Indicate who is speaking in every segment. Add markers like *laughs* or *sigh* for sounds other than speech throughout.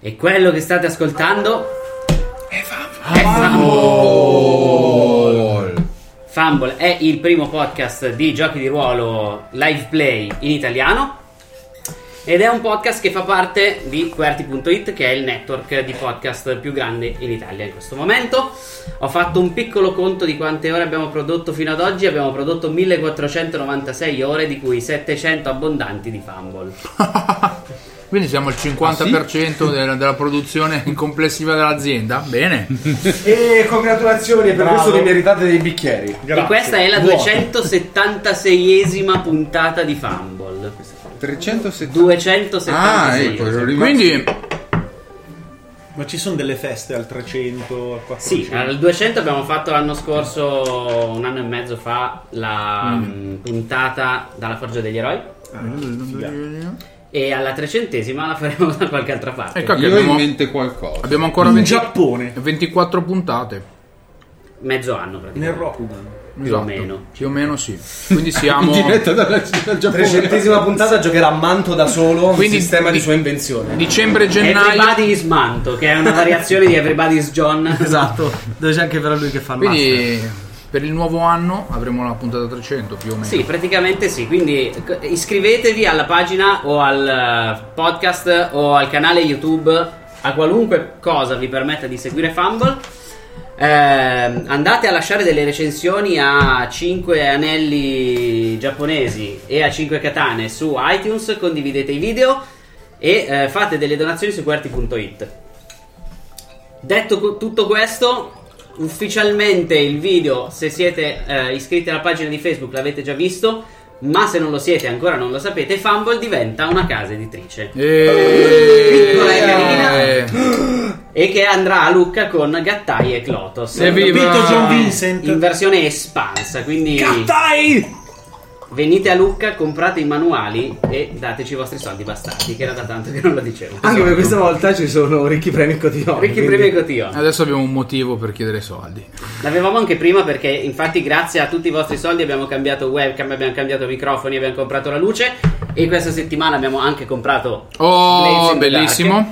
Speaker 1: E quello che state ascoltando è Fumble. Fumble è il primo podcast di giochi di ruolo live play in italiano. Ed è un podcast che fa parte di QWERTY.it, che è il network di podcast più grande in Italia in questo momento. Ho fatto un piccolo conto di quante ore abbiamo prodotto fino ad oggi. Abbiamo prodotto 1496 ore, di cui 700 abbondanti di Fumble.
Speaker 2: Quindi siamo al 50%
Speaker 3: Ah,
Speaker 2: della, della produzione
Speaker 3: *laughs*
Speaker 2: complessiva dell'azienda. Bene.
Speaker 4: E congratulazioni, per questo vi meritate dei bicchieri.
Speaker 1: E questa è la 276esima puntata di Fumble.
Speaker 3: 370 Ah,
Speaker 1: 276.
Speaker 3: ecco, ero rimasto-
Speaker 2: Quindi
Speaker 5: Ma ci sono delle feste al 300, al 400?
Speaker 1: sì, al 200 abbiamo fatto l'anno scorso, un anno e mezzo fa, la
Speaker 3: Mm.
Speaker 1: mh, puntata dalla Forgia degli Eroi.
Speaker 3: Ah,
Speaker 1: E alla 300esima la faremo da qualche altra parte.
Speaker 2: Ecco.
Speaker 3: Io ho in
Speaker 2: abbiamo-
Speaker 3: mente qualcosa. Mm.
Speaker 2: abbiamo ancora
Speaker 5: In
Speaker 2: 20
Speaker 5: Giappone,
Speaker 2: 24 puntate.
Speaker 1: Mezzo anno
Speaker 5: nel
Speaker 1: praticamente.
Speaker 5: Rokugan.
Speaker 2: Più
Speaker 1: o meno.
Speaker 2: Più o meno sì. Quindi siamo...
Speaker 3: *laughs* In diretta dalla dal Giappone.
Speaker 4: Trecentesima puntata giocherà Manto da solo un
Speaker 2: Quindi-
Speaker 4: sistema di sua invenzione.
Speaker 2: Dicembre, gennaio...
Speaker 1: Everybody is Manto, che è una variazione di Everybody is
Speaker 3: *laughs*
Speaker 1: John.
Speaker 4: Esatto, dove c'è anche però lui che fa il
Speaker 2: Quindi per il nuovo anno avremo la puntata 300 più o meno.
Speaker 1: Sì, praticamente sì, quindi eh, iscrivetevi alla pagina o al eh, podcast o al canale YouTube, a qualunque cosa vi permetta di seguire Fumble. Ehm, andate a lasciare delle recensioni a 5 anelli giapponesi e a 5 katane su iTunes, condividete i video e eh, fate delle donazioni su QWERTY.it. Detto cu- tutto questo, ufficialmente il video, se siete eh, iscritti alla pagina di Facebook, l'avete già visto, ma se non lo siete e ancora non lo sapete, Fumble diventa una casa editrice. Piccola e
Speaker 2: E...
Speaker 1: carina. E che andrà a Lucca con Gattai e Clotos.
Speaker 2: Evviva!
Speaker 5: Vinto John Vincent.
Speaker 1: In versione espansa, quindi
Speaker 5: Dai!
Speaker 1: venite a Lucca, comprate i manuali e dateci i vostri soldi bastardi, che era da tanto che non lo dicevo.
Speaker 4: Anche per questa volta ci sono ricchi premi e cotilloni.
Speaker 1: Ricchi
Speaker 4: quindi-
Speaker 1: Esatto. premi e cotillon.
Speaker 2: Adesso abbiamo un motivo per chiedere soldi.
Speaker 1: L'avevamo anche prima perché infatti grazie a tutti i vostri soldi abbiamo cambiato webcam, abbiamo cambiato microfoni, abbiamo comprato la luce e questa settimana abbiamo anche comprato
Speaker 2: Oh,
Speaker 1: Blades in the *laughs*
Speaker 2: bellissimo.
Speaker 1: Dark.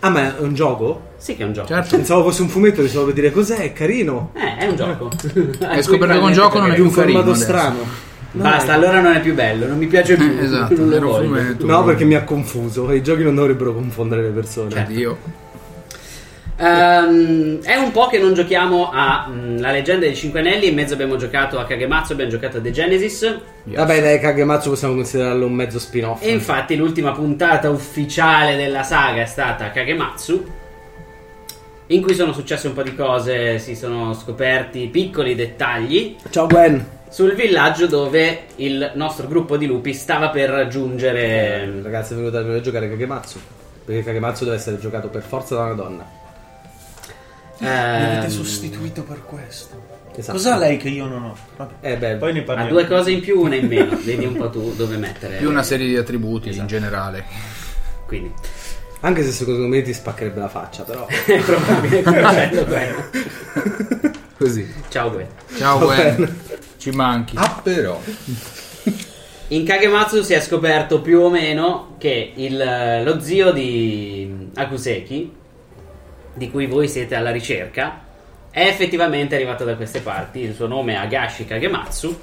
Speaker 6: Ah, ma è un gioco?
Speaker 1: Sì, che è un gioco.
Speaker 6: Pensavo fosse un fumetto, ti stavo per dire cos'è, è carino.
Speaker 1: Eh, è un gioco. *laughs*
Speaker 6: Hai scoperto che un gioco non è più carino adesso. No,
Speaker 1: Basta,
Speaker 6: dai.
Speaker 1: allora non è più bello, non mi
Speaker 6: Eh,
Speaker 1: piace più.
Speaker 2: Esatto,
Speaker 6: esatto,
Speaker 1: non lo voglio.
Speaker 6: No, perché mi ha confuso. I giochi non dovrebbero confondere le
Speaker 7: Certo.
Speaker 6: persone.
Speaker 2: Dio.
Speaker 1: Ehm, è un po' che non giochiamo a mh, La leggenda dei Cinque Anelli. In mezzo abbiamo giocato a Kagematsu, abbiamo giocato a The Genesis.
Speaker 6: Vabbè, dai, Kagematsu possiamo considerarlo un mezzo spin-off.
Speaker 1: E infatti l'ultima puntata ufficiale della saga è stata Kagematsu, in cui sono successe un po' di cose, si sono scoperti piccoli dettagli
Speaker 6: Ciao Gwen.
Speaker 1: sul villaggio dove il nostro gruppo di lupi stava per raggiungere...
Speaker 6: Ehm, Ragazzi, è venuto a giocare Kagematsu. Perché Kagematsu deve essere giocato per forza da una donna.
Speaker 5: Mi
Speaker 1: ehm,
Speaker 5: avete sostituito per questo.
Speaker 6: Esatto.
Speaker 5: Cos'ha lei che io non ho? Vabbè,
Speaker 6: Eh beh,
Speaker 5: Poi ne
Speaker 1: ha
Speaker 5: parliamo.
Speaker 1: ehm, due cose in più, una in meno, vedi un po' tu dove mettere.
Speaker 2: Più una serie di attributi
Speaker 1: Esatto.
Speaker 2: in generale.
Speaker 1: Quindi *laughs*
Speaker 6: anche se secondo me ti spaccherebbe la
Speaker 5: *laughs*
Speaker 6: faccia, però.
Speaker 1: è
Speaker 2: *laughs*
Speaker 1: probabile che bello quello.
Speaker 2: Così.
Speaker 1: Ciao Gwen.
Speaker 2: Ciao Gwen. Ci manchi.
Speaker 3: Ah, però.
Speaker 1: In Kagematsu si è scoperto più o meno che il- eh, lo zio di Akuseki, di cui voi siete alla ricerca, è effettivamente arrivato da queste parti. Il suo nome è Agashi Kagematsu.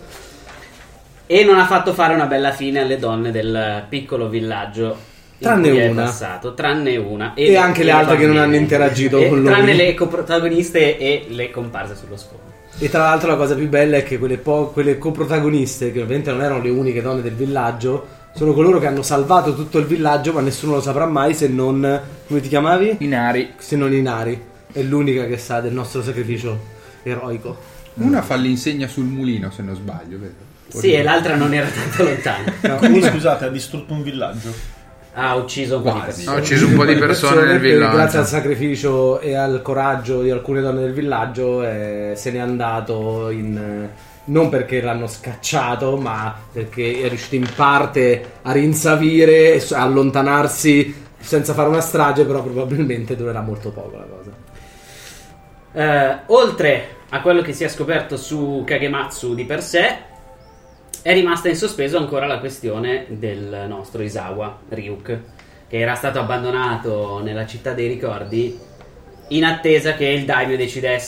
Speaker 1: E non ha fatto fare una bella fine alle donne del piccolo villaggio. in
Speaker 6: Tranne
Speaker 1: cui è
Speaker 6: una.
Speaker 1: passato, tranne una.
Speaker 6: E anche le altre che non hanno interagito
Speaker 1: E-
Speaker 6: con lui.
Speaker 1: Eh, Tranne le coprotagoniste e le comparse sullo sfondo.
Speaker 6: E tra l'altro la cosa più bella è che quelle, po- quelle coprotagoniste, che ovviamente non erano le uniche donne del villaggio, sono coloro che hanno salvato tutto il villaggio, ma nessuno lo saprà mai se non. come ti chiamavi?
Speaker 2: Inari.
Speaker 6: Se non Inari. È l'unica che sa del nostro sacrificio eroico.
Speaker 3: Una fa l'insegna sul mulino, se non sbaglio, vero?
Speaker 1: Sì, e l'altra non era tanto lontana.
Speaker 5: Quindi scusate, ha distrutto un villaggio.
Speaker 1: Ha ucciso un po' di
Speaker 3: Quasi.
Speaker 2: Ho
Speaker 1: persone.
Speaker 2: ucciso un po' di persone nel
Speaker 6: Perché Grazie al
Speaker 2: villaggio.
Speaker 6: sacrificio e al coraggio di alcune donne del villaggio eh, se n'è andato in- eh, non perché l'hanno scacciato, ma perché è riuscito in parte a rinsavire, s- a allontanarsi senza fare una strage, però probabilmente durerà molto poco la cosa.
Speaker 1: Eh, oltre a quello che si è scoperto su Kagematsu di per sé, è rimasta in sospeso ancora la questione del nostro Isawa Ryuk, che era stato abbandonato nella città dei ricordi in attesa che il daimyo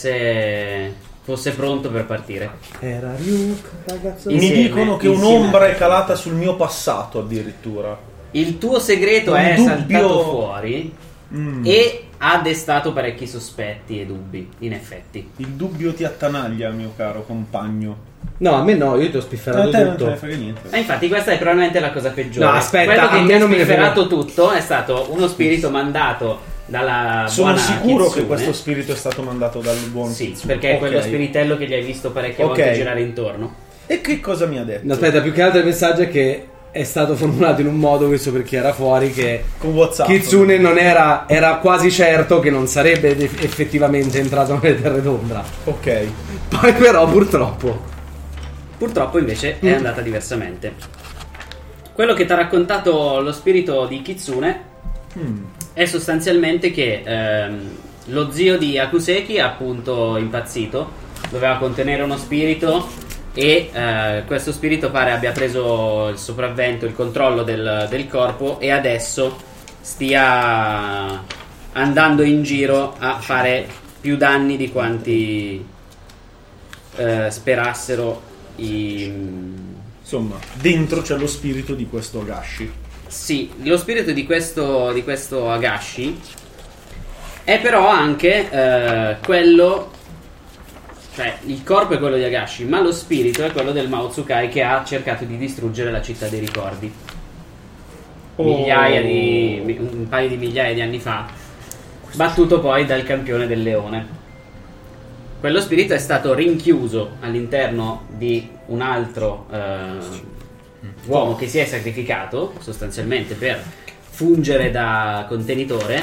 Speaker 1: decidesse fosse pronto per partire.
Speaker 6: Era Ryuk, ragazzo.
Speaker 5: Mi
Speaker 1: Insieme,
Speaker 5: dicono che
Speaker 1: insieme.
Speaker 5: un'ombra è calata sul mio passato addirittura.
Speaker 1: Il tuo segreto
Speaker 5: Un
Speaker 1: è
Speaker 5: dubbio-
Speaker 1: saltato fuori
Speaker 5: Mm.
Speaker 1: e ha destato parecchi sospetti e dubbi, in effetti.
Speaker 5: Il dubbio ti attanaglia, mio caro compagno.
Speaker 6: No, a me no, io ti ho
Speaker 5: A
Speaker 6: spifferato
Speaker 5: te non te ne
Speaker 6: tutto.
Speaker 5: frega niente.
Speaker 1: E Eh, infatti questa è probabilmente la cosa peggiore.
Speaker 6: No, aspetta,
Speaker 1: quello
Speaker 6: a
Speaker 1: che ti
Speaker 6: me
Speaker 1: ha
Speaker 6: non me ne frega.
Speaker 1: sperrato tutto è stato uno spirito mandato dalla
Speaker 5: Sono
Speaker 1: buona
Speaker 5: sicuro
Speaker 1: Kitsune.
Speaker 5: che questo spirito è stato mandato dal buon
Speaker 1: Sì,
Speaker 5: Kitsune.
Speaker 1: perché è quello
Speaker 5: Ok.
Speaker 1: spiritello che gli hai visto parecchie
Speaker 5: Ok.
Speaker 1: volte girare intorno.
Speaker 5: E che cosa mi ha detto?
Speaker 6: No, aspetta, più che altro il messaggio è che è stato formulato in un modo, questo per chi era fuori, che
Speaker 5: Con WhatsApp.
Speaker 6: Kitsune non era, era quasi certo che non sarebbe de- effettivamente entrato nelle terre d'ombra.
Speaker 5: Ok.
Speaker 6: Poi però purtroppo.
Speaker 1: Purtroppo invece è andata diversamente. Quello che ti ha raccontato lo spirito di Kitsune è sostanzialmente che ehm, lo zio di Akuseki è appunto impazzito, doveva contenere uno spirito e eh, questo spirito pare abbia preso il sopravvento, il controllo del, del corpo e adesso stia andando in giro a fare più danni di quanti eh, sperassero i...
Speaker 5: Insomma, dentro c'è lo spirito di questo Agashi.
Speaker 1: Sì, lo spirito di questo, di questo Agashi è però anche eh, quello. Cioè, il corpo è quello di Agashi, ma lo spirito è quello del Mao Tsukai che ha cercato di distruggere la città dei ricordi. Migliaia di. mi- un paio di migliaia di anni fa. Battuto poi dal campione del leone. Quello spirito è stato rinchiuso all'interno di un altro eh, uomo che si è sacrificato sostanzialmente per fungere da contenitore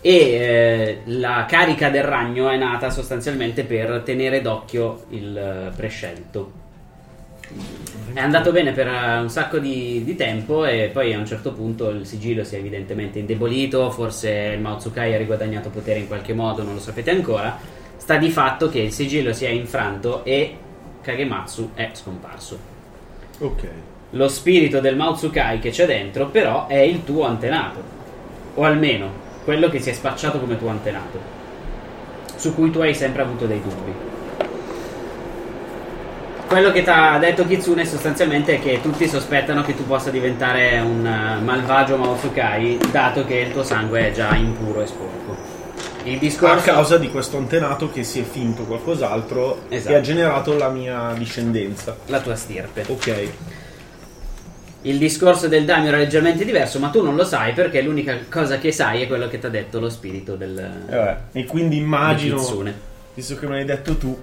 Speaker 1: e eh, la carica del ragno è nata sostanzialmente per tenere d'occhio il eh, prescelto. È andato bene per eh, un sacco di, di tempo e poi a un certo punto il sigillo si è evidentemente indebolito, forse il Maotsukai ha riguadagnato potere in qualche modo, non lo sapete ancora. Sta di fatto che il sigillo si è infranto e Kagematsu è scomparso.
Speaker 5: Ok.
Speaker 1: Lo spirito del Maotsukai che c'è dentro però è il tuo antenato, o almeno quello che si è spacciato come tuo antenato, su cui tu hai sempre avuto dei dubbi. Quello che ti ha detto Kitsune sostanzialmente è che tutti sospettano che tu possa diventare un eh, malvagio Maosukai, dato che il tuo sangue è già impuro e sporco. Il
Speaker 5: a
Speaker 1: discorso...
Speaker 5: causa di questo antenato che si è finto qualcos'altro
Speaker 1: Esatto.
Speaker 5: e ha generato la mia discendenza.
Speaker 1: La tua stirpe.
Speaker 5: Ok.
Speaker 1: Il discorso del daimyo era leggermente diverso, ma tu non lo sai perché l'unica cosa che sai è quello che ti ha detto lo spirito del.
Speaker 5: E, vabbè. eh, E quindi
Speaker 1: Di
Speaker 5: immagino,
Speaker 1: Kitsune.
Speaker 5: visto che me l'hai detto tu,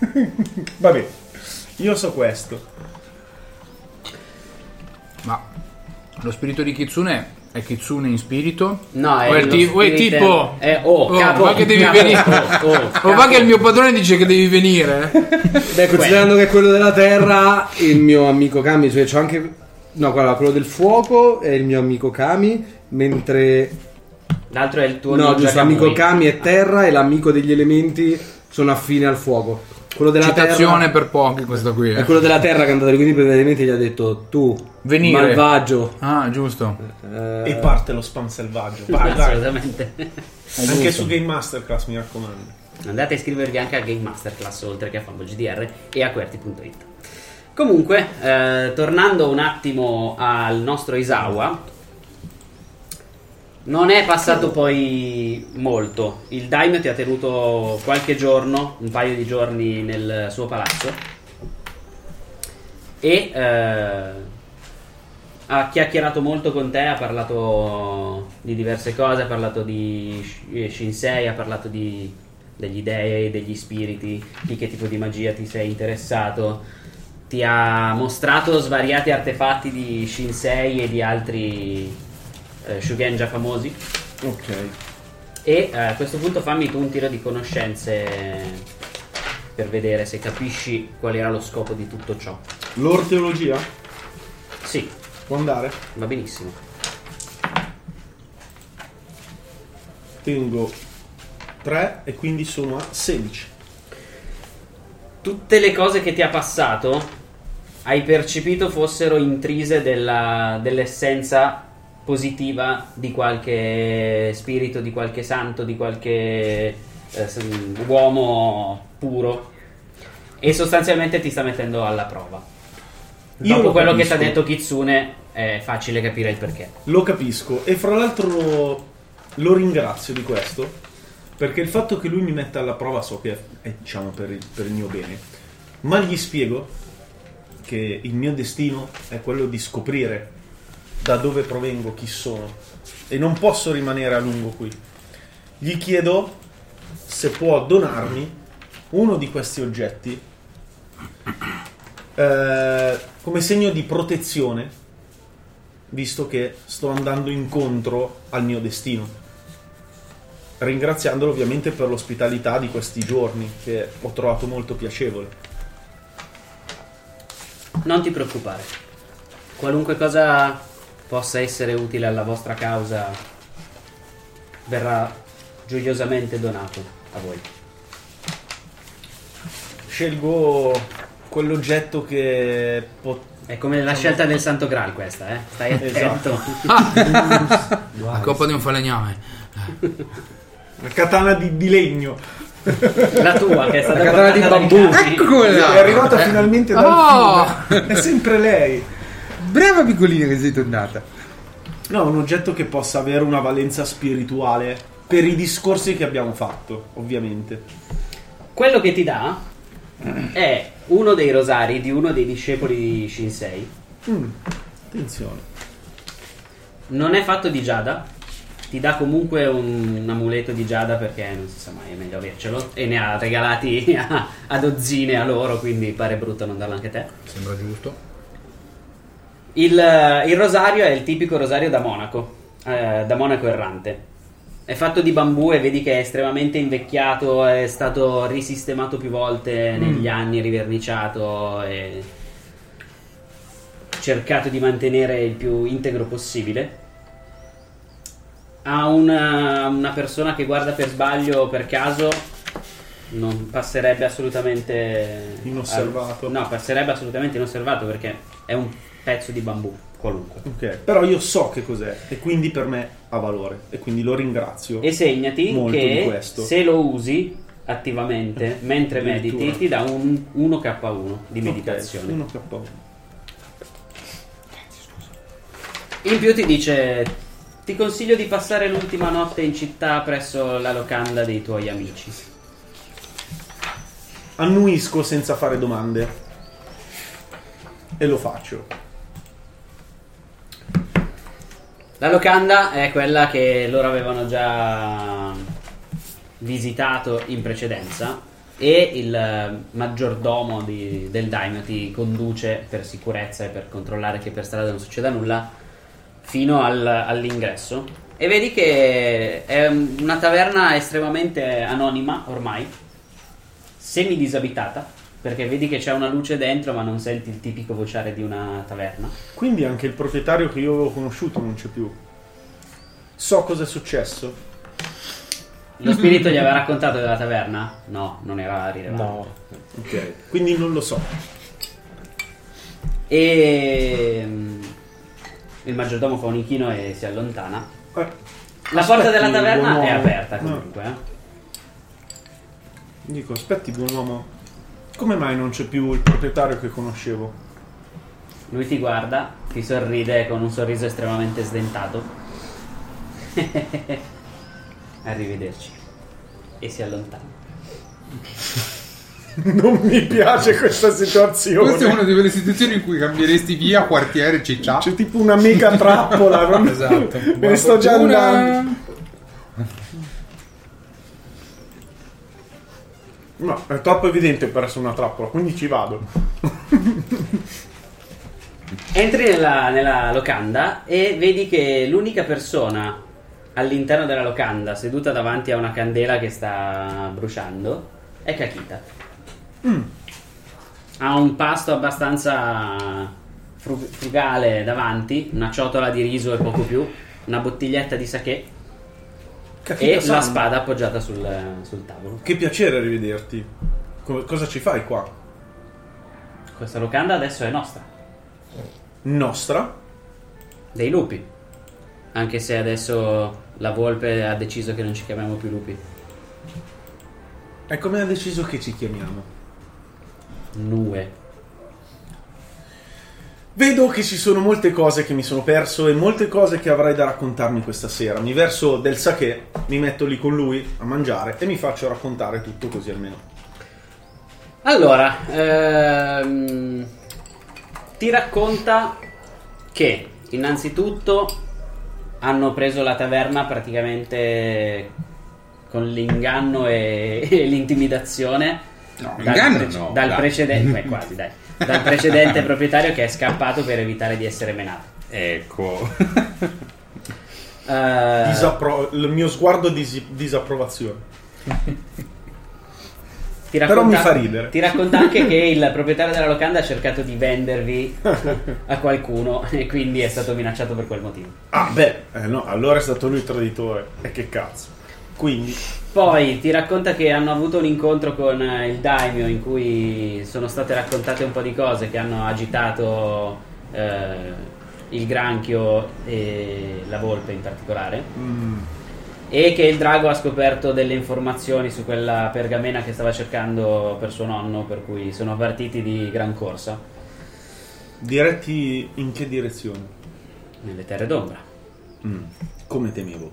Speaker 5: *laughs* vabbè, io so questo.
Speaker 2: Ma lo spirito di Kitsune è Kitsune in spirito?
Speaker 1: No, è.
Speaker 2: O
Speaker 1: lo
Speaker 2: ti- o è
Speaker 1: spirito-
Speaker 2: tipo...
Speaker 1: È oh, capo,
Speaker 2: va che devi
Speaker 1: capo,
Speaker 2: venire. *laughs*
Speaker 1: oh, oh,
Speaker 2: o va
Speaker 1: capo.
Speaker 2: che il mio padrone dice che devi
Speaker 1: *laughs*
Speaker 2: venire. eh.
Speaker 6: Beh, considerando che quello della terra, il mio amico Kami, cioè c'ho anche. No, guarda, quello del fuoco è il mio amico Kami, mentre.
Speaker 1: L'altro è il tuo.
Speaker 6: no,
Speaker 1: ninja
Speaker 6: giusto, l'amico
Speaker 1: Kamui. *laughs*
Speaker 6: Kami è terra e l'amico degli elementi sono affine al fuoco. Quello della
Speaker 2: Citazione
Speaker 6: terra.
Speaker 2: per pochi questa qui. eh.
Speaker 6: È quello della terra che è andato lì, quindi praticamente gli ha detto tu,
Speaker 2: Venire.
Speaker 6: malvagio.
Speaker 2: Ah, giusto.
Speaker 6: eh,
Speaker 5: E parte lo spam selvaggio. Vai, vai.
Speaker 1: Assolutamente.
Speaker 5: Anche su Game Masterclass, mi raccomando.
Speaker 1: Andate a iscrivervi anche a Game Masterclass oltre che a Fambo GDR e a QWERTY.it. Comunque, eh, tornando un attimo al nostro Isawa, non è passato poi molto. Il Daimyo ti ha tenuto qualche giorno, un paio di giorni nel suo palazzo e eh, ha chiacchierato molto con te, ha parlato di diverse cose, ha parlato di Sh- eh, Shinsei, ha parlato di- degli dei, degli spiriti, di che tipo di magia ti sei interessato. Ti ha mostrato svariati artefatti di Shinsei e di altri eh, Shugen già famosi.
Speaker 5: Ok.
Speaker 1: E eh, a questo punto fammi tu un tiro di conoscenze per vedere se capisci qual era lo scopo di tutto ciò.
Speaker 5: L'orteologia?
Speaker 1: Sì,
Speaker 5: Può andare?
Speaker 1: va benissimo.
Speaker 5: Tengo 3 e quindi sono a 16.
Speaker 1: tutte le cose che ti ha passato hai percepito fossero intrise della- dell'essenza positiva di qualche spirito, di qualche santo, di qualche eh, s- uomo puro e sostanzialmente ti sta mettendo alla prova.
Speaker 5: Io
Speaker 1: Dopo
Speaker 5: lo
Speaker 1: quello che ti ha
Speaker 5: capisco.
Speaker 1: detto Kitsune è facile capire il perché.
Speaker 5: Lo capisco e fra l'altro lo ringrazio di questo perché il fatto che lui mi metta alla prova so che è, è, diciamo per il, per il mio bene, ma gli spiego che il mio destino è quello di scoprire da dove provengo, chi sono e non posso rimanere a lungo qui. Gli chiedo se può donarmi uno di questi oggetti eh, come segno di protezione visto che sto andando incontro al mio destino. Ringraziandolo ovviamente per l'ospitalità di questi giorni, che ho trovato molto piacevole.
Speaker 1: Non ti preoccupare. Qualunque cosa possa essere utile alla vostra causa verrà gioiosamente donato a voi.
Speaker 5: Scelgo quell'oggetto che po-
Speaker 1: È come la scelta del Santo Graal questa, eh? Stai attento.
Speaker 6: Esatto.
Speaker 2: La coppa di un falegname.
Speaker 5: la katana di, di legno.
Speaker 1: La tua che è stata
Speaker 6: La katana
Speaker 1: portata
Speaker 6: di
Speaker 1: dai
Speaker 6: bambù. Ecco.
Speaker 1: cani.
Speaker 5: È arrivata
Speaker 2: Eh,
Speaker 5: finalmente dal
Speaker 3: Oh!
Speaker 5: fiume. È sempre lei.
Speaker 8: Brava piccolina che sei tornata.
Speaker 5: No, un oggetto che possa avere una valenza spirituale per i discorsi che abbiamo fatto, ovviamente.
Speaker 1: Quello che ti dà è uno dei rosari di uno dei discepoli di Shinsei.
Speaker 5: Mm, attenzione.
Speaker 1: Non è fatto di giada. Ti dà comunque un, un amuleto di giada perché non si sa mai, è meglio avercelo. E ne ha regalati *laughs* a, a dozzine a loro, quindi pare brutto non darlo anche a te.
Speaker 2: Sembra giusto.
Speaker 1: Il, il rosario è il tipico rosario da monaco, eh, da monaco errante. È fatto di bambù e vedi che è estremamente invecchiato, è stato risistemato più
Speaker 2: Mm.
Speaker 1: volte negli anni, riverniciato e cercato di mantenere il più integro possibile. A una, una persona che guarda per sbaglio o per caso non passerebbe assolutamente
Speaker 5: Inosservato.
Speaker 1: no, passerebbe assolutamente inosservato perché è un pezzo di bambù.
Speaker 4: qualunque.
Speaker 5: Ok, però io so che cos'è e quindi per me ha valore e quindi lo ringrazio.
Speaker 1: E segnati
Speaker 5: Molto di
Speaker 1: che
Speaker 5: questo.
Speaker 1: se lo usi attivamente mentre
Speaker 5: Addirittura.
Speaker 1: mediti ti dà un 1K1 di
Speaker 5: Ok,
Speaker 1: meditazione.
Speaker 5: 1K1.
Speaker 1: In più ti dice: Ti consiglio di passare l'ultima notte in città presso la locanda dei tuoi amici.
Speaker 5: Annuisco senza fare domande e lo faccio.
Speaker 1: La locanda è quella che loro avevano già visitato in precedenza e il eh, maggiordomo di- del daimyo ti conduce per sicurezza e per controllare che per strada non succeda nulla fino al- all'ingresso e vedi che è una taverna estremamente anonima ormai semidisabitata perché vedi che c'è una luce dentro ma non senti il tipico vociare di una taverna
Speaker 5: Quindi anche il proprietario che io avevo conosciuto non c'è più. So cosa è successo.
Speaker 1: Lo spirito gli aveva raccontato della taverna? No, non era rilevante.
Speaker 5: Ok, quindi non lo so.
Speaker 1: E mm, il maggiordomo fa un inchino e si allontana.
Speaker 5: Eh,
Speaker 1: La porta della taverna è aperta
Speaker 5: No.
Speaker 1: comunque. eh.
Speaker 5: Dico, aspetti, buon uomo. Come mai non c'è più il proprietario che conoscevo? *laughs*
Speaker 1: Lui ti guarda, ti sorride con un sorriso estremamente sdentato. *laughs* Arrivederci. E si allontana.
Speaker 5: Non mi piace questa
Speaker 3: Questa è
Speaker 5: situazione.
Speaker 3: una di quelle situazioni in cui cambieresti via, quartiere, città.
Speaker 5: C'è tipo una mega trappola. proprio.
Speaker 9: *laughs*
Speaker 8: Esatto.
Speaker 5: Me ne sto già
Speaker 3: Una-
Speaker 5: andando. No, è troppo evidente per essere una trappola, quindi ci vado.
Speaker 1: Entri nella, nella locanda e vedi che l'unica persona all'interno della locanda seduta davanti a una candela che sta bruciando è Kakita. Ha un pasto abbastanza fru- frugale davanti, una ciotola di riso e poco più, una bottiglietta di sake e
Speaker 5: Kakita-san,
Speaker 1: la spada appoggiata sul, sul tavolo.
Speaker 5: Che piacere rivederti. Co- cosa ci fai qua?
Speaker 1: Questa locanda adesso è nostra,
Speaker 5: Nostra?
Speaker 1: dei lupi. Anche se adesso la volpe ha deciso che non ci chiamiamo più lupi.
Speaker 5: E come Ecco, ha deciso che ci chiamiamo?
Speaker 1: Nue.
Speaker 5: Vedo che ci sono molte cose che mi sono perso e molte cose che avrai da raccontarmi questa sera. Mi verso del sake, mi metto lì con lui a mangiare e mi faccio raccontare tutto così almeno.
Speaker 1: Allora, ehm, ti racconta che innanzitutto hanno preso la taverna praticamente con l'inganno e, e l'intimidazione.
Speaker 3: No,
Speaker 1: dal
Speaker 3: inganno
Speaker 1: prece-
Speaker 3: no,
Speaker 1: dal
Speaker 3: dai.
Speaker 1: precedente, beh, quasi, dai. dal
Speaker 3: *laughs*
Speaker 1: precedente proprietario che è scappato per evitare di essere menato.
Speaker 3: *laughs* Ecco.
Speaker 1: Eh,
Speaker 5: Disappro- il mio sguardo di disapprovazione.
Speaker 1: Ti
Speaker 5: Però mi fa ridere.
Speaker 1: Ti
Speaker 5: *laughs*
Speaker 1: racconta anche che il proprietario della locanda ha cercato di vendervi a qualcuno e quindi è stato minacciato per quel motivo.
Speaker 5: Ah, beh, eh, no, allora è stato lui il traditore. E che cazzo. Quindi,
Speaker 1: Poi ti racconta che hanno avuto un incontro con eh, il daimyo in cui sono state raccontate un po' di cose che hanno agitato eh, il granchio e la volpe in particolare.
Speaker 5: Mm.
Speaker 1: E che il drago ha scoperto delle informazioni su quella pergamena che stava cercando per suo nonno, per cui sono partiti di gran corsa
Speaker 5: diretti in che direzione?
Speaker 1: nelle terre d'ombra,
Speaker 5: Mm. Come temevo.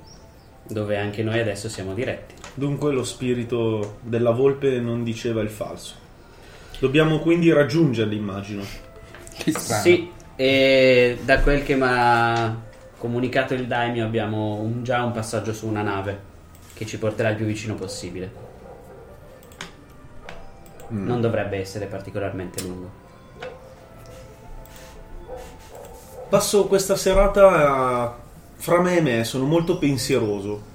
Speaker 1: dove anche noi adesso siamo diretti.
Speaker 5: Dunque lo spirito della volpe non diceva il falso. Dobbiamo quindi raggiungerli, immagino.
Speaker 3: Che strano.
Speaker 1: Sì, e da quel che mi ha comunicato il Daimio abbiamo un- già un passaggio su una nave che ci porterà il più vicino possibile. Non dovrebbe essere particolarmente lungo.
Speaker 5: Passo questa serata fra me e me, sono molto pensieroso.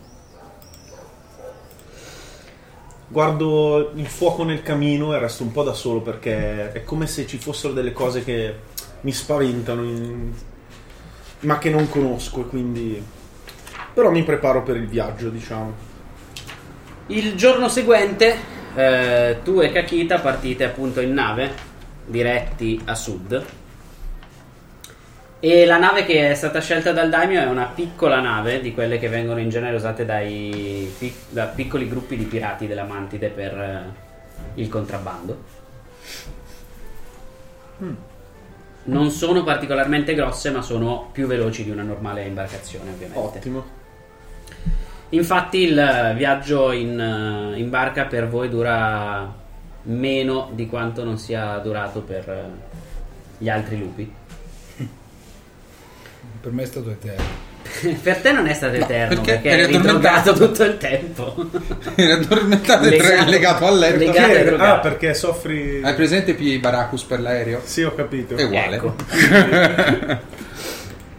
Speaker 5: Guardo il fuoco nel camino e resto un po' da solo perché è come se ci fossero delle cose che mi spaventano, in- ma che non conosco e quindi... Però mi preparo per il viaggio, diciamo.
Speaker 1: Il giorno seguente eh, tu e Kakita partite appunto in nave diretti a sud E la nave che è stata scelta dal Daimyo è una piccola nave di quelle che vengono in genere usate dai pic- da piccoli gruppi di pirati della Mantide per eh, il contrabbando. Non sono particolarmente grosse, ma sono più veloci di una normale imbarcazione, ovviamente.
Speaker 5: Ottimo.
Speaker 1: Infatti il viaggio in, eh, in barca per voi dura meno di quanto non sia durato per eh, gli altri lupi. *laughs*
Speaker 9: Per me è stato eterno.
Speaker 1: per te non è stato eterno
Speaker 3: perché
Speaker 1: perché,
Speaker 3: eri
Speaker 1: eri
Speaker 3: addormentato.
Speaker 1: drogato tutto il tempo.
Speaker 3: Era addormentato e
Speaker 1: Legato-
Speaker 3: tre- legato al letto.
Speaker 1: legato-
Speaker 5: Perché-
Speaker 1: e drogato.
Speaker 5: ah, perché soffri.
Speaker 3: Hai presente P. Baracus per l'aereo?
Speaker 5: Sì, ho capito.
Speaker 3: È uguale.
Speaker 1: Ecco.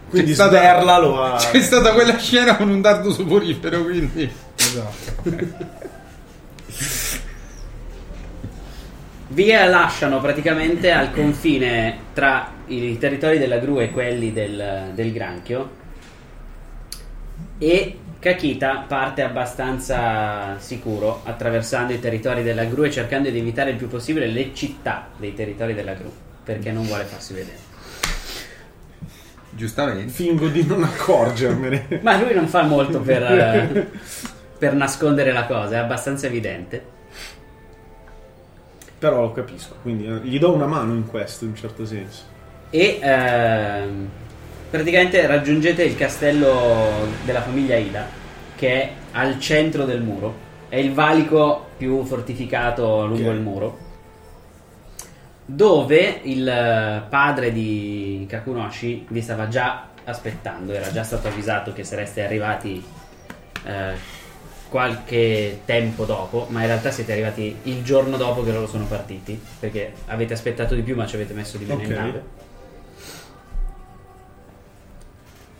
Speaker 5: Quindi
Speaker 3: C'è stata-
Speaker 5: sberla lo ha.
Speaker 3: C'è stata quella scena con un dardo soporifero, quindi...
Speaker 9: Esatto.
Speaker 1: Vi lasciano praticamente al confine tra i territori della gru e quelli del, del granchio. E Kakita parte abbastanza sicuro attraversando i territori della gru e cercando di evitare il più possibile le città dei territori della gru perché non vuole farsi vedere.
Speaker 3: Giustamente.
Speaker 5: Fingo di non
Speaker 1: *laughs*
Speaker 5: accorgermene.
Speaker 1: Ma lui non fa molto per, eh, per nascondere la cosa, è abbastanza evidente.
Speaker 5: Però lo capisco. Quindi eh, gli do una mano in questo, in un certo senso.
Speaker 1: E ehm, praticamente raggiungete il castello della famiglia Ida, che è al centro del muro. È il valico più fortificato lungo
Speaker 5: Ok.
Speaker 1: il muro. Dove il eh, padre di Kakunoshi vi stava già aspettando, era già stato avvisato che sareste arrivati eh, qualche tempo dopo, ma in realtà siete arrivati il giorno dopo che loro sono partiti, perché avete aspettato di più ma ci avete messo di meno in
Speaker 5: Ok.
Speaker 1: nave.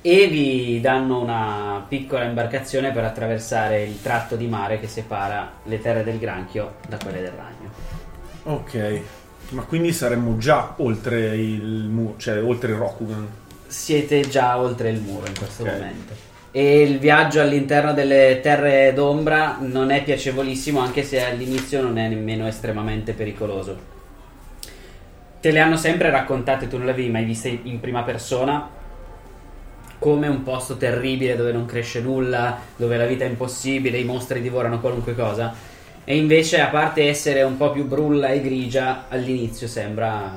Speaker 1: E vi danno una piccola imbarcazione per attraversare il tratto di mare che separa le terre del granchio da quelle del ragno.
Speaker 5: Ok. Ma quindi saremmo già oltre il mu- cioè oltre il Rokugan.
Speaker 1: Siete già oltre il muro in questo
Speaker 5: Ok.
Speaker 1: momento. E il viaggio all'interno delle terre d'ombra non è piacevolissimo, anche se all'inizio non è nemmeno estremamente pericoloso. Te le hanno sempre raccontate, tu non le avevi mai viste in prima persona, come un posto terribile dove non cresce nulla, dove la vita è impossibile, i mostri divorano qualunque cosa. E invece, a parte essere un po' più brulla e grigia, all'inizio sembra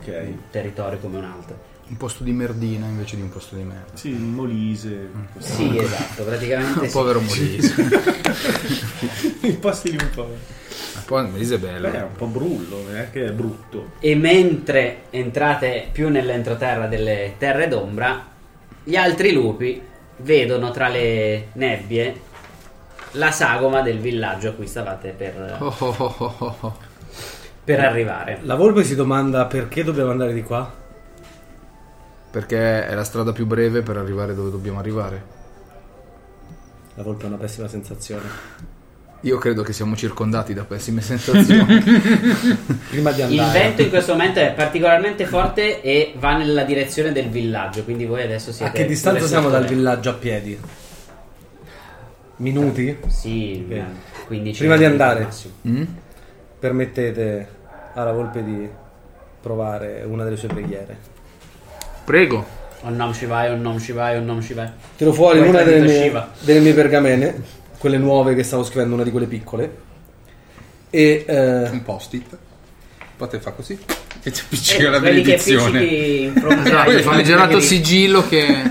Speaker 5: Ok.
Speaker 1: un territorio come un altro.
Speaker 9: Un posto di merdina invece di un posto di merda.
Speaker 5: Sì, Molise. *laughs* questo-
Speaker 1: Sì, esatto,
Speaker 6: *laughs*
Speaker 1: praticamente sì.
Speaker 9: Povero Molise.
Speaker 5: I posti lì un po'.
Speaker 9: Poi Molise è
Speaker 5: Beh, è
Speaker 9: bello.
Speaker 5: un po' brullo, non è che è brutto.
Speaker 1: E mentre entrate più nell'entroterra delle terre d'ombra, gli altri lupi vedono tra le nebbie la sagoma del villaggio a cui stavate per,
Speaker 9: Oh, oh, oh, oh, oh, oh.
Speaker 1: per arrivare.
Speaker 6: La Volpe si domanda perché dobbiamo andare di qua?
Speaker 9: Perché è la strada più breve per arrivare dove dobbiamo arrivare.
Speaker 6: La Volpe è una pessima sensazione.
Speaker 9: Io credo che siamo circondati da pessime sensazioni.
Speaker 6: Prima di
Speaker 1: Il
Speaker 6: andare.
Speaker 1: vento in questo momento è particolarmente forte e va nella direzione del villaggio, quindi voi adesso siete...
Speaker 6: A che distanza
Speaker 1: sulle
Speaker 6: siamo dal
Speaker 1: sottole.
Speaker 6: villaggio a piedi? Minuti?
Speaker 1: Sì, una 15
Speaker 6: Prima di
Speaker 1: minuti
Speaker 6: andare.
Speaker 1: massimo.
Speaker 9: Mm?
Speaker 6: Permettete alla Volpe di provare una delle sue preghiere.
Speaker 9: Prego.
Speaker 1: O non ci vai, o non ci vai, o non ci vai.
Speaker 6: Tiro fuori
Speaker 1: Poi
Speaker 6: una
Speaker 1: tradito
Speaker 6: delle mie,
Speaker 1: Shiva.
Speaker 6: delle mie pergamene, quelle nuove che stavo scrivendo, una di quelle piccole. E eh,
Speaker 3: Un post-it. Potete fare così. E ci
Speaker 1: Eh,
Speaker 3: appiccica la
Speaker 1: quelli che
Speaker 3: benedizione. *laughs*
Speaker 1: appiccichi in fronte
Speaker 9: Esatto,
Speaker 1: ai-
Speaker 9: il famigerato sigillo che...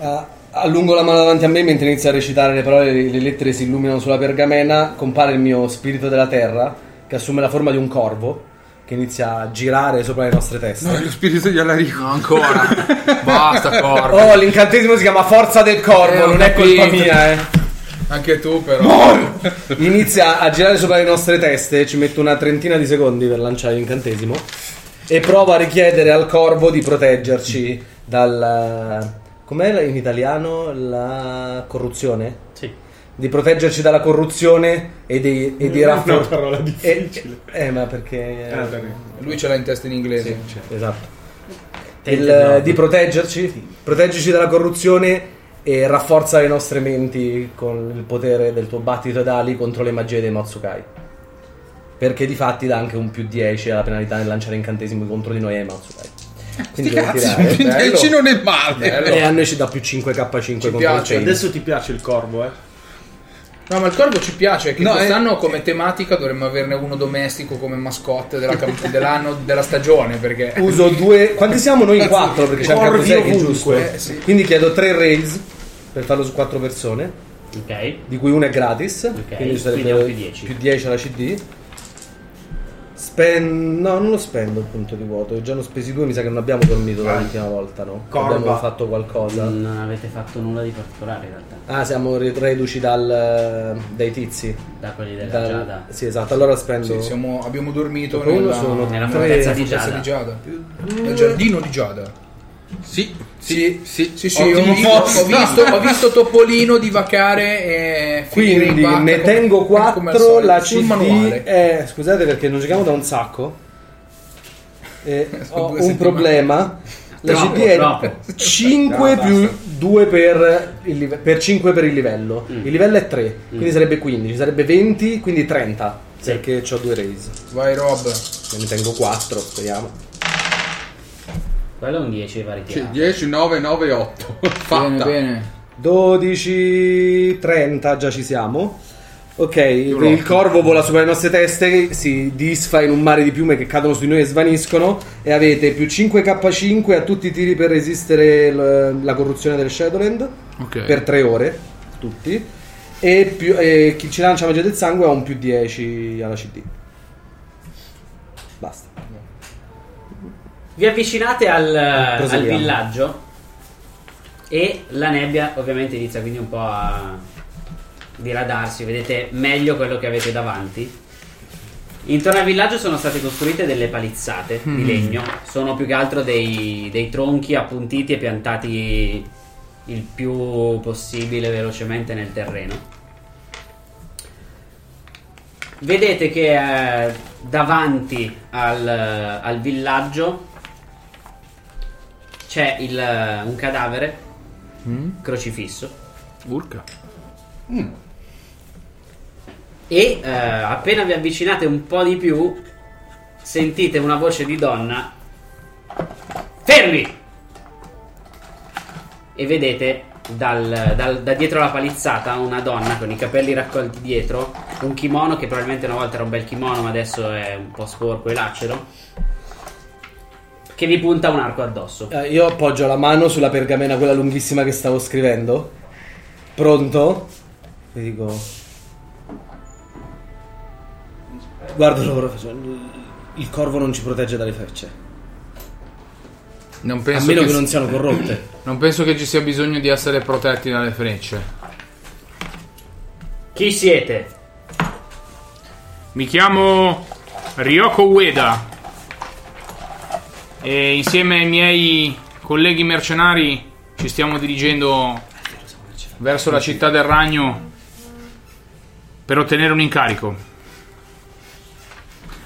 Speaker 6: a- allungo la mano davanti a me mentre inizio a recitare le parole, le lettere si illuminano sulla pergamena, compare il mio spirito della terra che assume la forma di un corvo che inizia a girare sopra le nostre teste.
Speaker 3: No, è lo spirito di Alarico.
Speaker 9: No, ancora.
Speaker 3: *laughs*
Speaker 9: Basta, corvo.
Speaker 6: Oh, l'incantesimo si chiama Forza del Corvo,
Speaker 9: Eh, ho
Speaker 6: non è colpa
Speaker 9: capito.
Speaker 6: mia, eh.
Speaker 9: Anche tu però.
Speaker 6: Inizia a girare sopra le nostre teste, ci metto una trentina di secondi per lanciare l'incantesimo e provo a richiedere al corvo di proteggerci dal... com'è in italiano la corruzione?
Speaker 1: Sì.
Speaker 6: Di proteggerci dalla corruzione e di, e
Speaker 5: Non *laughs*
Speaker 6: di
Speaker 5: è una
Speaker 6: raffor-
Speaker 5: parola
Speaker 6: e-
Speaker 5: difficile.
Speaker 6: eh, ma perché...
Speaker 5: Eh, bene.
Speaker 9: Lui ce l'ha in testa in inglese.
Speaker 6: Esatto.
Speaker 1: Tente
Speaker 6: Il-
Speaker 1: di no.
Speaker 6: di proteggerci, proteggerci dalla corruzione e rafforza le nostre menti con il potere del tuo battito ed ali contro le magie dei Matsukai. Perché di fatti dà anche un più 10 alla penalità nel lanciare incantesimi contro di noi ai Matsukai. Quindi
Speaker 3: Sti
Speaker 6: devo
Speaker 3: cazzi,
Speaker 6: tirare.
Speaker 3: quindi
Speaker 6: Bello.
Speaker 3: il Cino non è male.
Speaker 6: E a noi ci dà più 5k5 contro il
Speaker 2: piace.
Speaker 6: Cino.
Speaker 5: Adesso ti piace il corvo, eh?
Speaker 2: No, ma il corvo ci piace, che
Speaker 3: No, eh,
Speaker 2: quest'anno come tematica dovremmo averne uno domestico come mascotte della camp- dell'anno della stagione, perché
Speaker 6: Uso due. Quanti siamo noi in quattro? Perché c'è anche
Speaker 2: Corvi
Speaker 6: José che è
Speaker 2: ovunque.
Speaker 6: giusto.
Speaker 2: Eh, sì.
Speaker 6: Quindi chiedo tre rails per farlo su quattro persone,
Speaker 1: Ok.
Speaker 6: di cui una è gratis. Quindi ci
Speaker 1: quindi
Speaker 6: sarebbe
Speaker 1: anche 10.
Speaker 6: più 10 alla CD. Spen... No, non lo spendo il punto di vuoto. Già ne ho spesi due, mi sa che non abbiamo dormito l'ultima volta, no?
Speaker 4: Corva.
Speaker 6: Abbiamo fatto qualcosa.
Speaker 1: Non avete fatto nulla di particolare in realtà.
Speaker 6: Ah, siamo re- reduci dal, dai tizi.
Speaker 1: Da quelli della
Speaker 6: Dal-
Speaker 1: Giada.
Speaker 6: Sì, esatto. Allora spendo.
Speaker 2: sì, siamo- abbiamo dormito
Speaker 6: Uno
Speaker 2: nella,
Speaker 6: sono
Speaker 1: Nella
Speaker 6: tre-
Speaker 1: fortezza di
Speaker 2: fortezza
Speaker 1: Giada.
Speaker 2: di Giada, nel giardino di Giada.
Speaker 3: Sì,
Speaker 2: Sì,
Speaker 3: sì,
Speaker 2: Sì, sì, ho
Speaker 3: Ottimo
Speaker 2: visto,
Speaker 3: posto.
Speaker 2: ho visto- ho visto *laughs* Topolino divacare e finire in
Speaker 6: Quindi
Speaker 2: batta
Speaker 6: ne
Speaker 2: come-
Speaker 6: tengo
Speaker 2: come al
Speaker 6: 4
Speaker 2: solito,
Speaker 6: la
Speaker 2: sul
Speaker 6: CD
Speaker 2: manuale.
Speaker 6: è- scusate perché non giochiamo da un sacco
Speaker 2: *laughs*
Speaker 6: e
Speaker 2: Sono
Speaker 6: ho
Speaker 2: due
Speaker 6: un
Speaker 2: settimane.
Speaker 6: problema la
Speaker 1: Troppo,
Speaker 6: CD è
Speaker 1: troppo.
Speaker 6: 5 più 2 per, il live- per 5 per il livello
Speaker 2: Mm.
Speaker 6: il livello è 3 quindi sarebbe 15 sarebbe 20 quindi 30
Speaker 1: Sì.
Speaker 6: perché ho due raise
Speaker 2: Vai Rob.
Speaker 6: ne tengo 4 speriamo
Speaker 1: Quello è un 10 va ritirato.
Speaker 3: 10, 9,
Speaker 2: *laughs*
Speaker 3: 9, 8.
Speaker 2: Bene,
Speaker 3: Fatta.
Speaker 2: bene.
Speaker 6: 12 30 già ci siamo ok il
Speaker 3: l'otto.
Speaker 6: corvo vola sopra le nostre teste si disfa in un mare di piume che cadono su di noi e svaniscono e avete più 5k5 a tutti i tiri per resistere l- la corruzione del Shadowland
Speaker 2: Ok.
Speaker 6: per 3 ore tutti e, più- e chi ci lancia magia del sangue ha un più 10 alla cd basta
Speaker 1: Vi avvicinate al, al
Speaker 6: Proseguiamo.
Speaker 1: villaggio e la nebbia ovviamente inizia quindi un po' a diradarsi, vedete meglio quello che avete davanti. Intorno al villaggio sono state costruite delle palizzate di legno, sono più che altro dei, dei tronchi appuntiti e piantati il più possibile velocemente nel terreno. Vedete che eh, davanti al, al villaggio c'è il, eh, un cadavere crocifisso
Speaker 2: Urca.
Speaker 1: e eh, appena vi avvicinate un po' di più sentite una voce di donna Fermi! E vedete dal- dal- da dietro la palizzata una donna con i capelli raccolti dietro, un kimono che probabilmente una volta era un bel kimono ma adesso è un po' sporco e lacero, che vi punta un arco addosso.
Speaker 6: Eh, io appoggio la mano sulla pergamena, quella lunghissima che stavo scrivendo. Pronto? E dico. Guarda loro, faccio- il corvo non ci protegge dalle frecce.
Speaker 2: Non
Speaker 6: A
Speaker 2: penso,
Speaker 6: meno
Speaker 2: che,
Speaker 6: che non siano *laughs* corrotte.
Speaker 2: non penso che ci sia bisogno di essere protetti dalle frecce.
Speaker 1: Chi siete?
Speaker 7: Mi chiamo Ryoko Ueda e insieme ai miei colleghi mercenari ci stiamo dirigendo verso la città del ragno per ottenere un incarico.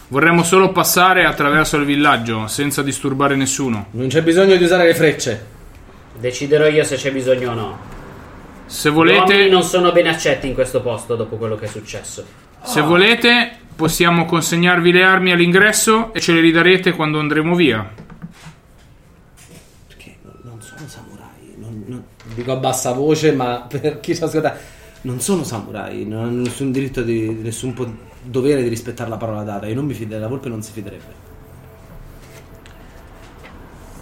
Speaker 7: Vorremmo solo passare attraverso il villaggio senza disturbare nessuno.
Speaker 6: Non c'è bisogno di usare le frecce.
Speaker 1: Deciderò io se c'è bisogno o no.
Speaker 7: Se
Speaker 1: Gli uomini
Speaker 7: volete,
Speaker 1: non sono ben accetti in questo posto dopo quello che è successo.
Speaker 7: se volete possiamo consegnarvi le armi all'ingresso e ce le ridarete quando andremo via.
Speaker 6: Perché no- non sono samurai. non- non- Dico a bassa voce, ma *laughs* per chi ci ascolta. Non sono samurai, non hanno nessun diritto di. nessun po- dovere di rispettare la parola data. Io non mi fiderei, la volpe non si fiderebbe.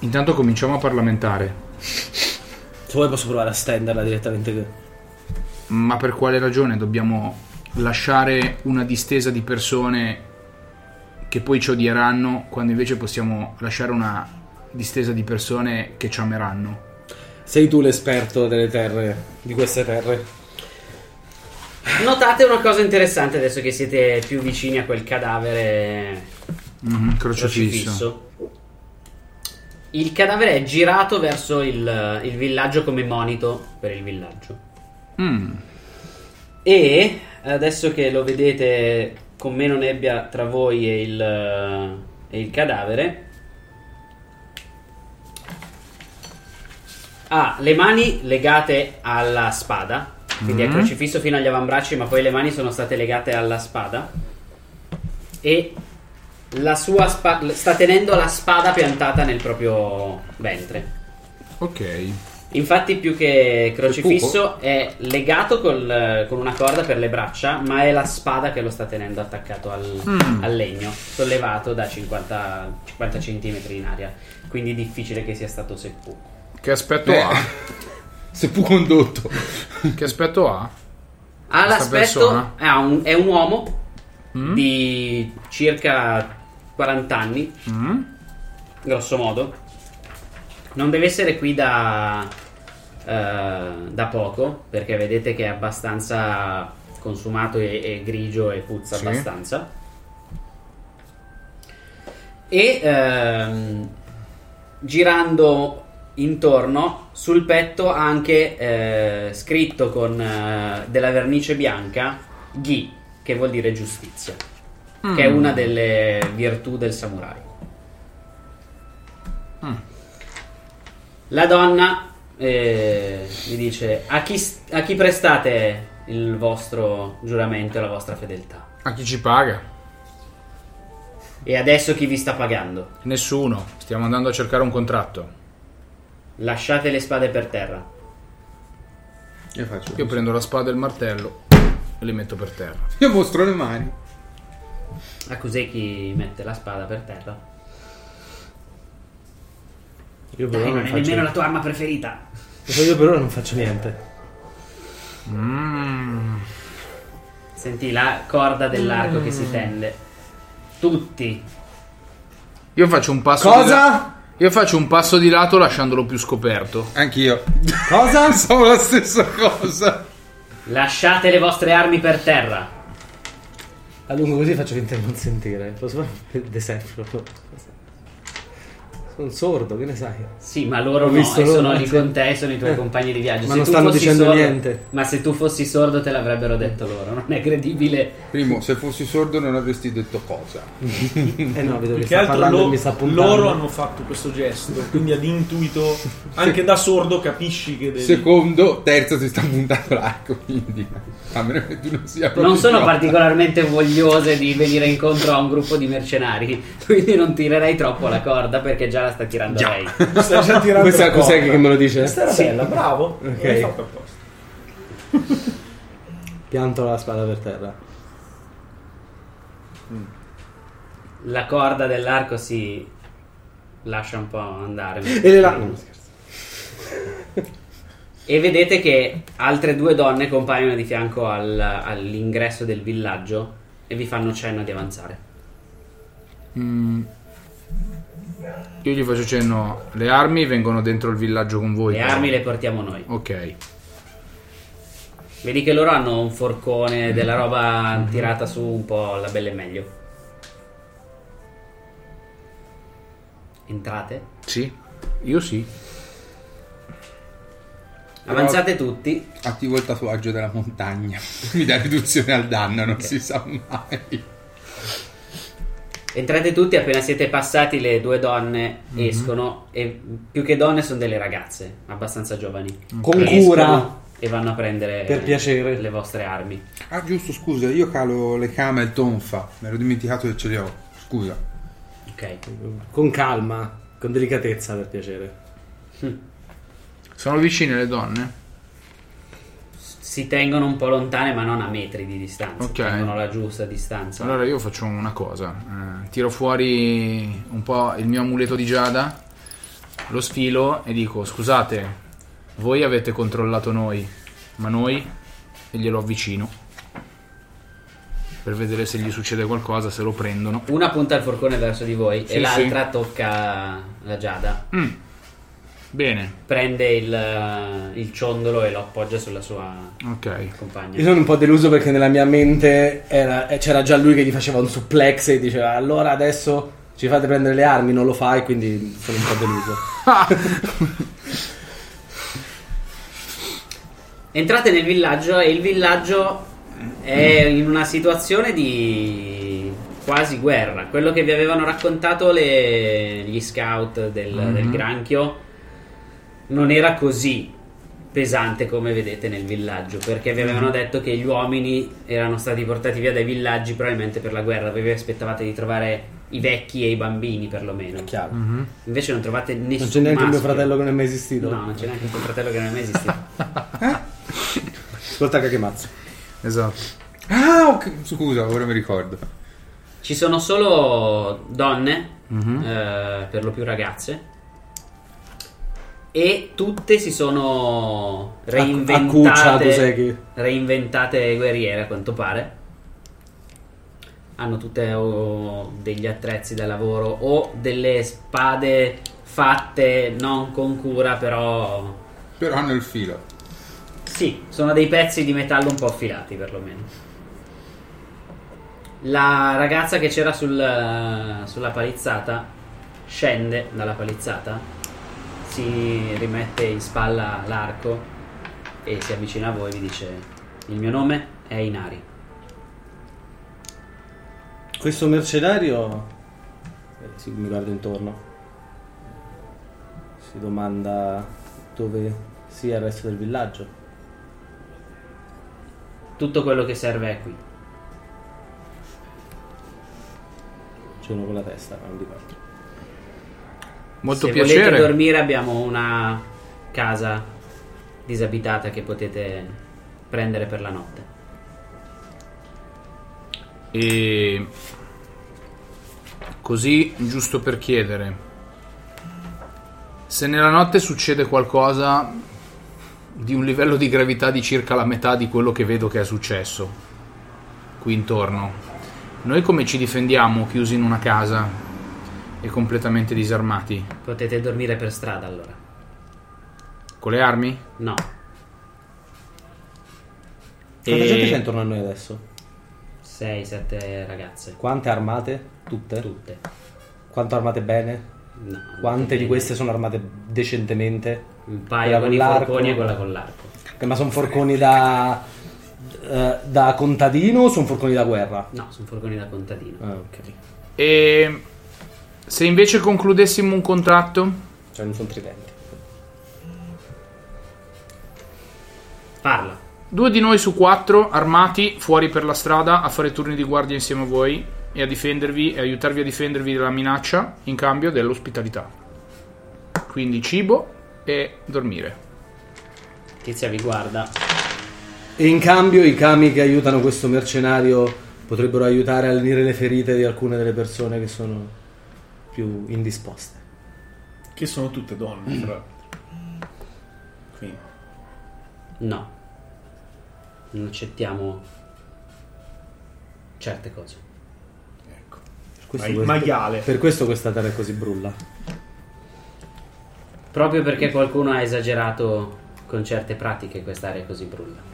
Speaker 7: Intanto cominciamo a parlamentare.
Speaker 6: Se vuoi posso provare a stenderla direttamente.
Speaker 7: Ma per quale ragione dobbiamo lasciare una distesa di persone che poi ci odieranno quando invece possiamo lasciare una distesa di persone che ci ameranno?
Speaker 6: Sei tu l'esperto delle terre, di queste terre.
Speaker 1: Notate una cosa interessante adesso che siete più vicini a quel cadavere
Speaker 7: Mhm, crocifisso.
Speaker 1: crocifisso. Il cadavere è girato verso il, eh, il villaggio come monito per il villaggio.
Speaker 7: Mm,
Speaker 1: E adesso che lo vedete con meno nebbia tra voi e il, eh, e il cadavere, ha le mani legate alla spada, quindi è
Speaker 7: Mm.
Speaker 1: crocifisso fino agli avambracci, ma poi le mani sono state legate alla spada. E La sua spa- sta tenendo la spada piantata nel proprio ventre.
Speaker 7: Ok.
Speaker 1: Infatti, più che
Speaker 7: Il
Speaker 1: crocifisso, è legato col- con una corda per le braccia, ma è la spada che lo sta tenendo attaccato al,
Speaker 7: Mm.
Speaker 1: al legno, sollevato da 50, 50 centimetri in aria. Quindi è difficile che sia stato seppu.
Speaker 7: Che aspetto
Speaker 3: Eh.
Speaker 1: Beh,
Speaker 7: ha? Se fu condotto. Che aspetto ha?
Speaker 1: Ha
Speaker 7: Questa persona? Mm?
Speaker 1: l'aspetto, ha un- è un uomo di circa 40 anni,
Speaker 7: Mm?
Speaker 1: grosso modo. Non deve essere qui da, eh, da poco, perché vedete che è abbastanza consumato e, e grigio e puzza
Speaker 7: Sì.
Speaker 1: abbastanza. E ehm, girando intorno sul petto ha anche eh, scritto con eh, della vernice bianca Ghi, che vuol dire giustizia,
Speaker 7: Mm.
Speaker 1: che è una delle virtù del samurai.
Speaker 7: Mm.
Speaker 1: La donna eh, gli dice a chi, s- a chi prestate il vostro giuramento e la vostra fedeltà?
Speaker 7: A chi ci paga?
Speaker 1: E adesso chi vi sta pagando?
Speaker 7: Nessuno. Stiamo andando a cercare un contratto.
Speaker 1: Lasciate le spade per terra.
Speaker 7: Io, prendo la spada e il martello e li metto per terra.
Speaker 3: Io mostro le mani.
Speaker 1: Akuseki mette la spada per terra.
Speaker 6: Io
Speaker 1: Dai,
Speaker 6: per ora
Speaker 1: non
Speaker 6: non
Speaker 1: è
Speaker 6: faccio
Speaker 1: Eh, nemmeno la
Speaker 6: niente.
Speaker 1: tua arma preferita.
Speaker 6: Io per ora non faccio niente.
Speaker 1: Senti la corda dell'arco che
Speaker 6: Mm.
Speaker 1: si tende. Tutti.
Speaker 7: Io faccio un passo
Speaker 1: Cosa?
Speaker 7: Di la- Io faccio un passo di lato lasciandolo più scoperto.
Speaker 3: *laughs* Anch'io.
Speaker 6: Cosa?
Speaker 3: Sono Eh, la stessa cosa.
Speaker 1: Lasciate le vostre armi per terra.
Speaker 6: A lungo così faccio finta di non sentire. Posso *laughs* fare un deception? Sono sordo, che ne sai?
Speaker 1: Sì, ma loro
Speaker 6: Ho
Speaker 1: no,
Speaker 6: visto
Speaker 1: e
Speaker 6: loro,
Speaker 1: sono lì
Speaker 6: sì.
Speaker 1: con te, sono i tuoi
Speaker 6: Eh.
Speaker 1: compagni di viaggio.
Speaker 6: Ma
Speaker 1: Se
Speaker 6: non
Speaker 1: tu
Speaker 6: stanno
Speaker 1: fossi
Speaker 6: dicendo
Speaker 1: sordo-
Speaker 6: niente.
Speaker 1: Ma se tu fossi sordo te l'avrebbero detto loro, non è credibile.
Speaker 3: Primo, se fossi sordo non avresti detto cosa.
Speaker 7: Mm.
Speaker 6: eh no, vedo
Speaker 5: Più che altro lo- loro hanno fatto questo gesto, quindi ad intuito, anche da sordo capisci che devi...
Speaker 3: Secondo, terzo ti sta puntando l'arco, quindi a meno che tu non sia proprio
Speaker 1: Non sono
Speaker 3: idiota.
Speaker 1: particolarmente vogliose di venire incontro a un gruppo di mercenari, *laughs* quindi non tirerei troppo la corda perché già la sta tirando lei.
Speaker 6: Sta già tirando Questa la cos'è corda. che me lo dice? Questa era bella,
Speaker 5: bravo.
Speaker 6: Ok. L'hai fatto *laughs* Pianto la spada per terra.
Speaker 1: La corda dell'arco si lascia un po' andare.
Speaker 6: E le la- no,
Speaker 1: E vedete che altre due donne compaiono di fianco al- all'ingresso del villaggio e vi fanno cenno di avanzare.
Speaker 7: Mm. Io gli faccio cenno. Le armi vengono dentro il villaggio con voi.
Speaker 1: le
Speaker 7: però.
Speaker 1: armi le portiamo noi.
Speaker 7: Ok.
Speaker 1: Vedi che loro hanno un forcone della roba tirata su un po' la bella e meglio. Entrate.
Speaker 7: Sì. Io sì.
Speaker 1: Avanzate tutti.
Speaker 3: Attivo il tatuaggio della montagna. *laughs* Mi dà riduzione al danno, non si sa mai.
Speaker 1: Entrate tutti, appena siete passati le due donne
Speaker 3: Mhm.
Speaker 1: escono e più che donne sono delle ragazze, abbastanza giovani.
Speaker 6: Con
Speaker 1: Che escono
Speaker 6: cura.
Speaker 1: E vanno a prendere
Speaker 6: Per piacere.
Speaker 1: le vostre armi.
Speaker 3: Ah, giusto, scusa, io calo le camel tonfa. Mi ero dimenticato che ce le ho. Scusa.
Speaker 1: Ok.
Speaker 6: Con calma, con delicatezza per piacere.
Speaker 7: Sono vicine le donne?
Speaker 1: Si tengono un po' lontane ma non a metri di distanza.
Speaker 7: Ok.
Speaker 1: Tengono la giusta distanza.
Speaker 7: Allora io faccio una cosa. eh, tiro fuori un po' il mio amuleto di giada. Lo sfilo e dico: Scusate, voi avete controllato noi, ma noi e glielo avvicino. Per vedere se gli succede qualcosa, se lo prendono.
Speaker 1: Una punta il forcone verso di voi e
Speaker 7: Sì, sì.
Speaker 1: l'altra tocca la Giada.
Speaker 7: Mm. Bene.
Speaker 1: Prende il, eh, il ciondolo e lo appoggia sulla sua
Speaker 7: Ok.
Speaker 1: compagna.
Speaker 6: Io sono un po' deluso perché nella mia mente era- eh, c'era già lui che gli faceva un suplex e diceva allora adesso ci fate prendere le armi, non lo fai, quindi sono un po' deluso.
Speaker 1: Entrate nel villaggio e il villaggio è in una situazione di quasi guerra. Quello che vi avevano raccontato le- gli scout del,
Speaker 7: Mhm.
Speaker 1: del granchio non era così pesante come vedete nel villaggio, perché vi avevano
Speaker 7: Mhm.
Speaker 1: detto che gli uomini erano stati portati via dai villaggi probabilmente per la guerra. Voi vi aspettavate di trovare i vecchi e i bambini perlomeno.
Speaker 6: chiaro.
Speaker 5: Mhm.
Speaker 1: Invece non trovate nessuno.
Speaker 6: Non c'è neanche il mio fratello che non è mai esistito.
Speaker 1: No, non c'è neanche il tuo fratello che non è mai esistito.
Speaker 6: Ascolta che mazzo.
Speaker 9: Esatto. Ah, ok. Scusa, ora mi ricordo.
Speaker 1: Ci sono solo donne,
Speaker 6: Mhm.
Speaker 1: eh, per lo più ragazze. E tutte si sono
Speaker 6: Accuccia, tu sai
Speaker 1: reinventate,
Speaker 6: che-
Speaker 1: reinventate guerriere a quanto pare. Hanno tutte o degli attrezzi da lavoro o delle spade fatte non con cura, però.
Speaker 3: Però hanno il filo.
Speaker 1: Sì, sono dei pezzi di metallo un po' affilati perlomeno. La ragazza che c'era sul- eh, sulla palizzata scende dalla palizzata, si rimette in spalla l'arco e si avvicina a voi e vi dice il mio nome è Inari.
Speaker 6: Questo mercenario eh, sì, mi guardo intorno. Si domanda dove sia il resto del villaggio.
Speaker 1: Tutto quello che serve è qui.
Speaker 6: C'è uno con la testa, ma non di parte.
Speaker 7: Molto
Speaker 1: Se volete
Speaker 7: piacere.
Speaker 1: dormire abbiamo una casa disabitata che potete prendere per la notte.
Speaker 7: E così, giusto per chiedere, se nella notte succede qualcosa di un livello di gravità di circa la metà di quello che vedo che è successo qui intorno, noi come ci difendiamo chiusi in una casa e completamente disarmati?
Speaker 1: Potete dormire per strada allora.
Speaker 7: Con le armi?
Speaker 1: No.
Speaker 6: Quanta
Speaker 7: E-
Speaker 6: gente c'è intorno a noi adesso?
Speaker 1: 6-7 ragazze.
Speaker 6: Quante armate? Tutte?
Speaker 1: Tutte.
Speaker 6: Quanto armate bene?
Speaker 1: No.
Speaker 6: Quante di queste sono armate decentemente?
Speaker 1: Un paio con i forconi e quella con l'arco.
Speaker 6: ma sono forconi da, eh, da contadino o sono forconi da guerra?
Speaker 1: No, sono forconi da contadino.
Speaker 7: E se invece concludessimo un contratto?
Speaker 6: Cioè non sono tridenti.
Speaker 1: Parla.
Speaker 7: Due di noi su quattro armati fuori per la strada a fare turni di guardia insieme a voi e a difendervi e aiutarvi a difendervi dalla minaccia in cambio dell'ospitalità. Quindi cibo e dormire.
Speaker 1: Tizia vi guarda.
Speaker 6: E in cambio i kami che aiutano questo mercenario potrebbero aiutare a lenire le ferite di alcune delle persone che sono più indisposte.
Speaker 5: Che sono tutte donne, fra l'altro. Quindi.
Speaker 1: No. Non accettiamo certe cose.
Speaker 6: Questo-
Speaker 1: Ma il
Speaker 6: questo-
Speaker 1: maiale.
Speaker 6: Per questo questa terra è così brulla.
Speaker 1: Proprio perché qualcuno ha esagerato con certe pratiche quest'area è così brulla.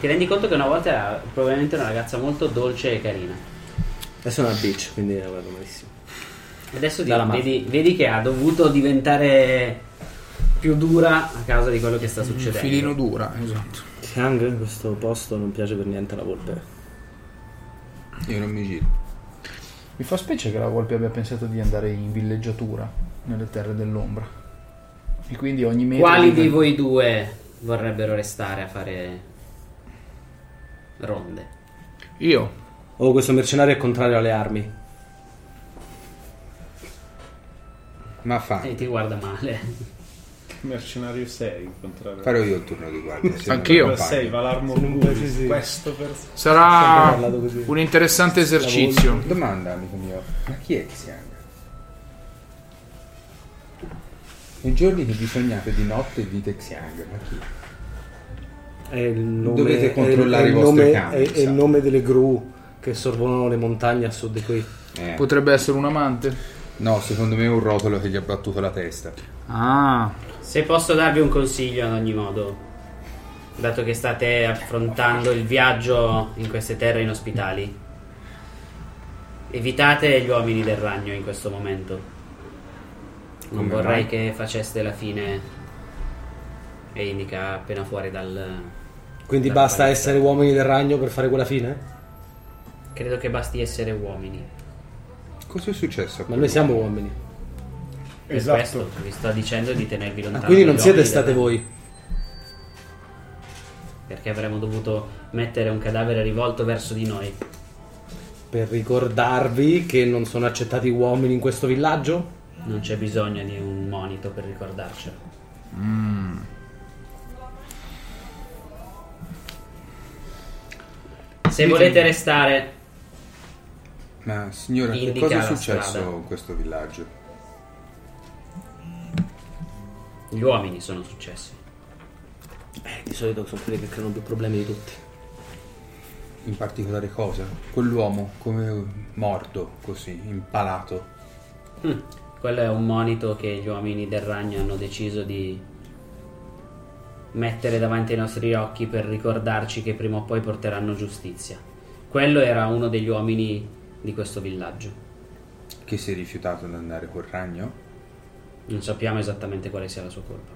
Speaker 1: Ti rendi conto che una volta era probabilmente una ragazza molto dolce e carina.
Speaker 6: Adesso è una bitch, quindi la guardo malissimo.
Speaker 1: Adesso ti-
Speaker 6: Dalla mano.
Speaker 1: vedi, vedi che ha dovuto diventare più dura a causa di quello che sta succedendo.
Speaker 7: dura, esatto.
Speaker 6: Chiang, in questo posto non piace per niente la volpe.
Speaker 3: Io non mi giro.
Speaker 7: Mi fa specie che la volpe abbia pensato di andare in villeggiatura nelle terre dell'ombra. E quindi ogni mese.
Speaker 1: Quali di voi due vorrebbero restare a fare ronde?
Speaker 7: Io.
Speaker 6: Oh, questo mercenario è contrario alle armi.
Speaker 3: Ma fa.
Speaker 1: E Eh, ti guarda male.
Speaker 5: Mercenario 6, contrario.
Speaker 3: Farò io il turno di guardia. se
Speaker 7: Anch'io.
Speaker 3: non
Speaker 5: Per
Speaker 3: lo fai.
Speaker 5: 6 va l'armor lungo. Questo per
Speaker 7: Sarà
Speaker 5: Sempre parlato così.
Speaker 7: un interessante esercizio.
Speaker 3: Domanda, amico mio, ma chi è Xiang? I giorni che vi sognate di notte dite Xiang, ma chi?
Speaker 6: È il nome,
Speaker 3: Dovete
Speaker 6: è il-
Speaker 3: controllare
Speaker 6: è
Speaker 3: i
Speaker 6: il
Speaker 3: vostri
Speaker 6: nome-
Speaker 3: campi, esatto.
Speaker 6: È, è il
Speaker 3: sa.
Speaker 6: nome delle gru che sorvolano le montagne a sud di qui.
Speaker 3: Eh.
Speaker 7: Potrebbe essere un amante.
Speaker 3: No, secondo me è un rotolo che gli ha battuto la testa.
Speaker 7: Ah.
Speaker 1: Se posso darvi un consiglio ad ogni modo, dato che state affrontando il viaggio in queste terre inospitali, evitate gli uomini del ragno in questo momento. Non
Speaker 3: Come
Speaker 1: vorrei
Speaker 3: mai?
Speaker 1: che faceste la fine e indica appena fuori dal...
Speaker 6: Quindi
Speaker 1: dal
Speaker 6: basta
Speaker 1: palazzo.
Speaker 6: essere uomini del ragno per fare quella fine?
Speaker 1: Credo che basti essere uomini.
Speaker 3: Cosa è successo? a
Speaker 6: Ma
Speaker 3: quello?
Speaker 6: noi siamo uomini.
Speaker 1: Per
Speaker 3: Esatto.
Speaker 1: questo vi sto dicendo di tenervi
Speaker 6: Ah,
Speaker 1: lontani.
Speaker 6: quindi non
Speaker 1: dagli
Speaker 6: siete
Speaker 1: uomini
Speaker 3: eh.
Speaker 6: state
Speaker 1: del-
Speaker 6: voi.
Speaker 1: Perché avremmo dovuto mettere un cadavere rivolto verso di noi.
Speaker 6: per ricordarvi che non sono accettati uomini in questo villaggio?
Speaker 1: Non c'è bisogno di un monito per ricordarcelo. Se volete restare
Speaker 3: Ma signora, che
Speaker 1: Indica
Speaker 3: cosa è
Speaker 1: la
Speaker 3: successo
Speaker 1: strada.
Speaker 3: in questo villaggio?
Speaker 1: Gli uomini sono successi.
Speaker 10: Eh, di solito sono quelli che creano più problemi di tutti.
Speaker 3: In particolare cosa? Quell'uomo come morto, così, impalato.
Speaker 1: Mm. Quello è un monito che gli uomini del ragno hanno deciso di mettere davanti ai nostri occhi per ricordarci che prima o poi porteranno giustizia. Quello era uno degli uomini di questo villaggio.
Speaker 3: Che si è rifiutato di andare col ragno?
Speaker 1: Non sappiamo esattamente quale sia la sua colpa.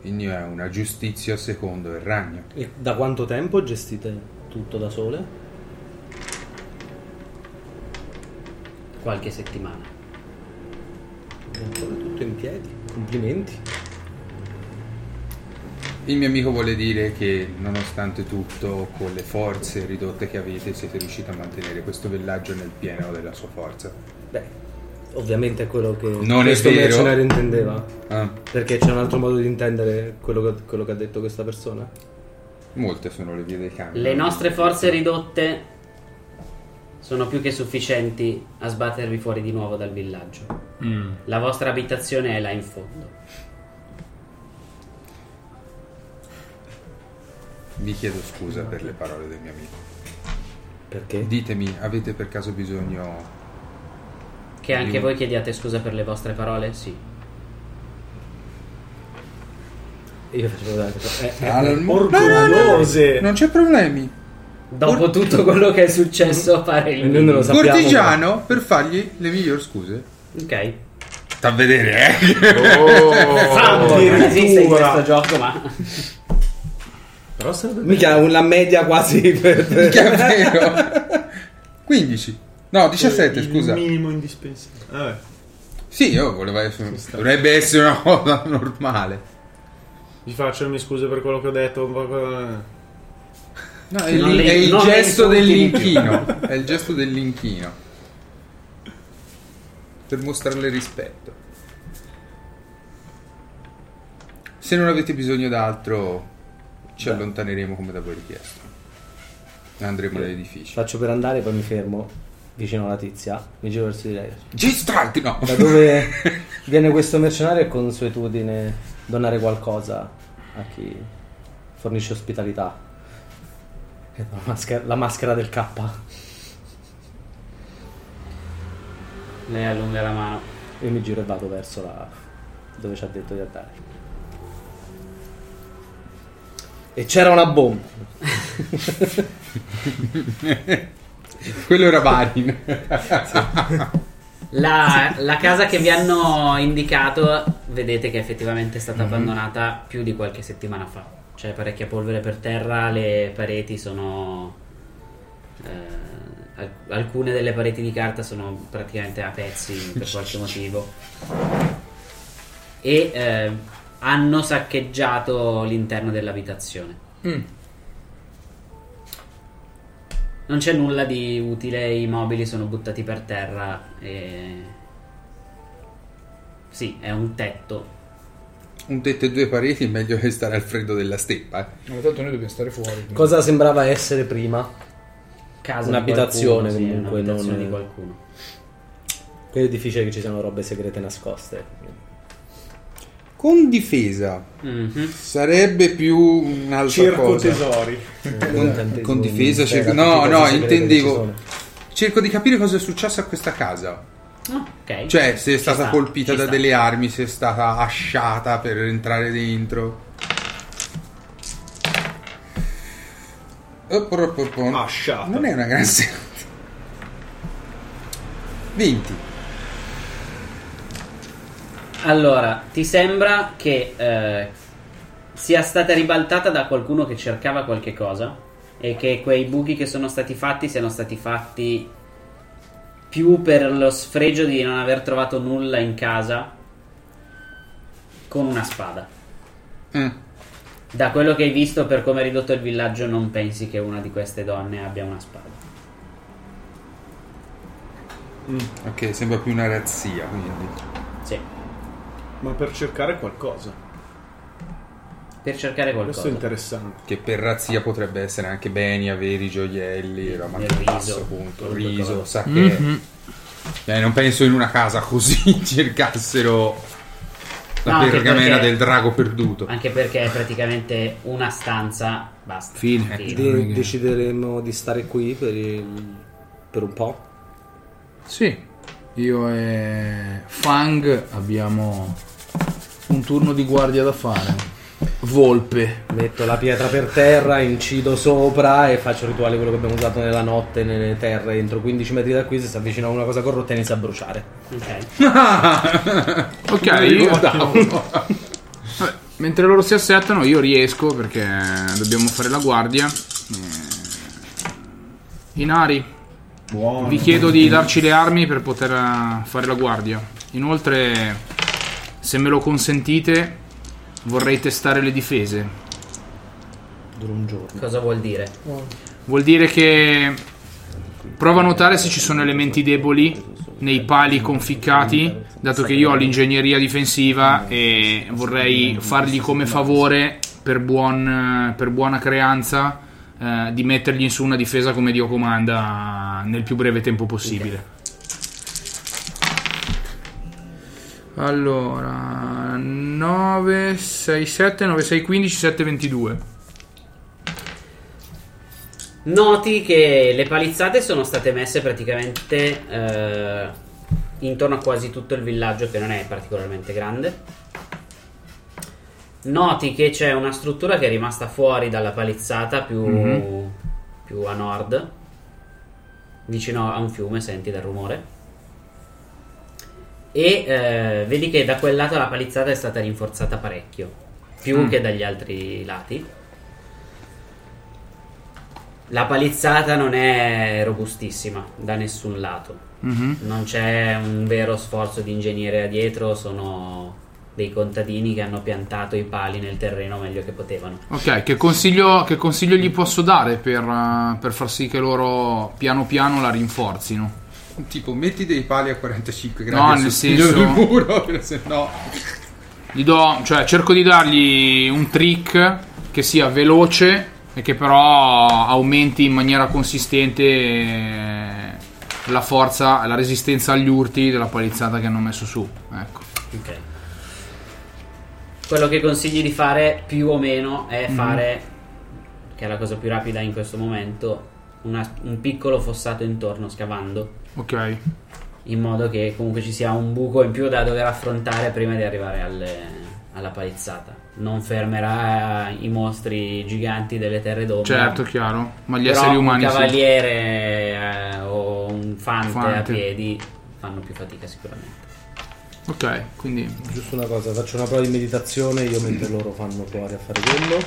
Speaker 3: Quindi è una giustizia secondo il ragno.
Speaker 10: E da quanto tempo gestite tutto da sole?
Speaker 1: Qualche settimana.
Speaker 10: Ancora tutto in piedi.
Speaker 6: Complimenti.
Speaker 3: Il mio amico vuole dire che nonostante tutto, con le forze ridotte che avete, siete riusciti a mantenere questo villaggio nel pieno della sua forza.
Speaker 10: Ovviamente è quello che
Speaker 3: Non è
Speaker 10: questo
Speaker 3: vero.
Speaker 10: mercenario intendeva.
Speaker 3: Ah.
Speaker 10: Perché c'è un altro modo di intendere quello che, quello che ha detto questa persona?
Speaker 3: Molte sono le vie dei campi.
Speaker 1: Le nostre forze ridotte sono più che sufficienti a sbattervi fuori di nuovo dal villaggio.
Speaker 7: Mm.
Speaker 1: La vostra abitazione è là in fondo.
Speaker 3: Vi chiedo scusa per le parole del mio amico.
Speaker 10: Perché?
Speaker 3: Ditemi, avete per caso bisogno...
Speaker 1: Che anche
Speaker 3: Io-
Speaker 1: voi chiediate scusa per le vostre parole? Sì.
Speaker 10: Io facevo vedere *laughs* che
Speaker 1: Eh, Almo-
Speaker 5: orgogliose.
Speaker 3: Non c'è problemi.
Speaker 1: Dopo tutto quello che è successo, fare
Speaker 6: Eh,
Speaker 1: il
Speaker 10: Noi non lo sappiamo,
Speaker 3: Cortigiano per fargli le migliori scuse.
Speaker 1: Ok.
Speaker 3: Sta a vedere, eh.
Speaker 1: Fumble, non esiste in questo gioco, ma *laughs*
Speaker 5: Però sarebbe
Speaker 6: Mica una media quasi
Speaker 10: *laughs*
Speaker 6: per...
Speaker 3: Mica è vero. 15. No, 17,
Speaker 5: il
Speaker 3: scusa.
Speaker 5: minimo indispensabile. Ah, Vabbè.
Speaker 3: Sì, io volevo essere... Dovrebbe essere una cosa normale.
Speaker 5: Vi faccio le mie scuse per quello che ho detto. un po' co-
Speaker 3: No, è, il- è il gesto del linchino. è il gesto del linchino. Per mostrarle rispetto. Se non avete bisogno d'altro, ci allontaneremo come da voi richiesto. E Andremo all'edificio.
Speaker 10: Faccio per andare, poi mi fermo vicino alla tizia. Mi giro verso di lei.
Speaker 3: Gistranti, no!
Speaker 10: *laughs* Da dove viene questo mercenario è consuetudine donare qualcosa a chi fornisce ospitalità. Ed La maschera, la maschera del K.
Speaker 1: Lei allunga la mano.
Speaker 10: Io mi giro e vado verso la... dove ci ha detto di andare.
Speaker 6: E c'era una bomba.
Speaker 3: *laughs* Quello era Barin.
Speaker 1: la, la casa che vi hanno indicato vedete che effettivamente è stata abbandonata più di qualche settimana fa. C'è parecchia polvere per terra, le pareti sono... eh, al- alcune delle pareti di carta sono praticamente a pezzi per qualche motivo. E eh, hanno saccheggiato l'interno dell'abitazione.
Speaker 7: Mm.
Speaker 1: Non c'è nulla di utile, i mobili sono buttati per terra e... Sì, è un tetto.
Speaker 3: Un tetto e due pareti è meglio che stare al freddo della steppa. eh.
Speaker 7: No, tanto noi dobbiamo stare fuori. quindi.
Speaker 10: Cosa sembrava essere prima?
Speaker 1: Casa
Speaker 10: un'abitazione
Speaker 1: di qualcuno, sì,
Speaker 10: comunque,
Speaker 1: un'abitazione
Speaker 10: non...
Speaker 1: di qualcuno.
Speaker 10: Quello è difficile che ci siano robe segrete nascoste.
Speaker 3: Con difesa
Speaker 1: Mhm.
Speaker 3: sarebbe più un'altra
Speaker 5: Circo
Speaker 3: cosa.
Speaker 5: tesori.
Speaker 3: Con, con difesa,
Speaker 5: Mistero,
Speaker 3: cerco...
Speaker 5: tutte
Speaker 3: no,
Speaker 5: cose
Speaker 3: no,
Speaker 5: segrete che
Speaker 3: intendevo. Cerco di capire cosa è successo a questa casa.
Speaker 1: Ah, ok.
Speaker 3: Cioè, se è
Speaker 1: Ci
Speaker 3: stata
Speaker 1: sta,
Speaker 3: colpita
Speaker 1: ci
Speaker 3: da
Speaker 1: sta.
Speaker 3: delle armi, se è stata asciata per entrare dentro. Asciata. Non è una gran *laughs* se- 20.
Speaker 1: Allora, ti sembra che eh, sia stata ribaltata da qualcuno che cercava qualche cosa e che quei buchi che sono stati fatti siano stati fatti più per lo sfregio di non aver trovato nulla in casa con una spada.
Speaker 3: Mm.
Speaker 1: Da quello che hai visto per come è ridotto il villaggio non pensi che una di queste donne abbia una spada.
Speaker 3: Ok, sembra più una razzia, quindi.
Speaker 1: Sì.
Speaker 5: Ma per cercare qualcosa.
Speaker 1: Per cercare qualcosa.
Speaker 5: Questo è interessante.
Speaker 3: Che per razzia potrebbe essere anche beni, averi, gioielli, roba che passa, appunto, riso, sa che...
Speaker 7: Mhm.
Speaker 3: Eh, non penso in una casa così *laughs* cercassero la
Speaker 1: No, anche
Speaker 3: pergamena
Speaker 1: perché- Eh.
Speaker 3: del drago perduto.
Speaker 1: Anche perché è praticamente una stanza, basta.
Speaker 3: Fine.
Speaker 6: De- decideremo di stare qui per, il- per un po'.
Speaker 7: Sì, io e Fang abbiamo un turno di guardia da fare. Volpe.
Speaker 6: Metto la pietra per terra, incido sopra e faccio il rituale quello che abbiamo usato nella notte nelle terre. Entro 15 metri da qui, se si avvicina una cosa corrotta, inizia a bruciare.
Speaker 7: Ok. ok, io Vabbè, mentre loro si assettano io riesco perché dobbiamo fare la guardia. Eh, Inari, vi chiedo di darci le armi per poter eh, fare la guardia. Inoltre, se me lo consentite, vorrei testare le difese.
Speaker 6: Dura un giorno.
Speaker 1: Cosa vuol dire?
Speaker 7: Vuol dire che prova a notare se ci sono elementi deboli nei pali conficcati, dato che io ho l'ingegneria difensiva e vorrei fargli come favore per, buon- per buona creanza eh, di mettergli su una difesa come Dio comanda nel più breve tempo possibile. Allora, 9, 6, 7, 9, 6, 15, 7, 22.
Speaker 1: Noti che le palizzate sono state messe praticamente eh, intorno a quasi tutto il villaggio, che non è particolarmente grande. Noti che c'è una struttura che è rimasta fuori dalla palizzata più,
Speaker 7: Mhm.
Speaker 1: più a nord, vicino a un fiume, senti dal rumore. E eh, vedi che da quel lato la palizzata è stata rinforzata parecchio, più
Speaker 7: Mm.
Speaker 1: che dagli altri lati. La palizzata non è robustissima da nessun lato.
Speaker 7: Mhm.
Speaker 1: Non c'è un vero sforzo di ingegneria dietro, sono dei contadini che hanno piantato i pali nel terreno meglio che potevano.
Speaker 7: Ok, che consiglio, che consiglio gli posso dare per, eh, per far sì che loro piano piano la rinforzino?
Speaker 3: Tipo, metti dei pali a 45
Speaker 7: No,
Speaker 3: gradi
Speaker 7: nel
Speaker 3: sul filo
Speaker 7: senso-
Speaker 3: del muro, *laughs* se no...
Speaker 7: Gli do, cioè, cerco di dargli un trick che sia veloce e che però aumenti in maniera consistente eh, la forza, la resistenza agli urti della palizzata che hanno messo su. Ecco.
Speaker 1: Ok. Quello che consigli di fare più o meno è
Speaker 7: Mhm.
Speaker 1: fare, che è la cosa più rapida in questo momento, una- un piccolo fossato intorno scavando.
Speaker 7: Ok.
Speaker 1: In modo che comunque ci sia un buco in più da dover affrontare prima di arrivare alle- alla palizzata. Non fermerà i mostri giganti delle terre d'ombra.
Speaker 7: Certo, chiaro. Ma gli
Speaker 1: Però
Speaker 7: esseri umani
Speaker 1: Un
Speaker 7: sì.
Speaker 1: cavaliere eh, o un fante, a
Speaker 7: Fante.
Speaker 1: piedi fanno più fatica sicuramente.
Speaker 7: Ok, quindi.
Speaker 6: Giusto una cosa, faccio una prova di meditazione io mentre loro fanno fuori a fare quello.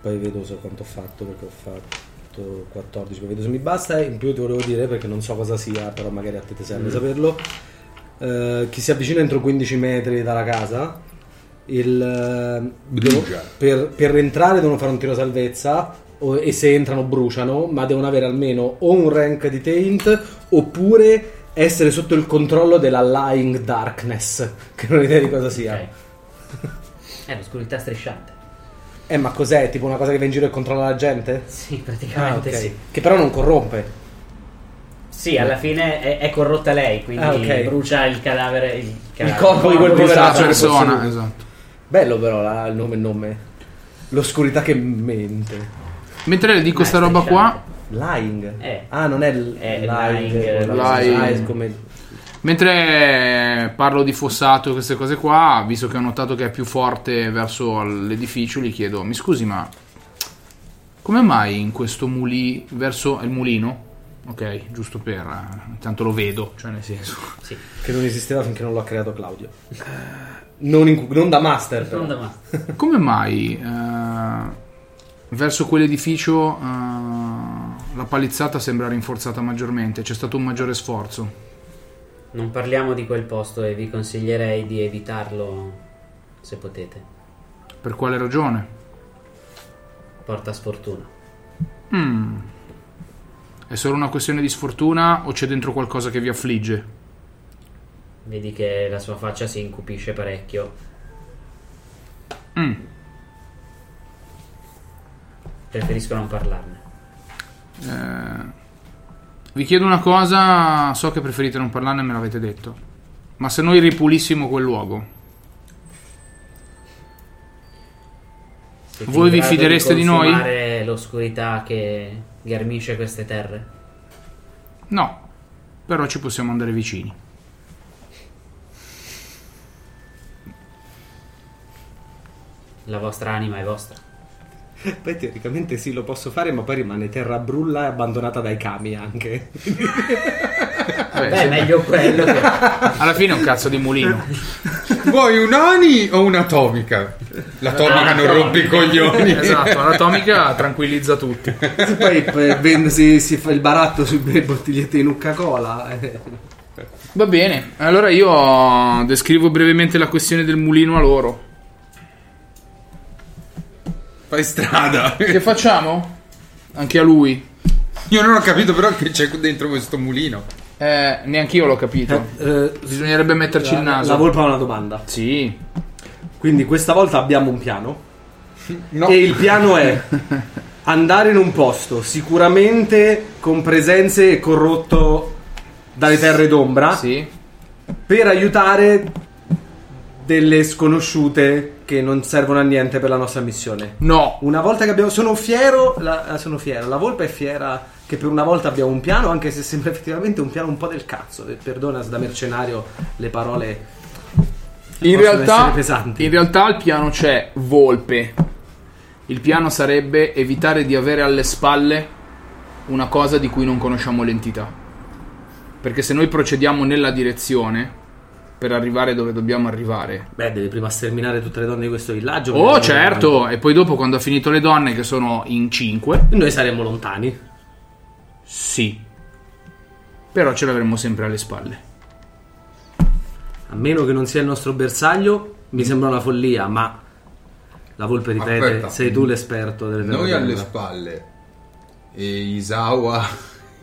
Speaker 6: Poi vedo se quanto ho fatto perché ho fatto 14, poi vedo se mi basta. Eh, In più ti volevo dire perché non so cosa sia, però magari a te ti serve
Speaker 10: Mm.
Speaker 6: saperlo. eh, chi si avvicina entro 15 metri dalla casa, il, eh,
Speaker 3: Brucia.
Speaker 6: per, per entrare devono fare un tiro salvezza o- e se entrano bruciano, ma devono avere almeno o un rank di taint oppure essere sotto il controllo della lying darkness, *laughs* che non ho idea di cosa
Speaker 7: eh.
Speaker 6: sia.
Speaker 1: È l'oscurità strisciante.
Speaker 6: Eh, ma cos'è? Tipo una cosa che va in giro e controlla la gente?
Speaker 1: Sì,
Speaker 6: Ah,
Speaker 1: praticamente sì.
Speaker 6: Che però non corrompe.
Speaker 1: Sì, alla fine è, è corrotta lei, quindi
Speaker 6: Ah, ok.
Speaker 1: brucia il cadavere, il, cadavere.
Speaker 6: corpo di quel poverato.
Speaker 7: persona, esatto.
Speaker 6: Bello però la- il nome e il nome. L'oscurità che mente.
Speaker 7: Mentre le dico sta roba qua,
Speaker 6: Lying.
Speaker 1: Eh.
Speaker 6: Ah, non è l- lying.
Speaker 7: lying,
Speaker 6: quella-
Speaker 7: lying.
Speaker 6: Ah, è come
Speaker 7: Mentre parlo di fossato e queste cose qua, visto che ho notato che è più forte verso l'edificio, gli chiedo: Mi scusi, ma come mai in questo mulino verso il mulino? Ok, giusto per. eh, Tanto lo vedo, cioè nel senso.
Speaker 1: Sì.
Speaker 6: che non esisteva finché non l'ha creato Claudio. Non, in- non da master. Però.
Speaker 1: Non da ma-
Speaker 7: Come mai eh, verso quell'edificio eh, la palizzata sembra rinforzata maggiormente? C'è stato un maggiore sforzo?
Speaker 1: Non parliamo di quel posto e vi consiglierei di evitarlo se potete.
Speaker 7: Per quale ragione?
Speaker 1: Porta sfortuna.
Speaker 7: Mm. È È solo una questione di sfortuna o c'è dentro qualcosa che vi affligge?
Speaker 1: Vedi che la sua faccia si incupisce parecchio.
Speaker 7: Mm.
Speaker 1: Preferisco non parlarne.
Speaker 7: Eh, vi chiedo una cosa, so che preferite non parlarne, me l'avete detto. Ma se noi ripulissimo quel luogo,
Speaker 1: Siete
Speaker 7: Voi
Speaker 1: in
Speaker 7: vi
Speaker 1: grado
Speaker 7: fidereste di noi?
Speaker 1: consumare l'oscurità che ghermisce queste terre.
Speaker 7: no, però ci possiamo andare vicini.
Speaker 1: La vostra anima è vostra.
Speaker 6: Poi teoricamente sì, lo posso fare, ma poi rimane terra brulla e abbandonata dai cami anche.
Speaker 7: Eh, Beh, sì. meglio quello che- *laughs* Alla fine è un cazzo di mulino.
Speaker 3: Vuoi un'ani o un'atomica? L'atomica non rompe i coglioni.
Speaker 7: Esatto, l'atomica tranquillizza tutti.
Speaker 6: poi eh, vende- si, si fa il baratto sulle bottigliette di Nucca Cola. eh.
Speaker 7: Va bene, allora io descrivo brevemente la questione del mulino a loro.
Speaker 3: Fai strada.
Speaker 7: Che facciamo? Anche a lui.
Speaker 3: Io non ho capito però che c'è dentro questo mulino.
Speaker 7: Eh, neanche io l'ho capito. Bisognerebbe metterci
Speaker 6: la-
Speaker 7: il naso.
Speaker 6: La volpa ha una domanda.
Speaker 7: Sì.
Speaker 6: Quindi questa volta abbiamo un piano. E il piano è andare in un posto sicuramente con presenze e corrotto dalle terre d'ombra. Per aiutare delle sconosciute che non servono a niente per la nostra missione.
Speaker 7: No.
Speaker 6: Una volta che abbiamo. Sono fiero. La, eh, sono fiero. La volpa è fiera che per una volta abbiamo un piano, anche se sembra *laughs* effettivamente un piano un po' del cazzo. Eh, Perdona se da mercenario le parole.
Speaker 7: In
Speaker 6: possono
Speaker 7: realtà,
Speaker 6: essere pesanti.
Speaker 7: in realtà il piano c'è volpe. Il piano sarebbe evitare di avere alle spalle una cosa di cui non conosciamo l'entità. Perché se noi procediamo nella direzione per arrivare dove dobbiamo arrivare.
Speaker 6: Beh, devi prima sterminare tutte le donne di questo villaggio.
Speaker 7: Oh,
Speaker 6: perché-
Speaker 7: certo! E poi dopo quando ha finito le donne che sono in 5,
Speaker 6: Noi saremmo lontani.
Speaker 7: Sì. Però ce l'avremmo sempre alle spalle.
Speaker 6: A meno che non sia il nostro bersaglio,
Speaker 3: Mm.
Speaker 6: mi sembra una follia, ma la volpe ripete,
Speaker 3: Aspetta.
Speaker 6: sei tu l'esperto delle
Speaker 3: Noi
Speaker 6: terre
Speaker 3: alle
Speaker 6: d'ombra.
Speaker 3: spalle. E Isawa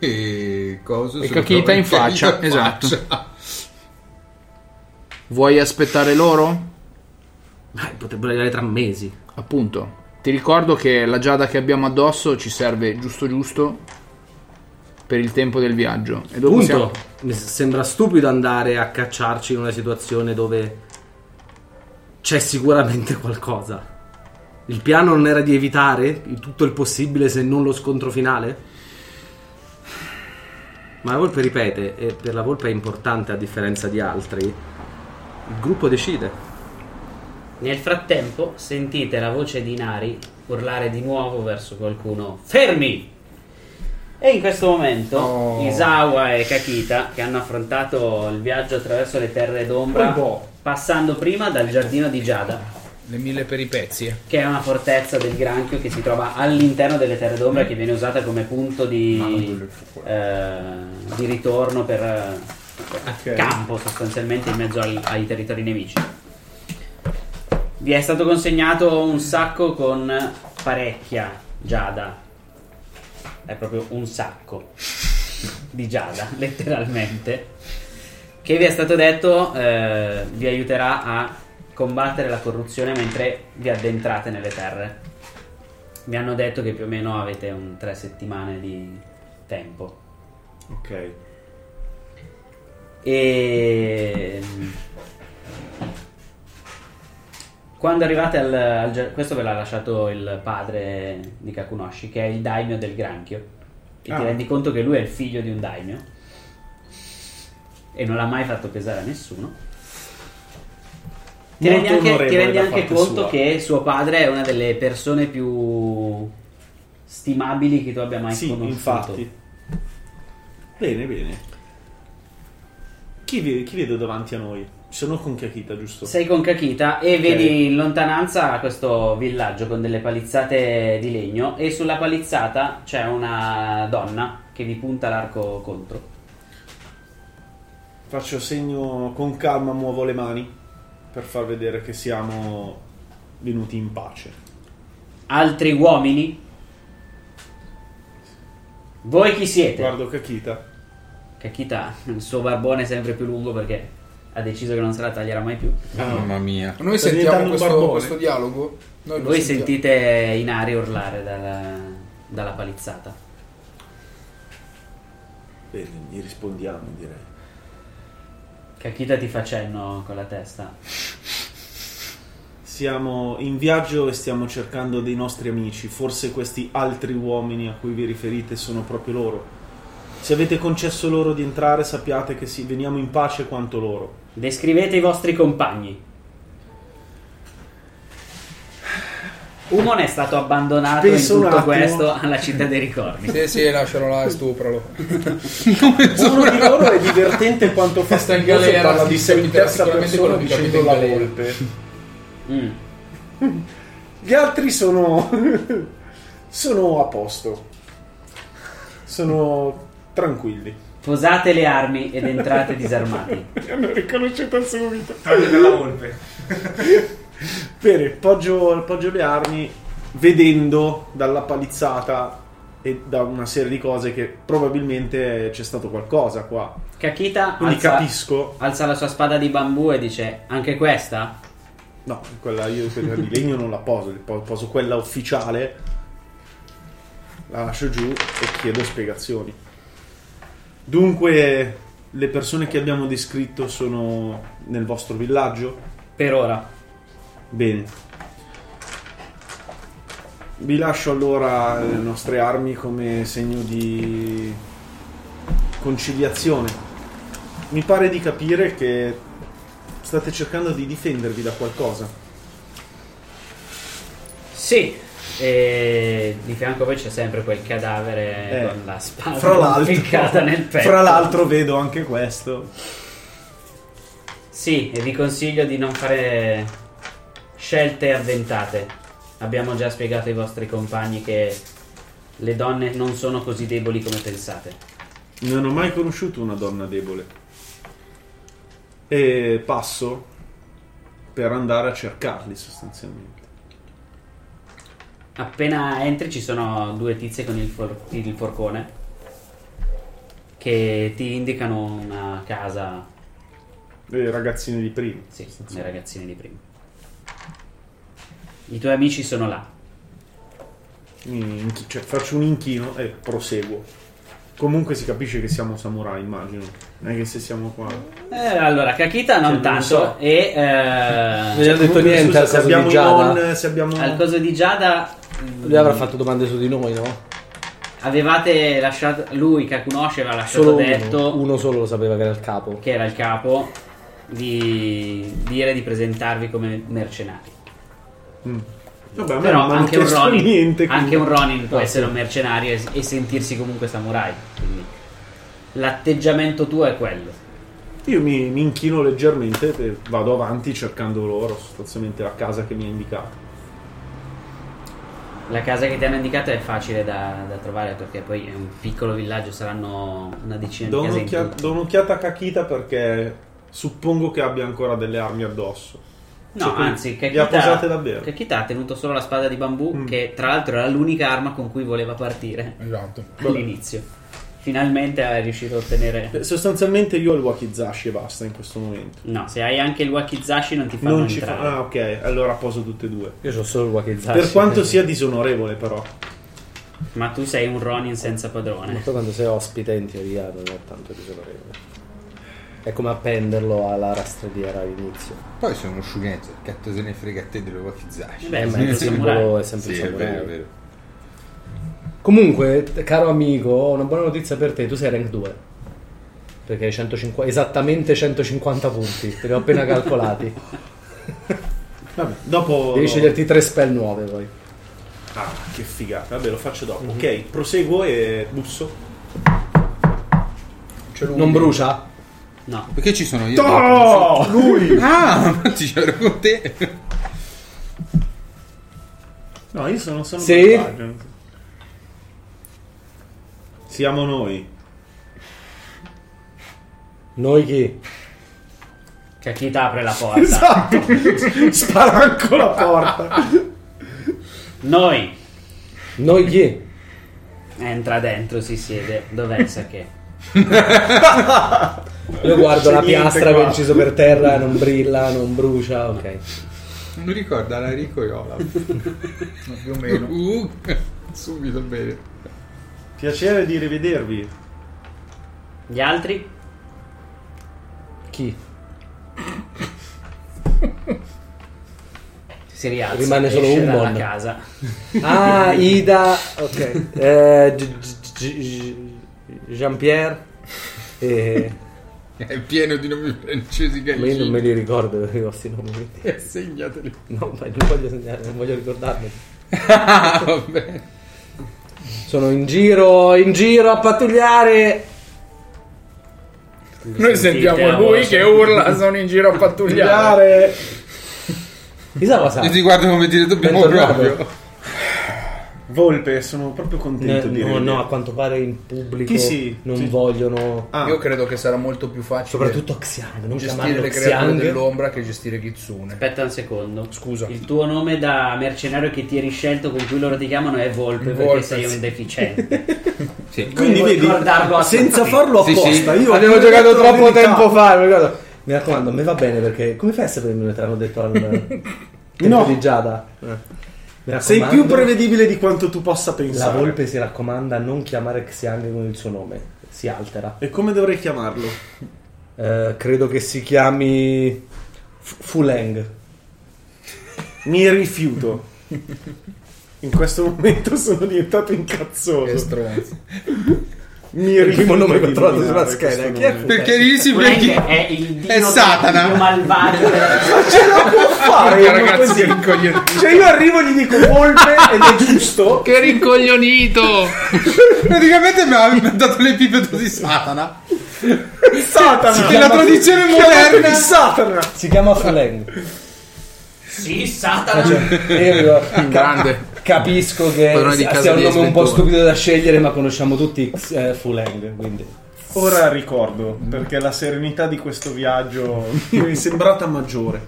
Speaker 3: *laughs* e cosa
Speaker 7: E Kakita in
Speaker 3: *laughs*
Speaker 7: faccia, esatto. Vuoi aspettare loro?
Speaker 6: potrebbero arrivare tra mesi.
Speaker 7: Appunto. Ti ricordo che la giada che abbiamo addosso ci serve giusto giusto per il tempo del viaggio. E dopo
Speaker 6: Punto.
Speaker 7: siamo-
Speaker 6: Mi s- sembra stupido andare a cacciarci in una situazione dove c'è sicuramente qualcosa. Il piano non era di evitare il- tutto il possibile se non lo scontro finale? Ma la volpe ripete, e per la volpe è importante a differenza di altri, il gruppo decide.
Speaker 1: Nel frattempo sentite la voce di Nari urlare di nuovo verso qualcuno Fermi! E in questo momento Isawa e Kakita che hanno affrontato il viaggio attraverso le terre d'ombra passando prima dal giardino di Giada
Speaker 7: Le mille peripezie.
Speaker 1: che è una fortezza del granchio che si trova all'interno delle terre d'ombra che viene usata come punto di, eh, di ritorno per eh, campo sostanzialmente in mezzo al- ai territori nemici. Vi è stato consegnato un sacco con parecchia giada. È proprio un sacco di giada, *laughs* letteralmente. Che vi è stato detto eh, vi aiuterà a combattere la corruzione mentre vi addentrate nelle terre. Mi hanno detto che più o meno avete un tre settimane di tempo.
Speaker 5: Ok.
Speaker 1: E quando arrivate al, al ger- questo ve l'ha lasciato il padre di Kakunoshi, che è il daimyo del granchio. E ti
Speaker 11: Ah.
Speaker 1: rendi conto che lui è il figlio di un daimyo e non l'ha mai fatto pesare a nessuno. Ti
Speaker 11: Molto
Speaker 1: rendi anche,
Speaker 11: onorevole
Speaker 1: ti rendi
Speaker 11: da
Speaker 1: anche
Speaker 11: parte
Speaker 1: conto
Speaker 11: sua.
Speaker 1: che suo padre è una delle persone più stimabili che tu abbia mai
Speaker 5: Sì,
Speaker 1: conosciuto.
Speaker 5: infatti. Bene, bene. Chi, ve- chi vedo davanti a noi? Sono con Kakita, giusto?
Speaker 1: Sei con Kakita e
Speaker 5: Ok.
Speaker 1: vedi in lontananza questo villaggio con delle palizzate di legno e sulla palizzata c'è una donna che vi punta l'arco contro.
Speaker 5: Faccio segno con calma, muovo le mani per far vedere che siamo venuti in pace.
Speaker 1: Altri uomini Voi chi siete?
Speaker 5: Guardo Kakita.
Speaker 1: Kakita, il suo barbone è sempre più lungo perché ha deciso che non se la taglierà mai più.
Speaker 2: Ah,
Speaker 3: Mamma mia.
Speaker 2: Noi
Speaker 1: Sta
Speaker 2: sentiamo
Speaker 1: diventando un
Speaker 2: questo,
Speaker 1: barbone.
Speaker 2: questo dialogo. Noi lo
Speaker 1: Voi
Speaker 2: sentiamo.
Speaker 1: sentite Inari urlare dalla, dalla palizzata.
Speaker 5: Bene, gli rispondiamo direi.
Speaker 1: Kakita ti fa cenno con la testa.
Speaker 5: Siamo in viaggio e stiamo cercando dei nostri amici. Forse questi altri uomini a cui vi riferite sono proprio loro. Se avete concesso loro di entrare, sappiate che sì, veniamo in pace quanto loro.
Speaker 1: Descrivete i vostri compagni. Umon è stato abbandonato
Speaker 2: Penso
Speaker 1: in
Speaker 2: un
Speaker 1: tutto
Speaker 2: attimo.
Speaker 1: questo alla città dei ricordi.
Speaker 2: Sì, sì, lascialo là, stupralo.
Speaker 5: Uno di loro è divertente quanto fastidioso e
Speaker 2: galera,
Speaker 5: parla di sé in
Speaker 2: capiterà
Speaker 5: terza
Speaker 2: sicuramente
Speaker 5: persona
Speaker 2: quello di
Speaker 5: dicendo la
Speaker 2: Capitano Galera.
Speaker 5: volpe. Gli altri sono *laughs* sono a posto. Sono tranquilli.
Speaker 1: Posate le armi ed entrate disarmati.
Speaker 5: Hanno riconosciuto subito.
Speaker 4: Tranne per la volpe.
Speaker 5: *laughs* Bene, poggio, poggio le armi vedendo dalla palizzata e da una serie di cose che probabilmente c'è stato qualcosa qua.
Speaker 1: Kakita
Speaker 5: Quindi
Speaker 1: alza,
Speaker 5: capisco.
Speaker 1: alza la sua spada di bambù e dice: Anche questa?
Speaker 5: No, quella io quella di legno non la poso, po- poso quella ufficiale, la lascio giù e chiedo spiegazioni. Dunque, le persone che abbiamo descritto sono nel vostro villaggio?
Speaker 1: Per ora.
Speaker 5: Bene. Vi lascio allora le nostre armi come segno di conciliazione. Mi pare di capire che state cercando di difendervi da qualcosa.
Speaker 1: Sì. E di fianco a voi c'è sempre quel cadavere
Speaker 5: Eh,
Speaker 1: con la spada
Speaker 5: fra
Speaker 1: ficcata
Speaker 5: l'altro,
Speaker 1: nel petto.
Speaker 5: fra l'altro vedo anche questo.
Speaker 1: Sì, e vi consiglio di non fare scelte avventate. Abbiamo già spiegato ai vostri compagni che le donne non sono così deboli come pensate.
Speaker 5: Non ho mai conosciuto una donna debole. E passo per andare a cercarli sostanzialmente.
Speaker 1: Appena entri ci sono due tizie con il, for- il forcone che ti indicano una casa.
Speaker 5: Le ragazzine di prima.
Speaker 1: Sì, le ragazzine di prima. I tuoi amici sono là.
Speaker 5: Mi inchi- cioè, faccio un inchino e proseguo. Comunque si capisce che siamo samurai, immagino. Non è che se siamo qua.
Speaker 1: Eh, allora, Kakita non
Speaker 5: Cioè, non
Speaker 1: tanto
Speaker 5: so.
Speaker 1: e... eh,
Speaker 5: Non gli ha detto Comunque, niente scusa, al se coso abbiamo di Giada? non- se abbiamo-
Speaker 1: Al coso di Giada...
Speaker 10: Lui avrà fatto domande su di noi, no?
Speaker 1: Avevate lasciato... Lui, Kakunoshi, aveva lasciato
Speaker 10: Solo
Speaker 1: detto...
Speaker 10: uno, uno solo lo sapeva che era il capo.
Speaker 1: che era il capo, di dire di presentarvi come mercenari.
Speaker 5: Vabbè, a me
Speaker 1: Però
Speaker 5: non mi hanno
Speaker 1: anche un,
Speaker 5: chiesto *laughs*
Speaker 1: Ronin,
Speaker 5: niente, quindi-
Speaker 1: anche un Ronin può
Speaker 5: No,
Speaker 1: essere
Speaker 5: sì.
Speaker 1: un mercenario e, e sentirsi comunque samurai. quindi l'atteggiamento tuo è quello.
Speaker 5: Io mi, mi inchino leggermente e vado avanti cercando loro, sostanzialmente la casa che mi ha indicato.
Speaker 1: La casa che ti hanno indicato è facile da, da trovare perché poi è un piccolo villaggio, saranno una decina
Speaker 5: Do,
Speaker 1: di case in
Speaker 5: un'occhia-
Speaker 1: tutto.
Speaker 5: do un'occhiata a Kakita perché suppongo che abbia ancora delle armi addosso.
Speaker 1: No,
Speaker 5: Cioè, quindi
Speaker 1: anzi,
Speaker 5: Le ha
Speaker 1: Kakita,
Speaker 5: posate davvero. Mm.
Speaker 1: Kakita ha tenuto solo la spada di bambù, che tra l'altro era l'unica arma con cui voleva partire
Speaker 2: esatto.
Speaker 1: all'inizio. Finalmente è riuscito a ottenere
Speaker 5: Eh, Sostanzialmente io ho il wakizashi e basta in questo momento.
Speaker 1: No, se hai anche il wakizashi non ti fanno
Speaker 5: Non ci fa...
Speaker 1: entrare. Ah,
Speaker 5: Ah, ok, allora poso tutte e due.
Speaker 10: Io ho solo il wakizashi. *laughs*
Speaker 5: Per quanto sia disonorevole, però.
Speaker 1: Ma tu sei un Ronin senza padrone.
Speaker 10: Ma poi quando sei ospite in teoria non è tanto disonorevole. È come appenderlo alla rastrelliera all'inizio.
Speaker 8: Poi sono uno sciughezzo, cazzo se ne frega a te dello wakizashi.
Speaker 10: Eh Beh, ma è il simbolo, è sempre il
Speaker 8: sì, è
Speaker 10: samurai.
Speaker 8: vero, è vero.
Speaker 10: Comunque, t- caro amico, ho una buona notizia per te. Tu sei rank 2. Perché hai 150 esattamente 150 punti. Te li ho appena
Speaker 5: *laughs*
Speaker 10: calcolati.
Speaker 5: Vabbè, dopo...
Speaker 10: Devi sceglierti tre spell nuove poi.
Speaker 5: Ah, che figata. Vabbè, lo faccio
Speaker 1: Mhm.
Speaker 5: dopo. Ok, proseguo e busso.
Speaker 10: Non brucia?
Speaker 1: No.
Speaker 3: Perché ci sono io?
Speaker 5: Toh! Lui!
Speaker 3: Ah, *laughs* ma ti c'ero con te.
Speaker 5: No, io sono solo
Speaker 3: Sì?
Speaker 5: personaggio. Siamo noi.
Speaker 10: Noi chi?
Speaker 1: Kakita
Speaker 5: *laughs*
Speaker 1: apre la porta.
Speaker 5: Esatto. *laughs* Spalanco la porta.
Speaker 1: Noi.
Speaker 10: Noi chi?
Speaker 1: Entra dentro, si siede. Dov'è il sake?
Speaker 6: Io guardo
Speaker 1: C'è
Speaker 6: la
Speaker 1: niente
Speaker 6: piastra
Speaker 1: qua.
Speaker 6: che è inciso per terra, non brilla, non brucia, ok.
Speaker 3: Mi ricorda Larico e Olaf. Più
Speaker 9: o meno.
Speaker 3: Uh, subito bene.
Speaker 5: Piacere di rivedervi.
Speaker 1: Gli altri?
Speaker 6: Chi?
Speaker 1: Si rialza.
Speaker 6: Rimane solo
Speaker 1: esce
Speaker 6: un
Speaker 1: dalla
Speaker 6: mon.
Speaker 1: casa.
Speaker 6: *laughs* Ah, Ida, ok. Eh, G- G- G- Jean-Pierre. E...
Speaker 3: È pieno di nomi francesi
Speaker 6: Ma io non
Speaker 3: gallicini.
Speaker 6: me li ricordo i vostri nomi. quindi- *laughs*
Speaker 3: Eh, Segnateli.
Speaker 6: No, ma non voglio segnare, non voglio ricordarmi.
Speaker 3: Ah,
Speaker 6: Sono in giro, in giro a pattugliare.
Speaker 2: Noi sentiamo lui che urla, sono in giro a pattugliare.
Speaker 6: Chissà cosa.
Speaker 3: Io ti guardo come dire dobbiamo
Speaker 5: Bentornato.
Speaker 3: proprio.
Speaker 5: Volpe, sono proprio contento di
Speaker 6: Eh, no,
Speaker 5: rivedervi.
Speaker 6: no, a quanto pare in pubblico
Speaker 5: Chi sì?
Speaker 6: non
Speaker 5: Sì.
Speaker 6: vogliono.
Speaker 5: Ah,
Speaker 7: Ah. Io credo che sarà molto più facile.
Speaker 6: Soprattutto Xiang, non
Speaker 7: gestire
Speaker 6: chiamarlo
Speaker 7: le creature
Speaker 6: Xiang.
Speaker 7: dell'ombra che gestire Kitsune.
Speaker 1: Aspetta un secondo.
Speaker 7: Scusa.
Speaker 1: Il tuo nome da mercenario che ti eri scelto con cui loro ti chiamano è Volpe, perché
Speaker 7: Volpe,
Speaker 1: sei
Speaker 7: sì.
Speaker 1: un deficiente.
Speaker 4: Quindi
Speaker 1: Vuoi
Speaker 4: vedi,
Speaker 1: ricordarlo a
Speaker 4: senza
Speaker 1: tutti.
Speaker 4: farlo
Speaker 6: Sì,
Speaker 4: apposta,
Speaker 6: sì.
Speaker 4: io
Speaker 6: Abbiamo
Speaker 4: ho
Speaker 6: giocato
Speaker 4: detto la
Speaker 6: troppo
Speaker 4: verità.
Speaker 6: tempo fa. mi ricordo. Mi raccomando, a me va bene perché. Come fai a sapere che te
Speaker 4: *laughs*
Speaker 6: l'hanno detto al. tempo
Speaker 4: No.
Speaker 6: di Giada? Eh. Mi
Speaker 4: Sei
Speaker 6: raccomando.
Speaker 4: più prevedibile di quanto tu possa
Speaker 6: La
Speaker 4: pensare.
Speaker 6: volpe si raccomanda a non chiamare Xiang con il suo nome, si altera.
Speaker 5: E come dovrei chiamarlo?
Speaker 6: Eh, credo che si chiami F- Fuleng.
Speaker 5: Mi rifiuto. In questo momento sono diventato incazzoso. Mi
Speaker 6: Il
Speaker 5: rifiuto
Speaker 6: primo nome che
Speaker 5: di
Speaker 6: ho trovato
Speaker 5: nominare
Speaker 6: sulla scheda,
Speaker 5: questo
Speaker 6: chi è
Speaker 5: nome.
Speaker 3: Perché lì si
Speaker 1: Frank
Speaker 3: perché-
Speaker 1: è il dio
Speaker 3: è Satana.
Speaker 1: più malvagio
Speaker 4: Ma ce la può fare? uno così? Cioè io arrivo e gli dico volpe ed è giusto.
Speaker 7: Che rincoglionito!
Speaker 3: Praticamente mi ha inventato l'epipeto di Satana.
Speaker 4: Satana.
Speaker 3: Sì, la tradizione moderna.
Speaker 4: Chiamatemi Satana.
Speaker 6: Si chiama Fuleng. Cioè,
Speaker 1: Sì, Satana.
Speaker 6: Io dico,
Speaker 4: *laughs*
Speaker 6: ca-
Speaker 7: Grande.
Speaker 6: Capisco che
Speaker 7: Padrone di
Speaker 6: sia
Speaker 7: casa
Speaker 6: sia un
Speaker 7: di
Speaker 6: nome un po'
Speaker 7: Sventura.
Speaker 6: stupido da scegliere, ma conosciamo tutti X- eh, Fuleng, quindi.
Speaker 5: Ora ricordo, perché la serenità di questo viaggio mi è sembrata maggiore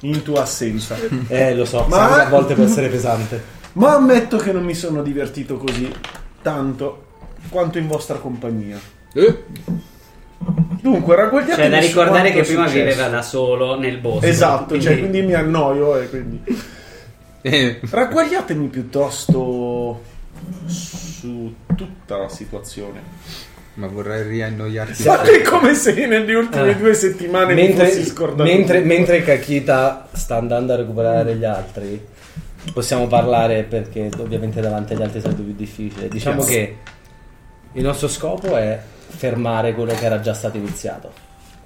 Speaker 5: in tua assenza.
Speaker 6: Eh, lo so,
Speaker 5: Ma-
Speaker 6: Xiang a volte può
Speaker 5: *laughs*
Speaker 6: essere pesante.
Speaker 5: Ma ammetto che non mi sono divertito così tanto quanto in vostra compagnia. Dunque, raccontiamo
Speaker 1: Cioè, da ricordare che prima viveva da solo nel bosco.
Speaker 5: Esatto,
Speaker 1: Quindi-
Speaker 5: cioè, quindi mi annoio e quindi...
Speaker 3: Eh,
Speaker 5: Ragguagliatemi piuttosto su tutta la situazione.
Speaker 3: ma vorrei riannoiarti.
Speaker 5: Ma che come se nelle
Speaker 1: Ah.
Speaker 5: ultime due settimane mi
Speaker 6: mentre,
Speaker 5: fossi scordato.
Speaker 6: mentre,
Speaker 5: tutto.
Speaker 6: mentre Kakita sta andando a recuperare gli altri, possiamo parlare perché ovviamente davanti agli altri sarebbe più difficile. Diciamo
Speaker 5: Yes.
Speaker 6: che il nostro scopo è fermare quello che era già stato iniziato.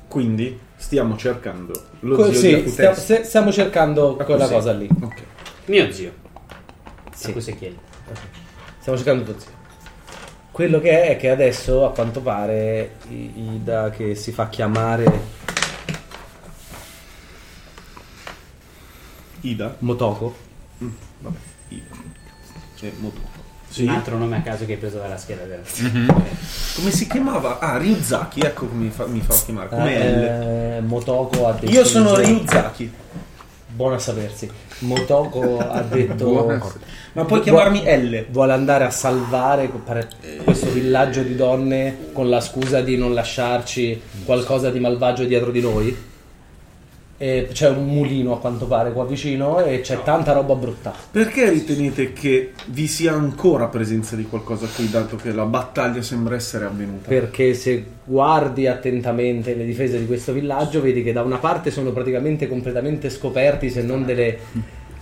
Speaker 5: Quindi stiamo cercando lo
Speaker 6: Co-
Speaker 5: zio
Speaker 6: sì,
Speaker 5: di
Speaker 6: stiamo,
Speaker 5: Akutes.
Speaker 6: se- stiamo cercando quella
Speaker 5: così.
Speaker 6: cosa lì.
Speaker 5: Ok.
Speaker 1: Mio zio.
Speaker 6: Sì.
Speaker 1: A cui si chiede.
Speaker 6: Stiamo cercando tuo zio. Quello che è è che adesso, a quanto pare, I- Ida che si fa chiamare
Speaker 5: Ida.
Speaker 6: Motoko,
Speaker 5: Vabbè, Ida. E Motoko.
Speaker 1: Un altro nome a caso che hai preso dalla scheda della
Speaker 5: Ah, Come si chiamava? Ah, Ryuzaki, ecco come mi fa, mi fa chiamare. Come L.
Speaker 6: eh, Motoko ha detto
Speaker 5: Io sono
Speaker 6: che-
Speaker 5: Ryuzaki.
Speaker 6: Buono a sapersi. Motoko
Speaker 5: *laughs*
Speaker 6: ha detto.
Speaker 5: Ma puoi
Speaker 6: Vu-
Speaker 5: chiamarmi
Speaker 6: vu-
Speaker 5: L.
Speaker 6: Vuole andare a salvare co- pare- questo villaggio di donne con la scusa di non lasciarci qualcosa di malvagio dietro di noi. E c'è un mulino a quanto pare qua vicino e c'è tanta roba brutta.
Speaker 5: Perché ritenete che vi sia ancora presenza di qualcosa qui, dato che la battaglia sembra essere avvenuta?
Speaker 6: Esatto. Perché se guardi attentamente le difese di questo villaggio, vedi che da una parte sono praticamente completamente scoperti, se non delle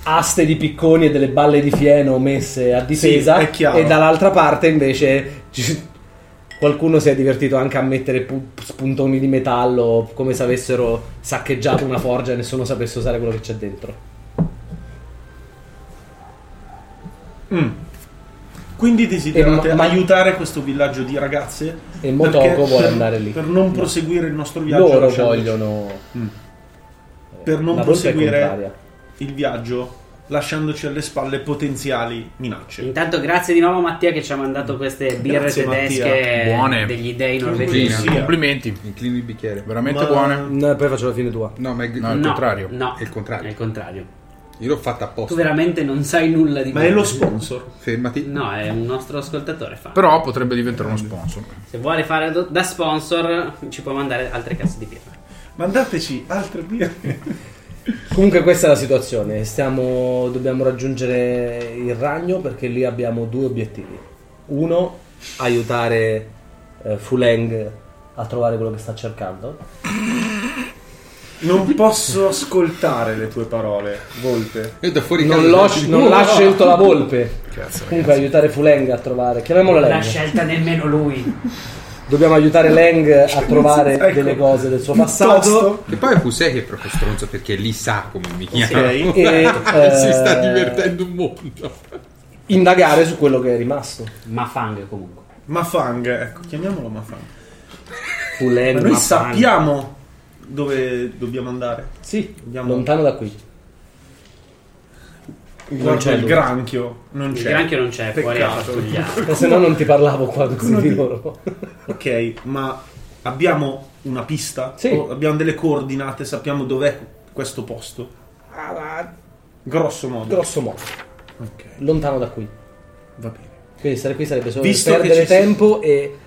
Speaker 6: aste di picconi e delle balle di fieno messe a difesa,
Speaker 5: Sì, è chiaro.
Speaker 6: e dall'altra parte invece ci- qualcuno si è divertito anche a mettere pu- spuntoni di metallo come se avessero saccheggiato una forgia e nessuno sapesse usare quello che c'è dentro.
Speaker 5: Mm. Quindi desiderate
Speaker 6: E Mo-
Speaker 5: aiutare questo villaggio di ragazze?
Speaker 6: E Motoko
Speaker 5: Perché
Speaker 6: vuole
Speaker 5: per-
Speaker 6: andare lì.
Speaker 5: Per non proseguire il nostro viaggio.
Speaker 6: Loro
Speaker 5: lasciandoci-
Speaker 6: vogliono...
Speaker 5: Mm. Per non
Speaker 6: La volpe è contraria.
Speaker 5: proseguire il viaggio lasciandoci alle spalle potenziali minacce.
Speaker 1: Intanto grazie di nuovo Mattia che ci ha mandato queste birre
Speaker 5: Grazie,
Speaker 1: tedesche
Speaker 7: Mattia. Buone.
Speaker 1: degli dei
Speaker 3: Buonissime.
Speaker 1: norvegesi.
Speaker 3: Sì.
Speaker 7: Complimenti,
Speaker 3: Inclini il bicchiere.
Speaker 7: veramente
Speaker 5: Ma-
Speaker 7: buone.
Speaker 6: No, Mm, poi faccio la fine tua.
Speaker 3: No, ma è,
Speaker 7: No, al
Speaker 1: No,
Speaker 7: contrario.
Speaker 1: No,
Speaker 3: È il contrario.
Speaker 1: È il contrario.
Speaker 3: Io l'ho fatta
Speaker 1: Tu
Speaker 3: apposta.
Speaker 1: veramente non sai nulla di
Speaker 3: Ma
Speaker 1: quello.
Speaker 3: è lo sponsor? Fermati.
Speaker 1: No, è un nostro ascoltatore. Fa.
Speaker 7: Però potrebbe diventare uno sponsor.
Speaker 1: Se vuole fare do- da sponsor, ci può mandare altre casse di birra.
Speaker 5: Mandateci altre birre.
Speaker 6: Comunque questa è la situazione, Stiamo- dobbiamo raggiungere il ragno perché lì abbiamo due obiettivi. Uno, aiutare eh, Fuleng a trovare quello che sta cercando.
Speaker 5: *laughs* Non posso ascoltare le tue parole, volpe.
Speaker 3: E da fuori
Speaker 6: Non, l'ho, non l'ha scelto la volpe. Comunque aiutare Fuleng a trovare, chiamiamola
Speaker 1: Non l'ha
Speaker 6: Leng.
Speaker 1: scelta nemmeno lui.
Speaker 6: Dobbiamo aiutare Leng a trovare
Speaker 3: Ecco.
Speaker 6: delle cose del suo passato.
Speaker 3: *laughs* Che poi è Fusè che è proprio stronzo perché lì sa come mi chiamo.
Speaker 6: Ok, e,
Speaker 3: *laughs* si sta
Speaker 6: eh,
Speaker 3: divertendo un mondo.
Speaker 6: Indagare su quello che è rimasto.
Speaker 1: Ma Fang comunque.
Speaker 5: Ma Fang, ecco, chiamiamolo Mafang.
Speaker 6: Fuleng,
Speaker 5: Ma noi
Speaker 6: Mafang.
Speaker 5: sappiamo dove dobbiamo andare.
Speaker 6: Sì,
Speaker 5: lontano
Speaker 6: da qui.
Speaker 5: Non c'è il
Speaker 6: luce.
Speaker 5: granchio, non
Speaker 1: Il
Speaker 5: c'è.
Speaker 1: granchio non c'è, fuori a
Speaker 5: Peccato.
Speaker 1: pattugliare.
Speaker 6: Eh, se no non ti parlavo qua così
Speaker 5: Come
Speaker 6: di
Speaker 5: dire?
Speaker 6: loro. *laughs*
Speaker 5: Ok, ma abbiamo una pista?
Speaker 6: Sì.
Speaker 5: O abbiamo delle coordinate, sappiamo dov'è questo posto? Grosso modo.
Speaker 6: Grosso modo. Lontano da qui.
Speaker 5: Va bene.
Speaker 6: Quindi stare qui sarebbe solo
Speaker 5: Visto
Speaker 6: per
Speaker 5: che
Speaker 6: perdere
Speaker 5: ci si-
Speaker 6: tempo e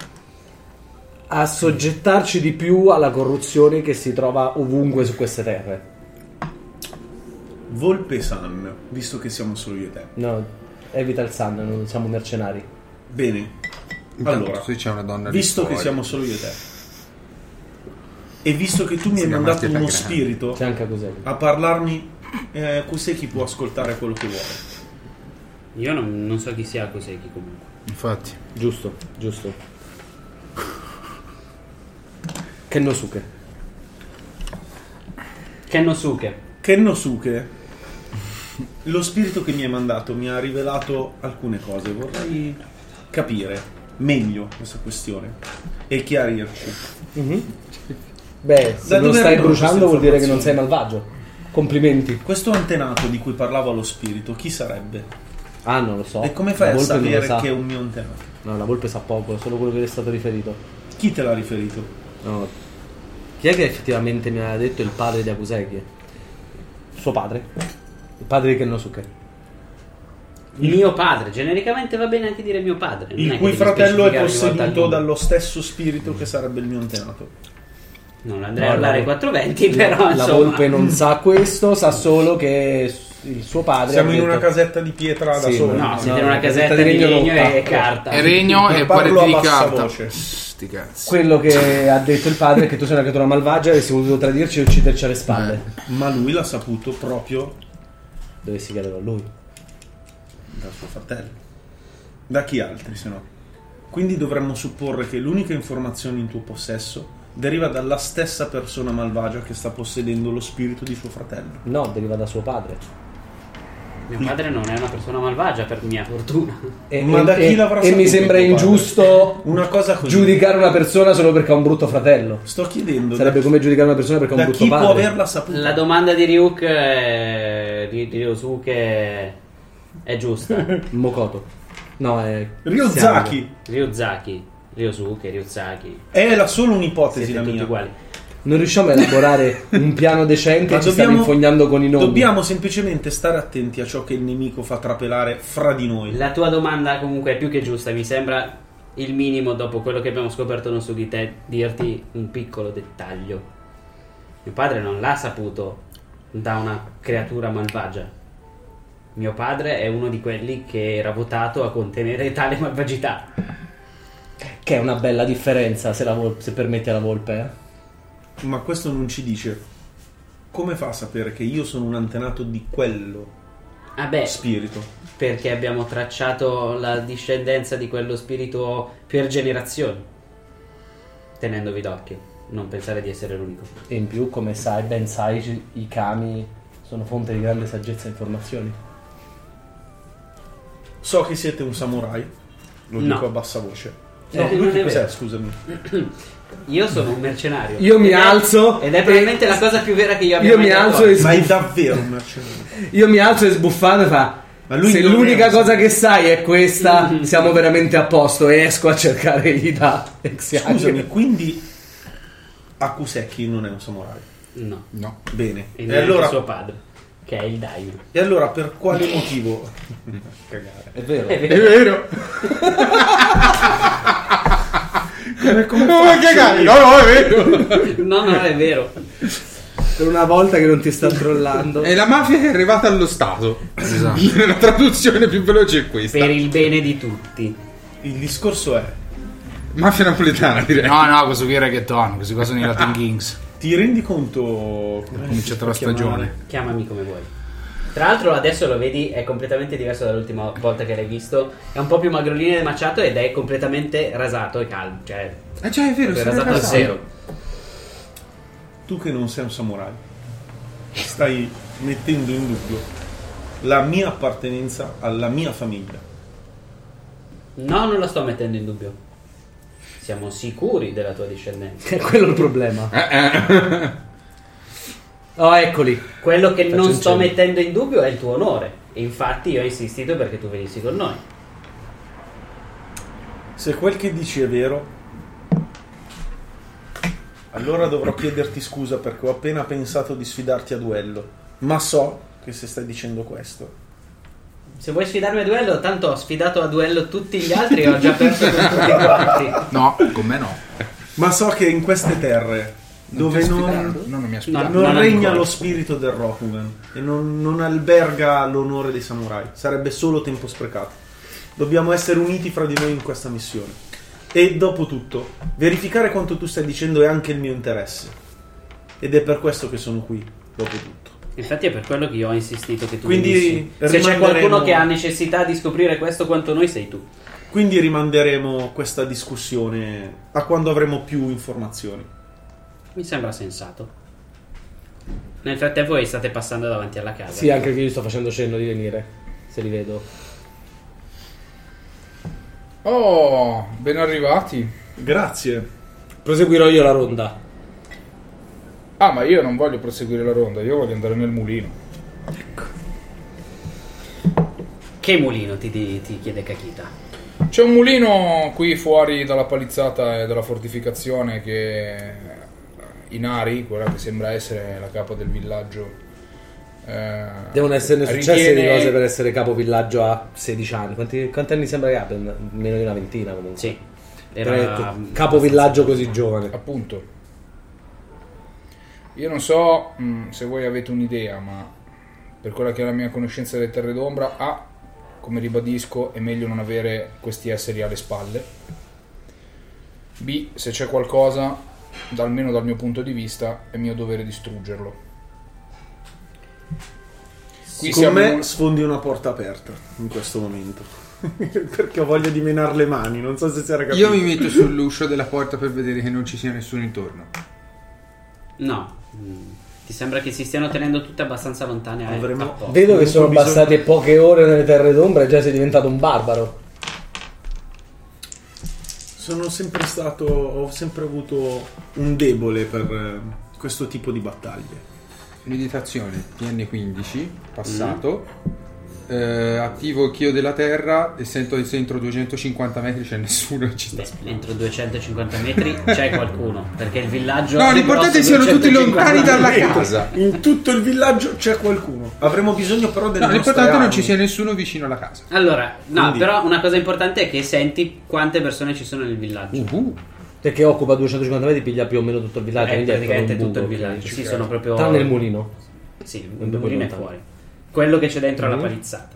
Speaker 6: assoggettarci di più alla corruzione che si trova ovunque su queste terre.
Speaker 5: Volpe San, visto che siamo solo io e te.
Speaker 6: No, evita il sun, non siamo mercenari.
Speaker 5: Bene.
Speaker 6: Intanto
Speaker 5: Allora,
Speaker 6: qui c'è una donna lì
Speaker 5: visto che
Speaker 6: fuori.
Speaker 5: siamo solo io e te, e visto che tu mi
Speaker 6: Si
Speaker 5: hai
Speaker 6: chiama
Speaker 5: mandato
Speaker 6: Stefan
Speaker 5: uno
Speaker 6: Grande.
Speaker 5: spirito
Speaker 6: C'è anche Cosecchi.
Speaker 5: a parlarmi, eh, Kuseki può ascoltare quello che vuole.
Speaker 1: Io non, non so chi sia Koseki comunque.
Speaker 7: Infatti.
Speaker 6: Giusto, giusto. Kennosuke.
Speaker 1: Kennosuke.
Speaker 5: Kennosuke, lo spirito che mi hai mandato mi ha rivelato alcune cose. Vorrei capire meglio questa questione e chiarirci.
Speaker 6: Beh, se
Speaker 5: Da
Speaker 6: non
Speaker 5: dove
Speaker 6: stai
Speaker 5: arrivano queste
Speaker 6: bruciando vuol dire che non sei
Speaker 5: informazioni?
Speaker 6: malvagio. Complimenti.
Speaker 5: Questo antenato di cui parlava lo spirito, chi sarebbe?
Speaker 6: Ah, non lo so.
Speaker 5: E come fai
Speaker 6: La
Speaker 5: a
Speaker 6: volpe non lo
Speaker 5: sapere
Speaker 6: sa.
Speaker 5: che è un mio antenato?
Speaker 6: No, la volpe sa poco, solo quello che le è stato riferito.
Speaker 5: Chi te l'ha riferito?
Speaker 6: No. Chi è che effettivamente mi ha detto il padre di Akuseki? Suo padre? Il padre di Kennosuke.
Speaker 1: Mio padre, genericamente va bene anche dire mio padre. non
Speaker 5: Il
Speaker 1: che
Speaker 5: cui
Speaker 1: devi
Speaker 5: fratello è
Speaker 1: specificare ogni volta il
Speaker 5: posseduto
Speaker 1: nome.
Speaker 5: dallo stesso spirito che sarebbe il mio antenato.
Speaker 1: Non andrei a
Speaker 6: No,
Speaker 1: urlare
Speaker 6: la-
Speaker 1: 420,
Speaker 6: la-
Speaker 1: però
Speaker 6: La
Speaker 1: Ah, insomma.
Speaker 6: volpe non sa questo, sa solo che s- il suo padre.
Speaker 5: Siamo
Speaker 6: ha
Speaker 5: in
Speaker 6: detto-
Speaker 5: una casetta di pietra da
Speaker 6: Sì,
Speaker 5: soli.
Speaker 6: no, siete in una casetta di legno
Speaker 5: rotta.
Speaker 6: e carta.
Speaker 7: È regno e
Speaker 5: Parlo
Speaker 7: pareti di
Speaker 5: a bassa
Speaker 7: carta.
Speaker 5: voce.
Speaker 7: Sti cazzi.
Speaker 6: Quello che ha detto il padre è che tu sei una creatura malvagia e avessi voluto tradirci e ucciderci alle spalle.
Speaker 5: Ma lui l'ha saputo proprio
Speaker 6: dove si chiedeva a lui.
Speaker 5: Dal suo fratello. Da chi altri, se no? Quindi dovremmo supporre che l'unica informazione in tuo possesso deriva dalla stessa persona malvagia che sta possedendo lo spirito di suo fratello.
Speaker 6: No, deriva da suo padre.
Speaker 1: Mio padre non è una persona malvagia, per mia fortuna.
Speaker 5: Ma da chi
Speaker 6: e-
Speaker 5: l'avrà
Speaker 6: e
Speaker 5: saputo
Speaker 6: mi sembra
Speaker 5: tuo padre? Eh,
Speaker 6: ingiusto
Speaker 5: Una cosa così.
Speaker 6: giudicare una persona solo perché ha un brutto fratello.
Speaker 5: Sto chiedendo.
Speaker 6: Sarebbe come giudicare una persona perché ha un brutto padre.
Speaker 5: saputa?
Speaker 1: La domanda di Ryuk è... di di Ryosuke è giusta.
Speaker 5: *laughs*
Speaker 6: Mokoto. No, è.
Speaker 5: Ryuzaki.
Speaker 1: Ryuzaki. Ryosuke, Ryuzaki.
Speaker 5: Era solo un'ipotesi la mia.
Speaker 6: Non riusciamo a elaborare un piano decente
Speaker 5: Ma
Speaker 6: e ci stiamo
Speaker 5: Cioè, dobbiamo-
Speaker 6: infognando con i nomi.
Speaker 5: Dobbiamo semplicemente stare attenti a ciò che il nemico fa trapelare fra di noi.
Speaker 1: La tua domanda comunque è più che giusta, mi sembra il minimo dopo quello che abbiamo scoperto noi su di te dirti un piccolo dettaglio. Mio padre non l'ha saputo da una creatura malvagia. Mio padre è uno di quelli che era votato a contenere tale malvagità.
Speaker 6: Che è una bella differenza se, la vol- se permette la volpe. eh.
Speaker 5: Ma questo non ci dice. Come fa a sapere che io sono un antenato di quello
Speaker 1: Ah beh,
Speaker 5: spirito?
Speaker 1: perché abbiamo tracciato la discendenza di quello spirito per generazioni, tenendovi d'occhio. Non pensare di essere l'unico.
Speaker 6: E in più, come sai, ben sai, ci- i kami sono fonte di grande saggezza e informazioni.
Speaker 5: So che siete un samurai, lo
Speaker 1: No.
Speaker 5: dico a bassa voce.
Speaker 1: Eh,
Speaker 5: No, lui
Speaker 1: non
Speaker 5: che
Speaker 1: è
Speaker 5: cos'è,
Speaker 1: vero.
Speaker 5: scusami?
Speaker 1: Io sono un mercenario.
Speaker 6: Io mi
Speaker 1: Ed è-
Speaker 6: alzo
Speaker 1: Ed è probabilmente la cosa più vera che io abbia
Speaker 6: Io
Speaker 1: mai
Speaker 6: mi
Speaker 1: detto.
Speaker 6: alzo e
Speaker 5: Ma è
Speaker 6: sbuffo.
Speaker 5: davvero un mercenario.
Speaker 6: Io mi alzo e sbuffando e fa.
Speaker 5: lui
Speaker 6: se
Speaker 5: non è
Speaker 6: l'unica
Speaker 5: un-
Speaker 6: cosa che sai è *laughs* questa, siamo veramente a posto. E esco a cercare Ida *laughs* e Xiang.
Speaker 5: Scusami, quindi Akuseki non è un samurai?
Speaker 1: No.
Speaker 7: No.
Speaker 5: Bene.
Speaker 1: E
Speaker 5: E,
Speaker 1: neanche
Speaker 5: allora
Speaker 1: suo padre. Che è il Daiul.
Speaker 5: E allora per quale motivo? Cagare.
Speaker 6: È vero.
Speaker 5: È
Speaker 1: *laughs*
Speaker 5: vero.
Speaker 6: Come, come
Speaker 5: cagare.
Speaker 6: No, no, è
Speaker 1: vero. no, no, è vero.
Speaker 6: Per una volta che non ti sta trollando.
Speaker 3: È la mafia che è arrivata allo Stato. *laughs* La traduzione più veloce è questa.
Speaker 1: Per il bene di tutti.
Speaker 5: Il discorso è...
Speaker 3: Mafia napoletana, direi.
Speaker 7: No, no, questo qui è reggaeton, questi qua sono i Latin Kings.
Speaker 5: Ti rendi conto... Come
Speaker 7: È cominciata la stagione.
Speaker 1: Chiamami come vuoi. Tra l'altro adesso lo vedi è completamente diverso dall'ultima volta che l'hai visto. È un po' più magrolino e macciato ed è completamente rasato e calmo. Cioè,
Speaker 3: Ah già, è vero,
Speaker 1: proprio
Speaker 3: si era
Speaker 1: rasato al
Speaker 3: rasato.
Speaker 1: zero.
Speaker 5: Tu che non sei un samurai, stai mettendo in dubbio la mia appartenenza alla mia famiglia.
Speaker 1: No, non la sto mettendo in dubbio. Siamo sicuri della tua discendenza. *laughs*
Speaker 6: È quello il problema. Oh, eccoli.
Speaker 1: Quello che
Speaker 6: Faccio
Speaker 1: non
Speaker 6: un
Speaker 1: sto
Speaker 6: cenno.
Speaker 1: mettendo in dubbio è il tuo onore. E infatti io ho insistito perché tu venissi con noi.
Speaker 5: Se quel che dici è vero, allora dovrò chiederti scusa perché ho appena pensato di sfidarti a duello. Ma so che se stai dicendo questo,
Speaker 1: Se vuoi sfidarmi a duello, tanto ho sfidato a duello tutti gli altri e ho già perso con tutti quanti.
Speaker 7: No, con me no.
Speaker 5: ma so che in queste terre dove
Speaker 7: ti ho
Speaker 5: non,
Speaker 7: sfidato? No, non mi ha
Speaker 5: non
Speaker 7: sfidato. No, non
Speaker 5: regna
Speaker 7: ancora.
Speaker 5: lo spirito del Rokugan e non, non alberga l'onore dei samurai, sarebbe solo tempo sprecato. Dobbiamo essere uniti fra di noi in questa missione. E dopo tutto, verificare quanto tu stai dicendo è anche il mio interesse. Ed è per questo che sono qui, dopo tutto.
Speaker 1: Infatti è per quello che io ho insistito che tu
Speaker 5: Quindi
Speaker 1: venissi. Se c'è
Speaker 5: rimanderemo-
Speaker 1: qualcuno che ha necessità di scoprire questo quanto noi sei tu.
Speaker 5: Quindi rimanderemo questa discussione a quando avremo più informazioni.
Speaker 1: Mi sembra sensato. Nel frattempo voi state passando davanti alla casa.
Speaker 6: Sì, anche che io sto facendo cenno di venire. Se li vedo.
Speaker 7: Oh, ben arrivati.
Speaker 5: Grazie.
Speaker 6: Proseguirò io la ronda.
Speaker 7: Ah, ma io non voglio proseguire la ronda, io voglio andare nel mulino.
Speaker 1: Che mulino ti, di- ti chiede Kakita?
Speaker 7: C'è un mulino qui fuori dalla palizzata e dalla fortificazione che Inari, quella che sembra essere la capa del villaggio, eh,
Speaker 6: Devono esserne successe
Speaker 7: ritiene-
Speaker 6: di cose per essere capo villaggio a 16 anni. Quanti, quanti anni sembra che abbia? Meno di una ventina comunque.
Speaker 1: Sì.
Speaker 7: Era
Speaker 6: capo villaggio così giovane.
Speaker 7: Appunto. Io non so mm, se voi avete un'idea, ma per quella che è la mia conoscenza delle terre d'ombra, A, come ribadisco, è meglio non avere questi esseri alle spalle. B, se c'è qualcosa, da- almeno dal mio punto di vista, è mio dovere distruggerlo. Qui
Speaker 5: Con
Speaker 7: siamo
Speaker 5: me
Speaker 7: in un-
Speaker 5: sfondi una porta aperta in questo momento. *laughs* Perché ho voglia di menare le mani, non so se si era capito.
Speaker 3: Io mi metto sull'uscio della porta per vedere che non ci sia nessuno intorno.
Speaker 1: No. Mm. Ti sembra che si stiano tenendo tutte abbastanza lontane a
Speaker 5: Avremo-
Speaker 1: apposta.
Speaker 6: Vedo che sono
Speaker 5: bisogno-
Speaker 6: passate poche ore nelle terre d'ombra e già sei diventato un barbaro.
Speaker 5: Sono sempre stato, ho sempre avuto un debole per eh, questo tipo di battaglie.
Speaker 3: Meditazione PN15, passato.
Speaker 7: Mm.
Speaker 3: Eh, attivo il chio della terra e sento che se entro 250 metri c'è nessuno. *laughs* Ci sta.
Speaker 1: Entro 250 metri c'è qualcuno. Perché il villaggio.
Speaker 3: No,
Speaker 1: è
Speaker 3: l'importante è che
Speaker 1: grosso,
Speaker 3: siano tutti
Speaker 1: 250
Speaker 3: lontani dalla
Speaker 1: metri.
Speaker 3: casa.
Speaker 5: In tutto il villaggio c'è qualcuno. Avremo bisogno però delle
Speaker 3: No,
Speaker 5: nostre
Speaker 3: l'importante è che non ci
Speaker 5: armi.
Speaker 3: sia nessuno vicino alla casa.
Speaker 1: Allora, no,
Speaker 5: Quindi-
Speaker 1: però una cosa importante è che senti quante persone ci sono nel villaggio.
Speaker 6: Perché occupa 250 metri e piglia più o meno tutto il villaggio.
Speaker 1: Eh,
Speaker 6: quindi è
Speaker 1: praticamente
Speaker 6: proprio un
Speaker 1: tutto il
Speaker 6: buco che
Speaker 1: villaggio.
Speaker 6: ci
Speaker 1: Sì,
Speaker 6: cade.
Speaker 1: sono proprio-
Speaker 6: Tranne il
Speaker 1: *laughs*
Speaker 6: mulino.
Speaker 1: Sì, il
Speaker 6: Proprio
Speaker 1: mulino è
Speaker 6: lontano.
Speaker 1: fuori. Quello che c'è dentro
Speaker 6: Mm.
Speaker 1: la palizzata.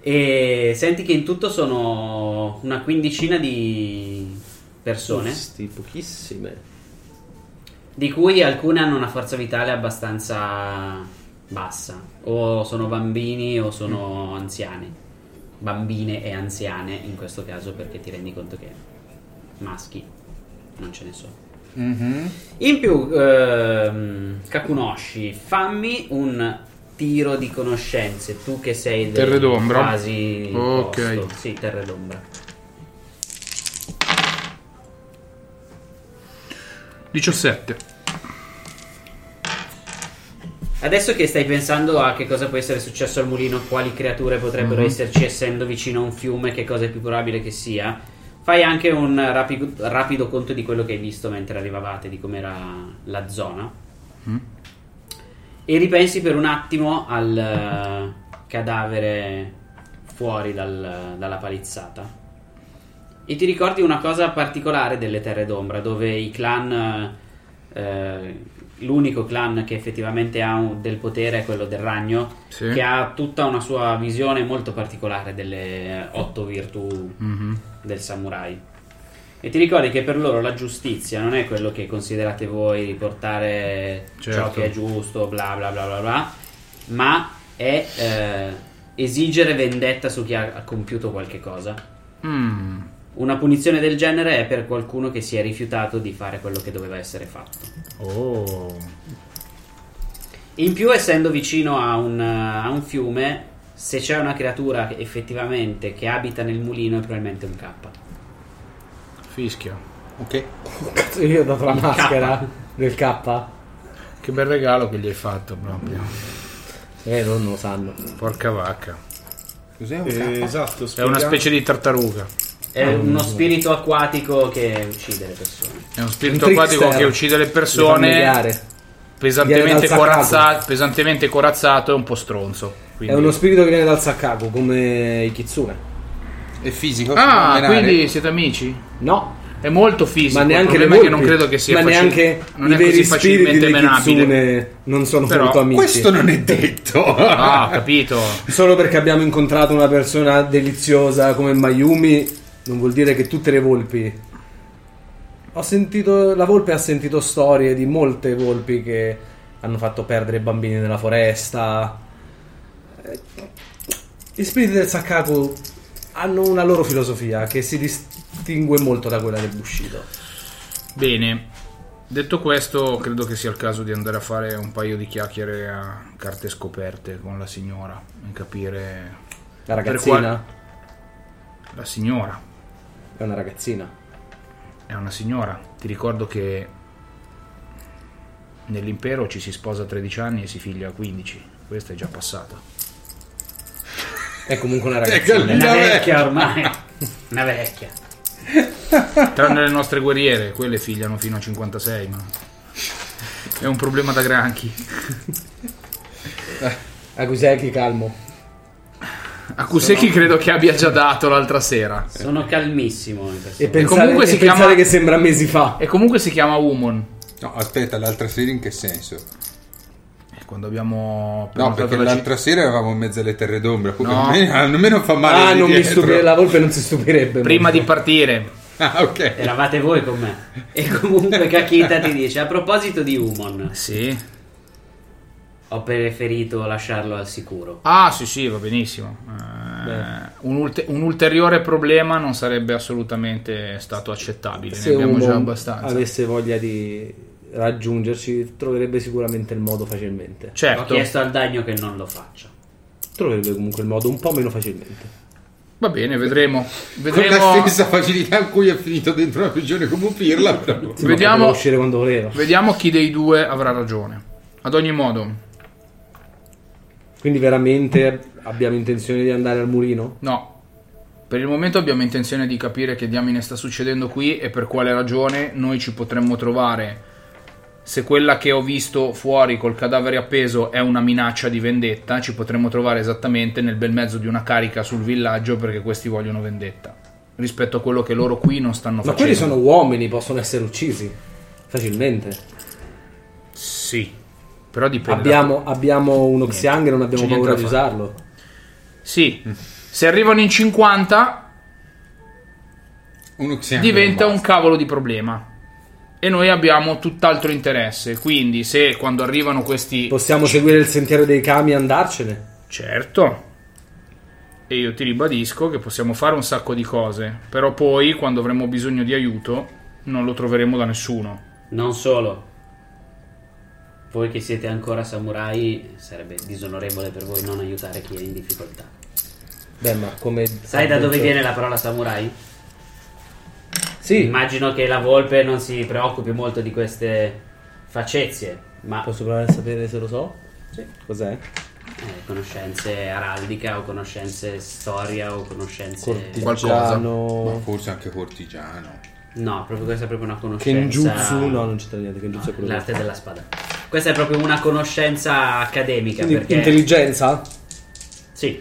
Speaker 1: E senti che in tutto sono una quindicina di persone,
Speaker 6: Sti pochissime.
Speaker 1: di cui alcune hanno una forza vitale abbastanza bassa, o sono bambini o sono anziani. Bambine e anziane in questo caso perché ti rendi conto che maschi non ce ne sono. In più, ehm, Kakunoshi, fammi un tiro di conoscenze. Tu che sei del
Speaker 7: Terre d'ombra.
Speaker 1: quasi
Speaker 7: Ok.
Speaker 1: posto. Sì, terre d'ombra.
Speaker 7: 17.
Speaker 1: Adesso che stai pensando a che cosa può essere successo al mulino, quali creature potrebbero
Speaker 7: Mhm.
Speaker 1: esserci essendo vicino a un fiume, che cosa è più probabile che sia, fai anche un rapido, rapido conto di quello che hai visto mentre arrivavate, di com'era la zona. e ripensi per un attimo al eh, cadavere fuori dal- dalla palizzata. E ti ricordi una cosa particolare delle Terre d'Ombra, dove i clan, eh, l'unico clan che effettivamente ha un- del potere è quello del ragno,
Speaker 7: Sì.
Speaker 1: che ha tutta una sua visione molto particolare delle eh, otto virtù
Speaker 7: Mhm.
Speaker 1: del samurai. E ti ricordi che per loro la giustizia non è quello che considerate voi riportare ciò
Speaker 7: Certo.
Speaker 1: che è giusto, bla bla bla bla bla, ma è eh, esigere vendetta su chi ha ha compiuto qualche cosa.
Speaker 7: Mm.
Speaker 1: Una punizione del genere è per qualcuno che si è rifiutato di fare quello che doveva essere fatto.
Speaker 7: Oh.
Speaker 1: In più, essendo vicino a un, a un fiume, se c'è una creatura che effettivamente che abita nel mulino è probabilmente un K.
Speaker 7: Fischia.
Speaker 3: Ok.
Speaker 6: Cazzo, io ho dato la
Speaker 1: Il K.
Speaker 6: maschera del K.
Speaker 7: Che bel regalo che gli hai fatto proprio.
Speaker 6: Eh, non lo sanno.
Speaker 7: Porca vacca.
Speaker 3: Cos'è
Speaker 5: un Eh, K? esatto,
Speaker 7: È una
Speaker 5: spiega.
Speaker 7: specie di tartaruga.
Speaker 1: È uno spirito acquatico che uccide le persone.
Speaker 7: È uno spirito acquatico che uccide le persone.
Speaker 6: Viene
Speaker 7: Pesantemente,
Speaker 6: dal
Speaker 7: corazza- pesantemente corazzato e un po' stronzo.
Speaker 6: È
Speaker 7: Quindi-
Speaker 6: uno spirito che viene dal Sakaku, come i Kitsune.
Speaker 3: È fisico?
Speaker 7: Ah, quindi siete amici?
Speaker 6: No.
Speaker 7: È molto fisico.
Speaker 6: Ma neanche
Speaker 7: il
Speaker 6: le
Speaker 7: problema è che
Speaker 6: volpi,
Speaker 7: non credo che sia
Speaker 6: ma
Speaker 7: facile-
Speaker 6: neanche
Speaker 7: non
Speaker 6: i
Speaker 7: è
Speaker 6: veri
Speaker 7: così
Speaker 6: spiriti
Speaker 7: facilmente
Speaker 6: delle
Speaker 7: menabile.
Speaker 6: Kitsune non sono
Speaker 7: Però
Speaker 6: molto amici.
Speaker 7: questo non
Speaker 3: è detto. *laughs*
Speaker 7: Ah, capito.
Speaker 6: Solo perché abbiamo incontrato una persona deliziosa come Mayumi, non vuol dire che tutte le volpi. Ho sentito. La volpe ha sentito storie di molte volpi che hanno fatto perdere bambini nella foresta. Eh, Gli spiriti del Sakaku hanno una loro filosofia che si distingue molto da quella del Bushido.
Speaker 7: Bene, detto questo, credo che sia il caso di andare a fare un paio di chiacchiere a carte scoperte con la signora e capire.
Speaker 6: La
Speaker 7: per
Speaker 6: ragazzina?
Speaker 7: La signora.
Speaker 6: È una ragazzina.
Speaker 7: È una signora. Ti ricordo che nell'impero ci si sposa a 13 anni e si figlia a 15. Questa è già passata.
Speaker 3: *laughs*
Speaker 6: È comunque una
Speaker 1: È una vecchia ormai. Una vecchia.
Speaker 7: Tranne le nostre guerriere, quelle figliano fino a 56, ma è un problema da granchi.
Speaker 6: Akuseki calmo.
Speaker 7: A Kuseki credo che abbia già dato l'altra sera.
Speaker 1: Sono calmissimo. in questo
Speaker 6: E
Speaker 1: momento.
Speaker 6: pensare,
Speaker 7: comunque
Speaker 6: e
Speaker 7: si
Speaker 6: pensare
Speaker 7: chiama-
Speaker 6: che sembra mesi fa.
Speaker 7: E comunque si chiama Woman.
Speaker 3: No, aspetta, l'altra sera in che senso?
Speaker 7: Eh, Quando abbiamo
Speaker 3: No,
Speaker 7: prenotato
Speaker 3: perché
Speaker 7: la
Speaker 3: l'altra sera eravamo in mezzo alle terre d'ombra. poi
Speaker 7: No.
Speaker 3: A, me, a me *laughs* non fa male.
Speaker 6: Ah,
Speaker 3: lì
Speaker 6: non mi
Speaker 3: dietro.
Speaker 6: stupirebbe, la volpe non si stupirebbe.
Speaker 7: Prima di partire.
Speaker 3: Ah, *laughs* ok.
Speaker 1: Eravate voi con me. E comunque Kakita ti dice, a proposito di Umon.
Speaker 7: Sì.
Speaker 1: Ho preferito lasciarlo al sicuro.
Speaker 7: Ah, sì, sì, va benissimo. Eh, un, ulte- un ulteriore problema non sarebbe assolutamente stato accettabile.
Speaker 6: se
Speaker 7: ne abbiamo già
Speaker 6: uno
Speaker 7: abbastanza.
Speaker 6: avesse voglia di raggiungerci, troverebbe sicuramente il modo facilmente. Cioè,
Speaker 7: Certo.
Speaker 1: Ho chiesto al dagno che non lo faccia.
Speaker 6: Troverebbe comunque il modo un po' meno facilmente.
Speaker 7: Va bene, vedremo.
Speaker 3: Con
Speaker 7: Vedremo,
Speaker 3: la stessa facilità con cui è finito dentro una prigione come un pirla. *laughs* però.
Speaker 6: Sì, ma
Speaker 7: Vediamo-
Speaker 6: poteva uscire quando voleva.
Speaker 7: vediamo chi dei due avrà ragione. Ad ogni modo,
Speaker 6: Quindi veramente abbiamo intenzione di andare al mulino?
Speaker 7: no. Per il momento abbiamo intenzione di capire che diamine sta succedendo qui e per quale ragione noi ci potremmo trovare se quella che ho visto fuori col cadavere appeso è una minaccia di vendetta, ci potremmo trovare esattamente nel bel mezzo di una carica sul villaggio perché questi vogliono vendetta. Rispetto a quello che loro qui non stanno
Speaker 6: Ma
Speaker 7: facendo.
Speaker 6: quelli sono uomini, possono essere uccisi facilmente.
Speaker 7: Sì, però dipende. da-
Speaker 6: Abbiamo, abbiamo uno Xiang e non abbiamo
Speaker 7: C'è niente
Speaker 6: paura
Speaker 7: da
Speaker 6: di
Speaker 7: fare.
Speaker 6: usarlo.
Speaker 7: Sì, se arrivano in 50
Speaker 3: Uno Xiang
Speaker 7: diventa
Speaker 3: non
Speaker 7: un cavolo di problema. E noi abbiamo tutt'altro interesse. Quindi se quando arrivano questi...
Speaker 6: Possiamo seguire il sentiero dei kami e andarcene?
Speaker 7: Certo. E io ti ribadisco che possiamo fare un sacco di cose. Però poi quando avremo bisogno di aiuto non lo troveremo da nessuno.
Speaker 1: Non solo. Voi che siete ancora samurai, sarebbe disonorevole per voi non aiutare chi è in difficoltà.
Speaker 6: Beh, ma come.
Speaker 1: Sai da dove viene la parola samurai?
Speaker 6: Sì.
Speaker 1: Immagino che la volpe non si preoccupi molto di queste facezie, ma
Speaker 6: Posso provare a sapere se lo so? Sì. Cos'è?
Speaker 1: eh, conoscenze araldica o conoscenze storia o conoscenze...
Speaker 3: Cortigiano. Ma forse anche cortigiano. Eh,
Speaker 1: No, proprio questa è proprio una conoscenza.
Speaker 6: Kenjutsu? No, non c'entra niente. Kenjutsu è quello
Speaker 1: L'arte
Speaker 6: che-
Speaker 1: della spada. Questa è proprio una conoscenza accademica.
Speaker 6: Quindi
Speaker 1: perché-
Speaker 6: intelligenza?
Speaker 1: Sì.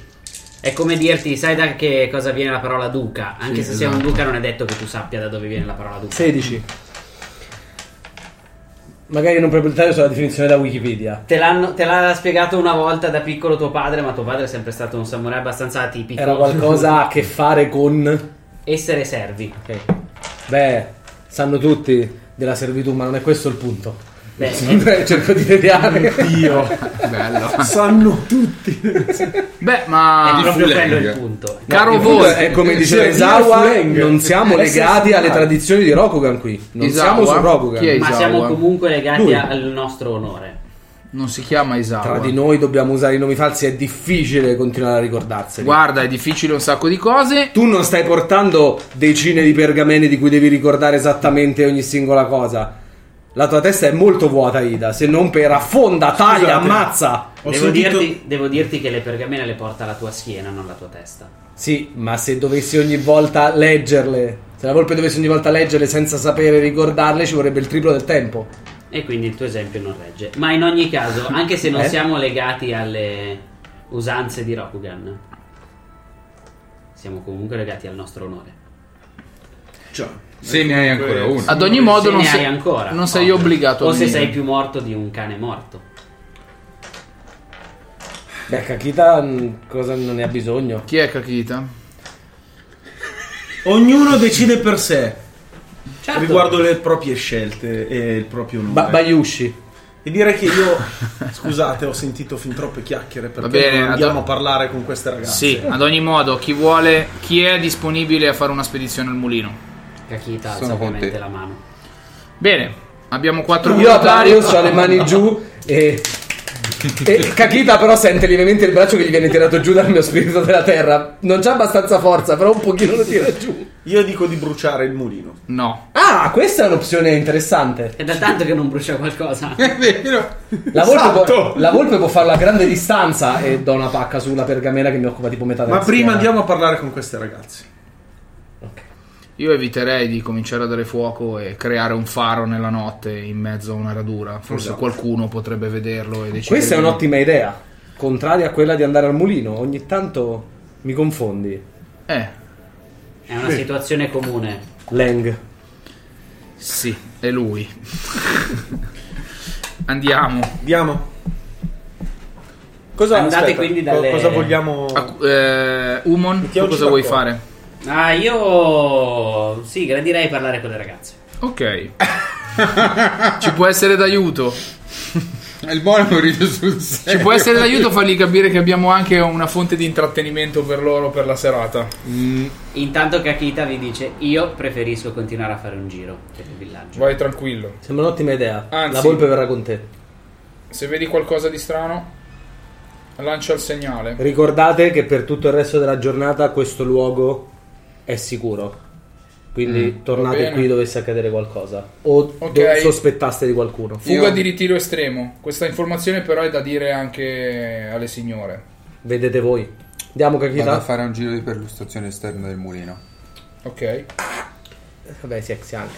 Speaker 1: È come dirti, sai da che cosa viene la parola duca? Anche
Speaker 6: Sì,
Speaker 1: se sei un
Speaker 6: esatto.
Speaker 1: duca non è detto che tu sappia da dove viene la parola duca.
Speaker 6: 16. Magari non proprietario sulla definizione da Wikipedia.
Speaker 1: Te, l'hanno- te l'ha spiegato una volta da piccolo tuo padre, ma tuo padre è sempre stato un samurai abbastanza atipico.
Speaker 6: Era qualcosa a che fare con...
Speaker 1: *laughs* Essere servi. Ah,
Speaker 6: Beh, sanno tutti della servitù, ma non è questo il punto. *laughs*
Speaker 1: Beh, eh.
Speaker 6: cerco di deviare.
Speaker 7: Dio, *laughs* bello.
Speaker 5: Sanno tutti.
Speaker 7: Beh, ma
Speaker 6: È proprio quello il
Speaker 1: punto.
Speaker 7: Caro
Speaker 6: No,
Speaker 7: voi,
Speaker 6: è eh, cioè, come diceva Isawa, non siamo legati alle tradizioni di Rokugan qui. Non siamo su Rokugan.
Speaker 1: ma siamo comunque legati al nostro onore.
Speaker 7: Non si chiama Isawa.
Speaker 6: Tra di noi dobbiamo usare i nomi falsi, è difficile continuare a ricordarseli.
Speaker 7: Guarda, è difficile un sacco di cose.
Speaker 6: Tu non stai portando decine di pergamene di cui devi ricordare esattamente ogni singola cosa. La tua testa è molto vuota, Ida. Se non per affonda, taglia,
Speaker 1: Scusate.
Speaker 6: ammazza.
Speaker 1: Devo, dirti, devo dirti che le pergamene le porta la tua schiena, non la tua testa.
Speaker 6: Sì, ma se dovessi ogni volta leggerle, se la volpe dovesse ogni volta leggerle senza sapere ricordarle, ci vorrebbe il triplo del tempo.
Speaker 1: E quindi il tuo esempio non regge. Ma in ogni caso, anche se non
Speaker 6: Eh?
Speaker 1: siamo legati alle usanze di Rokugan, siamo comunque legati al nostro onore.
Speaker 5: Cioè,
Speaker 3: Se ne hai ancora uno.
Speaker 7: Ad ogni modo
Speaker 1: se
Speaker 7: non
Speaker 1: ne
Speaker 7: sei-
Speaker 1: hai ancora.
Speaker 7: non sei obbligato
Speaker 1: O
Speaker 7: a
Speaker 1: se
Speaker 7: venire.
Speaker 1: sei più morto di un cane morto.
Speaker 6: Beh, Kakita mh, cosa non ne ha bisogno?
Speaker 7: Chi è Kakita?
Speaker 5: Ognuno decide per sé
Speaker 1: Certo.
Speaker 5: riguardo le proprie scelte e il proprio nome.
Speaker 6: Ba- Bayushi.
Speaker 5: E direi che io, scusate, ho sentito fin troppe chiacchiere perché
Speaker 7: Va bene,
Speaker 5: non andiamo
Speaker 7: ad-
Speaker 5: a parlare con queste ragazze.
Speaker 7: Sì, ad ogni modo, chi vuole, chi è disponibile a fare una spedizione al mulino?
Speaker 1: Kakita
Speaker 7: alza
Speaker 1: alza ovviamente la mano.
Speaker 7: Bene, abbiamo quattro
Speaker 6: Io
Speaker 7: volontari.
Speaker 6: io ho le mani giù e... e Kakita però sente lievemente il braccio che gli viene tirato giù dal mio spirito della terra. Non c'ha abbastanza forza, però un pochino lo tira giù.
Speaker 5: Io dico di bruciare il mulino.
Speaker 7: No.
Speaker 6: Ah, questa è un'opzione interessante.
Speaker 1: È da tanto che non brucia
Speaker 7: *laughs*
Speaker 1: qualcosa.
Speaker 6: La volpe, può,
Speaker 5: Esatto.
Speaker 6: la volpe può farlo a grande distanza e do una pacca sulla pergamena che mi occupa tipo metà della
Speaker 5: Ma prima
Speaker 6: schiena.
Speaker 5: andiamo a parlare con queste ragazze.
Speaker 7: Io eviterei di cominciare a dare fuoco e creare un faro nella notte in mezzo a una radura. Forse
Speaker 6: Esatto.
Speaker 7: qualcuno potrebbe vederlo e decidere.
Speaker 6: Questa è
Speaker 7: di-
Speaker 6: un'ottima idea, contraria a quella di andare al mulino. Ogni tanto mi confondi.
Speaker 7: Eh.
Speaker 1: È una situazione comune.
Speaker 6: Lang.
Speaker 7: Sì, è lui. *laughs* Andiamo.
Speaker 5: Andiamo. Cosa,
Speaker 1: Andate
Speaker 5: aspetta,
Speaker 1: quindi dalle-
Speaker 5: co- cosa vogliamo...
Speaker 1: Oh.
Speaker 7: Eh, Umon, tu
Speaker 5: Mettiamoci
Speaker 7: cosa vuoi
Speaker 5: d'accordo.
Speaker 7: fare?
Speaker 1: Ah, io sì, gradirei parlare con le ragazze.
Speaker 7: Ok. Ci può essere d'aiuto.
Speaker 3: Il monaco ride sul serio.
Speaker 7: Ci può essere d'aiuto fargli capire che abbiamo anche una fonte di intrattenimento per loro per la serata.
Speaker 1: Intanto Kakita vi dice io preferisco continuare a fare un giro per il villaggio.
Speaker 7: Vai tranquillo.
Speaker 6: Sembra un'ottima idea.
Speaker 7: Anzi.
Speaker 6: La volpe verrà con te.
Speaker 7: Se vedi qualcosa di strano, lancia il segnale.
Speaker 6: Ricordate che per tutto il resto della giornata questo luogo è sicuro. Quindi
Speaker 7: Mm,
Speaker 6: tornate
Speaker 7: va bene.
Speaker 6: qui dovesse accadere qualcosa. O
Speaker 7: Ok.
Speaker 6: do- sospettaste di qualcuno.
Speaker 7: Fuga di ritiro estremo. Questa informazione però è da dire anche alle signore.
Speaker 6: Vedete voi. Andiamo
Speaker 3: Vado a
Speaker 6: Kakita.
Speaker 3: fare un giro di perlustrazione esterna del mulino.
Speaker 7: Ok.
Speaker 6: Vabbè, si anche.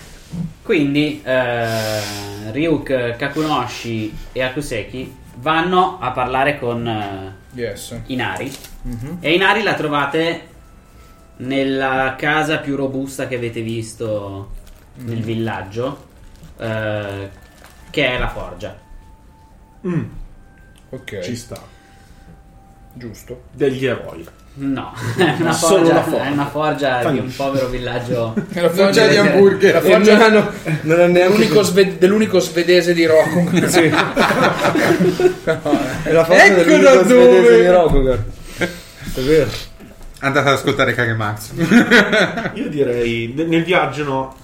Speaker 1: Quindi eh, Ryuk, Kakunoshi e Akuseki vanno a parlare con eh,
Speaker 7: Yes.
Speaker 1: Inari.
Speaker 7: Mhm.
Speaker 1: E Inari la trovate nella casa più robusta che avete visto nel
Speaker 7: Mm.
Speaker 1: villaggio, eh, che è la forgia.
Speaker 5: Mm,
Speaker 7: Ok.
Speaker 5: Ci sta.
Speaker 7: Giusto.
Speaker 5: Degli eroi.
Speaker 1: No, *laughs* è una
Speaker 5: Solo
Speaker 1: forgia,
Speaker 5: la forgia.
Speaker 1: è una forgia
Speaker 5: Fa
Speaker 1: di un
Speaker 5: niente.
Speaker 1: povero villaggio.
Speaker 7: La forgia
Speaker 1: Eh,
Speaker 7: di hamburger. La
Speaker 6: E
Speaker 7: forgia
Speaker 6: non hanno- non è neanche
Speaker 7: dell'unico sve- dell'unico svedese di Rocco.
Speaker 6: Sì. È la forza
Speaker 3: Ecco
Speaker 6: dell'unico
Speaker 3: da
Speaker 6: svedese
Speaker 3: dove.
Speaker 6: di Rokugan. È vero.
Speaker 3: Andate ad ascoltare Kagemax.
Speaker 5: Io direi de- nel viaggio no.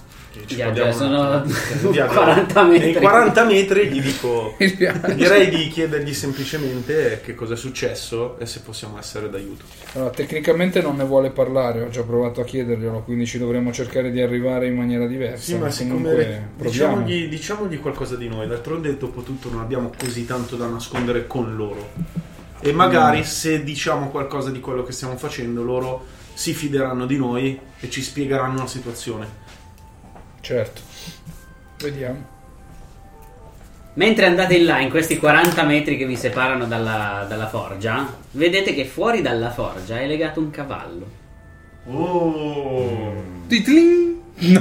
Speaker 5: Ci
Speaker 1: Viaggio,
Speaker 5: parliamo
Speaker 1: sono
Speaker 5: un
Speaker 1: *laughs*
Speaker 5: attimo. Nel
Speaker 1: 40 metri.
Speaker 5: Nei 40 metri gli dico...
Speaker 7: Il viaggio.
Speaker 5: direi di chiedergli semplicemente che cosa è successo e se possiamo essere d'aiuto.
Speaker 7: Allora, tecnicamente non ne vuole parlare, ho già provato a chiederglielo, quindi ci dovremmo cercare di arrivare in maniera diversa.
Speaker 5: Sì, ma siccome diciamo
Speaker 7: comunque proviamo.
Speaker 5: diciamogli, diciamogli qualcosa di noi, d'altronde dopo tutto non abbiamo così tanto da nascondere con loro. E magari
Speaker 7: Mm.
Speaker 5: se diciamo qualcosa di quello che stiamo facendo, loro si fideranno di noi e ci spiegheranno la situazione.
Speaker 7: Certo. Vediamo.
Speaker 1: Mentre andate in là, in questi 40 metri che vi separano dalla, dalla forgia, vedete che fuori dalla forgia è legato un cavallo.
Speaker 5: Oh.
Speaker 11: Mm.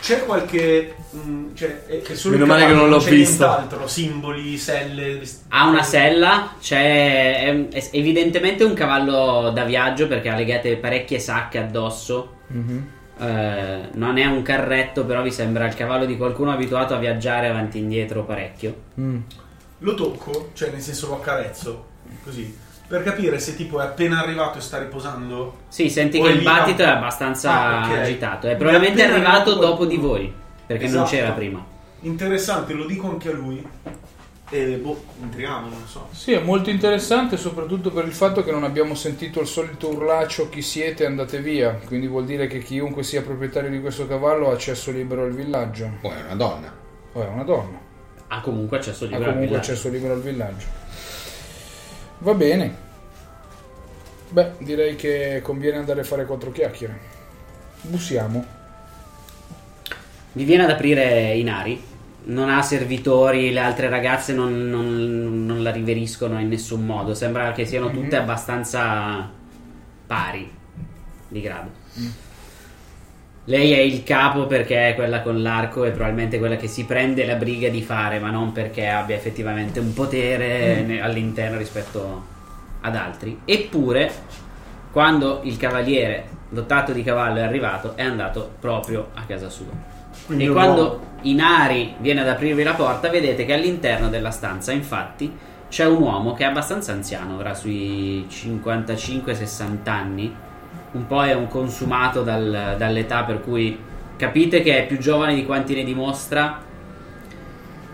Speaker 5: C'è qualche. mm, cioè, è, è solo
Speaker 11: Meno
Speaker 5: il
Speaker 11: male che
Speaker 5: cavallo,
Speaker 11: non l'ho
Speaker 5: c'è
Speaker 11: visto.
Speaker 5: nient'altro, simboli, selle.
Speaker 1: Ha una sella, c'è è- è evidentemente un cavallo da viaggio perché ha legate parecchie sacche addosso.
Speaker 7: Mhm.
Speaker 1: Eh, non è un carretto, però vi sembra il cavallo di qualcuno abituato a viaggiare avanti e indietro parecchio.
Speaker 5: Lo tocco, cioè nel senso lo accarezzo, così, per capire se tipo è appena arrivato e sta riposando.
Speaker 1: Sì, senti
Speaker 5: O
Speaker 1: che
Speaker 5: è
Speaker 1: il
Speaker 5: lì-
Speaker 1: battito è abbastanza
Speaker 5: Ah, ok.
Speaker 1: agitato. È
Speaker 5: Mi
Speaker 1: probabilmente
Speaker 5: appena
Speaker 1: arrivato
Speaker 5: arrivato
Speaker 1: dopo di voi, perché non
Speaker 5: Esatto.
Speaker 1: c'era prima.
Speaker 5: Interessante, lo dico anche a lui. E boh, intrighiamo, non so.
Speaker 7: Sì, è molto interessante soprattutto per il fatto che non abbiamo sentito il solito urlaccio chi siete andate via, quindi vuol dire che chiunque sia proprietario di questo cavallo ha accesso libero al villaggio.
Speaker 3: O è una donna.
Speaker 7: O è una donna.
Speaker 1: Ha comunque accesso
Speaker 7: Ha
Speaker 1: libero al
Speaker 7: comunque
Speaker 1: villaggio.
Speaker 7: accesso libero al villaggio. Va bene. Beh, direi che conviene andare a fare quattro chiacchiere. Bussiamo.
Speaker 1: Vi viene ad aprire Inari. Non ha servitori, le altre ragazze non, non- non la riveriscono in nessun modo. Sembra che siano tutte
Speaker 7: Mhm.
Speaker 1: abbastanza pari di grado.
Speaker 7: Mm.
Speaker 1: Lei è il capo perché è quella con l'arco e probabilmente quella che si prende la briga di fare, ma non perché abbia effettivamente un potere
Speaker 7: Mm.
Speaker 1: ne- all'interno rispetto ad altri. Eppure, quando il cavaliere dotato di cavallo è arrivato, è andato proprio a casa sua.
Speaker 5: Quindi
Speaker 1: e
Speaker 5: lo
Speaker 1: quando
Speaker 5: muovo.
Speaker 1: Inari viene ad aprirvi la porta, vedete che all'interno della stanza, infatti, c'è un uomo che è abbastanza anziano, avrà sui 55-60 anni, un po' è un consumato dal- dall'età, per cui capite che è più giovane di quanti ne dimostra,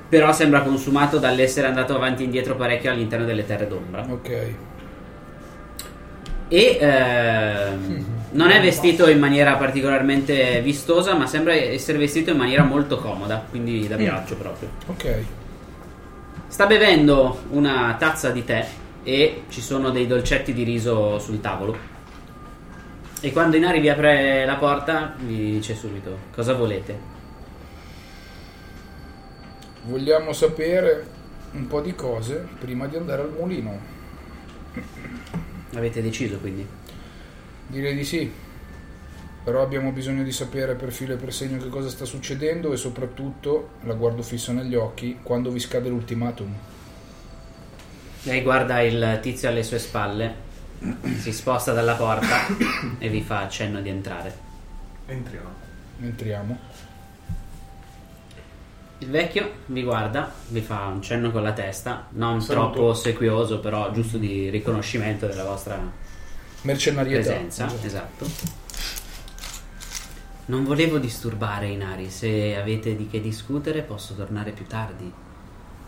Speaker 1: però sembra consumato dall'essere andato avanti e indietro parecchio all'interno delle terre d'ombra.
Speaker 7: Ok.
Speaker 1: E ehm, non è vestito in maniera particolarmente vistosa, ma sembra essere vestito in maniera molto comoda, quindi da
Speaker 7: Mm.
Speaker 1: viaggio proprio.
Speaker 7: Ok.
Speaker 1: Sta bevendo una tazza di tè e ci sono dei dolcetti di riso sul tavolo. E quando Inari vi apre la porta, vi dice subito cosa volete.
Speaker 7: Vogliamo sapere un po' di cose prima di andare al mulino.
Speaker 1: Avete deciso quindi?
Speaker 7: Direi di sì. Però abbiamo bisogno di sapere per filo e per segno che cosa sta succedendo e soprattutto, la guardo fissa negli occhi, quando vi scade l'ultimatum.
Speaker 1: Lei guarda il tizio alle sue spalle, si sposta dalla porta e vi fa accenno di entrare.
Speaker 5: Entriamo.
Speaker 7: Entriamo.
Speaker 1: Il vecchio vi guarda, vi fa un cenno con la testa, non
Speaker 7: Saluto.
Speaker 1: troppo ossequioso, però giusto di riconoscimento della vostra
Speaker 7: Mercenarietà.
Speaker 1: presenza. Esatto. Non volevo disturbare Inari, se avete di che discutere posso tornare più tardi.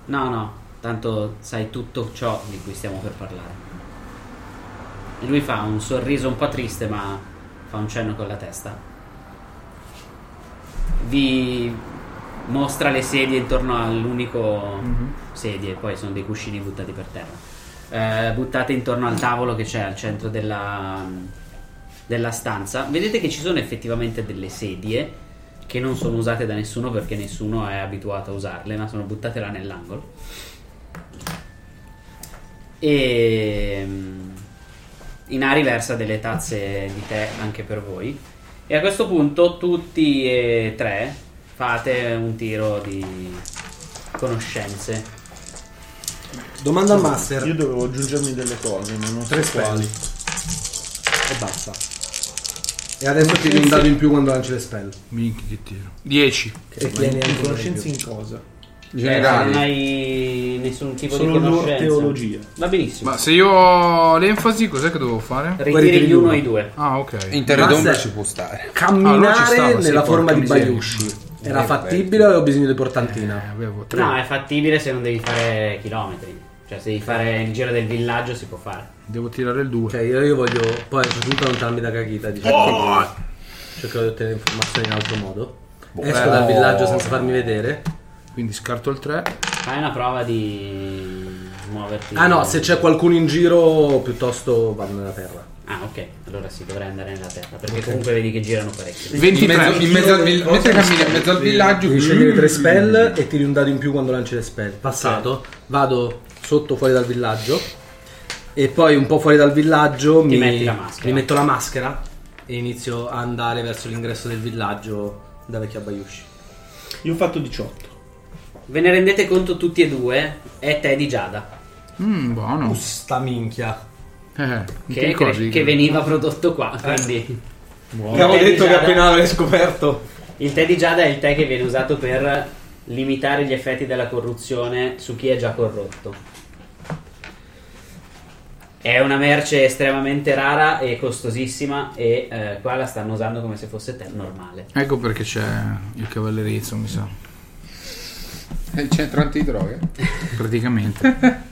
Speaker 1: No, no, tanto sai tutto ciò di cui stiamo per parlare. E lui fa un sorriso un po' triste, ma fa un cenno con la testa. Vi mostra le sedie intorno all'unico sedie, poi sono dei cuscini buttati per terra. Eh, buttate intorno al tavolo che c'è al centro della, della stanza. Vedete che ci sono effettivamente delle sedie che non sono usate da nessuno perché nessuno è abituato a usarle, ma sono buttate là nell'angolo. E mm, Inari versa delle tazze di tè anche per voi. E a questo punto tutti e tre fate un tiro di conoscenze.
Speaker 10: Domanda al master.
Speaker 5: Io dovevo aggiungermi delle cose, ma non
Speaker 10: Tre
Speaker 5: so quali.
Speaker 10: quali. E basta. E adesso tiri un dado in più quando lanci le spell.
Speaker 7: Minchia che tiro. 10.
Speaker 6: Cioè,
Speaker 10: E tieni anche
Speaker 5: conoscenze
Speaker 10: uno
Speaker 5: in cosa?
Speaker 1: Eh, non hai nessun tipo
Speaker 5: Solo
Speaker 1: di conoscenza.
Speaker 5: teologia.
Speaker 1: Va benissimo.
Speaker 7: Ma se io ho l'enfasi, cos'è che devo fare?
Speaker 1: Ritiri gli uno e i due.
Speaker 7: Ah, ok.
Speaker 3: In terra d'ombra
Speaker 7: Master-
Speaker 3: ci può stare.
Speaker 7: Allora ci
Speaker 10: Camminare
Speaker 7: stava, sì,
Speaker 10: nella
Speaker 7: porca
Speaker 10: forma di
Speaker 7: miseria.
Speaker 10: Bayushi. Era
Speaker 7: Eh,
Speaker 10: fattibile o avevo bisogno di portantina?
Speaker 7: avevo
Speaker 1: No, è fattibile se non devi fare chilometri. Cioè, se devi fare il giro del villaggio si può fare.
Speaker 7: Devo tirare il 2.
Speaker 10: Cioè, io, io voglio poi soprattutto allontanarmi da Kakita. Diciamo.
Speaker 6: Boh!
Speaker 7: Oh!
Speaker 10: Cercherò di ottenere informazioni in altro modo.
Speaker 7: Boh.
Speaker 10: Esco dal
Speaker 7: Oh.
Speaker 10: villaggio senza farmi vedere.
Speaker 7: Quindi scarto il 3.
Speaker 1: Fai una prova di muoverti.
Speaker 6: Ah,
Speaker 10: Ah no, se c'è qualcuno in giro piuttosto vado nella terra.
Speaker 1: Ah, ok. Allora si dovrei andare nella terra. Perché comunque vedi che girano parecchio.
Speaker 3: In mezzo, in mezzo al vill- mentre cammini in mezzo al villaggio,
Speaker 6: Devi scegliere tre spell e tiri un dado in più quando lanci le spell. Passato, vado sotto fuori dal villaggio e poi un po' fuori dal villaggio mi,
Speaker 1: metti la maschera.
Speaker 6: mi metto la maschera e inizio a andare verso l'ingresso del villaggio da vecchia Bayushi.
Speaker 5: Io ho fatto 18.
Speaker 1: Ve ne rendete conto tutti e due? È tè di Giada.
Speaker 7: Mmm, buono. Eh,
Speaker 6: Sta minchia.
Speaker 1: Che, che- che veniva prodotto qua. Quindi.
Speaker 6: Abbiamo
Speaker 1: Il tè di
Speaker 6: detto che
Speaker 1: Giada-
Speaker 6: appena l'avrei scoperto.
Speaker 1: Il tè di Giada è il tè che viene usato per limitare gli effetti della corruzione su chi è già corrotto. È una merce estremamente rara e costosissima e eh, qua la stanno usando come se fosse tè normale.
Speaker 7: Ecco perché c'è il cavallerizzo, mi sa.
Speaker 3: È il centro Eh, antidroga.
Speaker 7: *laughs* Praticamente.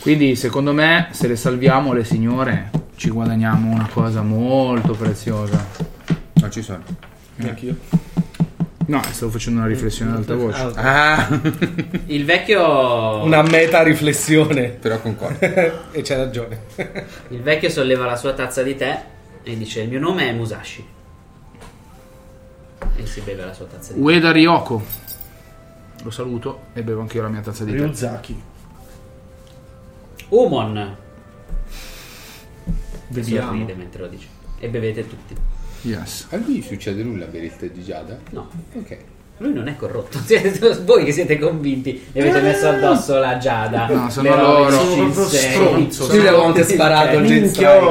Speaker 7: Quindi, secondo me, se le salviamo le signore, ci guadagniamo una cosa molto preziosa. Eh.
Speaker 3: Non Ah, ci sono.
Speaker 5: Neanch'io.
Speaker 7: No, stavo facendo una riflessione ad alta voce.
Speaker 3: Ah.
Speaker 1: Il vecchio...
Speaker 6: Una meta riflessione.
Speaker 3: Però
Speaker 5: *laughs*
Speaker 3: concordo.
Speaker 6: e c'è ragione.
Speaker 1: Il vecchio solleva la sua tazza di tè e dice il mio nome è Musashi. E si beve la sua tazza di tè.
Speaker 7: Ueda Ryoko. Lo saluto e bevo anche io la mia tazza di tè.
Speaker 5: Ryuzaki.
Speaker 1: Umon.
Speaker 7: Beviamo.
Speaker 1: Sorride mentre lo dice. E bevete tutti.
Speaker 7: Yes.
Speaker 3: A lui succede nulla per il tè di Giada?
Speaker 1: No.
Speaker 3: Ok.
Speaker 1: Lui non è corrotto. *laughs* Siete voi che siete convinti e avete messo addosso la Giada.
Speaker 7: No, sono
Speaker 1: Le robe
Speaker 7: loro.
Speaker 1: di
Speaker 7: Sono proprio
Speaker 1: Shinsei.
Speaker 7: stronzo.
Speaker 1: Sono
Speaker 7: Sì, le avevo anche
Speaker 1: tutti-
Speaker 7: sparato,
Speaker 1: Ok.
Speaker 7: il Jet
Speaker 5: Minchio.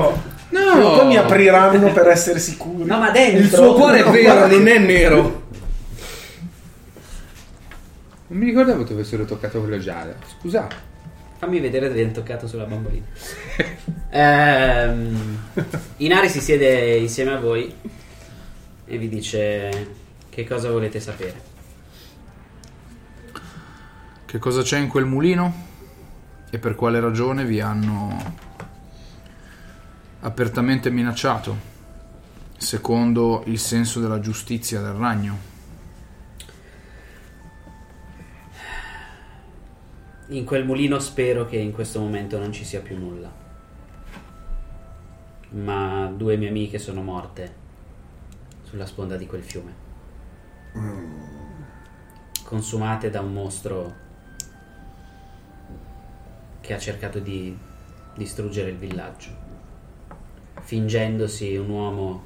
Speaker 5: No, poi mi apriranno per essere sicuri.
Speaker 1: No, ma dentro.
Speaker 6: Il suo cuore è vero, non è nero.
Speaker 3: Non mi ricordavo che avessero toccato quello Giada. Scusa.
Speaker 1: Fammi vedere se è toccato sulla bambolina. Ehm, Inari si siede insieme a voi e vi dice che cosa volete sapere.
Speaker 7: Che cosa c'è in quel mulino? E per quale ragione vi hanno apertamente minacciato? Secondo il senso della giustizia del ragno.
Speaker 1: In quel mulino spero che in questo momento non ci sia più nulla. Ma due mie amiche sono morte sulla sponda di quel fiume. Consumate da un mostro che ha cercato di distruggere il villaggio, fingendosi un uomo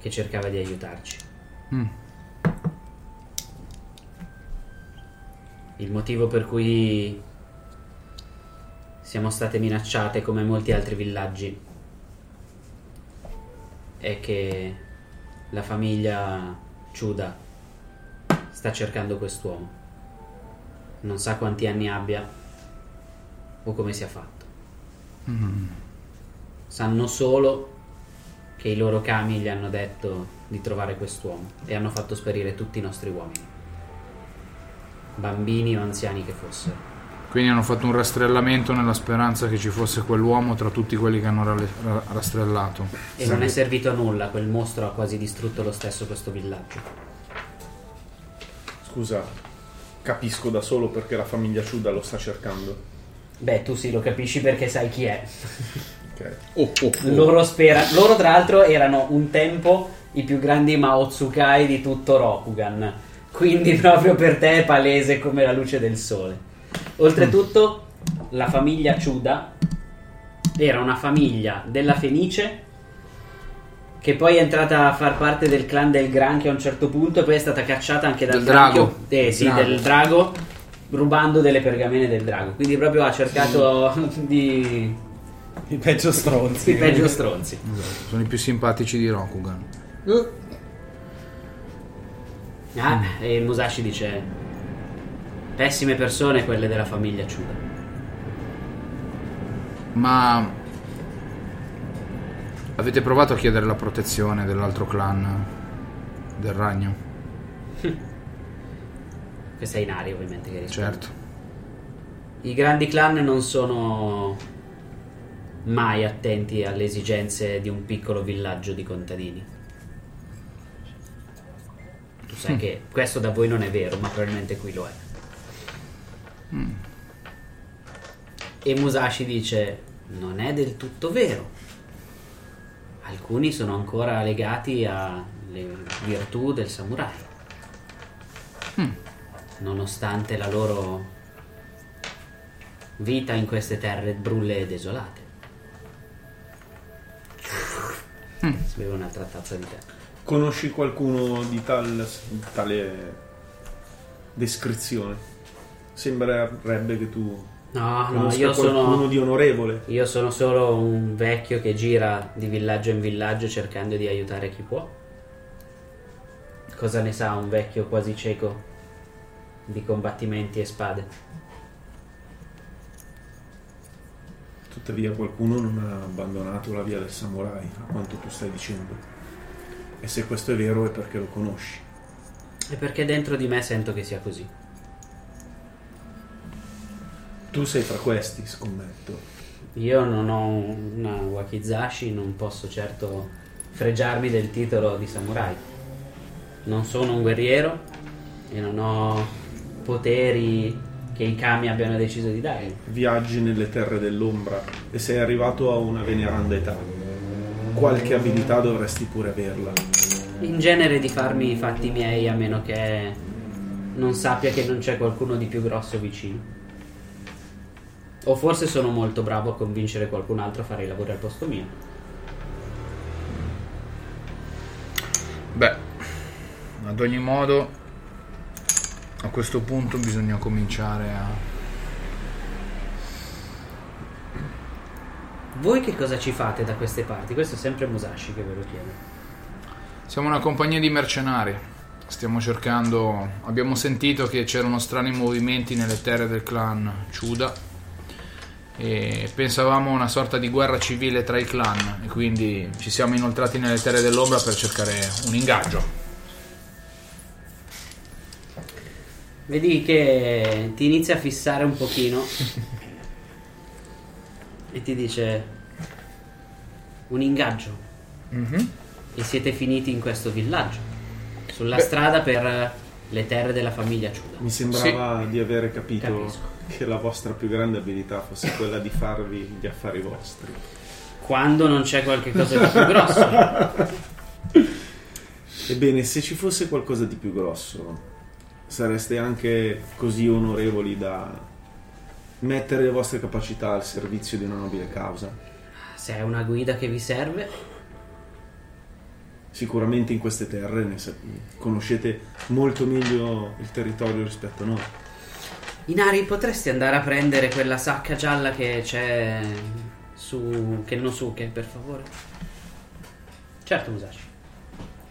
Speaker 1: che cercava di aiutarci.
Speaker 7: Mm.
Speaker 1: Il motivo per cui siamo state minacciate come molti altri villaggi è che la famiglia Ciuda sta cercando quest'uomo. Non sa quanti anni abbia o come sia fatto.
Speaker 7: Mm.
Speaker 1: Sanno solo che i loro kami gli hanno detto di trovare quest'uomo e hanno fatto sparire tutti i nostri uomini, bambini o anziani che fossero.
Speaker 7: Quindi hanno fatto un rastrellamento nella speranza che ci fosse quell'uomo tra tutti quelli che hanno rale- ra- rastrellato.
Speaker 1: E
Speaker 5: Esatto.
Speaker 1: non è servito a nulla, quel mostro ha quasi distrutto lo stesso questo villaggio.
Speaker 5: Scusa, capisco da solo perché la famiglia Ciuda lo sta cercando.
Speaker 1: Beh, tu sì, lo capisci perché sai chi è.
Speaker 5: Ok. Oh,
Speaker 1: Loro, spera- loro, tra l'altro erano un tempo i più grandi Maotsukai di tutto Rokugan. Quindi *laughs* proprio per te è palese come la luce del sole. Oltretutto, la famiglia Ciuda era una famiglia della Fenice che poi è entrata a far parte del clan del Granchio a un certo punto e poi è stata cacciata anche dal
Speaker 7: Del drago.
Speaker 1: Granchio. Eh, sì,
Speaker 7: Drago.
Speaker 1: del drago rubando delle pergamene del drago. Quindi proprio ha cercato *laughs* di
Speaker 6: I peggio stronzi.
Speaker 1: i peggio stronzi.
Speaker 7: Esatto, Sono i più simpatici di Rokugan.
Speaker 1: Ah, e Musashi dice: Pessime persone quelle della famiglia Chuda.
Speaker 7: Ma avete provato a chiedere la protezione dell'altro clan del ragno?
Speaker 1: Questa è Inari, ovviamente, che risponde.
Speaker 7: Certo.
Speaker 1: I grandi clan non sono mai attenti alle esigenze di un piccolo villaggio di contadini. Tu sai
Speaker 7: Mm.
Speaker 1: che questo da voi non è vero, ma probabilmente qui lo è.
Speaker 7: Mm.
Speaker 1: E Musashi dice: Non è del tutto vero. Alcuni sono ancora legati alle virtù del samurai. Nonostante la loro vita in queste terre brulle e desolate. Si beve un'altra tazza di tè.
Speaker 5: Conosci qualcuno di tal, tale descrizione? Sembrerebbe che tu
Speaker 1: No, no,
Speaker 5: conosca
Speaker 1: Ah, io
Speaker 5: qualcuno
Speaker 1: sono.
Speaker 5: di onorevole.
Speaker 1: Io sono solo un vecchio che gira di villaggio in villaggio cercando di aiutare chi può. Cosa ne sa un vecchio quasi cieco di combattimenti e spade?
Speaker 5: Tuttavia qualcuno non ha abbandonato la via del samurai, a quanto tu stai dicendo. E se questo è vero è perché lo conosci.
Speaker 1: E perché dentro di me sento che sia così.
Speaker 5: Tu sei fra questi, scommetto.
Speaker 1: Io non ho una wakizashi, non posso certo fregiarmi del titolo di samurai. Non sono un guerriero e non ho poteri che i kami abbiano deciso di darmi.
Speaker 5: Viaggi nelle terre dell'ombra e sei arrivato a una veneranda età. Qualche abilità dovresti pure averla.
Speaker 1: In genere di farmi i fatti miei a meno che non sappia che non c'è qualcuno di più grosso vicino. O forse sono molto bravo a convincere qualcun altro a fare i lavori al posto mio.
Speaker 7: Beh, ad ogni modo, a questo punto bisogna cominciare a...
Speaker 1: Voi che cosa ci fate da queste parti? Questo è sempre Musashi che ve lo chiede.
Speaker 7: Siamo una compagnia di mercenari, stiamo cercando... Abbiamo sentito che c'erano strani movimenti nelle terre del clan Ciuda e pensavamo a una sorta di guerra civile tra i clan e quindi ci siamo inoltrati nelle terre dell'ombra per cercare un ingaggio.
Speaker 1: Vedi che ti inizia a fissare un pochino e ti dice un ingaggio e siete finiti in questo villaggio sulla
Speaker 5: Beh.
Speaker 1: strada per le terre della famiglia Ciuda.
Speaker 5: Mi sembrava di aver capito che la vostra più grande abilità fosse quella di farvi gli affari vostri.
Speaker 1: Quando non c'è qualche cosa di più grosso.
Speaker 5: Ebbene, se ci fosse qualcosa di più grosso, sareste anche così onorevoli da mettere le vostre capacità al servizio di una nobile causa.
Speaker 1: Se è una guida che vi serve,
Speaker 5: Sicuramente in queste terre ne sa- conoscete molto meglio il territorio rispetto a noi.
Speaker 1: Inari, potresti andare a prendere quella sacca gialla che c'è su Kennosuke, per favore? Certo, Musashi.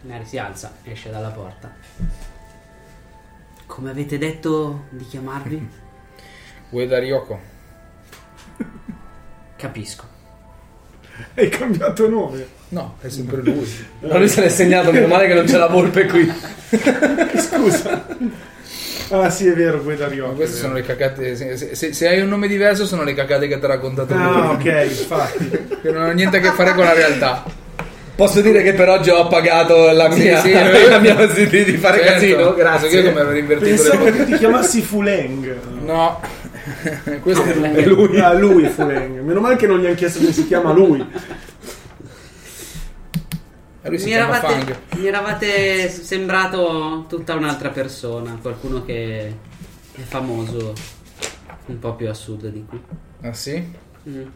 Speaker 1: Inari si alza, esce dalla porta. Come avete detto di chiamarvi?
Speaker 7: Ueda Ryoko.
Speaker 1: Capisco.
Speaker 5: Hai cambiato nome?
Speaker 7: No, è sempre *laughs* lui.
Speaker 6: No, lui se l'è segnato, meno male che non c'è la volpe qui.
Speaker 5: Scusa. Ah sì, è vero, Guida Ryoko.
Speaker 7: Queste sono le cacate. Se, se- se hai un nome diverso, sono le cacate che ti ha raccontato
Speaker 5: Ah,
Speaker 7: lui. *laughs*
Speaker 5: ok, infatti.
Speaker 7: Che non hanno niente a che fare con la realtà.
Speaker 6: Posso dire che per oggi ho pagato la
Speaker 7: Sì,
Speaker 6: mia,
Speaker 7: sì,
Speaker 6: *laughs* la mia possibilità di fare
Speaker 7: Certo.
Speaker 6: casino? Grazie.
Speaker 7: Sai che come avrei invertito le
Speaker 5: Pensavo
Speaker 7: cose?
Speaker 5: che ti chiamassi Fuleng.
Speaker 7: No, *laughs* questo
Speaker 5: è lui. Ah, lui è Fuleng. Meno male che non gli hanno chiesto come si chiama lui.
Speaker 7: Ah,
Speaker 1: Mi eravate, mi eravate sembrato tutta un'altra persona, qualcuno che è famoso un po' più a sud di qui.
Speaker 7: Ah sì?
Speaker 1: Mm.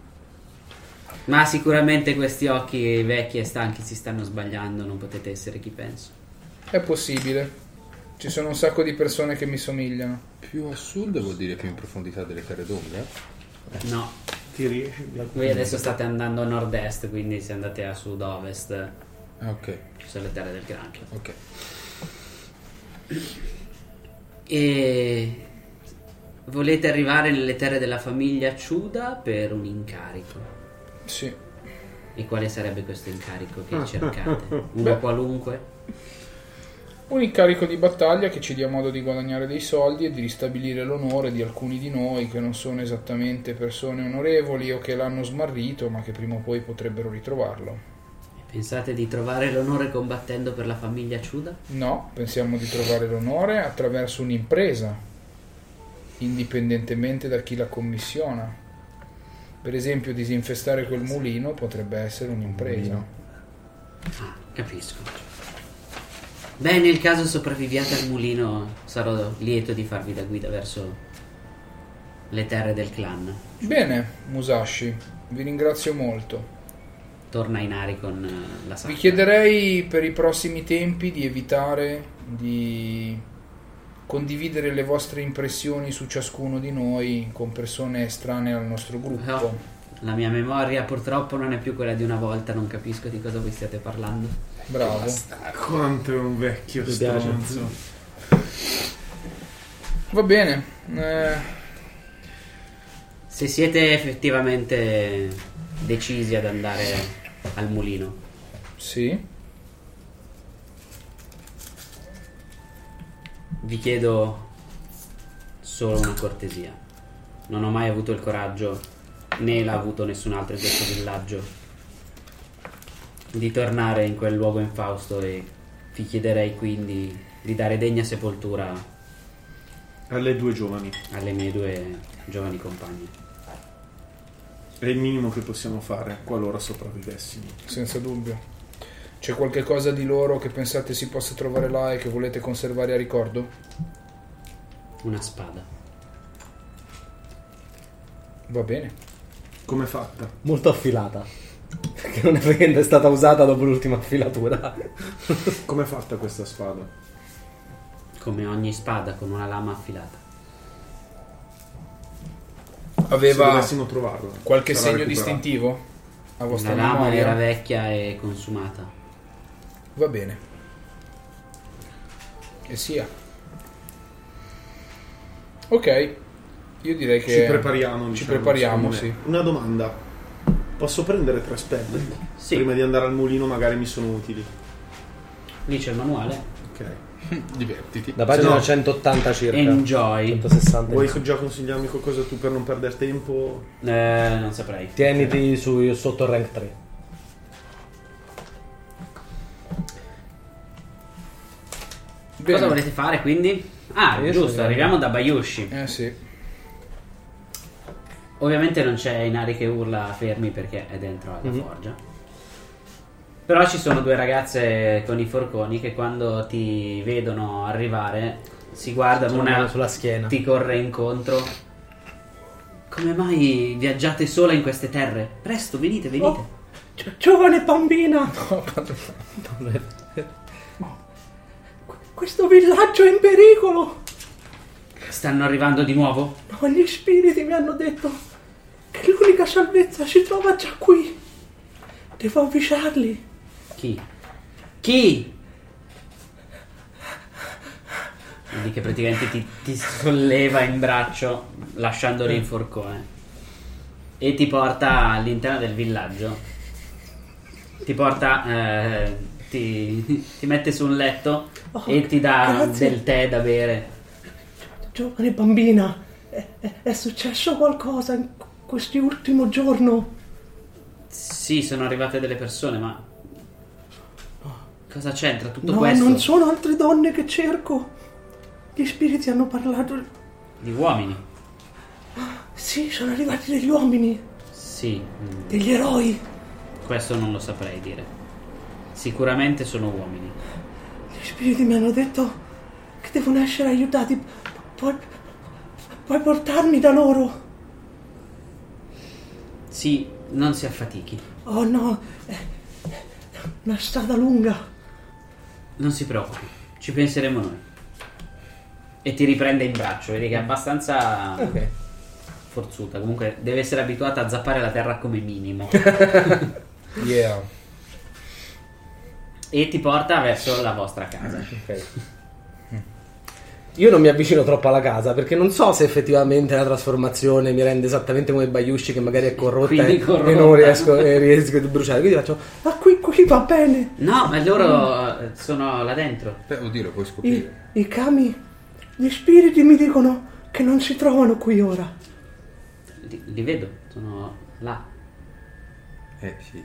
Speaker 1: Ma sicuramente questi occhi vecchi e stanchi si stanno sbagliando, non potete essere chi penso.
Speaker 7: È possibile. Ci sono un sacco di persone che mi somigliano.
Speaker 3: Più a sud vuol dire più in profondità delle terre d'ombra?
Speaker 1: No.
Speaker 5: Ti riesci?
Speaker 1: Voi adesso state andando a nord-est, quindi se andate a sud-ovest
Speaker 3: Ah, ok.
Speaker 1: ci sono le terre del granchio.
Speaker 3: Ok.
Speaker 1: E volete arrivare nelle terre della famiglia Ciuda per un incarico.
Speaker 7: Sì.
Speaker 1: E quale sarebbe questo incarico che
Speaker 7: Ah.
Speaker 1: cercate? Uno
Speaker 7: Beh.
Speaker 1: qualunque?
Speaker 7: Un incarico di battaglia che ci dia modo di guadagnare dei soldi e di ristabilire l'onore di alcuni di noi che non sono esattamente persone onorevoli o che l'hanno smarrito, ma che prima o poi potrebbero ritrovarlo.
Speaker 1: Pensate di trovare l'onore combattendo per la famiglia Ciuda?
Speaker 7: No, pensiamo di trovare l'onore attraverso un'impresa, indipendentemente da chi la commissiona. Per esempio, disinfestare quel mulino potrebbe essere un'impresa.
Speaker 1: Capisco. Beh, nel caso sopravviviate al mulino, sarò lieto di farvi da guida verso le terre del clan.
Speaker 7: Bene, Musashi, vi ringrazio molto.
Speaker 1: Torna in ari con eh, la
Speaker 7: Vi
Speaker 1: sacca.
Speaker 7: chiederei per i prossimi tempi di evitare di condividere le vostre impressioni su ciascuno di noi con persone estranee al nostro gruppo.
Speaker 1: Ah, La mia memoria purtroppo non è più quella di una volta, non capisco di cosa voi stiate parlando.
Speaker 7: Bravo.
Speaker 5: Quanto è un vecchio
Speaker 1: Mi piace.
Speaker 5: stronzo.
Speaker 7: Va bene. eh,
Speaker 1: Se siete effettivamente decisi ad andare al mulino,
Speaker 7: sì.
Speaker 1: vi chiedo solo una cortesia. Non ho mai avuto il coraggio, né l'ha avuto nessun altro in questo villaggio, di tornare in quel luogo infausto e vi chiederei quindi di dare degna sepoltura
Speaker 5: alle due giovani,
Speaker 1: alle mie due giovani compagne.
Speaker 5: È il minimo che possiamo fare qualora sopravvivessimo.
Speaker 7: Senza dubbio. C'è qualche cosa di loro che pensate si possa trovare là e che volete conservare a ricordo?
Speaker 1: Una spada.
Speaker 7: Va bene.
Speaker 5: Come fatta?
Speaker 6: Molto affilata. Perché non è perché è stata usata dopo l'ultima affilatura.
Speaker 5: Come è fatta questa spada?
Speaker 1: Come ogni spada con una lama affilata.
Speaker 5: Se
Speaker 7: Aveva
Speaker 5: dovessimo trovarla,
Speaker 7: qualche
Speaker 5: sarà
Speaker 7: segno
Speaker 5: recuperata.
Speaker 7: distintivo? A vostra
Speaker 1: La lama
Speaker 7: memoria?
Speaker 1: era vecchia e consumata.
Speaker 7: Va bene. Che sia. Ok. Io direi che
Speaker 5: Ci prepariamo,
Speaker 7: Ci
Speaker 5: diciamo,
Speaker 7: prepariamo,
Speaker 5: secondo
Speaker 7: sì.
Speaker 5: me. Una domanda. Posso prendere tre spelle?
Speaker 1: Sì.
Speaker 5: Prima di andare al mulino magari mi sono utili.
Speaker 1: Lì c'è il manuale.
Speaker 5: Ok.
Speaker 7: Divertiti.
Speaker 6: Da pagina
Speaker 5: Se no-
Speaker 6: 180 circa.
Speaker 1: Enjoy.
Speaker 6: 160.
Speaker 5: Vuoi già consigliarmi qualcosa tu per non perdere tempo?
Speaker 1: Eh, non saprei.
Speaker 6: Tieniti su, sotto il rank 3.
Speaker 7: Bene.
Speaker 1: Cosa volete fare quindi? Ah,
Speaker 7: Io
Speaker 1: giusto,
Speaker 7: sto
Speaker 1: arriviamo da Bayushi.
Speaker 7: Eh sì.
Speaker 1: Ovviamente non c'è Inari che urla fermi perché è dentro alla
Speaker 6: Mhm.
Speaker 1: forgia. Però ci sono due ragazze con i forconi che quando ti vedono arrivare si guardano
Speaker 6: Sulla-
Speaker 1: una
Speaker 6: sulla schiena.
Speaker 1: ti corre incontro. Come mai viaggiate sola in queste terre? Presto, venite,
Speaker 11: Oh,
Speaker 1: venite.
Speaker 6: Giovane bambina!
Speaker 11: Oh, Questo villaggio è in pericolo!
Speaker 1: Stanno arrivando di nuovo?
Speaker 11: No, gli spiriti mi hanno detto che l'unica salvezza si trova già qui. Devo avvisarli.
Speaker 1: Chi? Chi? Quindi che praticamente ti, ti solleva in braccio lasciandoli in forcone eh. e ti porta all'interno del villaggio. Ti porta, eh, ti, ti mette su un letto e ti dà
Speaker 11: Oh, grazie.
Speaker 1: del tè da bere.
Speaker 11: Giovane bambina, è, è- è successo qualcosa in questi ultimi giorni.
Speaker 1: Sì, sono arrivate delle persone, ma cosa c'entra tutto
Speaker 11: Oh. No,
Speaker 1: questo?
Speaker 11: non sono altre donne che cerco. Gli spiriti hanno parlato.
Speaker 1: Di uomini.
Speaker 11: Sì, sono arrivati degli uomini,
Speaker 1: Sì. mm.
Speaker 11: degli eroi.
Speaker 1: Questo non lo saprei dire. Sicuramente sono uomini.
Speaker 11: Gli spiriti mi hanno detto che devono essere aiutati. Puoi, puoi portarmi da loro?
Speaker 1: Sì, non si affatichi.
Speaker 11: Oh no, è una strada lunga.
Speaker 1: Non si preoccupi, ci penseremo noi. E ti riprende in braccio, vedi che è abbastanza
Speaker 6: Ok.
Speaker 1: forzuta. Comunque deve essere abituata a zappare la terra come
Speaker 6: *laughs*
Speaker 1: minimo.
Speaker 7: Yeah.
Speaker 1: e ti porta verso la vostra casa.
Speaker 6: Io non mi avvicino troppo alla casa perché non so se effettivamente la trasformazione mi rende esattamente come Bayushi che magari è corrotta,
Speaker 1: Quindi
Speaker 6: e-
Speaker 1: corrotta.
Speaker 6: e non riesco, e riesco a bruciare. Quindi faccio
Speaker 11: Ma qui, qui va bene.
Speaker 1: No, ma loro eh, sono là dentro.
Speaker 8: vuol dire, puoi scoprire.
Speaker 11: I, i kami, gli spiriti mi dicono che non si trovano qui ora.
Speaker 1: Li, li vedo, sono là.
Speaker 8: Eh sì.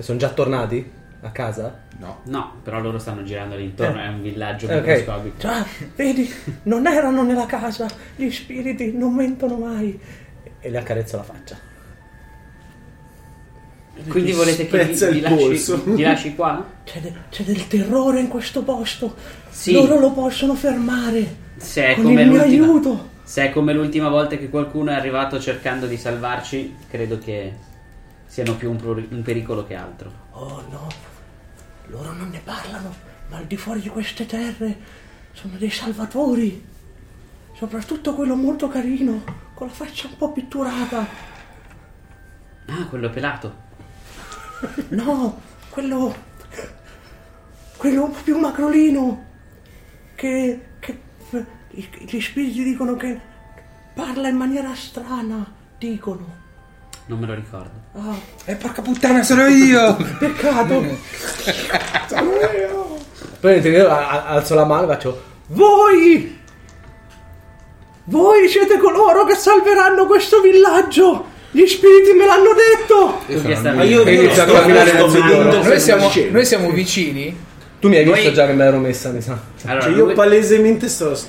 Speaker 6: Sono già tornati a casa?
Speaker 8: No.
Speaker 1: No, però loro stanno girando all'intorno,
Speaker 6: Eh.
Speaker 1: è un villaggio
Speaker 6: Ok.
Speaker 1: microscopico.
Speaker 11: Già, vedi, non erano nella casa. Gli spiriti non mentono mai.
Speaker 6: E le accarezzo la faccia.
Speaker 1: Quindi volete che vi,
Speaker 5: Spezza il
Speaker 1: vi lasci,
Speaker 5: polso.
Speaker 1: vi lasci qua?
Speaker 11: C'è, de- c'è del terrore in questo posto.
Speaker 1: Sì.
Speaker 11: Loro lo possono fermare.
Speaker 1: Se è
Speaker 11: Con
Speaker 1: come
Speaker 11: il mio
Speaker 1: l'ultima-
Speaker 11: aiuto.
Speaker 1: Se è come l'ultima volta che qualcuno è arrivato cercando di salvarci, credo che siano più un, pro- un pericolo che altro.
Speaker 11: Oh no, loro non ne parlano, ma al di fuori di queste terre sono dei salvatori. Soprattutto quello molto carino, con la faccia un po' pitturata.
Speaker 1: Ah, quello pelato.
Speaker 11: No, quello. quello un po' più macrolino. Che. che gli spiriti dicono che parla in maniera strana. Dicono.
Speaker 1: Non me lo ricordo.
Speaker 11: Ah,
Speaker 3: E porca puttana, sono io!
Speaker 11: Peccato!
Speaker 6: Poi io a- alzo la mano e faccio.
Speaker 11: Voi! Voi siete coloro che salveranno questo villaggio! Gli spiriti me l'hanno detto!
Speaker 5: Ma Ah, io- io non sto guardando
Speaker 9: Noi siamo,
Speaker 5: dicendo.
Speaker 9: noi siamo vicini.
Speaker 6: Tu mi hai
Speaker 9: Noi-
Speaker 6: visto già che me l'ero messa, mi sa.
Speaker 1: Allora,
Speaker 5: Cioè,
Speaker 1: lui-
Speaker 5: io palesemente sto s-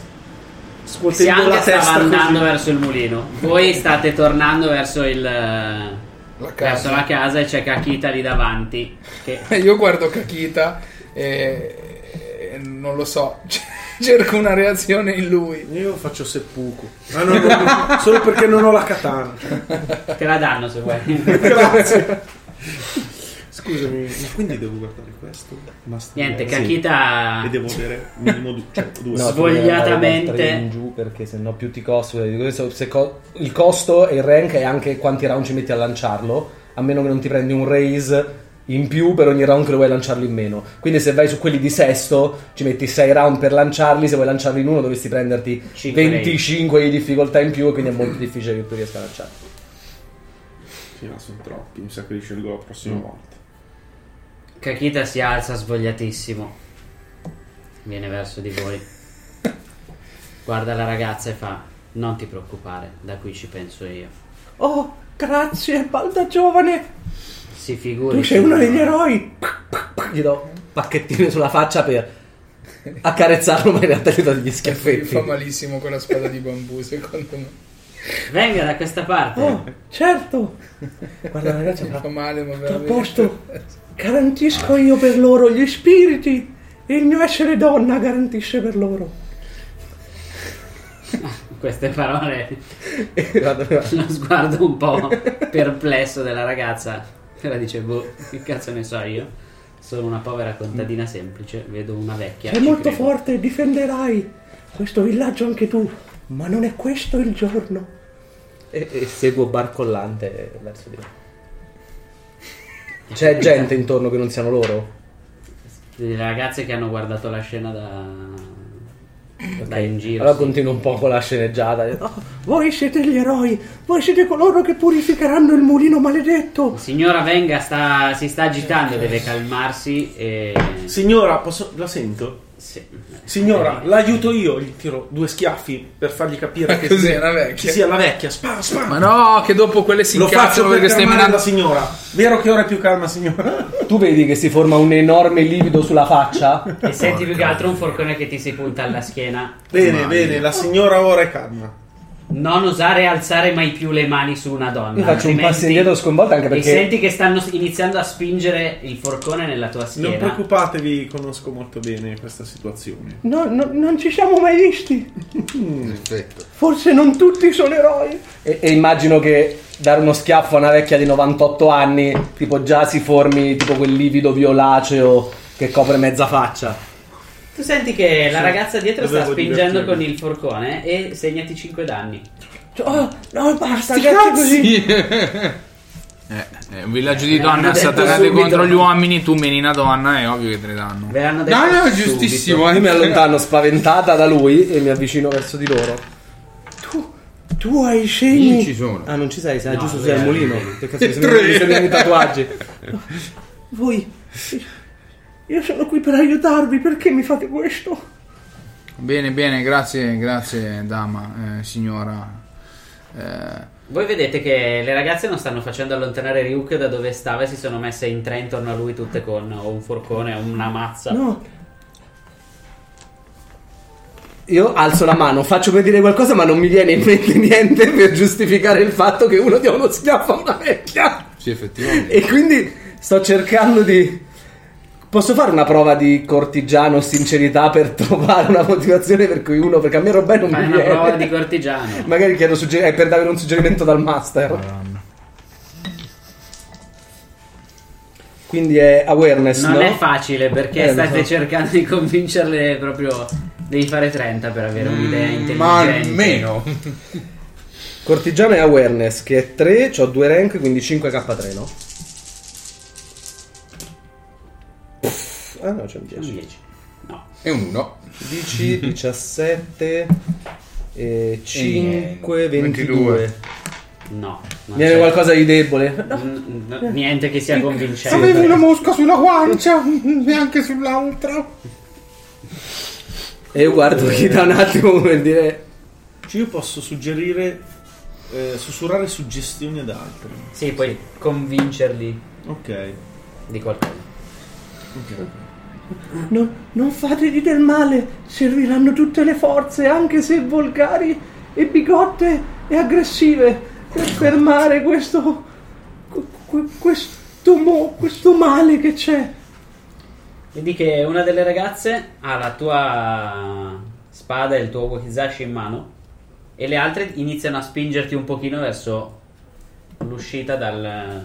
Speaker 5: scuotendo
Speaker 1: Sianga
Speaker 5: la
Speaker 1: stava
Speaker 5: testa
Speaker 1: andando
Speaker 5: così.
Speaker 1: verso il mulino. Voi state tornando verso il. eh, verso la casa e c'è Kakita lì davanti. Che
Speaker 7: *laughs* Io guardo Kakita e, e non lo so, *laughs* cerco una reazione in lui.
Speaker 5: Io faccio seppuku. Ma Ah, no, no, *laughs* no, solo perché non ho la katana.
Speaker 1: te la danno se vuoi.
Speaker 5: *laughs* Grazie. Scusami, ma quindi devo guardare questo? Basta-
Speaker 1: Niente,
Speaker 5: Sì.
Speaker 1: Kakita-
Speaker 5: E devo avere minimo du- cioè, due.
Speaker 6: No,
Speaker 1: Svogliatamente.
Speaker 6: tu devi andare da tre in giù perché sennò più ti costa. Questo- se co- il costo e il rank è anche quanti round ci metti a lanciarlo, a meno che non ti prendi un raise in più per ogni round che lo vuoi lanciarlo in meno. Quindi se vai su quelli di sesto ci metti 6 round per lanciarli, se vuoi lanciarli in uno dovresti prenderti
Speaker 1: Cinque
Speaker 6: 25 di difficoltà in più e quindi è molto difficile che tu riesca a lanciarlo.
Speaker 5: Sì, ma sono troppi. Mi sa che li scelgo la prossima volta.
Speaker 1: Kakita si alza svogliatissimo. Viene verso di voi. Guarda la ragazza e fa: Non ti preoccupare, da qui ci penso io.
Speaker 11: Oh, grazie, balda giovane!
Speaker 1: Si figuri.
Speaker 11: Tu sei uno degli eroi!
Speaker 6: Gli do un pacchettino sulla faccia per accarezzarlo, ma in realtà gli do degli
Speaker 7: Mi *laughs* fa
Speaker 6: schiaffetti.
Speaker 7: malissimo quella spada di bambù, secondo me.
Speaker 1: Venga da questa parte.
Speaker 11: Certo!
Speaker 6: Guarda ragazzi,
Speaker 7: mi fa male, ma
Speaker 11: A
Speaker 7: veramente.
Speaker 11: posto! Garantisco io per loro gli spiriti! Il mio essere donna garantisce per loro!
Speaker 1: Queste parole. Lo sguardo un po' perplesso della ragazza. E la dice: Boh, che cazzo ne so io. Sono una povera contadina semplice. Vedo una vecchia.
Speaker 11: Sei
Speaker 1: ci
Speaker 11: molto
Speaker 1: credo."
Speaker 11: forte, difenderai questo villaggio anche tu, ma non è questo il giorno.
Speaker 6: E, e seguo barcollante verso di me. C'è gente intorno che non siano loro?
Speaker 1: Le ragazze che hanno guardato la scena da. da in giro.
Speaker 6: Allora
Speaker 1: sì.
Speaker 6: continuo un po' con la sceneggiata.
Speaker 11: Oh, voi siete gli eroi, voi siete coloro che purificheranno il mulino maledetto.
Speaker 1: Signora Venga sta, si sta agitando, deve calmarsi e...
Speaker 5: Signora, posso- la sento?
Speaker 1: Sì.
Speaker 7: Eh.
Speaker 5: Signora, l'aiuto io. Gli tiro due schiaffi per fargli
Speaker 7: *laughs*
Speaker 5: capire che
Speaker 7: Così,
Speaker 5: sia-
Speaker 7: la vecchia.
Speaker 5: che sia la vecchia. Spam, spam.
Speaker 7: Ma no, che dopo quelle si
Speaker 5: Lo
Speaker 7: incazzano
Speaker 5: faccio
Speaker 7: perché
Speaker 5: per
Speaker 7: stai
Speaker 5: calmare
Speaker 7: menando.
Speaker 5: la signora. Vero che ora è più calma, signora?
Speaker 6: Tu vedi che si forma un enorme livido sulla faccia?
Speaker 1: E senti più che altro un forcone che ti si punta alla schiena.
Speaker 5: Bene, bene, la signora ora è calma.
Speaker 1: Non osare alzare mai più le mani su una donna.
Speaker 6: Io faccio un
Speaker 1: altrimenti-
Speaker 6: passo indietro sconvolto anche
Speaker 1: E
Speaker 6: perché...
Speaker 1: senti che stanno iniziando a spingere il forcone nella tua
Speaker 5: Non
Speaker 1: schiena.
Speaker 5: preoccupatevi, conosco molto bene questa situazione.
Speaker 11: No, no, non ci siamo mai visti.
Speaker 3: Perfetto.
Speaker 11: Forse non tutti sono eroi.
Speaker 6: E, e immagino che dare uno schiaffo a una vecchia di 98 anni, tipo già si formi tipo quel livido violaceo che copre mezza faccia.
Speaker 1: Tu senti che la ragazza dietro sta
Speaker 6: Dovevo
Speaker 1: spingendo
Speaker 6: divertirmi.
Speaker 1: con il forcone e segnati 5 danni.
Speaker 11: Oh, no, basta,
Speaker 1: Sti
Speaker 11: grazie
Speaker 1: cazzi!
Speaker 11: così.
Speaker 7: Eh, eh, un villaggio di
Speaker 1: Me l'hanno
Speaker 7: donne
Speaker 1: detto
Speaker 7: satanate
Speaker 1: subito.
Speaker 7: contro gli uomini, tu meni una donna, è ovvio che te ne danno.
Speaker 1: Ve l'hanno
Speaker 7: detto No, no, subito. giustissimo, eh.
Speaker 6: Io mi allontano spaventata da lui e mi avvicino verso di loro.
Speaker 11: Tu hai i segni.
Speaker 6: ci sono. Ah, non ci sei, sei
Speaker 11: No,
Speaker 6: giusto
Speaker 11: lui
Speaker 6: sei al
Speaker 11: è-
Speaker 6: mulino. Che cazzo *laughs* mi
Speaker 11: Tre.
Speaker 6: sembrano mi sembrano i tatuaggi.
Speaker 11: Voi. Io sono qui per aiutarvi, perché mi fate questo?
Speaker 7: Bene, bene, grazie, grazie dama, eh, signora. Eh,
Speaker 1: Voi vedete che le ragazze non stanno facendo allontanare Ryuk da dove stava e si sono messe in tre intorno a lui tutte con o un forcone o una mazza.
Speaker 11: No.
Speaker 6: Io alzo la mano, faccio per dire qualcosa, ma non mi viene in mente niente per giustificare il fatto che uno dia uno schiaffo a una vecchia.
Speaker 3: Sì, effettivamente.
Speaker 6: E quindi sto cercando di. Posso fare una prova di cortigiano sincerità per trovare una motivazione per cui uno, perché a me Robè non
Speaker 1: Fai
Speaker 6: mi
Speaker 1: una prova
Speaker 6: viene. *laughs*
Speaker 1: di cortigiano.
Speaker 6: Magari chiedo sugger- è per dare un suggerimento dal master. Quindi è awareness,
Speaker 1: Non
Speaker 6: no?
Speaker 1: è facile perché
Speaker 6: Eh, lo
Speaker 1: state
Speaker 6: so.
Speaker 1: cercando di convincerle proprio. Devi fare 30 per avere
Speaker 6: Mm,
Speaker 1: un'idea intelligente.
Speaker 6: Cortigiano è awareness, che è 3, ho 2 rank, quindi 5 K3, no? Pff, Ah no, c'è un 10.
Speaker 3: E un 1.
Speaker 6: 10, 17, e 5,
Speaker 1: niente. Cioè.
Speaker 6: 22.
Speaker 1: No. non
Speaker 6: Viene
Speaker 1: c'è.
Speaker 6: qualcosa di debole?
Speaker 1: N- n- niente che sia convincente.
Speaker 3: Avevo una mosca sulla guancia e anche sull'altra.
Speaker 6: E io guardo chi da un attimo per dire...
Speaker 5: Cioè, io posso suggerire, eh, sussurrare suggestioni ad altri.
Speaker 1: Sì, puoi convincerli.
Speaker 5: Ok.
Speaker 1: Di qualcosa.
Speaker 11: Non, non fatevi del male, serviranno tutte le forze, anche se volgari e bigotte e aggressive, per fermare questo. que- que- questo, mo- questo male che c'è.
Speaker 1: Vedi che una delle ragazze ha la tua spada e il tuo wakizashi in mano e le altre iniziano a spingerti un pochino verso l'uscita dal,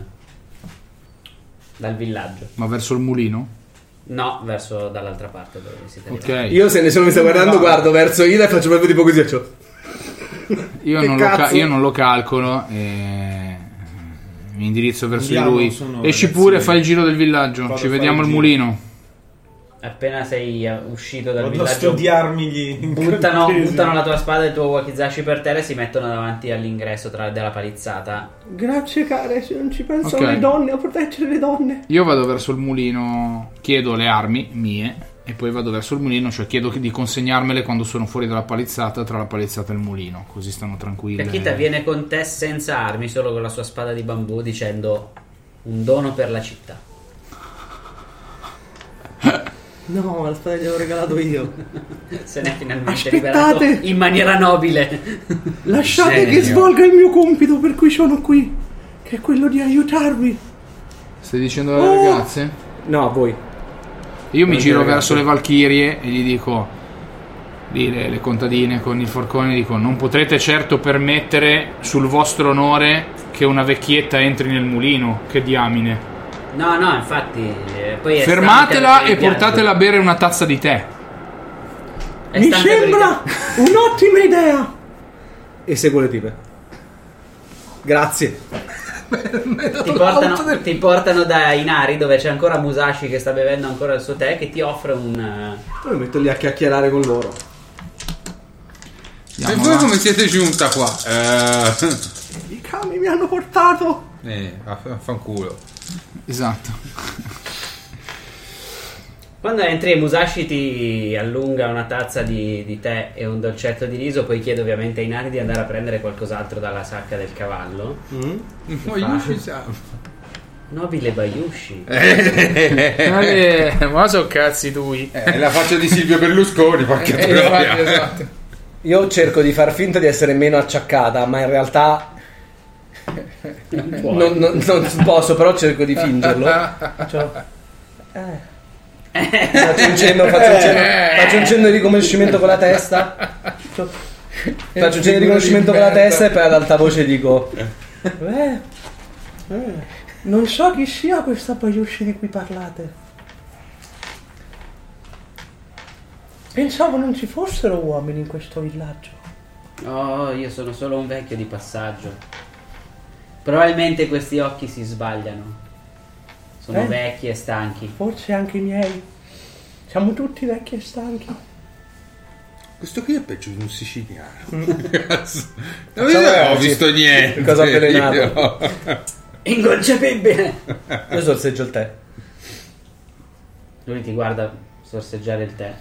Speaker 1: dal villaggio.
Speaker 7: Ma verso il mulino?
Speaker 1: No, verso dall'altra parte dove siete
Speaker 7: Ok.
Speaker 1: arrivati.
Speaker 6: Io se nessuno mi sta guardando
Speaker 7: No.
Speaker 6: guardo verso Ida e faccio proprio tipo così, faccio...
Speaker 7: Io,
Speaker 6: Che
Speaker 7: non lo, ca-
Speaker 6: cazzo?
Speaker 7: io non lo calcolo e mi indirizzo verso di
Speaker 1: Andiamo,
Speaker 7: lui.
Speaker 1: sono
Speaker 7: Esci
Speaker 1: ragazzi
Speaker 7: pure,
Speaker 1: miei.
Speaker 7: fai il giro del villaggio.
Speaker 1: Vado a
Speaker 7: Ci
Speaker 1: fare
Speaker 7: vediamo
Speaker 1: il
Speaker 7: al
Speaker 1: giro.
Speaker 7: mulino.
Speaker 1: Appena sei eh, uscito dal
Speaker 5: Vado a
Speaker 1: villaggio,
Speaker 5: studiarmi gli
Speaker 1: buttano,
Speaker 5: incantesimi.
Speaker 1: buttano la tua spada e il tuo wakizashi per terra e si mettono davanti all'ingresso tra- della palizzata.
Speaker 11: Grazie care, se non ci pensano
Speaker 7: Ok.
Speaker 11: le donne a proteggere le donne.
Speaker 7: Io vado verso il mulino, chiedo le armi mie e poi vado verso il mulino, cioè chiedo che- di consegnarmele quando sono fuori dalla palizzata, tra la palizzata e il mulino, così stanno tranquilli.
Speaker 1: Kakita viene con te senza armi, solo con la sua spada di bambù, dicendo un dono per la città.
Speaker 11: No, la storia gliel'ho regalato io.
Speaker 1: Se n'è finalmente
Speaker 11: Aspettate!
Speaker 1: liberato in maniera nobile.
Speaker 11: Lasciate
Speaker 1: Genio.
Speaker 11: che svolga il mio compito per cui sono qui, che è quello di aiutarvi.
Speaker 7: Stai dicendo alle
Speaker 11: Oh!
Speaker 7: ragazze?
Speaker 6: No, voi.
Speaker 7: Io mi
Speaker 6: Voi
Speaker 7: giro
Speaker 6: ragazze.
Speaker 7: verso le valchirie e gli dico, lì le, le contadine con il forcone, dico, non potrete certo permettere sul vostro onore che una vecchietta entri nel mulino, che diamine.
Speaker 1: No, no, infatti. eh, Poi è
Speaker 7: Fermatela
Speaker 1: stante
Speaker 7: e
Speaker 1: per il
Speaker 7: portatela a bere una tazza di tè.
Speaker 1: piatto. È
Speaker 11: Mi
Speaker 1: stante per il
Speaker 11: sembra *laughs* un'ottima idea.
Speaker 6: E seguo le tipe. Grazie.
Speaker 1: ti portano, ti portano da Inari dove c'è ancora Musashi che sta bevendo ancora il suo tè che ti offre un eh,
Speaker 6: Poi mi metto lì a chiacchierare con loro.
Speaker 3: E
Speaker 6: Andiamo
Speaker 3: voi
Speaker 6: avanti.
Speaker 3: come siete giunta qua? Eh,
Speaker 11: I cami mi hanno portato.
Speaker 3: eh, aff- affanculo.
Speaker 7: Esatto.
Speaker 1: quando entri Musashi ti allunga una tazza di, di tè e un dolcetto di riso poi chiede ovviamente a Inari di andare a prendere qualcos'altro dalla sacca del cavallo
Speaker 3: No, io ci siamo.
Speaker 1: nobile Bayushi
Speaker 7: ma so cazzi tui.
Speaker 3: È la faccia di Silvio Berlusconi, porca
Speaker 6: Eh,
Speaker 3: troia.
Speaker 6: infatti, esatto. Io cerco di far finta di essere meno acciaccata, ma in realtà non, non- non posso, però cerco di fingerlo. Faccio, faccio un cenno, faccio un cenno, faccio un cenno di riconoscimento con la testa. Faccio un cenno di riconoscimento con la testa e poi ad alta voce dico:
Speaker 11: Beh, eh, non so chi sia questa Bayushi di cui parlate. Pensavo non ci fossero uomini in questo villaggio.
Speaker 1: oh io sono solo un vecchio di passaggio probabilmente questi occhi si sbagliano sono
Speaker 11: Eh.
Speaker 1: vecchi e stanchi
Speaker 11: Forse anche i miei. Siamo tutti vecchi e stanchi.
Speaker 3: Questo qui è peggio di un siciliano. *laughs* Cazzo. Non
Speaker 6: Facciamo
Speaker 3: ho
Speaker 6: oggi.
Speaker 3: visto niente.
Speaker 6: Cosa avvelenato.
Speaker 1: Ingolciabile!
Speaker 6: Io sorseggio il tè.
Speaker 1: Lui ti guarda sorseggiare il tè.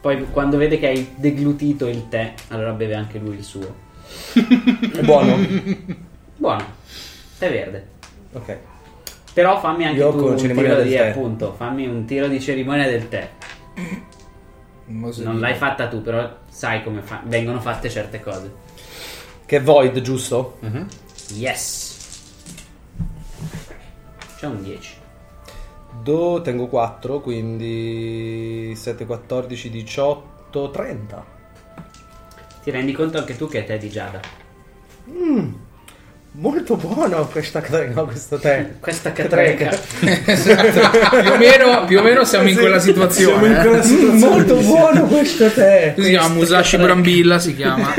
Speaker 1: Poi quando vede che hai deglutito il tè, allora beve anche lui il suo.
Speaker 6: È buono?
Speaker 1: Buono. Tè verde.
Speaker 6: Ok.
Speaker 1: Però fammi anche
Speaker 6: Io
Speaker 1: tu
Speaker 6: con
Speaker 1: un
Speaker 6: cerimonia
Speaker 1: tiro
Speaker 6: del
Speaker 1: di
Speaker 6: tè.
Speaker 1: appunto, fammi un tiro di cerimonia del tè. Non l'hai fatta tu, però sai come fa- vengono fatte certe cose.
Speaker 6: Che è void, giusto?
Speaker 1: Yes. C'è un 10.
Speaker 6: Do tengo 4, quindi 7, 14, 18, 30.
Speaker 1: Ti rendi conto anche tu che è tè di giada.
Speaker 6: Mm, molto buono questa catre- no, questo tè.
Speaker 1: questa catreca.
Speaker 7: più, o meno, più o meno siamo in quella situazione.
Speaker 6: Siamo in quella
Speaker 7: eh.
Speaker 6: situazione. molto buono questo tè.
Speaker 7: Si chiama Musashi Brambilla, si chiama.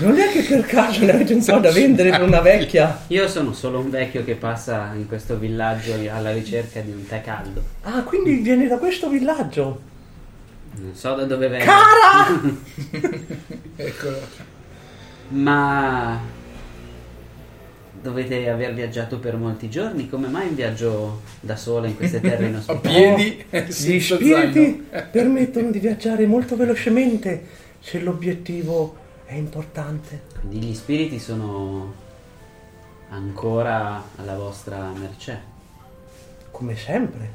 Speaker 6: Non è che per caso ne avete un po' da vendere per una vecchia?
Speaker 1: Io sono solo un vecchio che passa in questo villaggio alla ricerca di un tè caldo.
Speaker 6: Ah, quindi viene da questo villaggio.
Speaker 1: Non so da dove vengo.
Speaker 6: Cara!
Speaker 1: *laughs*
Speaker 7: Eccolo.
Speaker 1: Ma dovete aver viaggiato per molti giorni, come mai un viaggio da sola in queste
Speaker 7: *laughs*
Speaker 1: terre inospitate?
Speaker 7: piedi
Speaker 6: Gli
Speaker 7: zaino.
Speaker 6: spiriti permettono di viaggiare molto velocemente se l'obiettivo è importante.
Speaker 1: Quindi gli spiriti sono ancora alla vostra mercé.
Speaker 6: Come sempre,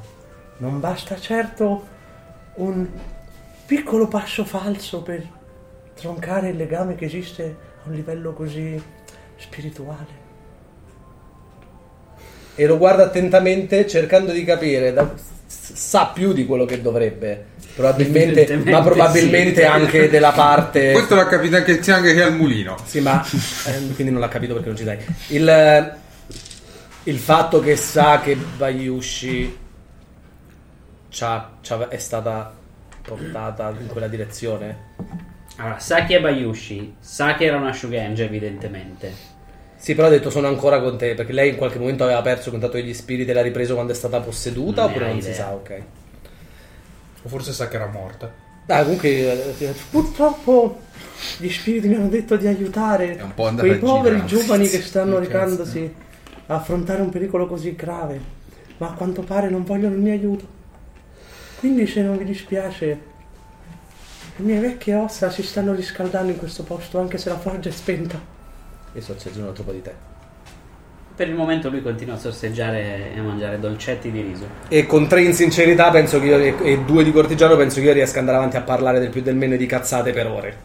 Speaker 6: non basta certo un piccolo passo falso per troncare il legame che esiste a un livello così spirituale. E lo guarda attentamente cercando di capire, da- s- sa più di quello che dovrebbe, probabilmente,
Speaker 3: Evidentemente
Speaker 6: ma probabilmente
Speaker 3: sì.
Speaker 6: anche della parte...
Speaker 3: Questo l'ha capito anche Tiang che è al mulino.
Speaker 6: Sì, ma eh, quindi non l'ha capito perché non ci dai. Il, eh, il fatto che sa che Bayushi c'ha- c'ha- è stata portata in quella direzione.
Speaker 1: Allora, Saki e Bayushi. Saki era una Shugenge, evidentemente.
Speaker 6: Sì, però ha detto sono ancora con te, perché lei in qualche momento aveva perso il contatto degli spiriti e l'ha ripreso quando è stata posseduta,
Speaker 1: Non ne
Speaker 6: oppure
Speaker 1: hai
Speaker 6: non si
Speaker 1: idea.
Speaker 6: sa, ok.
Speaker 9: O forse sa che era morta.
Speaker 6: Dai, comunque eh,
Speaker 11: Purtroppo gli spiriti mi hanno detto di aiutare
Speaker 9: un po' andata
Speaker 11: quei
Speaker 9: a
Speaker 11: poveri
Speaker 9: girare.
Speaker 11: giovani che stanno
Speaker 9: Cazzo.
Speaker 11: recandosi a affrontare un pericolo così grave, ma a quanto pare non vogliono il mio aiuto. Quindi se non vi dispiace, le mie vecchie ossa si stanno riscaldando in questo posto, anche se la forgia è spenta.
Speaker 6: E sto aggiungendo un altro po' di te.
Speaker 1: Per il momento lui continua a sorseggiare e a mangiare dolcetti di riso.
Speaker 6: E con tre in sincerità penso che io, e- e due di cortigiano penso che io riesca ad andare avanti a parlare del più del meno e di cazzate per ore.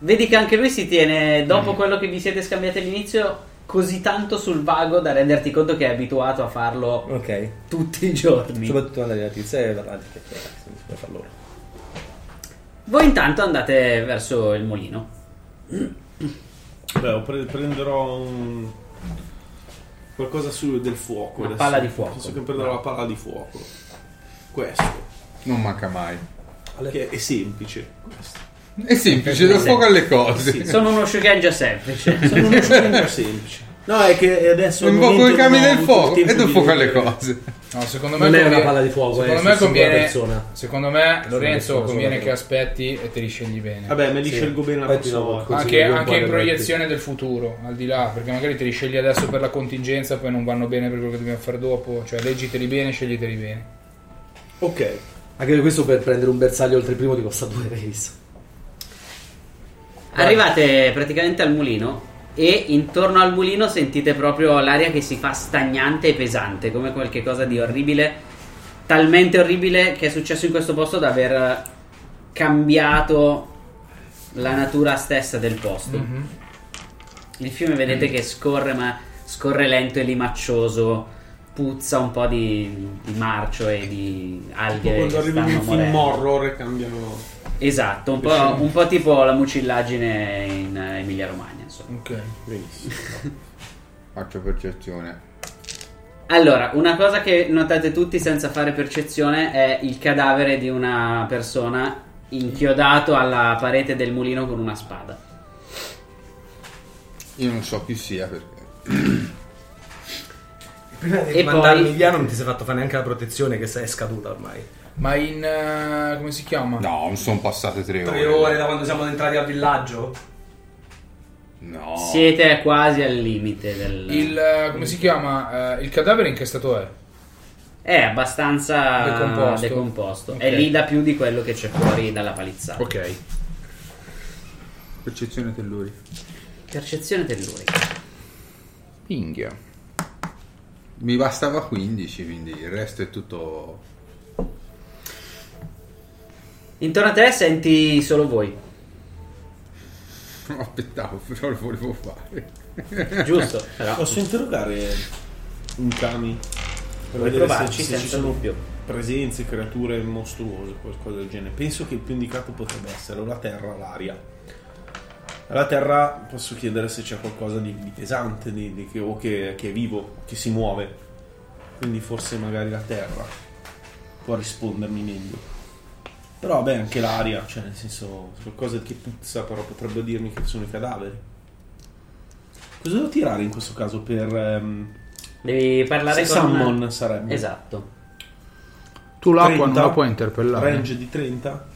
Speaker 1: Vedi che anche lui si tiene,
Speaker 6: Mm.
Speaker 1: dopo quello che vi siete scambiati all'inizio, così tanto sul vago da renderti conto che è abituato a farlo
Speaker 6: Ok.
Speaker 1: tutti i giorni.
Speaker 6: Soprattutto andare alla tizia e parlare che eh, se si può far loro.
Speaker 1: Voi intanto andate verso il mulino.
Speaker 5: Beh, ho pre- prenderò un... qualcosa su del fuoco.
Speaker 1: Una
Speaker 5: adesso.
Speaker 1: palla di fuoco.
Speaker 5: Penso che prenderò la palla di fuoco. Questo.
Speaker 3: Non manca mai.
Speaker 5: Che è semplice. *laughs* Questo.
Speaker 3: È semplice, do fuoco alle cose.
Speaker 1: Sì, sono uno shugenja semplice.
Speaker 5: Sono uno scenario semplice. No, è che adesso... al
Speaker 3: Invoco
Speaker 5: momento
Speaker 3: i kami
Speaker 5: non ho
Speaker 3: del
Speaker 5: avuto
Speaker 3: fuoco
Speaker 5: il tempo
Speaker 3: e do
Speaker 5: di-
Speaker 3: fuoco alle cose.
Speaker 7: No, secondo me
Speaker 6: Non è
Speaker 7: conviene-
Speaker 6: una palla di fuoco,
Speaker 7: Secondo
Speaker 6: eh,
Speaker 7: me
Speaker 6: su
Speaker 7: conviene.
Speaker 6: singola persona.
Speaker 7: Secondo me, Lorenzo,
Speaker 6: persona,
Speaker 7: conviene
Speaker 6: sola
Speaker 7: che aspetti e te li scegli bene.
Speaker 5: Vabbè, me li Sì. scelgo bene la
Speaker 7: Poi
Speaker 5: prossima
Speaker 7: ti do
Speaker 5: volta.
Speaker 7: qualcosa
Speaker 5: Anche-
Speaker 7: di buono
Speaker 5: anche
Speaker 7: da
Speaker 5: in
Speaker 7: mettere.
Speaker 5: proiezione
Speaker 7: del futuro, al di là, perché magari te li scegli adesso per la contingenza, poi non vanno bene per quello che dobbiamo fare dopo. Cioè, leggiteli bene, scegliteli bene.
Speaker 5: Ok.
Speaker 6: Anche questo per prendere un bersaglio oltre il primo ti costa due race.
Speaker 1: Arrivate praticamente al mulino e intorno al mulino sentite proprio l'aria che si fa stagnante e pesante, come qualche cosa di orribile, talmente orribile che è successo in questo posto da aver cambiato la natura stessa del posto.
Speaker 5: Mm-hmm.
Speaker 1: Il fiume vedete
Speaker 5: Mm.
Speaker 1: che scorre, ma scorre lento e limaccioso, puzza un po' di, di marcio e di alghe.
Speaker 5: Tipo quando
Speaker 1: che
Speaker 5: arrivi in
Speaker 1: stanno
Speaker 5: un film
Speaker 1: morendo.
Speaker 5: horror e cambiano...
Speaker 1: Esatto, un po', un po' tipo la mucillaggine in eh, Emilia-Romagna, insomma.
Speaker 7: Ok,
Speaker 5: benissimo.
Speaker 3: Faccio percezione.
Speaker 1: Allora, una cosa che notate tutti senza fare percezione è il cadavere di una persona inchiodato alla parete del mulino con una spada.
Speaker 3: Io non so chi sia perché.
Speaker 6: Prima
Speaker 1: di E mandarmi poi-
Speaker 6: Eh, via non ti sei fatto fare neanche la protezione che è scaduta ormai.
Speaker 7: Ma in. eh, come si chiama?
Speaker 3: No, non sono passate tre ore.
Speaker 6: Tre ore da quando siamo entrati al villaggio?
Speaker 5: Oh.
Speaker 3: No.
Speaker 1: Siete quasi al limite del...
Speaker 7: Il. eh, come si chiama? Eh, il cadavere in che stato è?
Speaker 1: È abbastanza
Speaker 7: Decomposto.
Speaker 1: decomposto. È
Speaker 7: Ok.
Speaker 1: lì da più di quello che c'è fuori dalla palizzata.
Speaker 7: Ok.
Speaker 3: Percezione telluri.
Speaker 1: Percezione telluri.
Speaker 7: Minghia.
Speaker 3: Mi bastava 15, quindi il resto è tutto. *laughs*
Speaker 5: *laughs*
Speaker 1: Intorno a te senti solo voi.
Speaker 3: Non lo aspettavo, però lo volevo fare.
Speaker 1: Giusto, però.
Speaker 5: Posso interrogare un kami? Per
Speaker 1: Vuoi
Speaker 5: vedere se, se
Speaker 1: provarci
Speaker 5: ci
Speaker 1: senza
Speaker 5: sono
Speaker 1: dubbio.
Speaker 5: presenze, creature mostruose, qualcosa del genere. Penso che il più indicato potrebbe essere o la terra o l'aria. Alla terra posso chiedere se c'è qualcosa di, di pesante di- di che- o che, che è vivo, che si muove. Quindi forse magari la terra può rispondermi meglio. Però beh, anche l'aria, cioè nel senso, qualcosa che puzza, però potrebbe dirmi che sono i cadaveri. Cosa devo tirare in questo caso per... ehm,
Speaker 1: Devi parlare
Speaker 5: se
Speaker 1: con-
Speaker 5: Summon sarebbe.
Speaker 1: Esatto.
Speaker 7: Tu l'acqua non
Speaker 5: 30,
Speaker 7: la puoi interpellare.
Speaker 5: Range di 30.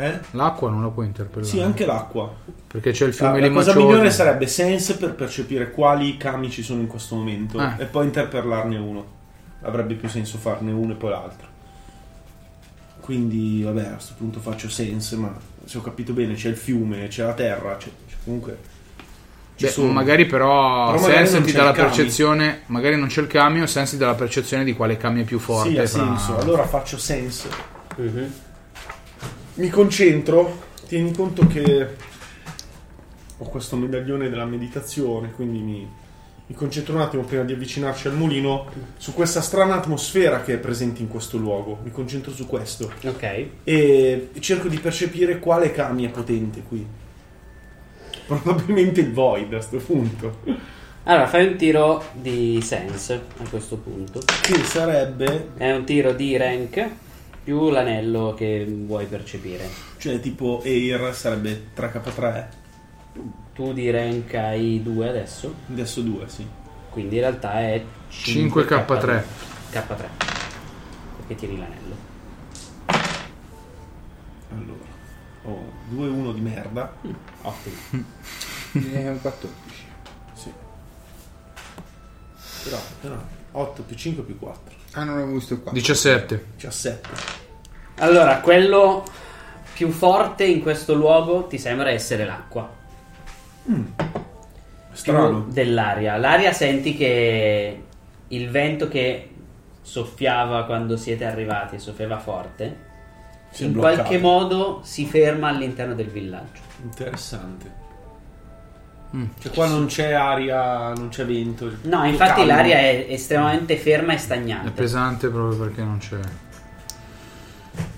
Speaker 5: Eh?
Speaker 7: L'acqua non la puoi interpellare.
Speaker 5: Sì, anche l'acqua.
Speaker 7: Perché c'è il fiume
Speaker 5: Ah, la cosa
Speaker 7: Limaccione.
Speaker 5: migliore sarebbe sense per percepire quali kami ci sono in questo momento
Speaker 7: Ah.
Speaker 5: e poi interpellarne uno. Avrebbe più senso farne uno e poi l'altro. Quindi, vabbè, a questo punto faccio sense, ma se ho capito bene c'è il fiume, c'è la terra, c'è, c'è comunque... ci
Speaker 7: Beh,
Speaker 5: sono.
Speaker 7: magari però,
Speaker 5: Però magari
Speaker 7: Sense
Speaker 5: non
Speaker 7: ti
Speaker 5: c'è
Speaker 7: dà la
Speaker 5: il kami.
Speaker 7: percezione, magari non c'è il camion, Sense ti dà la percezione di quale camion è più forte.
Speaker 5: Sì, ha
Speaker 7: fra-
Speaker 5: senso. Allora faccio senso. Mhm. Mi concentro, tieni conto che ho questo medaglione della meditazione, quindi mi, mi concentro un attimo prima di avvicinarci al mulino su questa strana atmosfera che è presente in questo luogo. Mi concentro su questo.
Speaker 1: Ok.
Speaker 5: E cerco di percepire quale kami è potente qui. Probabilmente il void a questo punto.
Speaker 1: Allora, fai un tiro di sense a questo punto.
Speaker 5: Che sarebbe?
Speaker 1: È un tiro di rank più l'anello che vuoi percepire.
Speaker 5: Cioè, tipo Air sarebbe 3K3.
Speaker 1: Tu di rank hai 2 adesso?
Speaker 5: Adesso 2, sì.
Speaker 1: Quindi in realtà è 5
Speaker 7: 5K3.
Speaker 1: K3. Perché tieni l'anello.
Speaker 5: Allora, ho 2-1 di merda. *laughs* Ottimo. Eh,
Speaker 3: È un 14.
Speaker 5: Sì. Però, però, 8 più 5 più 4.
Speaker 3: Ah, non avevo visto il 4.
Speaker 7: 17.
Speaker 5: 17.
Speaker 1: Allora, quello più forte in questo luogo ti sembra essere l'acqua.
Speaker 5: Strano.
Speaker 1: Più dell'aria. L'aria senti che il vento che soffiava quando siete arrivati, soffiava forte,
Speaker 5: Si è
Speaker 1: in
Speaker 5: bloccato.
Speaker 1: qualche modo si ferma all'interno del villaggio.
Speaker 5: Interessante.
Speaker 7: Mm.
Speaker 5: Cioè, qua non c'è aria, non c'è vento.
Speaker 1: No, infatti l'aria è estremamente ferma e stagnante.
Speaker 7: È pesante proprio perché non c'è.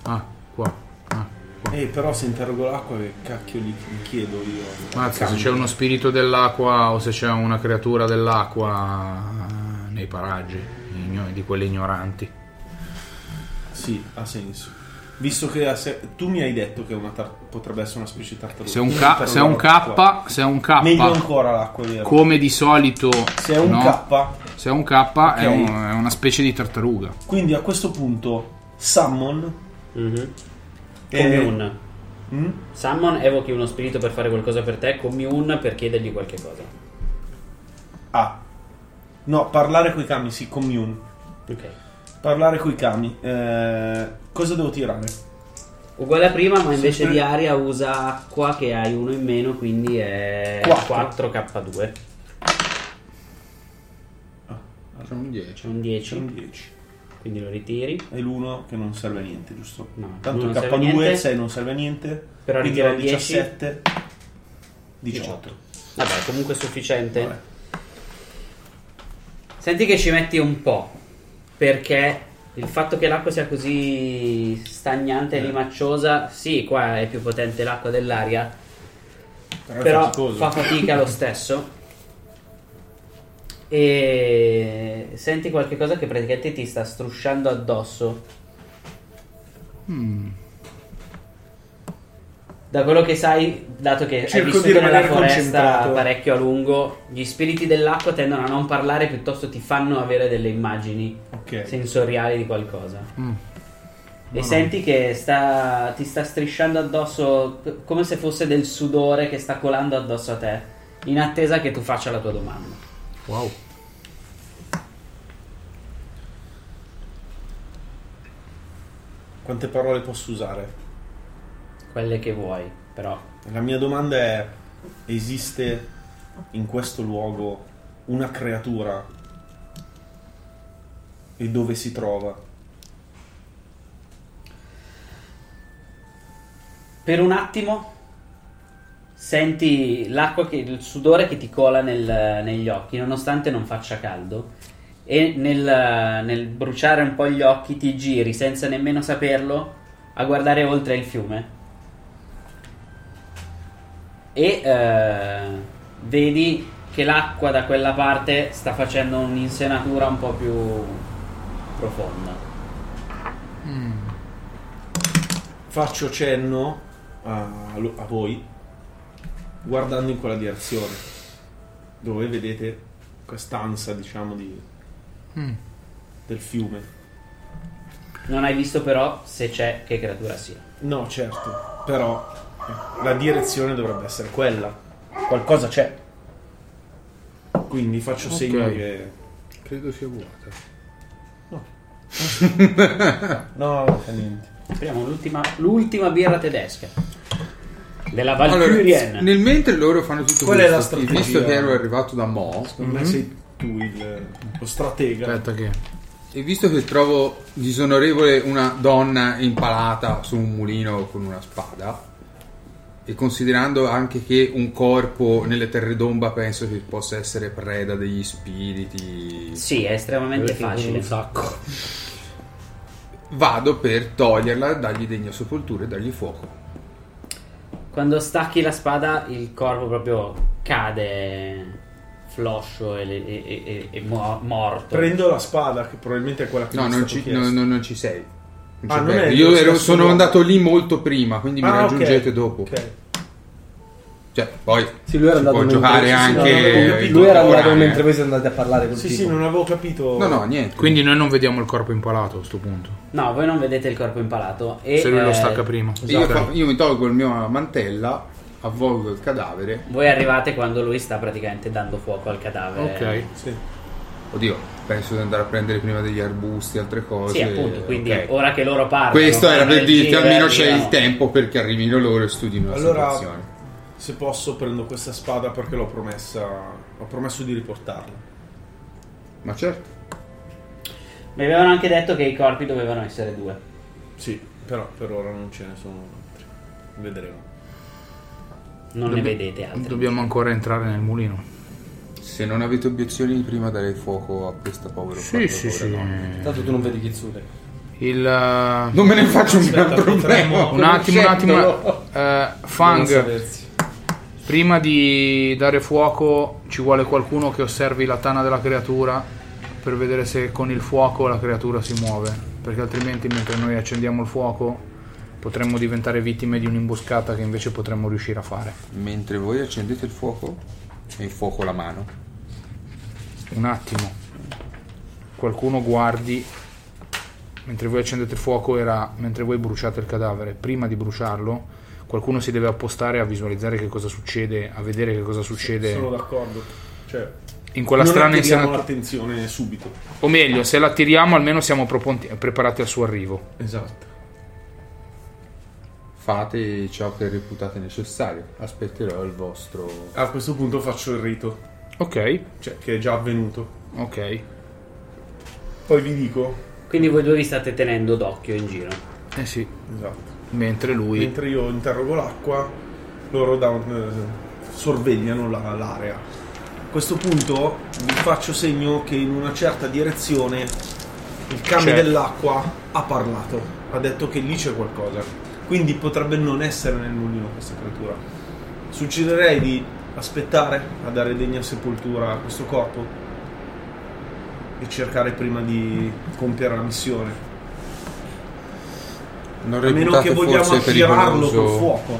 Speaker 7: Ah, qua. Ah, qua.
Speaker 5: Eh, però se interrogo l'acqua, che cacchio gli gli chiedo io?
Speaker 7: Mazza, se
Speaker 5: Cambio.
Speaker 7: c'è uno spirito dell'acqua o se c'è una creatura dell'acqua eh, nei paraggi, igno- di quelle ignoranti.
Speaker 5: Sì, ha senso. Visto che ha se- tu mi hai detto che è una tar- potrebbe essere una specie di tartaruga.
Speaker 7: Se è un,
Speaker 5: Io
Speaker 7: K-
Speaker 5: interrogo
Speaker 7: se è un
Speaker 5: l'acqua.
Speaker 7: K, se è un K,
Speaker 5: Meglio ancora l'acqua, vero?
Speaker 7: come di solito, se
Speaker 5: è un K.
Speaker 7: se è un K è, un- è una specie di tartaruga.
Speaker 5: Quindi a questo punto Summon
Speaker 1: Commune.
Speaker 5: Eh, Mm?
Speaker 1: Summon evochi uno spirito per fare qualcosa per te, commune per chiedergli qualche cosa.
Speaker 5: Ah. No, parlare coi kami, sì, commune.
Speaker 1: Ok.
Speaker 5: Parlare coi kami. Eh, cosa devo tirare?
Speaker 1: Uguale a prima, ma invece
Speaker 5: Sì.
Speaker 1: di aria usa acqua che hai uno in meno, quindi è
Speaker 5: Quattro.
Speaker 1: 4K2.
Speaker 5: Ah,
Speaker 3: C'è un 10.
Speaker 1: C'è un 10.
Speaker 5: Un 10.
Speaker 1: Quindi lo ritiri.
Speaker 5: È l'uno che non serve a niente, giusto?
Speaker 1: No,
Speaker 5: Tanto
Speaker 1: non
Speaker 5: il
Speaker 1: serve
Speaker 5: K2,
Speaker 1: niente.
Speaker 5: 6 non serve a niente.
Speaker 1: Però
Speaker 5: quindi
Speaker 1: ritira
Speaker 5: ho
Speaker 1: 10.
Speaker 5: 17. 18.
Speaker 1: Vabbè, comunque è sufficiente. Senti che ci metti un po', perché il fatto che l'acqua sia così stagnante
Speaker 5: Eh.
Speaker 1: e limacciosa, sì, qua è più potente l'acqua dell'aria,
Speaker 5: Però è
Speaker 1: però
Speaker 5: faticoso.
Speaker 1: fa fatica lo stesso. E senti qualche cosa che praticamente ti sta strusciando addosso.
Speaker 5: Hmm.
Speaker 1: Da quello che sai, dato che hai
Speaker 5: Cerco
Speaker 1: vissuto
Speaker 5: di
Speaker 1: nella
Speaker 5: rimanere
Speaker 1: foresta
Speaker 5: concentrato.
Speaker 1: parecchio a lungo, gli spiriti dell'acqua tendono a non parlare, piuttosto ti fanno avere delle immagini
Speaker 5: Ok. Hmm.
Speaker 1: sensoriali di qualcosa.
Speaker 7: Mm.
Speaker 1: E
Speaker 7: No,
Speaker 1: senti che sta- ti sta strisciando addosso p- come se fosse del sudore che sta colando addosso a te, in attesa che tu faccia la tua domanda.
Speaker 7: Wow.
Speaker 5: Quante parole posso usare?
Speaker 1: Quelle che vuoi, però.
Speaker 5: La mia domanda è: esiste in questo luogo una creatura? E dove si trova?
Speaker 1: Per un attimo senti l'acqua, che, il sudore che ti cola nel- negli occhi, nonostante non faccia caldo. E nel, nel bruciare un po' gli occhi ti giri senza nemmeno saperlo a guardare oltre il fiume. E eh, vedi che l'acqua da quella parte sta facendo un'insenatura un po' più profonda.
Speaker 5: Faccio cenno a, a voi guardando in quella direzione dove vedete quest'ansa, diciamo, di,
Speaker 1: Mm.
Speaker 5: del fiume.
Speaker 1: Non hai visto però se c'è che creatura sia.
Speaker 5: No, certo, però eh, la direzione dovrebbe essere quella. Qualcosa c'è. Quindi faccio
Speaker 9: Ok.
Speaker 5: segno che...
Speaker 9: Credo sia vuota. *laughs*
Speaker 5: No, non fa niente.
Speaker 1: Apriamo l'ultima, l'ultima birra tedesca. Della
Speaker 3: Allora,
Speaker 1: Valkyrien.
Speaker 3: nel mentre loro fanno tutto
Speaker 5: Qual è la
Speaker 3: questo,
Speaker 5: strategia?
Speaker 3: visto che ero arrivato da Mo,
Speaker 5: Secondo me sei tu il, lo stratega.
Speaker 3: Aspetta che... E visto che trovo disonorevole una donna impalata su un mulino con una spada, e considerando anche che un corpo nelle terre d'omba penso che possa essere preda degli spiriti...
Speaker 1: Sì, è estremamente facile.
Speaker 3: Vado per toglierla, dargli degna sepoltura e dargli fuoco.
Speaker 1: *laughs* Quando stacchi la spada, il corpo proprio cade floscio e, e- e- e- e muo- morto.
Speaker 5: Prendo la spada, che probabilmente è quella che
Speaker 3: No,
Speaker 5: mi è
Speaker 3: non
Speaker 5: stato
Speaker 3: ci,
Speaker 5: chiesto.
Speaker 3: no, no, non ci sei. Non
Speaker 5: Ah,
Speaker 3: c'è
Speaker 5: non
Speaker 3: bello.
Speaker 5: è dello
Speaker 3: Io ero-
Speaker 5: stesso
Speaker 3: sono
Speaker 5: luogo.
Speaker 3: andato lì molto prima, quindi mi
Speaker 5: Ah,
Speaker 3: raggiungete
Speaker 5: ok.
Speaker 3: dopo.
Speaker 5: Ok.
Speaker 3: Cioè, poi
Speaker 6: Sì, lui era
Speaker 3: si
Speaker 6: andato
Speaker 3: può
Speaker 6: mentre- sì,
Speaker 3: giocare
Speaker 6: sì, no,
Speaker 3: anche.
Speaker 6: no, no,
Speaker 3: in
Speaker 6: lui era andato
Speaker 3: contemporanea,
Speaker 6: mentre
Speaker 3: eh.
Speaker 6: voi siete andati a parlare col
Speaker 5: Sì,
Speaker 6: tipo.
Speaker 5: sì, non avevo capito.
Speaker 7: Quindi noi non vediamo il corpo impalato a questo punto.
Speaker 1: No, voi non vedete il corpo impalato. E,
Speaker 7: Se lui lo
Speaker 1: eh,
Speaker 7: stacca prima. Eh,
Speaker 3: Io, fa- io mi tolgo il mio mantella, avvolgo il cadavere.
Speaker 1: Voi arrivate quando lui sta praticamente dando fuoco al cadavere.
Speaker 3: eh, Oddio, penso di andare a prendere prima degli arbusti e altre cose.
Speaker 1: Sì, appunto, quindi
Speaker 3: ok.
Speaker 1: ora che loro partono...
Speaker 3: Questo era
Speaker 1: fanno
Speaker 3: per
Speaker 1: il
Speaker 3: dirti,
Speaker 1: giro,
Speaker 3: almeno c'è
Speaker 1: arrivano.
Speaker 3: il tempo perché arrivino loro e studino la
Speaker 5: Allora,
Speaker 3: situazione.
Speaker 5: se posso, prendo questa spada perché l'ho promessa. Ho promesso di riportarla.
Speaker 3: Ma certo.
Speaker 1: Mi avevano anche detto che i corpi dovevano essere due.
Speaker 5: Sì, però per ora non ce ne sono altri. Vedremo.
Speaker 1: Non ne vedete altri.
Speaker 7: Dobbiamo ancora entrare nel mulino.
Speaker 3: Se non avete obiezioni, prima darei fuoco a questa povera
Speaker 7: Sì, sì, sì.
Speaker 6: Tanto tu non vedi Kitsune.
Speaker 7: Il, eh,
Speaker 3: Non me ne faccio un gran
Speaker 7: Aspetta,
Speaker 3: problema.
Speaker 7: Un attimo, un attimo.
Speaker 3: Sentolo.
Speaker 7: Eh,
Speaker 3: Devo
Speaker 7: Fang,
Speaker 3: sapersi.
Speaker 7: prima di dare fuoco ci vuole qualcuno che osservi la tana della creatura per vedere se con il fuoco la creatura si muove, perché altrimenti mentre noi accendiamo il fuoco potremmo diventare vittime di un'imboscata che invece potremmo riuscire a fare.
Speaker 3: Mentre voi accendete il fuoco, e il fuoco la mano.
Speaker 7: Un attimo. Qualcuno guardi. Mentre voi accendete il fuoco era mentre voi bruciate il cadavere. Prima di bruciarlo, qualcuno si deve appostare a visualizzare che cosa succede, a vedere che cosa succede.
Speaker 5: Sono d'accordo. Cioè,
Speaker 7: In quella
Speaker 5: non
Speaker 7: strana
Speaker 5: attiriamo
Speaker 7: insieme-
Speaker 5: l'attenzione subito.
Speaker 7: O meglio, se l'attiriamo almeno siamo proponti- preparati al suo arrivo.
Speaker 5: Esatto.
Speaker 3: Fate ciò che reputate necessario. Aspetterò il vostro.
Speaker 5: A questo punto faccio il rito.
Speaker 7: Ok.
Speaker 5: Cioè, che è già avvenuto.
Speaker 7: Ok.
Speaker 5: Poi vi dico.
Speaker 1: Quindi voi due vi state tenendo d'occhio in giro.
Speaker 7: Eh sì.
Speaker 5: Esatto.
Speaker 7: Mentre lui...
Speaker 5: Mentre io interrogo l'acqua, loro da- eh, sorvegliano la- l'area. A questo punto vi faccio segno che in una certa direzione il cane
Speaker 7: C'è.
Speaker 5: dell'acqua ha parlato, ha detto che lì c'è qualcosa. Quindi potrebbe non essere nel mulino questa creatura. Suggerirei di aspettare a dare degna sepoltura a questo corpo e cercare prima di compiere la missione.
Speaker 3: Non
Speaker 5: A meno
Speaker 3: reputate
Speaker 5: che vogliamo
Speaker 3: forse
Speaker 5: attirarlo
Speaker 3: pericoloso
Speaker 5: col fuoco.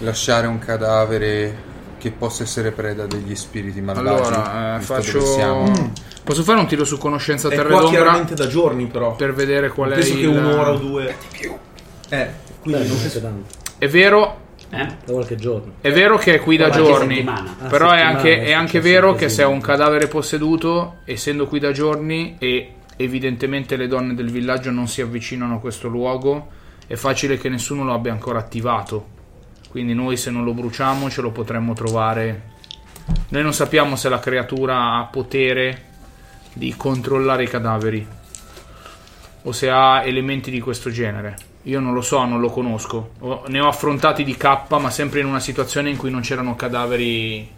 Speaker 3: Lasciare un cadavere che possa essere preda degli spiriti malvagi.
Speaker 7: Allora, eh,
Speaker 3: visto dove
Speaker 7: faccio... Mm.
Speaker 3: siamo.
Speaker 7: Posso fare un tiro su conoscenza
Speaker 5: È
Speaker 7: terra
Speaker 5: qua
Speaker 7: d'ombra?
Speaker 5: chiaramente da giorni però.
Speaker 7: Per vedere qual è
Speaker 5: Penso che
Speaker 7: il-
Speaker 5: un'ora o due. Eh, quindi
Speaker 7: Beh,
Speaker 5: non
Speaker 7: non
Speaker 5: penso-
Speaker 7: È vero,
Speaker 6: Da qualche giorno.
Speaker 7: È vero che è qui da
Speaker 6: Eh? Qualche
Speaker 7: giorni,
Speaker 6: settimana. Ah,
Speaker 7: però è
Speaker 6: settimana,
Speaker 7: anche, è
Speaker 6: sì,
Speaker 7: anche
Speaker 6: sì,
Speaker 7: vero
Speaker 6: sì,
Speaker 7: che
Speaker 6: sì.
Speaker 7: se è un cadavere posseduto, essendo qui da giorni e evidentemente le donne del villaggio non si avvicinano a questo luogo, è facile che nessuno lo abbia ancora attivato. Quindi noi se non lo bruciamo ce lo potremmo trovare. Noi non sappiamo se la creatura ha potere di controllare i cadaveri. o se ha elementi di questo genere. Io non lo so, non lo conosco. Ho- ne ho affrontati di K, ma sempre in una situazione in cui non c'erano cadaveri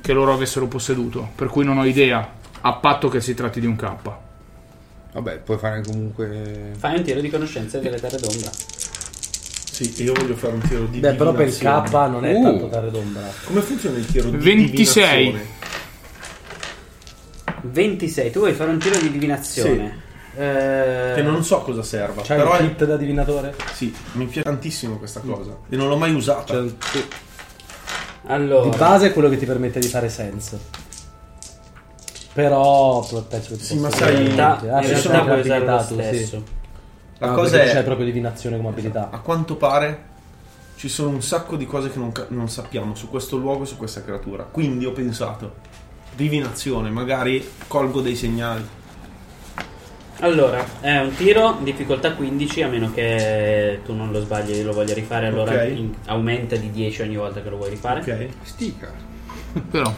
Speaker 7: che loro avessero posseduto, per cui non ho idea, a patto che si tratti di un K.
Speaker 3: Vabbè, puoi fare comunque.
Speaker 1: Fai un tiro di conoscenza delle terre d'ombra.
Speaker 5: Sì, io voglio fare un tiro di
Speaker 6: Beh, però per il K
Speaker 5: divinazione.
Speaker 6: non è
Speaker 5: Uh.
Speaker 6: tanto terra d'ombra.
Speaker 5: Come funziona il tiro di
Speaker 7: 26.
Speaker 5: divinazione?
Speaker 1: 26, tu vuoi fare un tiro di divinazione?
Speaker 11: Eh.
Speaker 5: Che non so cosa serva.
Speaker 1: C'hai
Speaker 5: però
Speaker 1: Eh, il
Speaker 5: è-
Speaker 6: da divinatore?
Speaker 5: Sì, mi piace tantissimo questa cosa. E non l'ho mai usata.
Speaker 1: Allora.
Speaker 6: Di base è quello che ti permette di fare senso. Però penso che ti
Speaker 5: Sì,
Speaker 6: possa
Speaker 5: ma
Speaker 6: fare
Speaker 5: sai,
Speaker 6: veramente.
Speaker 1: ah,
Speaker 5: in realtà
Speaker 6: Ah, ci sono
Speaker 5: puoi usare
Speaker 6: abilità
Speaker 5: lo
Speaker 6: tu, sì.
Speaker 5: stesso. La
Speaker 6: No,
Speaker 5: cosa
Speaker 6: perché
Speaker 5: è-
Speaker 6: c'è proprio divinazione come abilità.
Speaker 5: A quanto pare ci sono un sacco di cose che non, ca- non sappiamo su questo luogo, su questa creatura. Quindi ho pensato, divinazione, magari colgo dei segnali.
Speaker 1: Allora, è un tiro, difficoltà 15, a meno che tu non lo sbagli e lo voglia rifare, allora
Speaker 5: Ok.
Speaker 1: in- aumenta di 10 ogni volta che lo vuoi rifare.
Speaker 5: Ok.
Speaker 3: Stica.
Speaker 7: Però.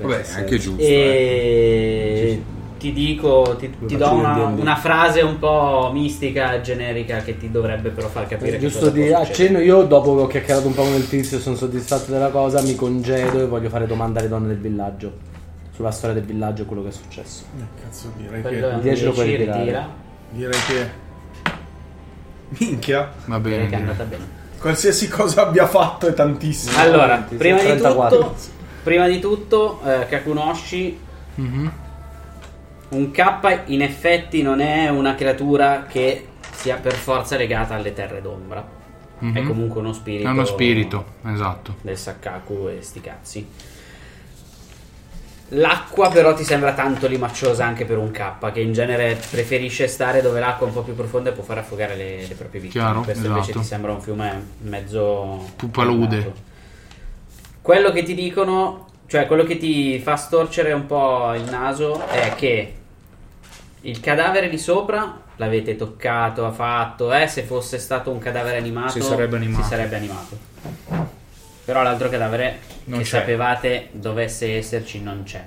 Speaker 3: Vabbè, è anche giusto.
Speaker 1: E ti dico, ti, ti do
Speaker 3: faccio
Speaker 1: una,
Speaker 3: vedere.
Speaker 1: una frase un po' mistica, generica, che ti dovrebbe però far capire che
Speaker 6: Eh, Giusto
Speaker 1: cosa può
Speaker 6: di
Speaker 1: succedere.
Speaker 6: accenno, io dopo che ho chiacchierato un po' con il tizio, sono soddisfatto della cosa, mi congedo e voglio fare domande alle donne del villaggio. Sulla storia del villaggio e quello che è successo.
Speaker 5: Eh, Cazzo, direi
Speaker 6: Quello
Speaker 5: che
Speaker 6: è un 10 lo puoi 10, ritirare. ritira.
Speaker 5: Direi che minchia.
Speaker 7: Va
Speaker 1: bene, Direi che è direi. andata bene.
Speaker 5: Qualsiasi cosa abbia fatto è tantissimo.
Speaker 1: Allora, prima di, tutto, prima di tutto, eh, Kakunoshi,
Speaker 6: Mhm.
Speaker 1: un K in effetti non è una creatura che sia per forza legata alle terre d'ombra.
Speaker 7: Mhm.
Speaker 1: È comunque uno spirito.
Speaker 7: È uno spirito, esatto.
Speaker 1: Del Sakkaku e sti cazzi. L'acqua però ti sembra tanto limacciosa anche per un K che in genere preferisce stare dove l'acqua è un po' più profonda e può far affogare le, le proprie vittime.
Speaker 7: Chiaro,
Speaker 1: Questo invece
Speaker 7: esatto.
Speaker 1: ti sembra un fiume mezzo...
Speaker 7: Pupalude.
Speaker 1: Quello che ti dicono, cioè quello che ti fa storcere un po' il naso è che il cadavere lì sopra l'avete toccato, ha fatto, eh, se fosse stato un cadavere animato
Speaker 7: Si sarebbe animato.
Speaker 1: si sarebbe animato. Però l'altro cadavere
Speaker 7: Non
Speaker 1: che
Speaker 7: c'è.
Speaker 1: sapevate dovesse esserci non c'è.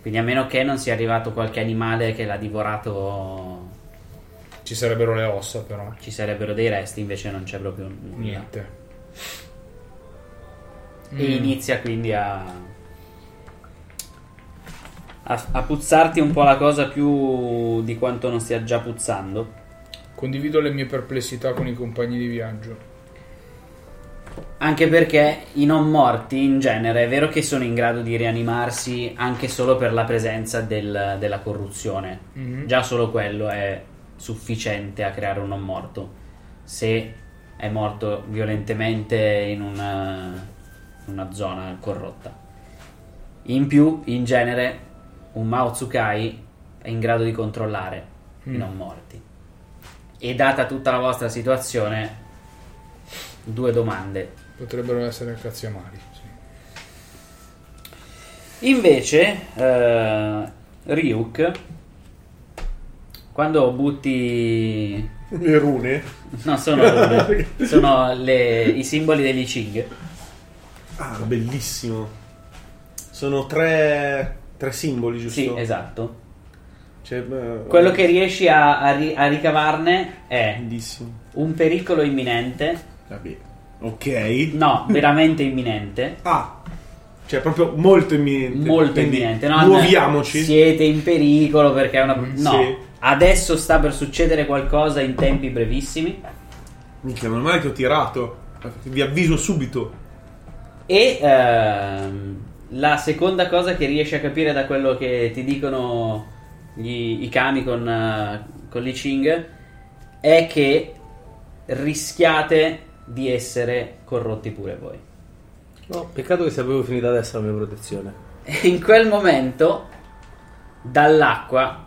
Speaker 1: Quindi a meno che non sia arrivato qualche animale che l'ha divorato
Speaker 7: Ci sarebbero le ossa però.
Speaker 1: ci sarebbero dei resti, invece non c'è proprio nulla.
Speaker 7: Niente.
Speaker 1: E
Speaker 7: Mm.
Speaker 1: inizia quindi a, a a puzzarti un po' la cosa più di quanto non stia già puzzando.
Speaker 7: Condivido le mie perplessità con i compagni di viaggio.
Speaker 1: Anche perché i non morti in genere è vero che sono in grado di rianimarsi anche solo per la presenza del- della corruzione.
Speaker 7: Mhm.
Speaker 1: Già solo quello è sufficiente a creare un non morto. Se è morto violentemente in una, una zona corrotta. In più, in genere, un Mao Tsukai è in grado di controllare i
Speaker 7: Mm.
Speaker 1: non morti. E data tutta la vostra situazione, due domande.
Speaker 7: Potrebbero essere cazzi amari.
Speaker 1: Invece, eh, Ryuk, quando butti...
Speaker 5: Le rune?
Speaker 1: No,
Speaker 5: *laughs*
Speaker 1: sono, rune, sono le- i simboli degli Ching.
Speaker 5: Ah, bellissimo. Sono tre, tre simboli, giusto? Cioè, eh, Sì,
Speaker 1: esatto. Quello
Speaker 5: Quello
Speaker 1: che riesci a, a ri- a ricavarne è
Speaker 5: Bellissimo.
Speaker 1: un pericolo imminente.
Speaker 5: Ok. *laughs*
Speaker 1: No, veramente imminente.
Speaker 5: Ah. Cioè, proprio molto imminente.
Speaker 1: Molto
Speaker 5: Quindi
Speaker 1: imminente. non
Speaker 5: Muoviamoci.
Speaker 1: Siete in pericolo perché è una... No,
Speaker 5: sì.
Speaker 1: adesso sta per succedere qualcosa in tempi brevissimi.
Speaker 5: Minchia, meno male che ho tirato. Vi avviso subito.
Speaker 1: E ehm, la seconda cosa che riesci a capire da quello che ti dicono gli- i kami con, eh, con Li Ching è che rischiate di essere corrotti pure voi.
Speaker 6: No, peccato che se avevo finito adesso la mia protezione.
Speaker 1: E in quel momento, dall'acqua,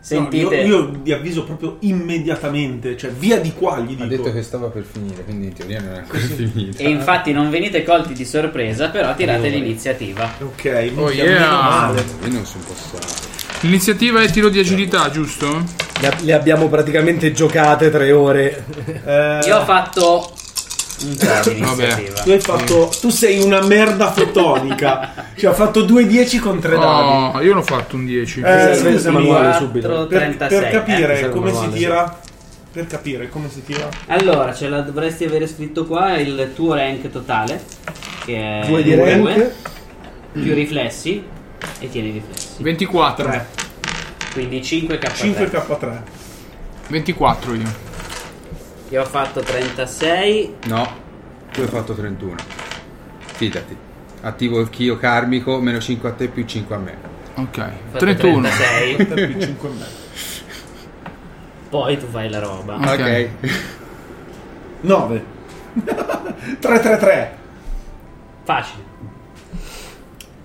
Speaker 1: sentite...
Speaker 5: No, io, io vi avviso proprio immediatamente. Cioè, via di qua gli dico. Ha detto
Speaker 3: che stava per finire, quindi in teoria non è ancora
Speaker 1: E infatti non venite colti di sorpresa, però tirate l'iniziativa.
Speaker 5: Ok,
Speaker 7: Oh, minchia, yeah. meno male.
Speaker 3: Io non sono passato.
Speaker 7: L'iniziativa è tiro di agilità, giusto?
Speaker 6: Le, abbiamo praticamente giocate tre ore.
Speaker 1: Io ho fatto
Speaker 5: Vabbè. Eh, Tu hai fatto. Tu sei una merda fotonica. cioè, ho fatto 2-10 con
Speaker 1: Oh,
Speaker 5: 3 dadi.
Speaker 2: No,
Speaker 7: Oh,
Speaker 2: io l'ho fatto un 10.
Speaker 5: Eh, scusami,
Speaker 1: manuale
Speaker 5: per,
Speaker 1: subito.
Speaker 5: per
Speaker 1: 36, eh,
Speaker 5: capire
Speaker 1: serve
Speaker 5: come si
Speaker 1: manuale,
Speaker 5: tira. Per capire come si tira.
Speaker 1: Allora, ce la dovresti avere scritto qua il tuo rank totale, che è
Speaker 5: Vuoi dire
Speaker 1: 2,
Speaker 5: rank?
Speaker 1: più riflessi, e tieni i riflessi.
Speaker 2: 24.
Speaker 1: Quindi 5 K3.
Speaker 5: 5 K3.
Speaker 2: 24 io.
Speaker 1: Io ho fatto 36.
Speaker 3: No, tu hai fatto 31. Fidati. Attivo il chio karmico, meno 5 a te più 5 a me.
Speaker 2: Ok.
Speaker 1: Fatto
Speaker 2: 31.
Speaker 5: *laughs*
Speaker 1: 36. Poi tu fai la roba.
Speaker 3: Ok.
Speaker 5: *laughs* 9. 333.
Speaker 1: Facile.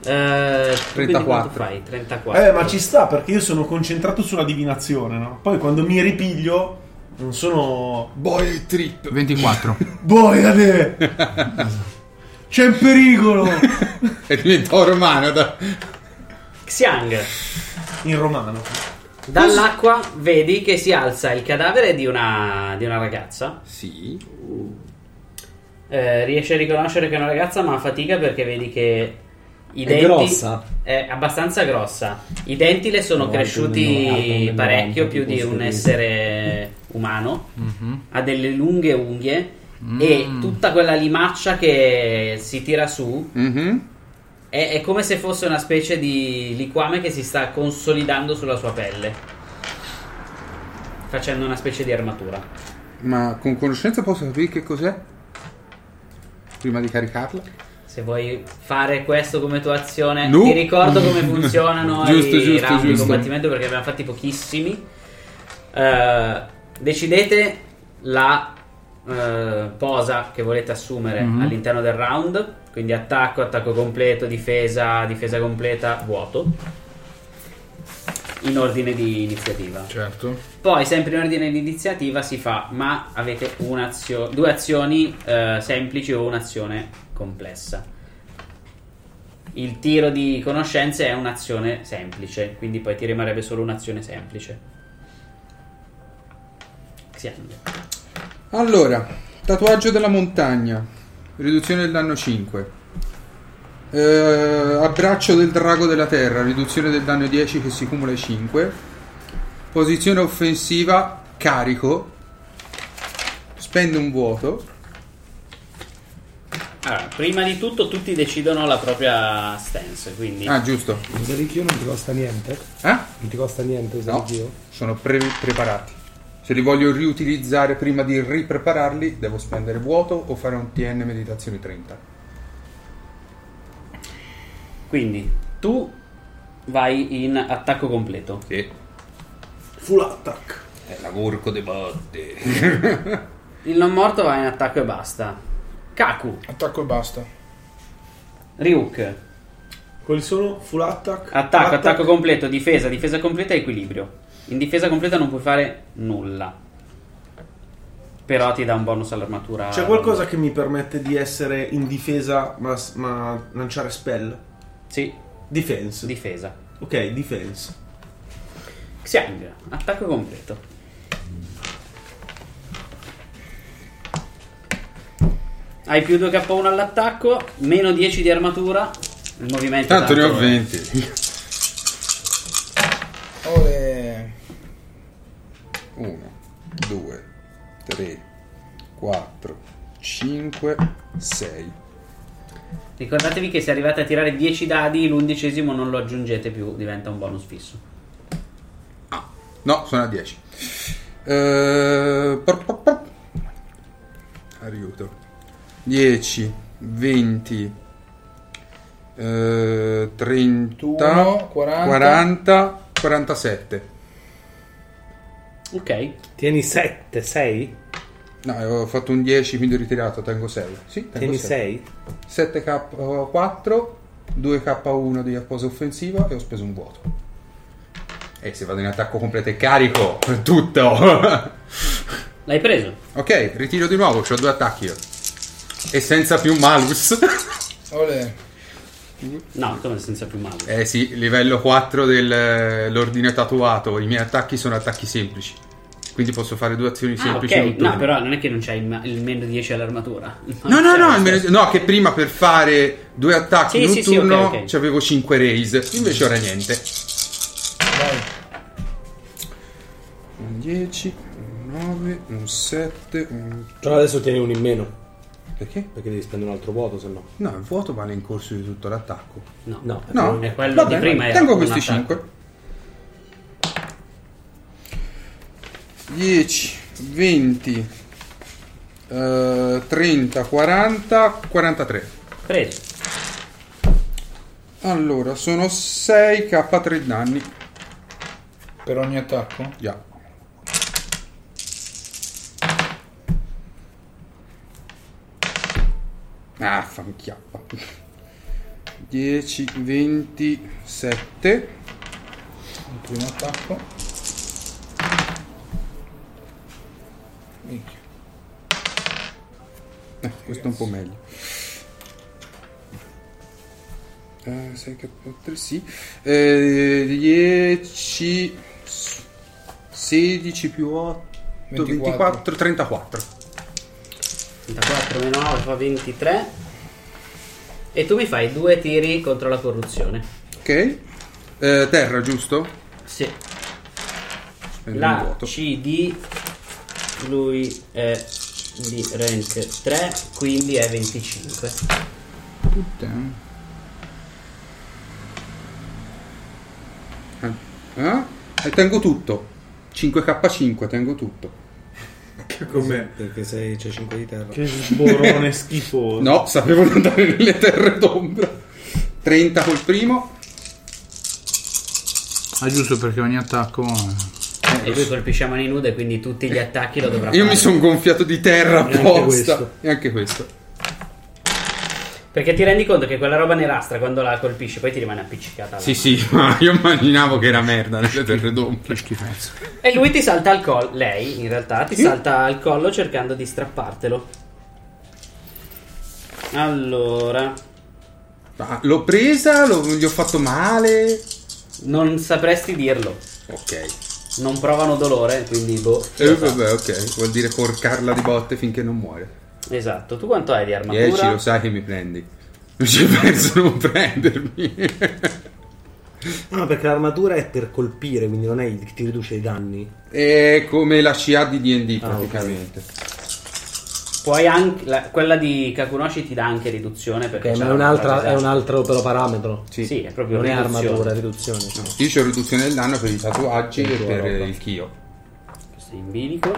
Speaker 1: Eh, quindi
Speaker 5: 34.
Speaker 1: quanto fai? 34.
Speaker 5: Eh, ma ci sta perché io sono concentrato sulla divinazione, no? Poi quando mi ripiglio, non sono. Boy trip.
Speaker 2: 24.
Speaker 5: Boy, a
Speaker 6: *laughs*
Speaker 5: te! C'è in pericolo!
Speaker 3: E diventò romano. Da...
Speaker 1: Xiang.
Speaker 5: In romano.
Speaker 1: Dall'acqua vedi che si alza il cadavere di una, di una ragazza.
Speaker 3: Sì.
Speaker 1: riesci Eh, a riconoscere che è una ragazza, ma fatica perché vedi che i
Speaker 10: È
Speaker 1: denti.
Speaker 10: grossa?
Speaker 1: È abbastanza grossa. I denti le sono
Speaker 10: No, alto nel- alto
Speaker 1: cresciuti
Speaker 10: nel
Speaker 1: parecchio,
Speaker 10: 90,
Speaker 1: più di
Speaker 10: tipo
Speaker 1: un
Speaker 10: stupito.
Speaker 1: essere umano.
Speaker 10: Mhm.
Speaker 1: Ha delle lunghe unghie.
Speaker 10: Mm.
Speaker 1: E tutta quella limaccia che si tira su
Speaker 3: Mhm.
Speaker 1: è, è come se fosse una specie di liquame che si sta consolidando sulla sua pelle, facendo una specie di armatura.
Speaker 3: Ma con conoscenza posso capire che cos'è? Prima di caricarla?
Speaker 1: Se vuoi fare questo come tua azione,
Speaker 3: No.
Speaker 1: ti ricordo
Speaker 3: *laughs*
Speaker 1: come funzionano
Speaker 3: Giusto,
Speaker 1: i
Speaker 3: giusto,
Speaker 1: round di
Speaker 3: giusto.
Speaker 1: combattimento perché abbiamo fatti pochissimi. Eh, decidete la eh, posa che volete assumere
Speaker 10: Mhm.
Speaker 1: all'interno del round, quindi attacco, attacco completo, difesa, difesa completa, vuoto. In ordine di iniziativa.
Speaker 2: Certo.
Speaker 1: Poi, sempre in ordine di iniziativa, si fa, ma avete un'azio- due azioni eh, semplici o un'azione complessa. Il tiro di conoscenze è un'azione semplice, quindi poi ti rimarrebbe solo un'azione semplice. Xiang.
Speaker 3: Allora, tatuaggio della montagna, riduzione del danno 5. Eh, abbraccio del drago della terra, riduzione del danno 10 che si cumula ai 5. Posizione offensiva, carico. Spende un vuoto.
Speaker 1: Allora, prima di tutto tutti decidono la propria stance, quindi...
Speaker 3: Ah, giusto.
Speaker 10: Il sericchio non ti costa niente?
Speaker 3: Eh?
Speaker 10: Non ti costa niente usare
Speaker 3: No, sono pre- preparati. Se li voglio riutilizzare prima di riprepararli, devo spendere vuoto o fare un TN meditazione 30.
Speaker 1: Quindi tu vai in attacco completo.
Speaker 3: Sì.
Speaker 5: Full attack.
Speaker 3: È l'agurco de botte.
Speaker 1: Il non morto va in attacco e basta. Kaku.
Speaker 7: Attacco e basta.
Speaker 1: Ryuk.
Speaker 5: Quelli sono full attack.
Speaker 1: Attacco, attacco completo, difesa, difesa completa e equilibrio. In difesa completa non puoi fare nulla. Però ti dà un bonus all'armatura.
Speaker 5: C'è qualcosa che mi permette di essere in difesa ma, ma lanciare spell?
Speaker 1: Sì.
Speaker 5: Defense.
Speaker 1: Difesa.
Speaker 5: Ok, defense.
Speaker 1: Xiang, attacco completo. Hai più 2 K1 all'attacco, meno 10 di armatura. Il movimento
Speaker 3: Tanto ne ho
Speaker 5: Esatto, eh.
Speaker 1: è-
Speaker 3: 20.
Speaker 7: Ole.
Speaker 3: 1, 2, 3, 4, 5, 6.
Speaker 1: Ricordatevi che se arrivate a tirare 10 dadi, l'undicesimo non lo aggiungete più, diventa un bonus fisso.
Speaker 3: No, sono a 10. Eh, pop, pop, pop. Aiuto. 10, 20, eh, 30,
Speaker 7: 41, 40.
Speaker 3: 40, 47.
Speaker 1: Ok.
Speaker 10: Tieni 7, 6?
Speaker 5: Eh,
Speaker 3: No, ho fatto un 10, quindi ho ritirato, tengo 6. Sì, tengo
Speaker 10: Tieni
Speaker 3: 6. eh, 7K4, 2K1 di apposa offensiva e ho speso un vuoto. E se vado in attacco completo e carico, tutto. *laughs*
Speaker 1: L'hai preso?
Speaker 3: Ok, ritiro di nuovo, ho due attacchi io. E senza più malus. *laughs*
Speaker 7: Ole.
Speaker 1: No, come senza più male.
Speaker 3: Eh sì, livello 4 dell'ordine tatuato, i miei attacchi sono attacchi semplici.
Speaker 12: Quindi posso fare due azioni
Speaker 1: Ah,
Speaker 12: semplici.
Speaker 1: ok,
Speaker 12: tutto.
Speaker 1: no, però non è che non c'hai il, ma- il meno 10 all'armatura.
Speaker 12: No, no, no, almeno- no, che prima per fare due attacchi
Speaker 1: Sì,
Speaker 12: in un
Speaker 1: sì, sì,
Speaker 12: turno
Speaker 1: ok, ok.
Speaker 12: c'avevo 5 raise, invece ora niente.
Speaker 3: 1, 10, 9, un 7, un...
Speaker 6: Però adesso tieni uno in meno.
Speaker 3: Perché?
Speaker 6: Perché devi spendere un altro vuoto, se no.
Speaker 3: No, il vuoto vale in corso di tutto l'attacco.
Speaker 1: No,
Speaker 6: No,
Speaker 3: No,
Speaker 1: è quello
Speaker 3: Vabbè,
Speaker 1: di prima. era
Speaker 3: Tengo
Speaker 1: un
Speaker 3: questi
Speaker 1: attacco.
Speaker 3: 5. 10, 20, eh, 30, 40, 43.
Speaker 1: Preso.
Speaker 3: Allora, sono 6 K3 danni.
Speaker 7: Per ogni attacco?
Speaker 3: Già. Ah, fanchiappa. 10, 27.
Speaker 7: Il primo attacco. Minchia.
Speaker 3: Eh, questo è un po' meglio. Eh, 6 K3, sì. Eh, 10, 16 più 8, 24, 34.
Speaker 1: 34 meno 9 fa 23. E tu mi fai due tiri contro la corruzione.
Speaker 3: Ok. Eh, terra, giusto?
Speaker 1: Sì.
Speaker 3: Spendo un
Speaker 1: La
Speaker 3: vuoto.
Speaker 1: CD lui è di rank 3, quindi è 25.
Speaker 3: Eh? Eh? E tengo tutto. 5K5, tengo tutto.
Speaker 5: Com'è?
Speaker 6: Perché sei, c'è 5 di terra.
Speaker 5: Che sborone schifoso.
Speaker 3: No, sapevo di andare nelle terre d'ombra. 30 col primo.
Speaker 7: Ah, giusto perché ogni attacco. eh,
Speaker 1: E lui colpisce a mani nude, quindi tutti gli attacchi lo dovrà
Speaker 3: Io
Speaker 1: fare.
Speaker 3: mi sono gonfiato di terra
Speaker 1: E anche
Speaker 3: apposta.
Speaker 1: questo.
Speaker 3: E anche questo.
Speaker 1: Perché ti rendi conto che quella roba nerastra quando la colpisce poi ti rimane appiccicata. là.
Speaker 12: Sì,
Speaker 3: *laughs*
Speaker 12: sì, ma io immaginavo che era merda nelle terre d'ombra. Che schifezza.
Speaker 1: E lui ti salta al collo. Lei, in realtà, ti salta al collo cercando di strappartelo. Allora.
Speaker 3: Ma Ah, l'ho presa, l'ho- gli ho fatto male.
Speaker 1: Non sapresti dirlo.
Speaker 3: Ok.
Speaker 1: Non provano dolore, quindi boh.
Speaker 3: E vabbè, ok. Vuol dire porcarla di botte finché non muore.
Speaker 1: Esatto. Tu quanto hai di armatura?
Speaker 3: 10, lo sai che mi prendi. Non ci penso a non prendermi. *laughs*
Speaker 6: No, perché l'armatura è per colpire, quindi non è il che ti riduce i danni.
Speaker 3: È come la CA di DD
Speaker 6: Ah,
Speaker 3: praticamente.
Speaker 1: Puoi anche. la- quella di Kakunoshi ti dà anche riduzione perché.
Speaker 6: Ok,
Speaker 1: c'è
Speaker 6: ma è,
Speaker 1: la-
Speaker 6: un'altra,
Speaker 1: la-
Speaker 6: è un altro però parametro.
Speaker 3: Sì,
Speaker 1: è proprio
Speaker 6: Non è
Speaker 1: riduzione.
Speaker 6: armatura, è riduzione.
Speaker 3: Io c'ho riduzione del danno per i tatuaggi
Speaker 6: Che
Speaker 3: e
Speaker 6: buona
Speaker 3: per
Speaker 6: roba.
Speaker 3: il Kio.
Speaker 1: Questo è in bilico.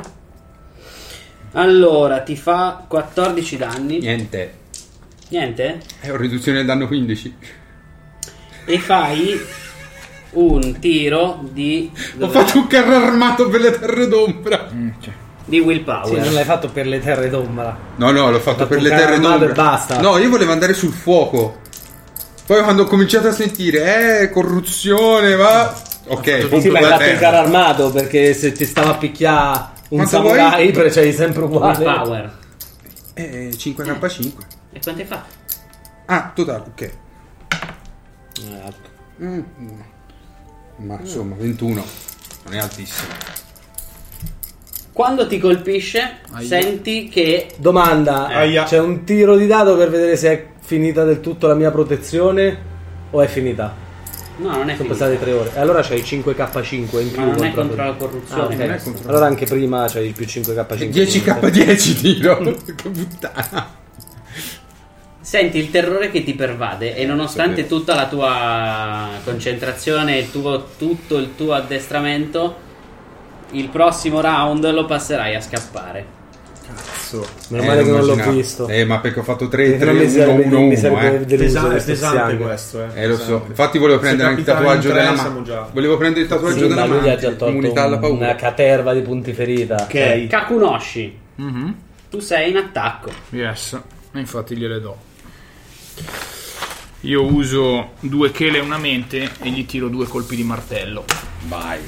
Speaker 1: Allora, ti fa 14 danni.
Speaker 3: Niente.
Speaker 1: Niente?
Speaker 3: E ho riduzione del danno 15.
Speaker 1: E fai un tiro di.
Speaker 3: Ho fatto un carro armato per le terre d'ombra.
Speaker 6: Mm.
Speaker 1: Di willpower.
Speaker 6: Sì, non l'hai fatto per le terre d'ombra.
Speaker 3: No, no, l'ho fatto per
Speaker 6: un
Speaker 3: le
Speaker 6: carro
Speaker 3: terre
Speaker 6: armato
Speaker 3: d'ombra.
Speaker 6: e basta.
Speaker 3: No, io volevo andare sul fuoco. Poi quando ho cominciato a sentire, eh, corruzione, va. Ok,
Speaker 6: Sì,
Speaker 3: punto
Speaker 6: ma hai
Speaker 3: per la
Speaker 6: fatto il carro
Speaker 3: terra.
Speaker 6: armato perché se ti stava a picchiare un
Speaker 3: Quanto
Speaker 6: samurai,
Speaker 3: vuoi?
Speaker 6: però c'hai sempre uguale.
Speaker 1: Ah, Willpower.
Speaker 3: Eh, 5K5.
Speaker 1: E quanto hai fatto?
Speaker 3: Ah, totale, ok.
Speaker 6: Ecco.
Speaker 3: Mm, mm. Ma insomma, 21. Non è altissimo.
Speaker 1: Quando ti colpisce,
Speaker 3: Aia.
Speaker 1: senti che
Speaker 6: Domanda:
Speaker 1: Eh.
Speaker 6: Aia. c'è un tiro di dado per vedere se è finita del tutto la mia protezione o è finita?
Speaker 1: No, non è
Speaker 6: Sono
Speaker 1: finita.
Speaker 6: passate tre ore. E allora c'hai 5K5 in più.
Speaker 1: Ma non è contro
Speaker 6: contro
Speaker 1: la
Speaker 6: Ah,
Speaker 1: corruzione.
Speaker 6: ok.
Speaker 1: Non è contro-
Speaker 6: Allora anche prima c'hai il più 5K5.
Speaker 3: *laughs* 10K10 tiro. che puttana.
Speaker 1: senti il terrore che ti pervade e nonostante tutta la tua concentrazione e il tuo- tutto il tuo addestramento, il prossimo round lo passerai a scappare.
Speaker 3: Cazzo.
Speaker 6: Meno male che non l'ho visto.
Speaker 3: Eh, ma perché ho fatto 3,
Speaker 6: Perché non mi
Speaker 3: 3, 1,
Speaker 6: sarebbe-
Speaker 3: 1,
Speaker 6: mi sarebbe
Speaker 3: eh.
Speaker 6: deluso
Speaker 5: Pesa- è
Speaker 6: questo
Speaker 5: pesante
Speaker 6: siamo.
Speaker 5: questo, eh.
Speaker 3: Eh lo so,
Speaker 5: Pesante.
Speaker 3: infatti volevo
Speaker 5: Se
Speaker 3: prendere anche il
Speaker 5: capitano in
Speaker 3: tatuaggio
Speaker 5: tre
Speaker 3: della
Speaker 5: siamo già-
Speaker 3: mano. Volevo prendere il tatuaggio
Speaker 6: Sì,
Speaker 3: della
Speaker 6: ma lui gli ha già
Speaker 3: mano.
Speaker 6: tolto
Speaker 3: Immunità alla
Speaker 6: un- una
Speaker 3: paura.
Speaker 6: caterva di punti ferita.
Speaker 5: Ok.
Speaker 1: Kakunoshi, tu sei in attacco.
Speaker 7: Yes. E Infatti gliele do. Io uso due chele e una mente e gli tiro due colpi di martello.
Speaker 3: Vai.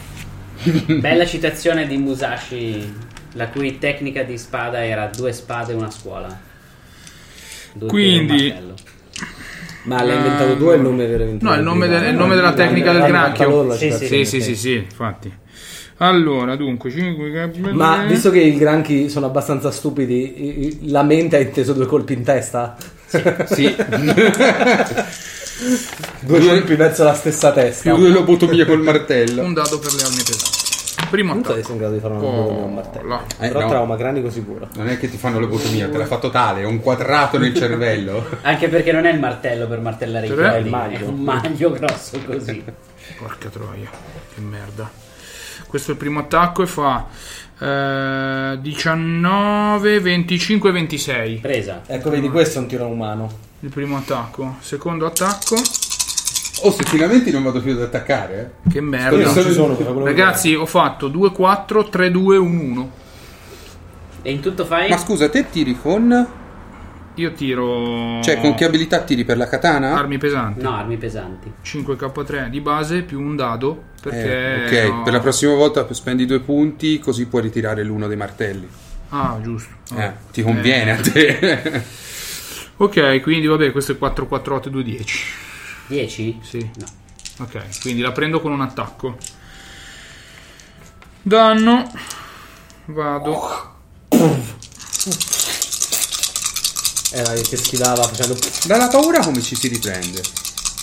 Speaker 1: Bella citazione di Musashi, la cui tecnica di spada era due spade e una scuola. Due tiri e un
Speaker 7: Quindi-
Speaker 1: martello.
Speaker 6: Ma l'hai inventato tu e il nome dell'inventato? cioè.
Speaker 7: No, il nome, del- il nome della tecnica del granchio.
Speaker 6: Sì,
Speaker 7: Sì, sì, sì, sì, infatti. Allora, dunque, 5 gabelle.
Speaker 6: Ma visto che i granchi sono abbastanza stupidi, i- i- la mente ha inteso due colpi in testa?
Speaker 3: sì.
Speaker 6: *laughs* due colpi verso la stessa testa.
Speaker 3: Più due lobotomie
Speaker 6: *laughs*
Speaker 3: col martello.
Speaker 7: Un dado per le armi pesanti. Primo
Speaker 6: Non so se sei in grado di fare una
Speaker 7: Oh,
Speaker 6: lobotomia con un martello.
Speaker 3: Eh,
Speaker 6: Però
Speaker 3: no.
Speaker 6: trauma cranico sicuro.
Speaker 3: Non è che ti fanno lobotomia, te la fa totale, è un quadrato
Speaker 6: *laughs*
Speaker 3: nel cervello.
Speaker 1: Anche perché non è il martello per martellare i
Speaker 3: Cioè,
Speaker 1: piedi,
Speaker 3: è il maglio.
Speaker 1: è un *laughs* maglio grosso così.
Speaker 7: Porca troia, che merda. Questo è il primo attacco e fa eh, 19, 25, 26.
Speaker 1: Presa.
Speaker 6: Ecco, vedi, questo è un tiro umano.
Speaker 7: Il primo attacco. Secondo attacco.
Speaker 3: Oh, se ti lamenti non vado più ad attaccare.
Speaker 7: eh. Che merda.
Speaker 3: Io non ci sono, però quello che
Speaker 7: Ragazzi, ho fatto 2, 4, 3, 2, 1, 1.
Speaker 1: E in tutto fai?
Speaker 3: Ma scusa, te tiri con...
Speaker 7: Io tiro...
Speaker 3: Cioè, con che abilità tiri per la katana?
Speaker 7: Armi pesanti.
Speaker 1: No, armi pesanti.
Speaker 7: 5k3 di base più un dado perché...
Speaker 3: Eh, ok,
Speaker 7: ho-
Speaker 3: per la prossima volta spendi due punti così puoi ritirare l'uno dei martelli.
Speaker 7: Ah, giusto.
Speaker 3: Eh, ti conviene a te.
Speaker 7: Ok, quindi vabbè, questo è 4, 4, 8, 2, 10.
Speaker 1: 10?
Speaker 7: Sì. Ok, quindi la prendo con un attacco. Danno.
Speaker 3: Oh.
Speaker 7: Vado.
Speaker 6: Era che schivava facendo...
Speaker 3: Dalla paura come ci si riprende?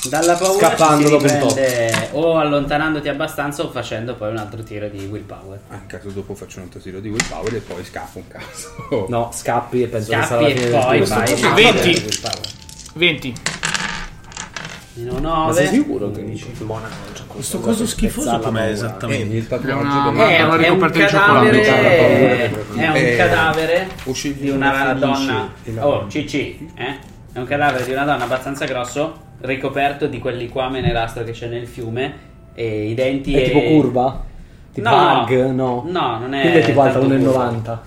Speaker 1: Dalla paura
Speaker 6: Scappando
Speaker 1: ci si
Speaker 6: dopo un po'.
Speaker 1: riprende o allontanandoti abbastanza o facendo poi un altro tiro di willpower.
Speaker 3: Ah, in caso dopo faccio un altro tiro di willpower e poi scappo un caso. *laughs*
Speaker 6: No, scappi e penso
Speaker 1: Scappi
Speaker 6: che
Speaker 1: e
Speaker 6: sarà la fine
Speaker 1: poi
Speaker 6: del
Speaker 1: vai.
Speaker 7: Ah,
Speaker 6: turno.
Speaker 1: 20.
Speaker 7: 20.
Speaker 1: Meno
Speaker 6: Ma
Speaker 1: 9.
Speaker 6: sei sicuro che dici?
Speaker 5: Questo coso schifoso com'è esattamente?
Speaker 3: il
Speaker 5: tatuaggio
Speaker 6: Eh,
Speaker 1: è, un- è un cadavere, è un
Speaker 5: Eh,
Speaker 1: cadavere
Speaker 3: usci-
Speaker 1: di una
Speaker 3: finisci
Speaker 1: donna.
Speaker 3: e la-
Speaker 1: Oh, CC, eh? È un cadavere di una donna abbastanza grosso, ricoperto di quel liquame nerastro che c'è nel fiume. E i denti.
Speaker 6: È
Speaker 1: e-
Speaker 6: tipo curva? Tipo
Speaker 1: No.
Speaker 6: hug? No.
Speaker 1: No, non è
Speaker 6: Quindi è tipo alta
Speaker 1: Eh, tanto
Speaker 6: 1,90.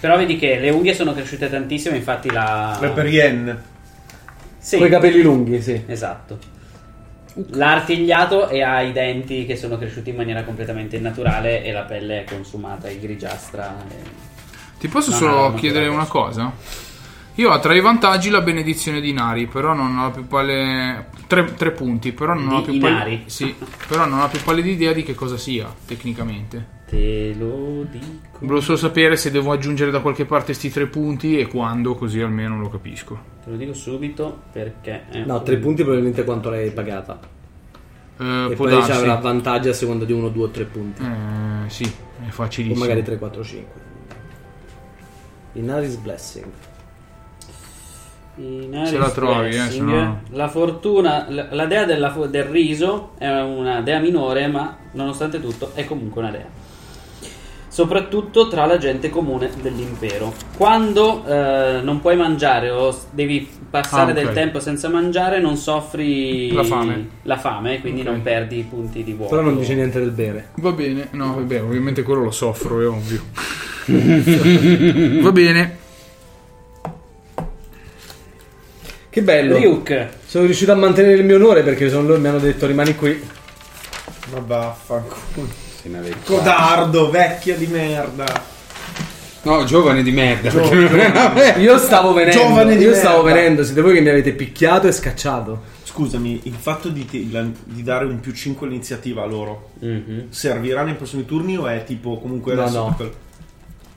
Speaker 1: Però vedi che le unghie sono cresciute tantissimo, infatti la.
Speaker 5: Le per yen.
Speaker 1: Sì.
Speaker 6: Con i capelli lunghi, sì.
Speaker 1: Esatto. L'ha artigliato e ha i denti che sono cresciuti in maniera completamente innaturale e la pelle è consumata è grigiastra. e-
Speaker 7: Ti posso
Speaker 1: Non ha
Speaker 7: solo
Speaker 1: armatura.
Speaker 7: chiedere una cosa? Io ho tra i vantaggi la benedizione di Nari, però non ho la più pale. Tre, tre punti, però non ho la
Speaker 1: Di
Speaker 7: più pale.
Speaker 1: Inari?
Speaker 7: Sì, però non ho la più pallida idea di che cosa sia, tecnicamente.
Speaker 1: Te lo dico.
Speaker 7: Volevo solo sapere se devo aggiungere da qualche parte sti tre punti e quando, così almeno lo capisco.
Speaker 1: Te lo dico subito perché. è
Speaker 6: No,
Speaker 1: un-
Speaker 6: tre punti probabilmente quanto l'hai pagata.
Speaker 7: Eh,
Speaker 6: e
Speaker 7: può
Speaker 6: poi
Speaker 7: darsi.
Speaker 6: avrà vantaggio a seconda di uno, due o tre punti.
Speaker 7: Eh, sì, è
Speaker 6: O
Speaker 7: facilissimo.
Speaker 6: magari 3, 4, 5. Inaris Blessing.
Speaker 1: In Ares
Speaker 7: Se la trovi, eh,
Speaker 1: Blessing,
Speaker 7: se no-
Speaker 1: La fortuna, la, la dea della fo- del riso è una dea minore, ma nonostante tutto è comunque una dea. Soprattutto tra la gente comune dell'impero. Quando eh, non puoi mangiare o s- devi passare
Speaker 7: Ah, ok.
Speaker 1: del tempo senza mangiare, non soffri
Speaker 7: La fame.
Speaker 1: la fame, quindi non perdi i punti di vuoto.
Speaker 6: Però non dice niente del bere.
Speaker 7: Va bene, no, vabbè, ovviamente quello lo soffro,
Speaker 1: *laughs*
Speaker 7: è ovvio. Va bene.
Speaker 6: Che bello.
Speaker 1: Ryuk.
Speaker 6: Sono riuscito a mantenere il mio onore perché sono loro che mi hanno detto rimani qui.
Speaker 5: Ma vaffanculo.
Speaker 6: Codardo.
Speaker 5: Codardo, vecchia di merda.
Speaker 3: No, giovane di merda.
Speaker 6: Eh, Io stavo venendo,
Speaker 5: Giovane di
Speaker 6: io stavo
Speaker 5: merda.
Speaker 6: venendo, siete voi che mi avete picchiato e scacciato.
Speaker 5: Scusami, il fatto di, te- la- di dare un più 5 all'iniziativa a loro servirà nei prossimi turni o è tipo comunque
Speaker 6: No,
Speaker 5: adesso
Speaker 6: no.
Speaker 5: tutto il-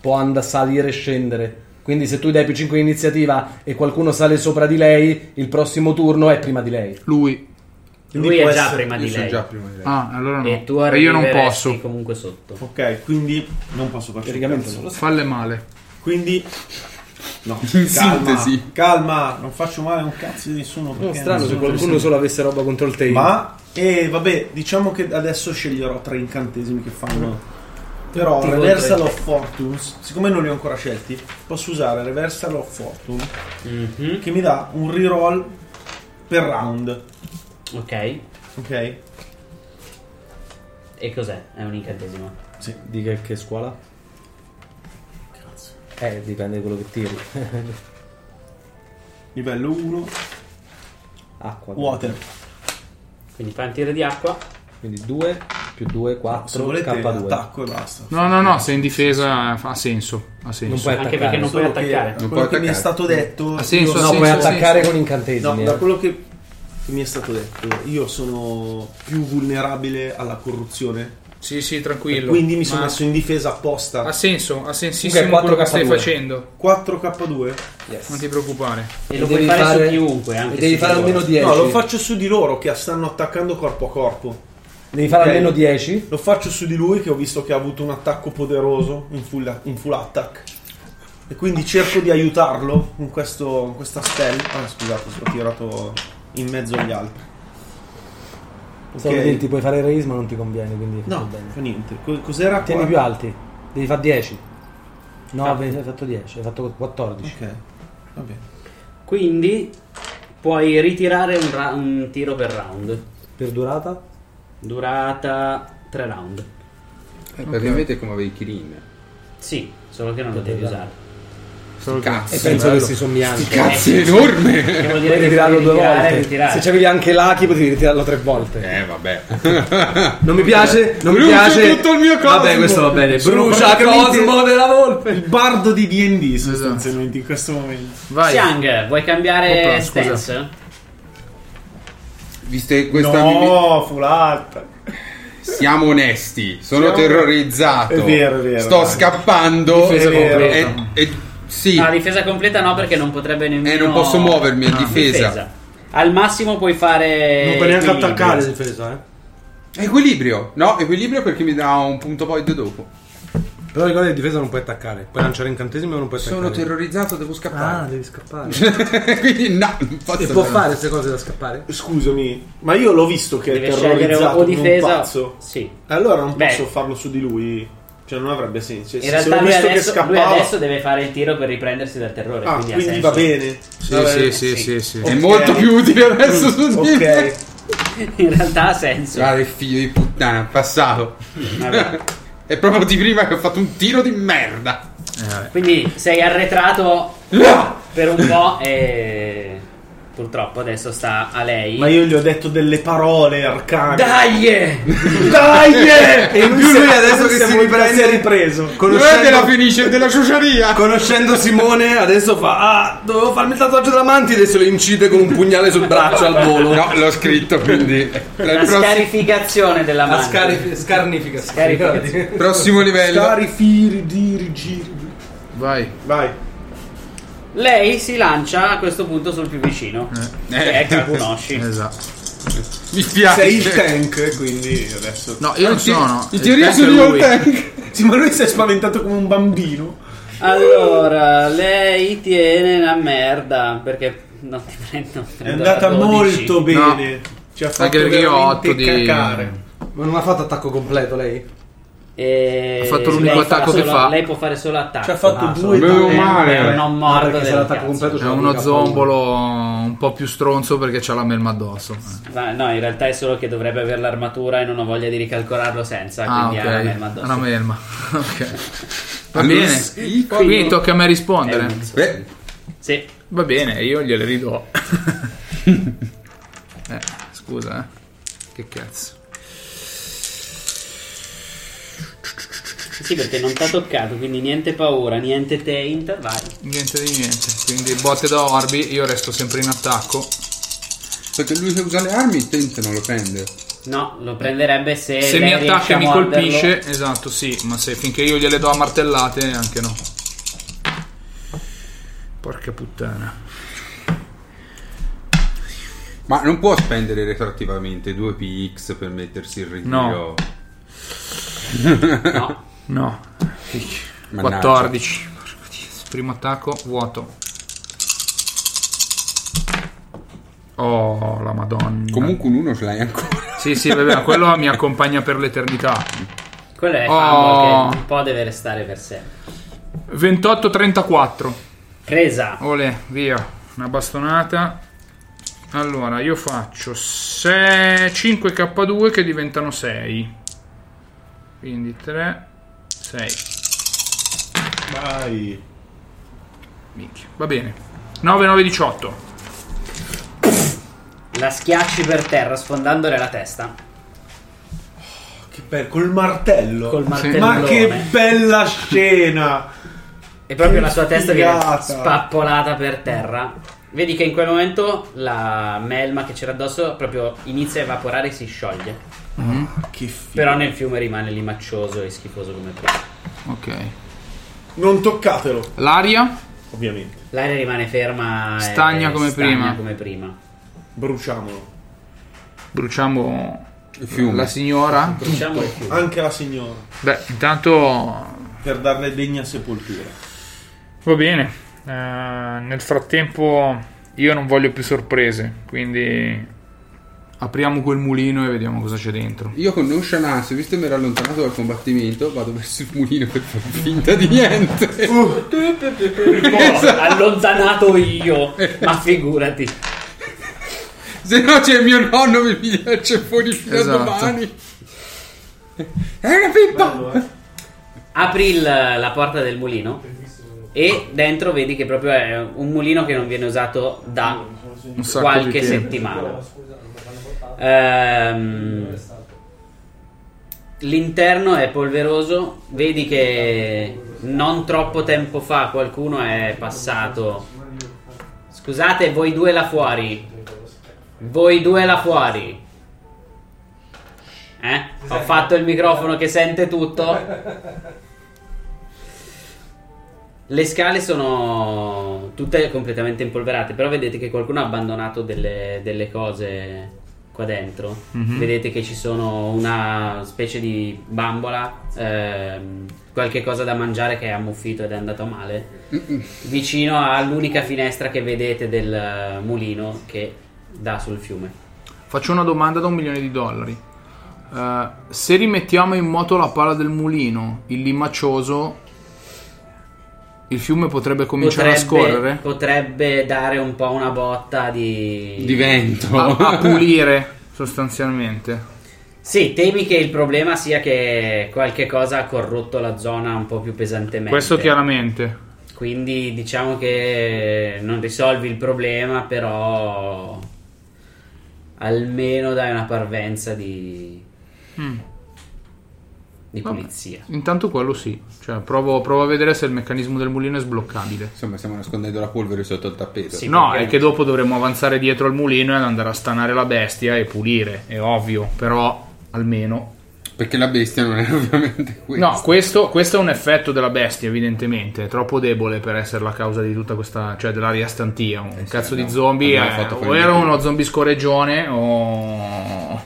Speaker 6: Può andare a salire e scendere. Quindi se tu dai più 5 iniziativa e qualcuno sale sopra di lei, il prossimo turno è prima di lei.
Speaker 7: Lui.
Speaker 5: Quindi
Speaker 1: Lui
Speaker 5: può
Speaker 1: è già
Speaker 5: essere-
Speaker 1: prima
Speaker 5: io
Speaker 1: di
Speaker 5: sono
Speaker 1: lei.
Speaker 5: già prima di lei.
Speaker 7: Ah, allora no.
Speaker 1: E tu
Speaker 7: E io non
Speaker 1: arriveresti
Speaker 7: posso.
Speaker 1: comunque sotto.
Speaker 5: Ok, quindi non posso farci
Speaker 6: Teoricamente
Speaker 5: un
Speaker 6: non lo
Speaker 5: cazzo.
Speaker 7: Falle male.
Speaker 5: Quindi no,
Speaker 3: In
Speaker 5: calma,
Speaker 3: sintesi.
Speaker 5: calma, non faccio male a un cazzo di nessuno
Speaker 6: No,
Speaker 5: perché
Speaker 6: Oh, strano se
Speaker 5: nessuno-
Speaker 6: qualcuno solo avesse roba contro il tail.
Speaker 5: Ma e vabbè, diciamo che adesso sceglierò tre incantesimi che fanno però
Speaker 6: Tipo
Speaker 5: Reversal
Speaker 6: tre.
Speaker 5: of Fortunes, siccome non li ho ancora scelti, posso usare Reversal of Fortune
Speaker 1: Mhm.
Speaker 5: che mi dà un reroll per round.
Speaker 1: Ok.
Speaker 5: Ok?
Speaker 1: E cos'è? È un incantesimo.
Speaker 5: Sì.
Speaker 6: Di che, che scuola? Eh, dipende da quello che tiri. *laughs*
Speaker 5: Livello 1,
Speaker 6: Acqua.
Speaker 5: water.
Speaker 1: Quindi fai un tiro di acqua.
Speaker 6: Quindi 2 più 2, 4,
Speaker 5: Se volete
Speaker 6: K2.
Speaker 5: attacco e basta.
Speaker 7: No, no, no, sei in difesa ha senso. Ha senso.
Speaker 6: Non puoi Anche attaccare. perché non
Speaker 5: Solo che Da quello che mi è stato detto,
Speaker 7: Ha senso,
Speaker 5: io-
Speaker 7: ha senso, ha senso.
Speaker 6: eh.
Speaker 5: No, da quello che che mi è stato detto, io sono più vulnerabile alla corruzione
Speaker 7: Sì, sì, tranquillo.
Speaker 5: Quindi mi sono
Speaker 7: Ma
Speaker 5: messo in difesa apposta.
Speaker 7: Ha senso, ha sensissimo quello che stai facendo.
Speaker 5: 4K2?
Speaker 7: Non ti preoccupare.
Speaker 1: E lo puoi fare, su chiunque. Anche su loro.
Speaker 5: No, lo faccio su di loro che stanno attaccando corpo a corpo.
Speaker 10: Devi fare
Speaker 5: Ok?
Speaker 10: almeno 10.
Speaker 5: Lo faccio su di lui che ho visto che ha avuto un attacco poderoso in full, in full attack. E quindi cerco di aiutarlo con questo, con questa spell. Ah, scusate, sono tirato in mezzo agli altri.
Speaker 10: Stavo per dirti, puoi fare raise ma non ti conviene, quindi
Speaker 5: No,
Speaker 10: va bene.
Speaker 5: fa niente. Co- cos'era
Speaker 10: Tieni
Speaker 5: qua?
Speaker 10: più alti. Devi fare 10. 9, hai fatto 10, hai fatto 14.
Speaker 5: Ok. Va bene.
Speaker 1: Quindi puoi ritirare un, ra- un tiro per round.
Speaker 10: Per durata?
Speaker 1: Durata 3 round.
Speaker 3: Per rimettere come avevi Kirin.
Speaker 1: Sì, solo che non lo devi usare.
Speaker 3: Solo che-
Speaker 1: cazzo.
Speaker 3: E penso che si
Speaker 6: somigliano.
Speaker 3: Sti cazzi enormi!
Speaker 1: Eh, Che vuol
Speaker 6: Puoi
Speaker 1: dire che
Speaker 6: ritirarlo
Speaker 1: puoi
Speaker 6: due
Speaker 1: ritirare,
Speaker 6: volte.
Speaker 1: ritirare.
Speaker 6: Se c'avevi anche l'Aki potevi ritirarlo tre volte.
Speaker 3: Eh, vabbè.
Speaker 6: Non mi piace, non mi
Speaker 3: Brucia
Speaker 6: piace.
Speaker 3: tutto il mio cosmo.
Speaker 6: Vabbè, questo va bene.
Speaker 5: Sono
Speaker 6: Brucia
Speaker 5: praticamente
Speaker 6: Cosmo della volpe.
Speaker 5: Il bardo di DD sostanzialmente in questo momento.
Speaker 1: Xiang, vuoi cambiare
Speaker 5: Opa, scusa.
Speaker 1: stance?
Speaker 3: Viste questa
Speaker 5: No, full attack.
Speaker 3: Siamo onesti, sono
Speaker 5: Siamo-
Speaker 3: terrorizzato.
Speaker 5: È vero, è vero,
Speaker 3: Sto
Speaker 5: dai.
Speaker 3: scappando.
Speaker 5: Difesa
Speaker 3: È vero.
Speaker 5: completa.
Speaker 3: E- e- sì,
Speaker 6: Ah,
Speaker 1: No, difesa completa no, perché non potrebbe nemmeno. Ah,
Speaker 3: non posso muovermi, è difesa.
Speaker 1: Al massimo puoi fare.
Speaker 6: Eh,
Speaker 3: Non puoi neanche
Speaker 1: equilibrio.
Speaker 3: attaccare,
Speaker 5: difesa, eh.
Speaker 3: equilibrio. No, equilibrio perché mi dà un punto void dopo.
Speaker 6: Però ricorda di difesa non puoi attaccare. Puoi lanciare incantesimi ma non puoi attaccare.
Speaker 3: Sono terrorizzato, devo scappare.
Speaker 6: Ah, devi
Speaker 3: *laughs*
Speaker 6: scappare.
Speaker 3: Quindi no, non posso
Speaker 6: e può
Speaker 3: andare.
Speaker 6: fare queste cose da scappare?
Speaker 5: Scusami, ma io l'ho visto che
Speaker 6: Deve
Speaker 5: è
Speaker 6: scegliere
Speaker 5: terrorizzato
Speaker 6: o
Speaker 5: come
Speaker 6: difesa-
Speaker 5: un pazzo.
Speaker 1: Sì.
Speaker 5: Allora non
Speaker 1: Beh.
Speaker 5: posso farlo su di lui. Cioè non avrebbe senso.
Speaker 1: In
Speaker 5: Se- se
Speaker 1: realtà
Speaker 5: ho
Speaker 1: lui
Speaker 5: visto che
Speaker 1: adesso, lui
Speaker 5: scappava-
Speaker 1: adesso deve fare il tiro per riprendersi dal terrore.
Speaker 5: Ah,
Speaker 1: quindi, ha
Speaker 5: quindi
Speaker 1: senso.
Speaker 5: va bene.
Speaker 7: Sì,
Speaker 5: Va bene.
Speaker 7: sì, sì, sì, sì.
Speaker 3: È
Speaker 7: Ok.
Speaker 3: molto più utile adesso su di me.
Speaker 1: In realtà ha senso.
Speaker 3: Guarda Ah, che figlio di puttana, è passato.
Speaker 1: Vabbè.
Speaker 3: *laughs* è proprio di prima che ho fatto un tiro di merda.
Speaker 5: Eh.
Speaker 1: Quindi sei arretrato per un po' e. Purtroppo adesso sta a lei.
Speaker 5: Ma io gli ho detto delle parole arcane.
Speaker 1: Dai!
Speaker 5: *laughs* Dai!
Speaker 6: E lui,
Speaker 5: si-
Speaker 6: adesso
Speaker 5: lui
Speaker 6: che
Speaker 5: si è
Speaker 6: si
Speaker 5: molto-
Speaker 6: riprende-
Speaker 5: si è ripreso.
Speaker 6: Conoscendo-
Speaker 3: finisce? Della ciociaria?
Speaker 6: Conoscendo Simone, adesso fa. Ah, dovevo farmi il tatuaggio della mantide e se lo incide con un pugnale sul braccio al volo.
Speaker 3: No, l'ho scritto, quindi.
Speaker 1: La scarificazione della mano.
Speaker 6: scarnifica.
Speaker 1: Scarificazione.
Speaker 3: Prossimo livello.
Speaker 5: Scarifiri, diri, giri.
Speaker 7: Vai.
Speaker 5: Vai.
Speaker 1: Lei si lancia a questo punto sul più vicino.
Speaker 5: Eh.
Speaker 1: Che è Kakunoshi.
Speaker 7: Esatto.
Speaker 3: Mi piace.
Speaker 5: Sei il tank, quindi adesso.
Speaker 7: No, io non sono.
Speaker 5: In
Speaker 7: Il
Speaker 5: teoria
Speaker 7: tank
Speaker 5: sono
Speaker 7: è
Speaker 5: io
Speaker 7: lui.
Speaker 5: il tank. Sì, ma lui si è spaventato come un bambino.
Speaker 1: Allora, lei tiene la merda perché non ti prendo.
Speaker 5: È andata molto bene. Ci ha fatto
Speaker 7: Anche perché io ho
Speaker 5: veramente
Speaker 7: 8 di-
Speaker 5: cacare.
Speaker 6: *laughs* Ma non ha fatto attacco completo lei?
Speaker 1: E
Speaker 7: Ha fatto l'unico
Speaker 1: lei fa
Speaker 7: attacco che
Speaker 1: solo-
Speaker 7: fa.
Speaker 1: Lei può fare solo
Speaker 5: Ci
Speaker 1: attacco.
Speaker 5: Cioè, ha fatto due
Speaker 1: solo-
Speaker 5: Meno
Speaker 1: è un-
Speaker 5: male.
Speaker 1: È un non morto.
Speaker 6: Ah, perché se
Speaker 1: del
Speaker 6: l'attacco
Speaker 1: cazzo.
Speaker 6: completo
Speaker 7: È uno zombolo un po' più stronzo perché c'ha la melma addosso.
Speaker 1: Va- No, in realtà è solo che dovrebbe avere l'armatura e non ho voglia di ricalcolarlo senza.
Speaker 7: Ah,
Speaker 1: quindi ha la
Speaker 7: ok.
Speaker 1: merma addosso.
Speaker 7: Una melma. *laughs* Ok. Va
Speaker 3: Ma
Speaker 7: bene.
Speaker 3: lo schifo.
Speaker 7: Quindi tocca a me rispondere.
Speaker 1: È un mix.
Speaker 3: Beh,
Speaker 1: Sì.
Speaker 7: Va bene, io gliele *laughs* ridò. eh, scusa, eh. Che cazzo.
Speaker 1: Sì, perché non ti ha toccato, quindi niente paura, niente taint, vai.
Speaker 7: Niente di niente. Quindi botte da Orbi, io resto sempre in attacco.
Speaker 3: Perché lui che usa le armi, il tente non lo prende.
Speaker 1: No, lo prenderebbe se,
Speaker 7: se
Speaker 1: lei
Speaker 7: mi attacca
Speaker 1: riesce
Speaker 7: e
Speaker 1: a
Speaker 7: mi
Speaker 1: morderlo.
Speaker 7: colpisce, esatto, sì, ma se finché io gliele do a martellate, anche no. Porca puttana.
Speaker 3: Ma non può spendere retroattivamente 2 PX per mettersi il ritiro.
Speaker 7: No. No.
Speaker 3: Mannaggia.
Speaker 7: 14. Primo attacco, vuoto. Oh, la madonna.
Speaker 3: Comunque un 1 ce l'hai ancora.
Speaker 7: Sì, sì, vabbè, ma quello
Speaker 3: *laughs*
Speaker 7: mi accompagna per l'eternità.
Speaker 1: Quello è
Speaker 7: Oh.
Speaker 1: fumble che un po' deve restare per sé.
Speaker 7: 28-34.
Speaker 1: Presa.
Speaker 7: Ole, via. Una bastonata. Allora, io faccio 6, 5 K2 che diventano 6. Quindi 3, 6.
Speaker 5: Vai.
Speaker 7: Minchia. Va bene. 9, 9, 18.
Speaker 1: La schiacci per terra sfondandole la testa.
Speaker 5: Che bello, col martello.
Speaker 1: Col
Speaker 5: Ma
Speaker 1: martellone.
Speaker 5: che bella scena.
Speaker 1: E proprio la sua
Speaker 5: Che
Speaker 1: testa viene
Speaker 5: figata.
Speaker 1: spappolata per terra. Vedi che in quel momento la melma che c'era addosso proprio inizia a evaporare e si scioglie.
Speaker 7: Mhm.
Speaker 5: Mm-hmm. che figo.
Speaker 1: Però nel fiume rimane lì maccioso e schifoso come prima.
Speaker 7: Ok.
Speaker 5: Non toccatelo.
Speaker 7: L'aria?
Speaker 5: Ovviamente.
Speaker 1: L'aria rimane ferma. e-
Speaker 7: Stagna come
Speaker 1: stagna
Speaker 7: prima.
Speaker 1: come prima.
Speaker 5: Bruciamolo.
Speaker 7: Bruciamo
Speaker 5: fiume.
Speaker 7: la signora.
Speaker 5: Bruciamo il fiume. Anche la signora.
Speaker 7: Beh, intanto
Speaker 5: Per darle degna sepoltura.
Speaker 7: Va bene, Eh, nel frattempo io non voglio più sorprese, quindi apriamo quel mulino e vediamo cosa c'è dentro.
Speaker 3: Io con nonchalance, visto che mi ero allontanato dal combattimento, vado verso il mulino per far finta di niente.
Speaker 1: Boh, *laughs* allontanato io. Ma figurati.
Speaker 3: Se no c'è mio nonno mi piace fuori fino
Speaker 1: Esatto.
Speaker 3: a domani. Eh, È una pippa!
Speaker 1: Apri il- la porta del mulino e dentro vedi che proprio è un mulino che non viene usato da
Speaker 7: sacco
Speaker 1: qualche
Speaker 7: di tempo.
Speaker 1: settimana. Ehm, l'interno è polveroso, vedi che non troppo tempo fa qualcuno è passato. Scusate, voi due là fuori. Voi due là fuori. Eh? Ho fatto il microfono che sente tutto. Le scale sono tutte completamente impolverate, però vedete che qualcuno ha abbandonato delle, delle cose qua dentro.
Speaker 7: Mhm.
Speaker 1: Vedete che ci sono una specie di bambola, ehm, qualche cosa da mangiare che è ammuffito ed è andato male, vicino all'unica finestra che vedete del eh, mulino che dà sul fiume.
Speaker 7: Faccio una domanda da un milione di dollari. Eh, se rimettiamo in moto la pala del mulino, il limaccioso, il fiume potrebbe cominciare a scorrere?
Speaker 1: potrebbe dare un po' una botta di...
Speaker 7: A,
Speaker 3: *laughs*
Speaker 7: a pulire sostanzialmente.
Speaker 1: Sì, temi che il problema sia che qualche cosa ha corrotto la zona un po' più pesantemente.
Speaker 7: Questo chiaramente.
Speaker 1: Quindi diciamo che non risolvi il problema, però almeno dai una parvenza di,
Speaker 7: Mm.
Speaker 1: di
Speaker 7: Vabbè.
Speaker 1: pulizia.
Speaker 7: Intanto quello sì. Cioè, provo, provo a vedere se il meccanismo del mulino è sbloccabile.
Speaker 3: Insomma, stiamo nascondendo la polvere sotto il tappeto.
Speaker 7: no, è che dopo dovremmo avanzare dietro al mulino e andare a stanare la bestia e pulire, è ovvio, però almeno...
Speaker 3: Perché la bestia non è *laughs* ovviamente questa.
Speaker 7: No, questo, questo è un effetto della bestia, evidentemente, è troppo debole per essere la causa di tutta questa... cioè dell'aria stantia,
Speaker 3: Eh
Speaker 7: un cazzo di zombie,
Speaker 3: abbiamo
Speaker 7: eh,
Speaker 3: fatto
Speaker 7: o
Speaker 3: quello
Speaker 7: era
Speaker 3: di-
Speaker 7: uno zombie scoreggione
Speaker 3: *laughs*
Speaker 7: o...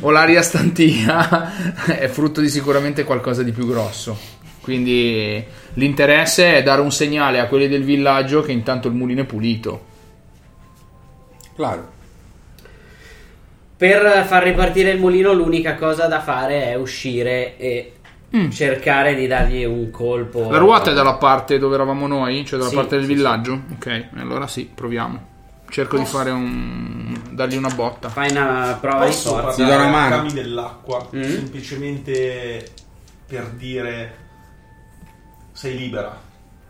Speaker 7: o l'aria stantia è frutto di sicuramente qualcosa di più grosso. Quindi l'interesse è dare un segnale a quelli del villaggio che intanto il mulino è pulito.
Speaker 3: Claro.
Speaker 1: Per far ripartire il mulino, l'unica cosa da fare è uscire e
Speaker 7: Mm.
Speaker 1: cercare di dargli un colpo.
Speaker 7: La ruota è dalla parte dove eravamo noi, cioè dalla
Speaker 1: Sì,
Speaker 7: parte del
Speaker 1: sì,
Speaker 7: villaggio? Ok, allora sì, proviamo. Cerco di fare un... dargli una botta.
Speaker 1: Fai una
Speaker 5: Posso
Speaker 7: Ti
Speaker 5: parlare
Speaker 7: do una
Speaker 5: ai
Speaker 7: mano.
Speaker 5: rami dell'acqua semplicemente per dire sei libera,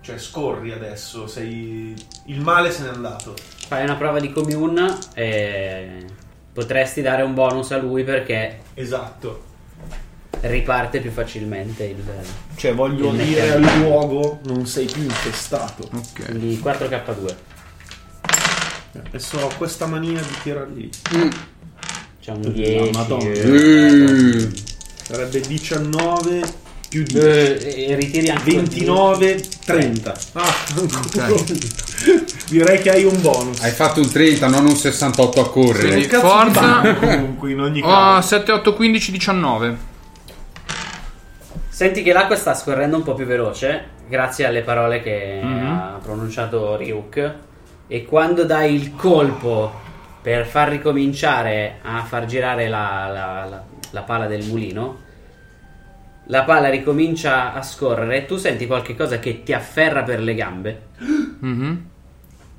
Speaker 5: cioè scorri adesso, sei... il male se n'è andato.
Speaker 1: Fai una prova di commune e potresti dare un bonus a lui perché
Speaker 5: Esatto.
Speaker 1: riparte più facilmente il
Speaker 5: Cioè voglio
Speaker 1: il
Speaker 5: dire
Speaker 1: meccanismo.
Speaker 5: al luogo non sei più infestato.
Speaker 1: Quindi 4K2.
Speaker 5: E so ho questa mania di tirarli.
Speaker 1: C'è un 10.
Speaker 5: Madonna.
Speaker 1: Eh.
Speaker 5: Sarebbe 19 più 10.
Speaker 1: Eh, e ritiri anche
Speaker 5: 29, 30. Ah, direi che hai un bonus.
Speaker 3: Hai fatto un 30, non un 68 a correre.
Speaker 7: Quindi forza.
Speaker 5: comunque in ogni
Speaker 7: *laughs* Oh, 7, 8, 15, 19.
Speaker 1: Senti che l'acqua sta scorrendo un po' più veloce, grazie alle parole che
Speaker 7: Mhm.
Speaker 1: ha pronunciato Ryuk. E quando dai il colpo per far ricominciare a far girare la, la- la- la pala del mulino, la pala ricomincia a scorrere. Tu senti qualche cosa che ti afferra per le gambe,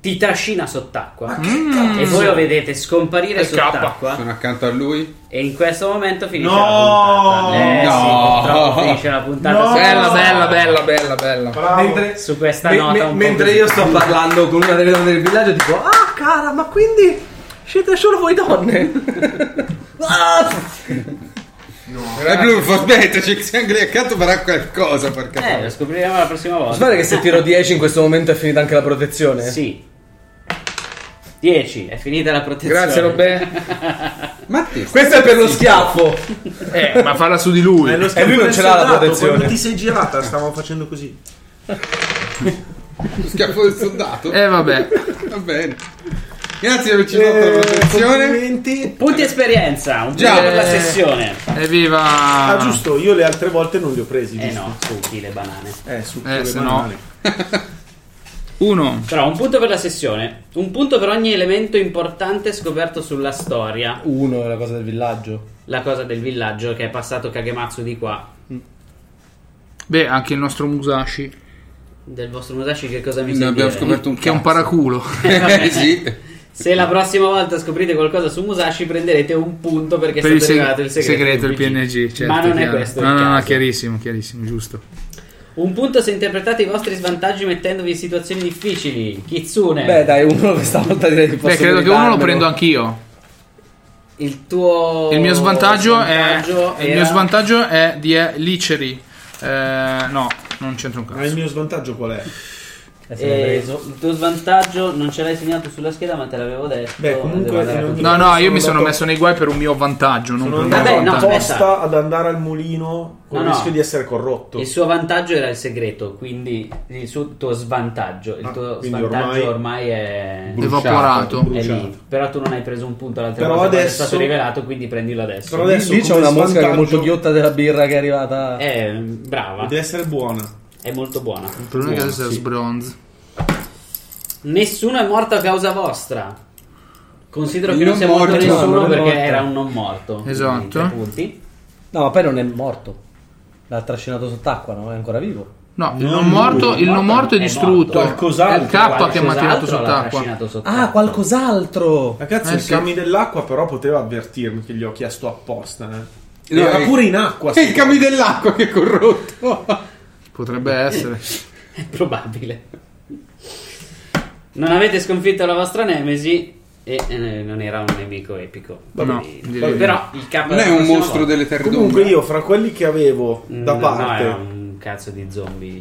Speaker 1: ti trascina sott'acqua. E voi lo vedete scomparire sott'acqua.
Speaker 3: Sono accanto a lui.
Speaker 1: E in questo momento finisce
Speaker 3: No!
Speaker 1: la puntata. Eh
Speaker 3: No!
Speaker 1: sì, purtroppo finisce la puntata.
Speaker 3: No!
Speaker 1: senza-
Speaker 3: Bella,
Speaker 7: bella, bella, bella.
Speaker 10: Mentre-
Speaker 1: su questa
Speaker 10: me-
Speaker 1: nota
Speaker 10: me-
Speaker 1: un po'
Speaker 10: mentre
Speaker 1: così.
Speaker 10: io sto parlando con una delle donne del villaggio, tipo, ah cara, ma quindi siete solo voi donne?
Speaker 3: È blu, aspetta, c'è sempre lì accanto farà qualcosa, porca
Speaker 1: Eh, lo scopriremo la prossima volta.
Speaker 10: Guarda che se tiro 10 in questo momento è finita anche la protezione?
Speaker 1: Sì. 10, è finita la protezione.
Speaker 7: Grazie,
Speaker 1: Robè.
Speaker 7: Questo è per lo schiaffo. Eh, ma farla su di lui.
Speaker 5: Eh, lo
Speaker 7: e lui
Speaker 5: schiaffo
Speaker 7: non ce
Speaker 5: del
Speaker 7: l'ha la
Speaker 5: soldato,
Speaker 7: protezione.
Speaker 5: Quando ti sei girata, stavamo facendo così.
Speaker 3: Schiaffo del soldato.
Speaker 7: Eh, vabbè.
Speaker 3: Va bene. Grazie per averci dato la protezione.
Speaker 1: Punti esperienza, un
Speaker 3: Già.
Speaker 1: punto per la
Speaker 3: Eh.
Speaker 1: sessione.
Speaker 7: Evviva!
Speaker 5: Ah, giusto, io le altre volte non li ho presi.
Speaker 1: Eh
Speaker 5: giusto?
Speaker 1: no, succhi le banane.
Speaker 5: Eh, succhi
Speaker 7: Eh,
Speaker 5: le
Speaker 7: se
Speaker 5: banane.
Speaker 7: Uno.
Speaker 1: Però un punto per la sessione, un punto per ogni elemento importante scoperto sulla storia.
Speaker 6: Uno è la cosa del villaggio.
Speaker 1: La cosa del villaggio che è passato Kagematsu di qua.
Speaker 7: Beh, anche il nostro Musashi.
Speaker 1: Del vostro Musashi che cosa mi
Speaker 7: Ne
Speaker 1: sa
Speaker 7: abbiamo
Speaker 1: dire?
Speaker 7: scoperto un Che è un cazzo.
Speaker 1: *laughs*
Speaker 7: paraculo.
Speaker 1: Eh,
Speaker 3: *laughs*
Speaker 1: vabbè.
Speaker 7: Sì.
Speaker 1: Se la prossima volta scoprite qualcosa su Musashi prenderete un punto perché
Speaker 7: *laughs* per
Speaker 1: è
Speaker 7: il,
Speaker 1: stato
Speaker 7: seg-
Speaker 1: rivelato il segreto.
Speaker 7: il
Speaker 1: di Wiki.
Speaker 7: PNG. Certo,
Speaker 1: Ma non è
Speaker 7: chiaro.
Speaker 1: questo
Speaker 7: No,
Speaker 1: il
Speaker 7: no, no,
Speaker 1: caso.
Speaker 7: chiarissimo, chiarissimo, giusto.
Speaker 1: Un punto se interpretate i vostri svantaggi mettendovi in situazioni difficili. Kitsune.
Speaker 6: Eh. Beh, dai, uno *laughs* questa volta direi che posso
Speaker 7: Beh, credo che uno lo
Speaker 6: meritarmelo.
Speaker 7: prendo anch'io.
Speaker 1: Il tuo.
Speaker 7: il mio svantaggio,
Speaker 1: svantaggio
Speaker 7: è.
Speaker 1: era-
Speaker 7: Il mio svantaggio è di eh, Liceri. Eh, no, non c'entra un cazzo.
Speaker 5: Ma il mio svantaggio qual è?
Speaker 1: Eh, il tuo svantaggio non ce l'hai segnato sulla scheda, ma te l'avevo detto. eh,
Speaker 5: Beh, comunque,
Speaker 1: Devo andare
Speaker 5: in
Speaker 1: a
Speaker 5: ogni-
Speaker 7: No, no, io mi sono
Speaker 5: andato-
Speaker 7: messo nei guai per un mio vantaggio. Non per
Speaker 5: Sono
Speaker 7: un
Speaker 5: andato
Speaker 7: mio vantaggio.
Speaker 5: apposta ad andare al mulino con
Speaker 1: No,
Speaker 5: il
Speaker 1: no.
Speaker 5: rischio di essere corrotto.
Speaker 1: Il suo vantaggio era il segreto, quindi il suo tuo svantaggio, il
Speaker 5: Ah,
Speaker 1: tuo
Speaker 5: quindi
Speaker 1: svantaggio ormai,
Speaker 5: ormai
Speaker 1: è
Speaker 7: bruciato, Evaporato.
Speaker 1: È
Speaker 7: bruciato.
Speaker 1: lì. Però tu non hai preso un punto l'altra
Speaker 6: Però
Speaker 1: volta quando
Speaker 6: adesso-
Speaker 1: è stato rivelato, quindi prendilo adesso.
Speaker 6: Lì- lì c'è una mosca che è molto ghiotta della birra che è arrivata.
Speaker 1: È Eh, brava.
Speaker 5: Deve essere buona.
Speaker 1: È molto buona. Il
Speaker 7: problema è che adesso è sbronze.
Speaker 1: Nessuno è morto a causa vostra. Considero che
Speaker 6: Il
Speaker 1: non
Speaker 6: non
Speaker 1: sia morto,
Speaker 6: morto, no,
Speaker 1: nessuno
Speaker 6: non è
Speaker 1: perché
Speaker 6: morto.
Speaker 1: era un non morto.
Speaker 6: Esatto.
Speaker 1: Tre punti.
Speaker 6: No, ma poi non è morto. L'ha trascinato sott'acqua, no? È ancora vivo.
Speaker 7: No, il non morto, il non morto è distrutto. È il K che mi ha tirato sott'acqua.
Speaker 6: Ah, qualcos'altro.
Speaker 5: Ragazzi,
Speaker 7: Eh,
Speaker 5: il
Speaker 7: sì.
Speaker 5: cammin dell'acqua però poteva avvertirmi che gli ho chiesto apposta. Eh.
Speaker 7: No,
Speaker 5: Era
Speaker 7: è-
Speaker 5: pure in acqua.
Speaker 7: è il
Speaker 5: cammin
Speaker 3: dell'acqua che è corrotto.
Speaker 7: Potrebbe essere.
Speaker 1: *laughs* È probabile. Non avete sconfitto la vostra nemesi e eh, non era un nemico epico.
Speaker 5: No,
Speaker 1: Quindi-
Speaker 5: direi di
Speaker 1: però
Speaker 5: no.
Speaker 1: il capo
Speaker 3: Non è un mostro delle terre
Speaker 5: Comunque
Speaker 3: d'ombra.
Speaker 5: io fra quelli che avevo da
Speaker 1: Mm, no,
Speaker 5: parte...
Speaker 1: No, era un cazzo di zombie.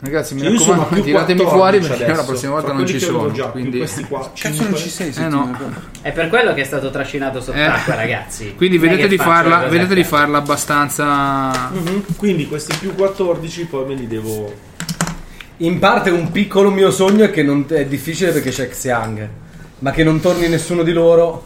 Speaker 7: Ragazzi, mi
Speaker 1: eh,
Speaker 5: Cioè, io sono
Speaker 7: raccomando,
Speaker 5: più
Speaker 7: tiratemi
Speaker 5: 14
Speaker 7: fuori perché
Speaker 5: adesso,
Speaker 7: la prossima volta
Speaker 5: fra
Speaker 7: non
Speaker 5: quelli
Speaker 7: ci
Speaker 5: che avevo
Speaker 7: sono.
Speaker 5: già, più
Speaker 7: quindi...
Speaker 5: questi qua,
Speaker 7: *laughs* Cazzo, non ci sei,
Speaker 1: Eh no. È per quello che è stato trascinato sott'acqua,
Speaker 7: Eh.
Speaker 1: ragazzi.
Speaker 7: *laughs* Quindi
Speaker 1: Non è che
Speaker 7: vedete di,
Speaker 1: faccio
Speaker 7: farla,
Speaker 1: cose
Speaker 7: vedete
Speaker 1: a
Speaker 7: di
Speaker 1: caso.
Speaker 7: farla abbastanza.
Speaker 5: Mhm. Quindi questi più 14 poi me li devo...
Speaker 6: In parte un piccolo mio sogno è che non è difficile perché c'è Xiang, ma che non torni nessuno di loro.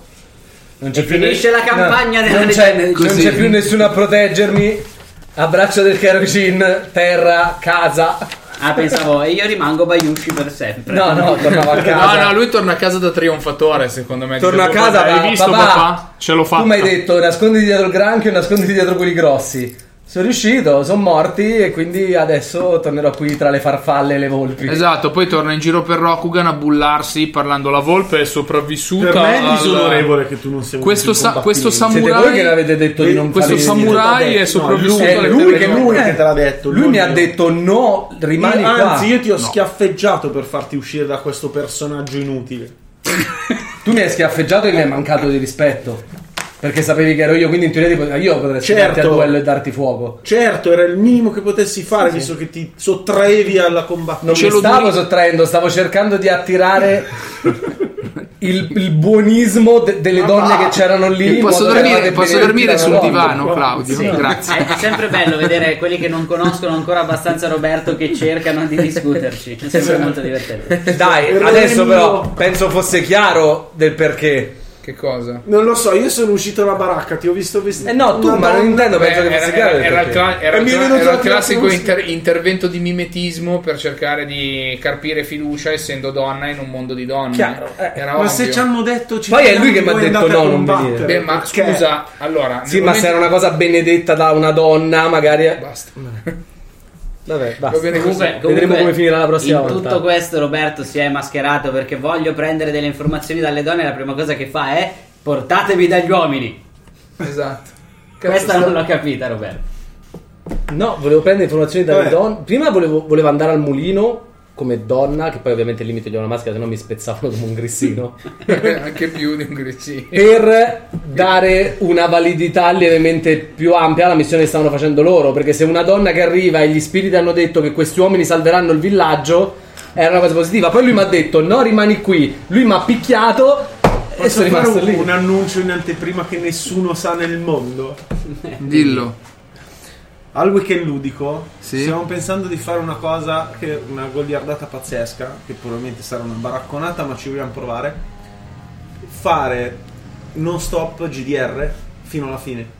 Speaker 6: Non c'è
Speaker 1: E finisce la campagna della
Speaker 6: non c'è,
Speaker 1: leggenda di
Speaker 6: non
Speaker 1: Così.
Speaker 6: c'è più nessuno a proteggermi. Abbraccio del Kerosene, terra, casa.
Speaker 7: Eh.
Speaker 1: Ah, pensavo, e io rimango Bayushi per sempre.
Speaker 6: No, no, tornavo a casa.
Speaker 7: *laughs* No, no, lui torna a casa da trionfatore, secondo me.
Speaker 6: Torno a
Speaker 7: Dice,
Speaker 6: casa,
Speaker 7: "Papà,
Speaker 6: va,
Speaker 7: Hai visto
Speaker 6: papà?
Speaker 7: papà? Ce l'ho fatta.
Speaker 6: Tu mi hai detto nasconditi dietro il granchio e nasconditi dietro quelli grossi. Sono riuscito, sono morti e quindi adesso tornerò qui tra le farfalle e le volpi.
Speaker 7: Esatto, poi torna in giro per Rokugan a bullarsi parlando la volpe è sopravvissuta.
Speaker 5: Per me è
Speaker 7: al-
Speaker 5: disonorevole che tu non sia
Speaker 7: Questo,
Speaker 5: venuto in
Speaker 7: sa- questo
Speaker 5: combattimento.
Speaker 7: samurai.
Speaker 5: fare
Speaker 7: Questo
Speaker 5: niente.
Speaker 7: samurai
Speaker 5: No,
Speaker 7: è sopravvissuto.
Speaker 5: lui-
Speaker 7: alle
Speaker 5: è lui
Speaker 7: terre
Speaker 5: che-
Speaker 7: di-
Speaker 5: lui che te l'ha detto.
Speaker 6: Lui
Speaker 5: non
Speaker 6: mi ha
Speaker 5: io.
Speaker 6: detto no, rimani
Speaker 5: Io-
Speaker 6: qua.
Speaker 5: Anzi, io ti ho
Speaker 6: No.
Speaker 5: schiaffeggiato per farti uscire da questo personaggio inutile.
Speaker 6: Tu mi hai schiaffeggiato e mi hai mancato di rispetto. Perché sapevi che ero io, quindi in teoria ti pot- io potrei
Speaker 5: Certo.
Speaker 6: sederti a duello e darti fuoco.
Speaker 5: Certo, era il minimo che potessi fare, visto che ti sottraevi alla combattimento.
Speaker 6: Non mi stavo sottraendo, stavo cercando
Speaker 5: *laughs*
Speaker 6: di attirare il, il buonismo de- delle donne che c'erano lì. in
Speaker 7: Posso
Speaker 6: modo
Speaker 7: dormire-
Speaker 6: tale che
Speaker 7: posso dormire
Speaker 6: benedicano
Speaker 7: sul
Speaker 6: loro.
Speaker 7: divano, Claudio? Sì. Grazie.
Speaker 1: *laughs* È sempre bello vedere quelli che non conoscono ancora abbastanza Roberto che cercano di discuterci. È sempre molto
Speaker 6: *laughs*
Speaker 1: divertente.
Speaker 6: Dai,
Speaker 5: Errore
Speaker 6: adesso
Speaker 5: mio.
Speaker 6: però penso fosse chiaro del perché.
Speaker 7: Che cosa?
Speaker 5: Non lo so, io sono uscito dalla baracca, ti ho visto vestito.
Speaker 6: Eh no, tu, ma non intendo, penso che fosse chiaro. del
Speaker 7: Era il,
Speaker 6: perché.
Speaker 7: cla- era
Speaker 5: E mi è
Speaker 7: il cla-
Speaker 5: venuto
Speaker 7: era il
Speaker 5: la
Speaker 7: classico
Speaker 5: classe-
Speaker 7: inter- intervento di mimetismo per cercare di carpire fiducia, essendo donna in un mondo di donne.
Speaker 5: Chiaro, eh.
Speaker 7: Era
Speaker 5: Ma
Speaker 7: ovvio.
Speaker 5: se ci hanno detto ci
Speaker 6: Poi è
Speaker 5: vediamo,
Speaker 6: lui che mi ha
Speaker 5: voi
Speaker 6: detto
Speaker 5: andate
Speaker 6: no,
Speaker 5: a
Speaker 6: non
Speaker 5: combattere,
Speaker 6: venire.
Speaker 7: Beh, ma
Speaker 5: perché-
Speaker 7: scusa, allora.
Speaker 6: Sì,
Speaker 7: nel
Speaker 6: ma
Speaker 7: momento-
Speaker 6: se era una cosa benedetta da una donna, magari. eh,
Speaker 7: Basta.
Speaker 6: Vabbè, basta.
Speaker 7: Va bene così.
Speaker 1: Comunque,
Speaker 6: Vedremo
Speaker 1: comunque,
Speaker 6: come finirà la prossima
Speaker 1: in
Speaker 6: volta.
Speaker 1: tutto questo Roberto si è mascherato perché voglio prendere delle informazioni dalle donne e la prima cosa che fa è portatemi dagli uomini.
Speaker 7: Esatto.
Speaker 1: Questa
Speaker 6: sta-
Speaker 1: non l'ho capita Roberto.
Speaker 6: No, volevo prendere informazioni dalle
Speaker 1: Vabbè.
Speaker 6: donne. Prima volevo, volevo andare al mulino come donna, che poi ovviamente il limite di una maschera, se no mi spezzavano come un grissino.
Speaker 2: *laughs*
Speaker 7: Anche più di un grissino.
Speaker 6: per dare una validità lievemente più ampia alla missione che stavano facendo loro. Perché se una donna che arriva e gli spiriti hanno detto che questi uomini salveranno il villaggio, era una cosa positiva. Poi lui mi ha detto: No, rimani qui. Lui mi ha picchiato e
Speaker 5: Posso
Speaker 6: sono
Speaker 5: fare
Speaker 6: rimasto
Speaker 5: un,
Speaker 6: lì.
Speaker 5: un annuncio in anteprima che nessuno sa nel mondo?
Speaker 2: Dillo.
Speaker 5: Al weekend ludico
Speaker 2: Sì.
Speaker 5: stiamo pensando di fare una cosa, che una goliardata pazzesca, che probabilmente sarà una baracconata, ma ci vogliamo provare. Fare non stop GDR fino alla fine.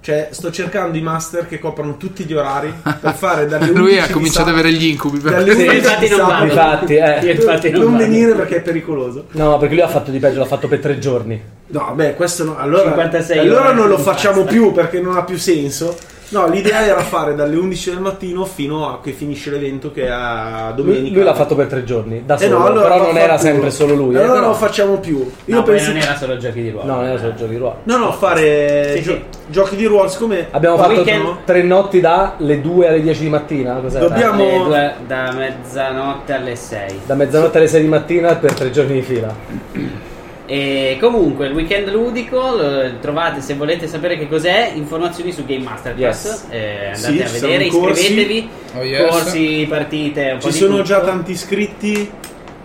Speaker 5: Cioè, sto cercando i master che coprano tutti gli orari per fare dalle
Speaker 2: *laughs*
Speaker 5: 11
Speaker 2: Lui ha
Speaker 5: di
Speaker 2: cominciato ad
Speaker 5: sabato-
Speaker 2: avere gli incubi. Per...
Speaker 5: dalle 11 di sabato.
Speaker 6: Infatti, eh.
Speaker 5: Tu non venire perché è pericoloso.
Speaker 6: No, perché lui ha fatto di peggio, l'ha fatto per tre giorni.
Speaker 5: No, beh, questo no. Allora,
Speaker 6: 56
Speaker 5: allora
Speaker 6: ore,
Speaker 5: non lo
Speaker 6: basta.
Speaker 5: facciamo più perché non ha più senso. No, l'idea era fare dalle 11 del mattino fino a che finisce l'evento che è a
Speaker 6: Lui,
Speaker 5: domenica.
Speaker 6: lui l'ha fatto per tre giorni, da
Speaker 5: Eh
Speaker 6: solo.
Speaker 5: no, allora
Speaker 6: però
Speaker 5: fa-
Speaker 6: non
Speaker 5: fa
Speaker 6: era
Speaker 5: culo.
Speaker 6: sempre solo lui. eh,
Speaker 5: Allora
Speaker 6: però-
Speaker 5: non lo facciamo più. Io
Speaker 6: No, poi
Speaker 5: penso...
Speaker 6: non era
Speaker 1: solo giochi di ruolo.
Speaker 6: No, non era solo giochi di ruolo.
Speaker 5: No, no, fare gio- giochi di ruolo, siccome
Speaker 6: Abbiamo
Speaker 5: il
Speaker 6: fatto
Speaker 5: weekend
Speaker 6: tre notti dalle 2 alle 10 di mattina. Cos'era?
Speaker 1: Dalle
Speaker 6: Dalle due-
Speaker 1: due- da mezzanotte alle 6.
Speaker 6: Da mezzanotte alle 6 di mattina per tre giorni di fila.
Speaker 1: E comunque il weekend ludico lo trovate se volete sapere che cos'è informazioni su Game Masterclass
Speaker 5: Yes.
Speaker 1: Eh, andate
Speaker 5: Sì, ci
Speaker 1: a
Speaker 5: sono
Speaker 1: vedere
Speaker 5: i corsi.
Speaker 1: iscrivetevi
Speaker 5: Oh, yes.
Speaker 1: corsi partite un po'
Speaker 5: ci
Speaker 1: di
Speaker 5: sono
Speaker 1: tutto.
Speaker 5: già tanti iscritti,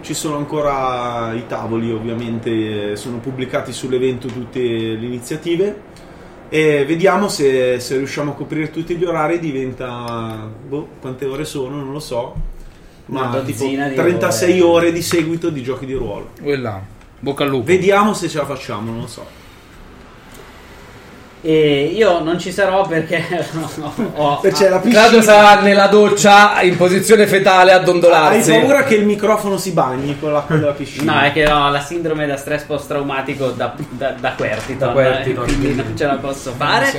Speaker 5: ci sono ancora i tavoli ovviamente, eh, sono pubblicati sull'evento tutte le iniziative e vediamo se, se riusciamo a coprire tutti gli orari, diventa... boh, quante ore sono, non lo so.
Speaker 1: Una
Speaker 5: Ma tipo
Speaker 1: dozzina di
Speaker 5: 36
Speaker 1: ore.
Speaker 5: ore di seguito di giochi di ruolo.
Speaker 2: Bocca al lupo.
Speaker 5: Vediamo se ce la facciamo, non lo so.
Speaker 1: e io non ci sarò perché *laughs* ho, ho-
Speaker 5: C'è la
Speaker 6: Tra l'altro sarà nella doccia in posizione fetale a
Speaker 5: Hai
Speaker 6: dondolarsi.
Speaker 5: paura che il microfono si bagni con l'acqua della piscina?
Speaker 1: No, è che ho la sindrome da stress post-traumatico da, da, da Quertiton,
Speaker 5: Da Quertiton,
Speaker 1: eh, quindi
Speaker 5: quindi.
Speaker 1: non ce la posso fare.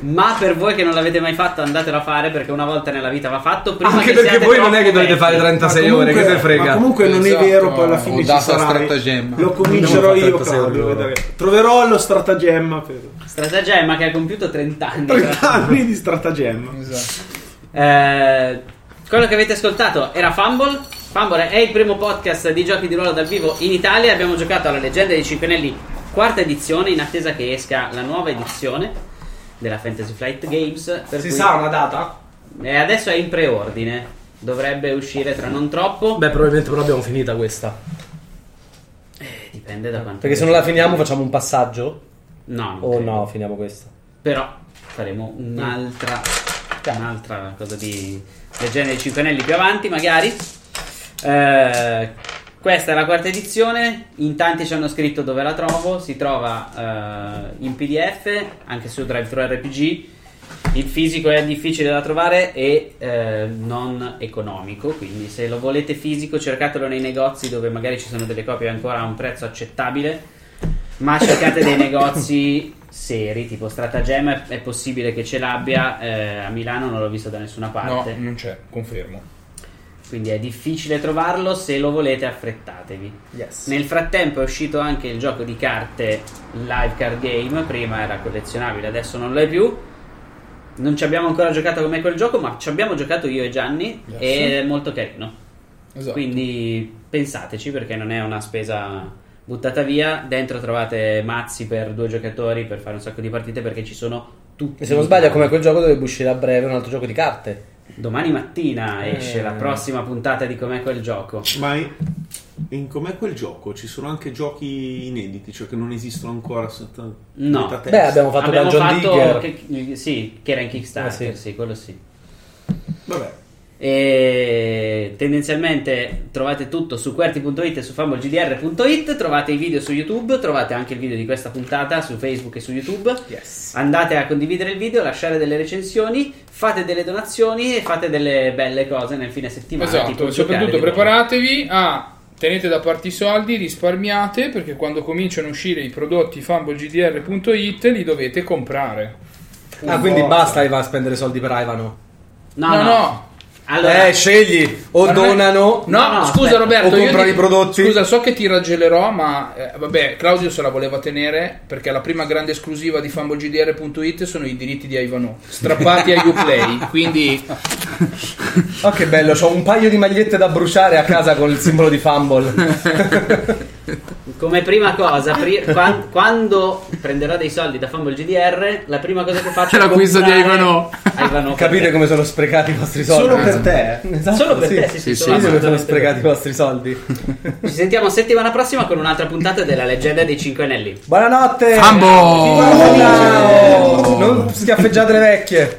Speaker 1: Ma per voi che non l'avete mai fatto, andatelo a fare perché una volta nella vita va fatto. Prima
Speaker 9: Anche
Speaker 1: che
Speaker 9: perché
Speaker 1: siate
Speaker 9: voi non è che
Speaker 1: troppo
Speaker 9: dovete fare
Speaker 1: vecchi.
Speaker 9: 36 ore, che se frega.
Speaker 5: Ma comunque non
Speaker 9: Esatto,
Speaker 5: è vero, poi alla
Speaker 9: ho
Speaker 5: fine ci
Speaker 9: dato la
Speaker 5: sarà.
Speaker 9: stratagemma.
Speaker 5: Lo
Speaker 9: Non
Speaker 5: comincerò
Speaker 9: ho fatto
Speaker 5: io,
Speaker 9: 36
Speaker 5: Carlo.
Speaker 9: ore.
Speaker 5: vedrai. Troverò lo stratagemma. Per...
Speaker 1: Stratagemma che ha compiuto 30 anni.
Speaker 5: 30 *laughs* anni di stratagemma.
Speaker 1: Eh, quello che avete ascoltato era Fumble. Fumble è il primo podcast di giochi di ruolo dal vivo in Italia. Abbiamo giocato alla Leggenda dei Cinquenelli, quarta edizione, in attesa che esca la nuova edizione della Fantasy Flight Games. per
Speaker 6: Si
Speaker 1: cui-
Speaker 6: sa una data?
Speaker 1: Eh, adesso è in preordine. Dovrebbe uscire tra non troppo.
Speaker 6: Beh, probabilmente però abbiamo finita questa.
Speaker 1: Dipende da quanto.
Speaker 6: Perché se non la finiamo facciamo un passaggio?
Speaker 1: No, non
Speaker 6: O
Speaker 1: credo.
Speaker 6: no, finiamo questa.
Speaker 1: Però faremo un'altra, un'altra cosa di Leggenda dei Cinque Anelli più avanti, magari. Eh, questa è la quarta edizione. In tanti ci hanno scritto dove la trovo. Si trova eh, in PDF anche su DriveThru RPG. Il fisico è difficile da trovare e eh, non economico, quindi se lo volete fisico cercatelo nei negozi dove magari ci sono delle copie ancora a un prezzo accettabile. Ma cercate dei negozi seri, tipo Stratagemma, è possibile che ce l'abbia, eh, a Milano non l'ho visto da nessuna
Speaker 3: No,
Speaker 1: parte,
Speaker 3: non c'è, confermo.
Speaker 1: quindi è difficile trovarlo, se lo volete affrettatevi.
Speaker 6: Yes.
Speaker 1: Nel frattempo è uscito anche il gioco di carte Live Card Game, prima era collezionabile, adesso non lo è più. Non ci abbiamo ancora giocato come quel gioco, ma ci abbiamo giocato io e Gianni
Speaker 3: Yes.
Speaker 1: e è molto carino.
Speaker 3: Esatto.
Speaker 1: Quindi pensateci perché non è una spesa buttata via. Dentro trovate mazzi per due giocatori per fare un sacco di partite perché ci sono tutti.
Speaker 6: E se non sbaglio, come quel gioco dovrebbe uscire a breve un altro gioco di carte.
Speaker 1: Domani mattina esce
Speaker 6: Eh.
Speaker 1: la prossima puntata di Com'è quel gioco.
Speaker 5: Ma in- in com'è quel gioco? Ci sono anche giochi inediti, cioè che non esistono ancora sotto
Speaker 1: No,
Speaker 5: sotto la testa.
Speaker 1: Abbiamo fatto che- sì, che era in Kickstarter, sì. quello sì.
Speaker 5: Vabbè.
Speaker 1: E tendenzialmente trovate tutto su QWERTY.it e su fumblegdr.it, trovate i video su YouTube, trovate anche il video di questa puntata su Facebook e su YouTube. Andate a condividere il video, lasciare delle recensioni, fate delle donazioni e fate delle belle cose nel fine settimana. tipo
Speaker 2: Esatto,
Speaker 1: giocare
Speaker 2: soprattutto
Speaker 1: di ruolo.
Speaker 2: preparatevi a tenete da parte i soldi, risparmiate perché quando cominciano a uscire i prodotti fumblegdr.it li dovete comprare.
Speaker 6: Ah, quindi basta Ivan spendere soldi per Ivano.
Speaker 2: No, no.
Speaker 1: Allora-
Speaker 6: eh, scegli o
Speaker 2: Ormai-
Speaker 6: donano.
Speaker 2: No, scusa Roberto,
Speaker 6: o
Speaker 2: io
Speaker 6: comprano
Speaker 2: ti-
Speaker 6: i prodotti.
Speaker 2: Scusa, so che ti raggelerò, ma eh, vabbè, Claudio se la voleva tenere perché la prima grande esclusiva di fumblegdr.it sono i diritti di Ivano, strappati a Uplay, quindi
Speaker 6: Oh,
Speaker 1: *laughs*
Speaker 6: che bello, ho un paio di magliette da bruciare a casa con il simbolo di Fumble.
Speaker 1: Come prima cosa,
Speaker 6: *laughs*
Speaker 1: pri- quan- quando prenderò dei soldi da Fumble GDR, la prima cosa che faccio
Speaker 3: C'è la quiz di
Speaker 1: comprare-
Speaker 3: Ivano.
Speaker 1: a Ivano
Speaker 6: *laughs* Capite come sono sprecati i vostri soldi?
Speaker 1: Solo per
Speaker 6: te. Esatto,
Speaker 1: Solo per
Speaker 6: sì.
Speaker 1: te, sì, sì, sono
Speaker 6: Sì, sì, come sono
Speaker 1: assolutamente
Speaker 6: sprecati i vostri soldi.
Speaker 1: Ci sentiamo settimana prossima con un'altra puntata della leggenda dei 5 anelli.
Speaker 6: Buonanotte.
Speaker 1: Ambo!
Speaker 6: Ciao! Non schiaffeggiate le vecchie.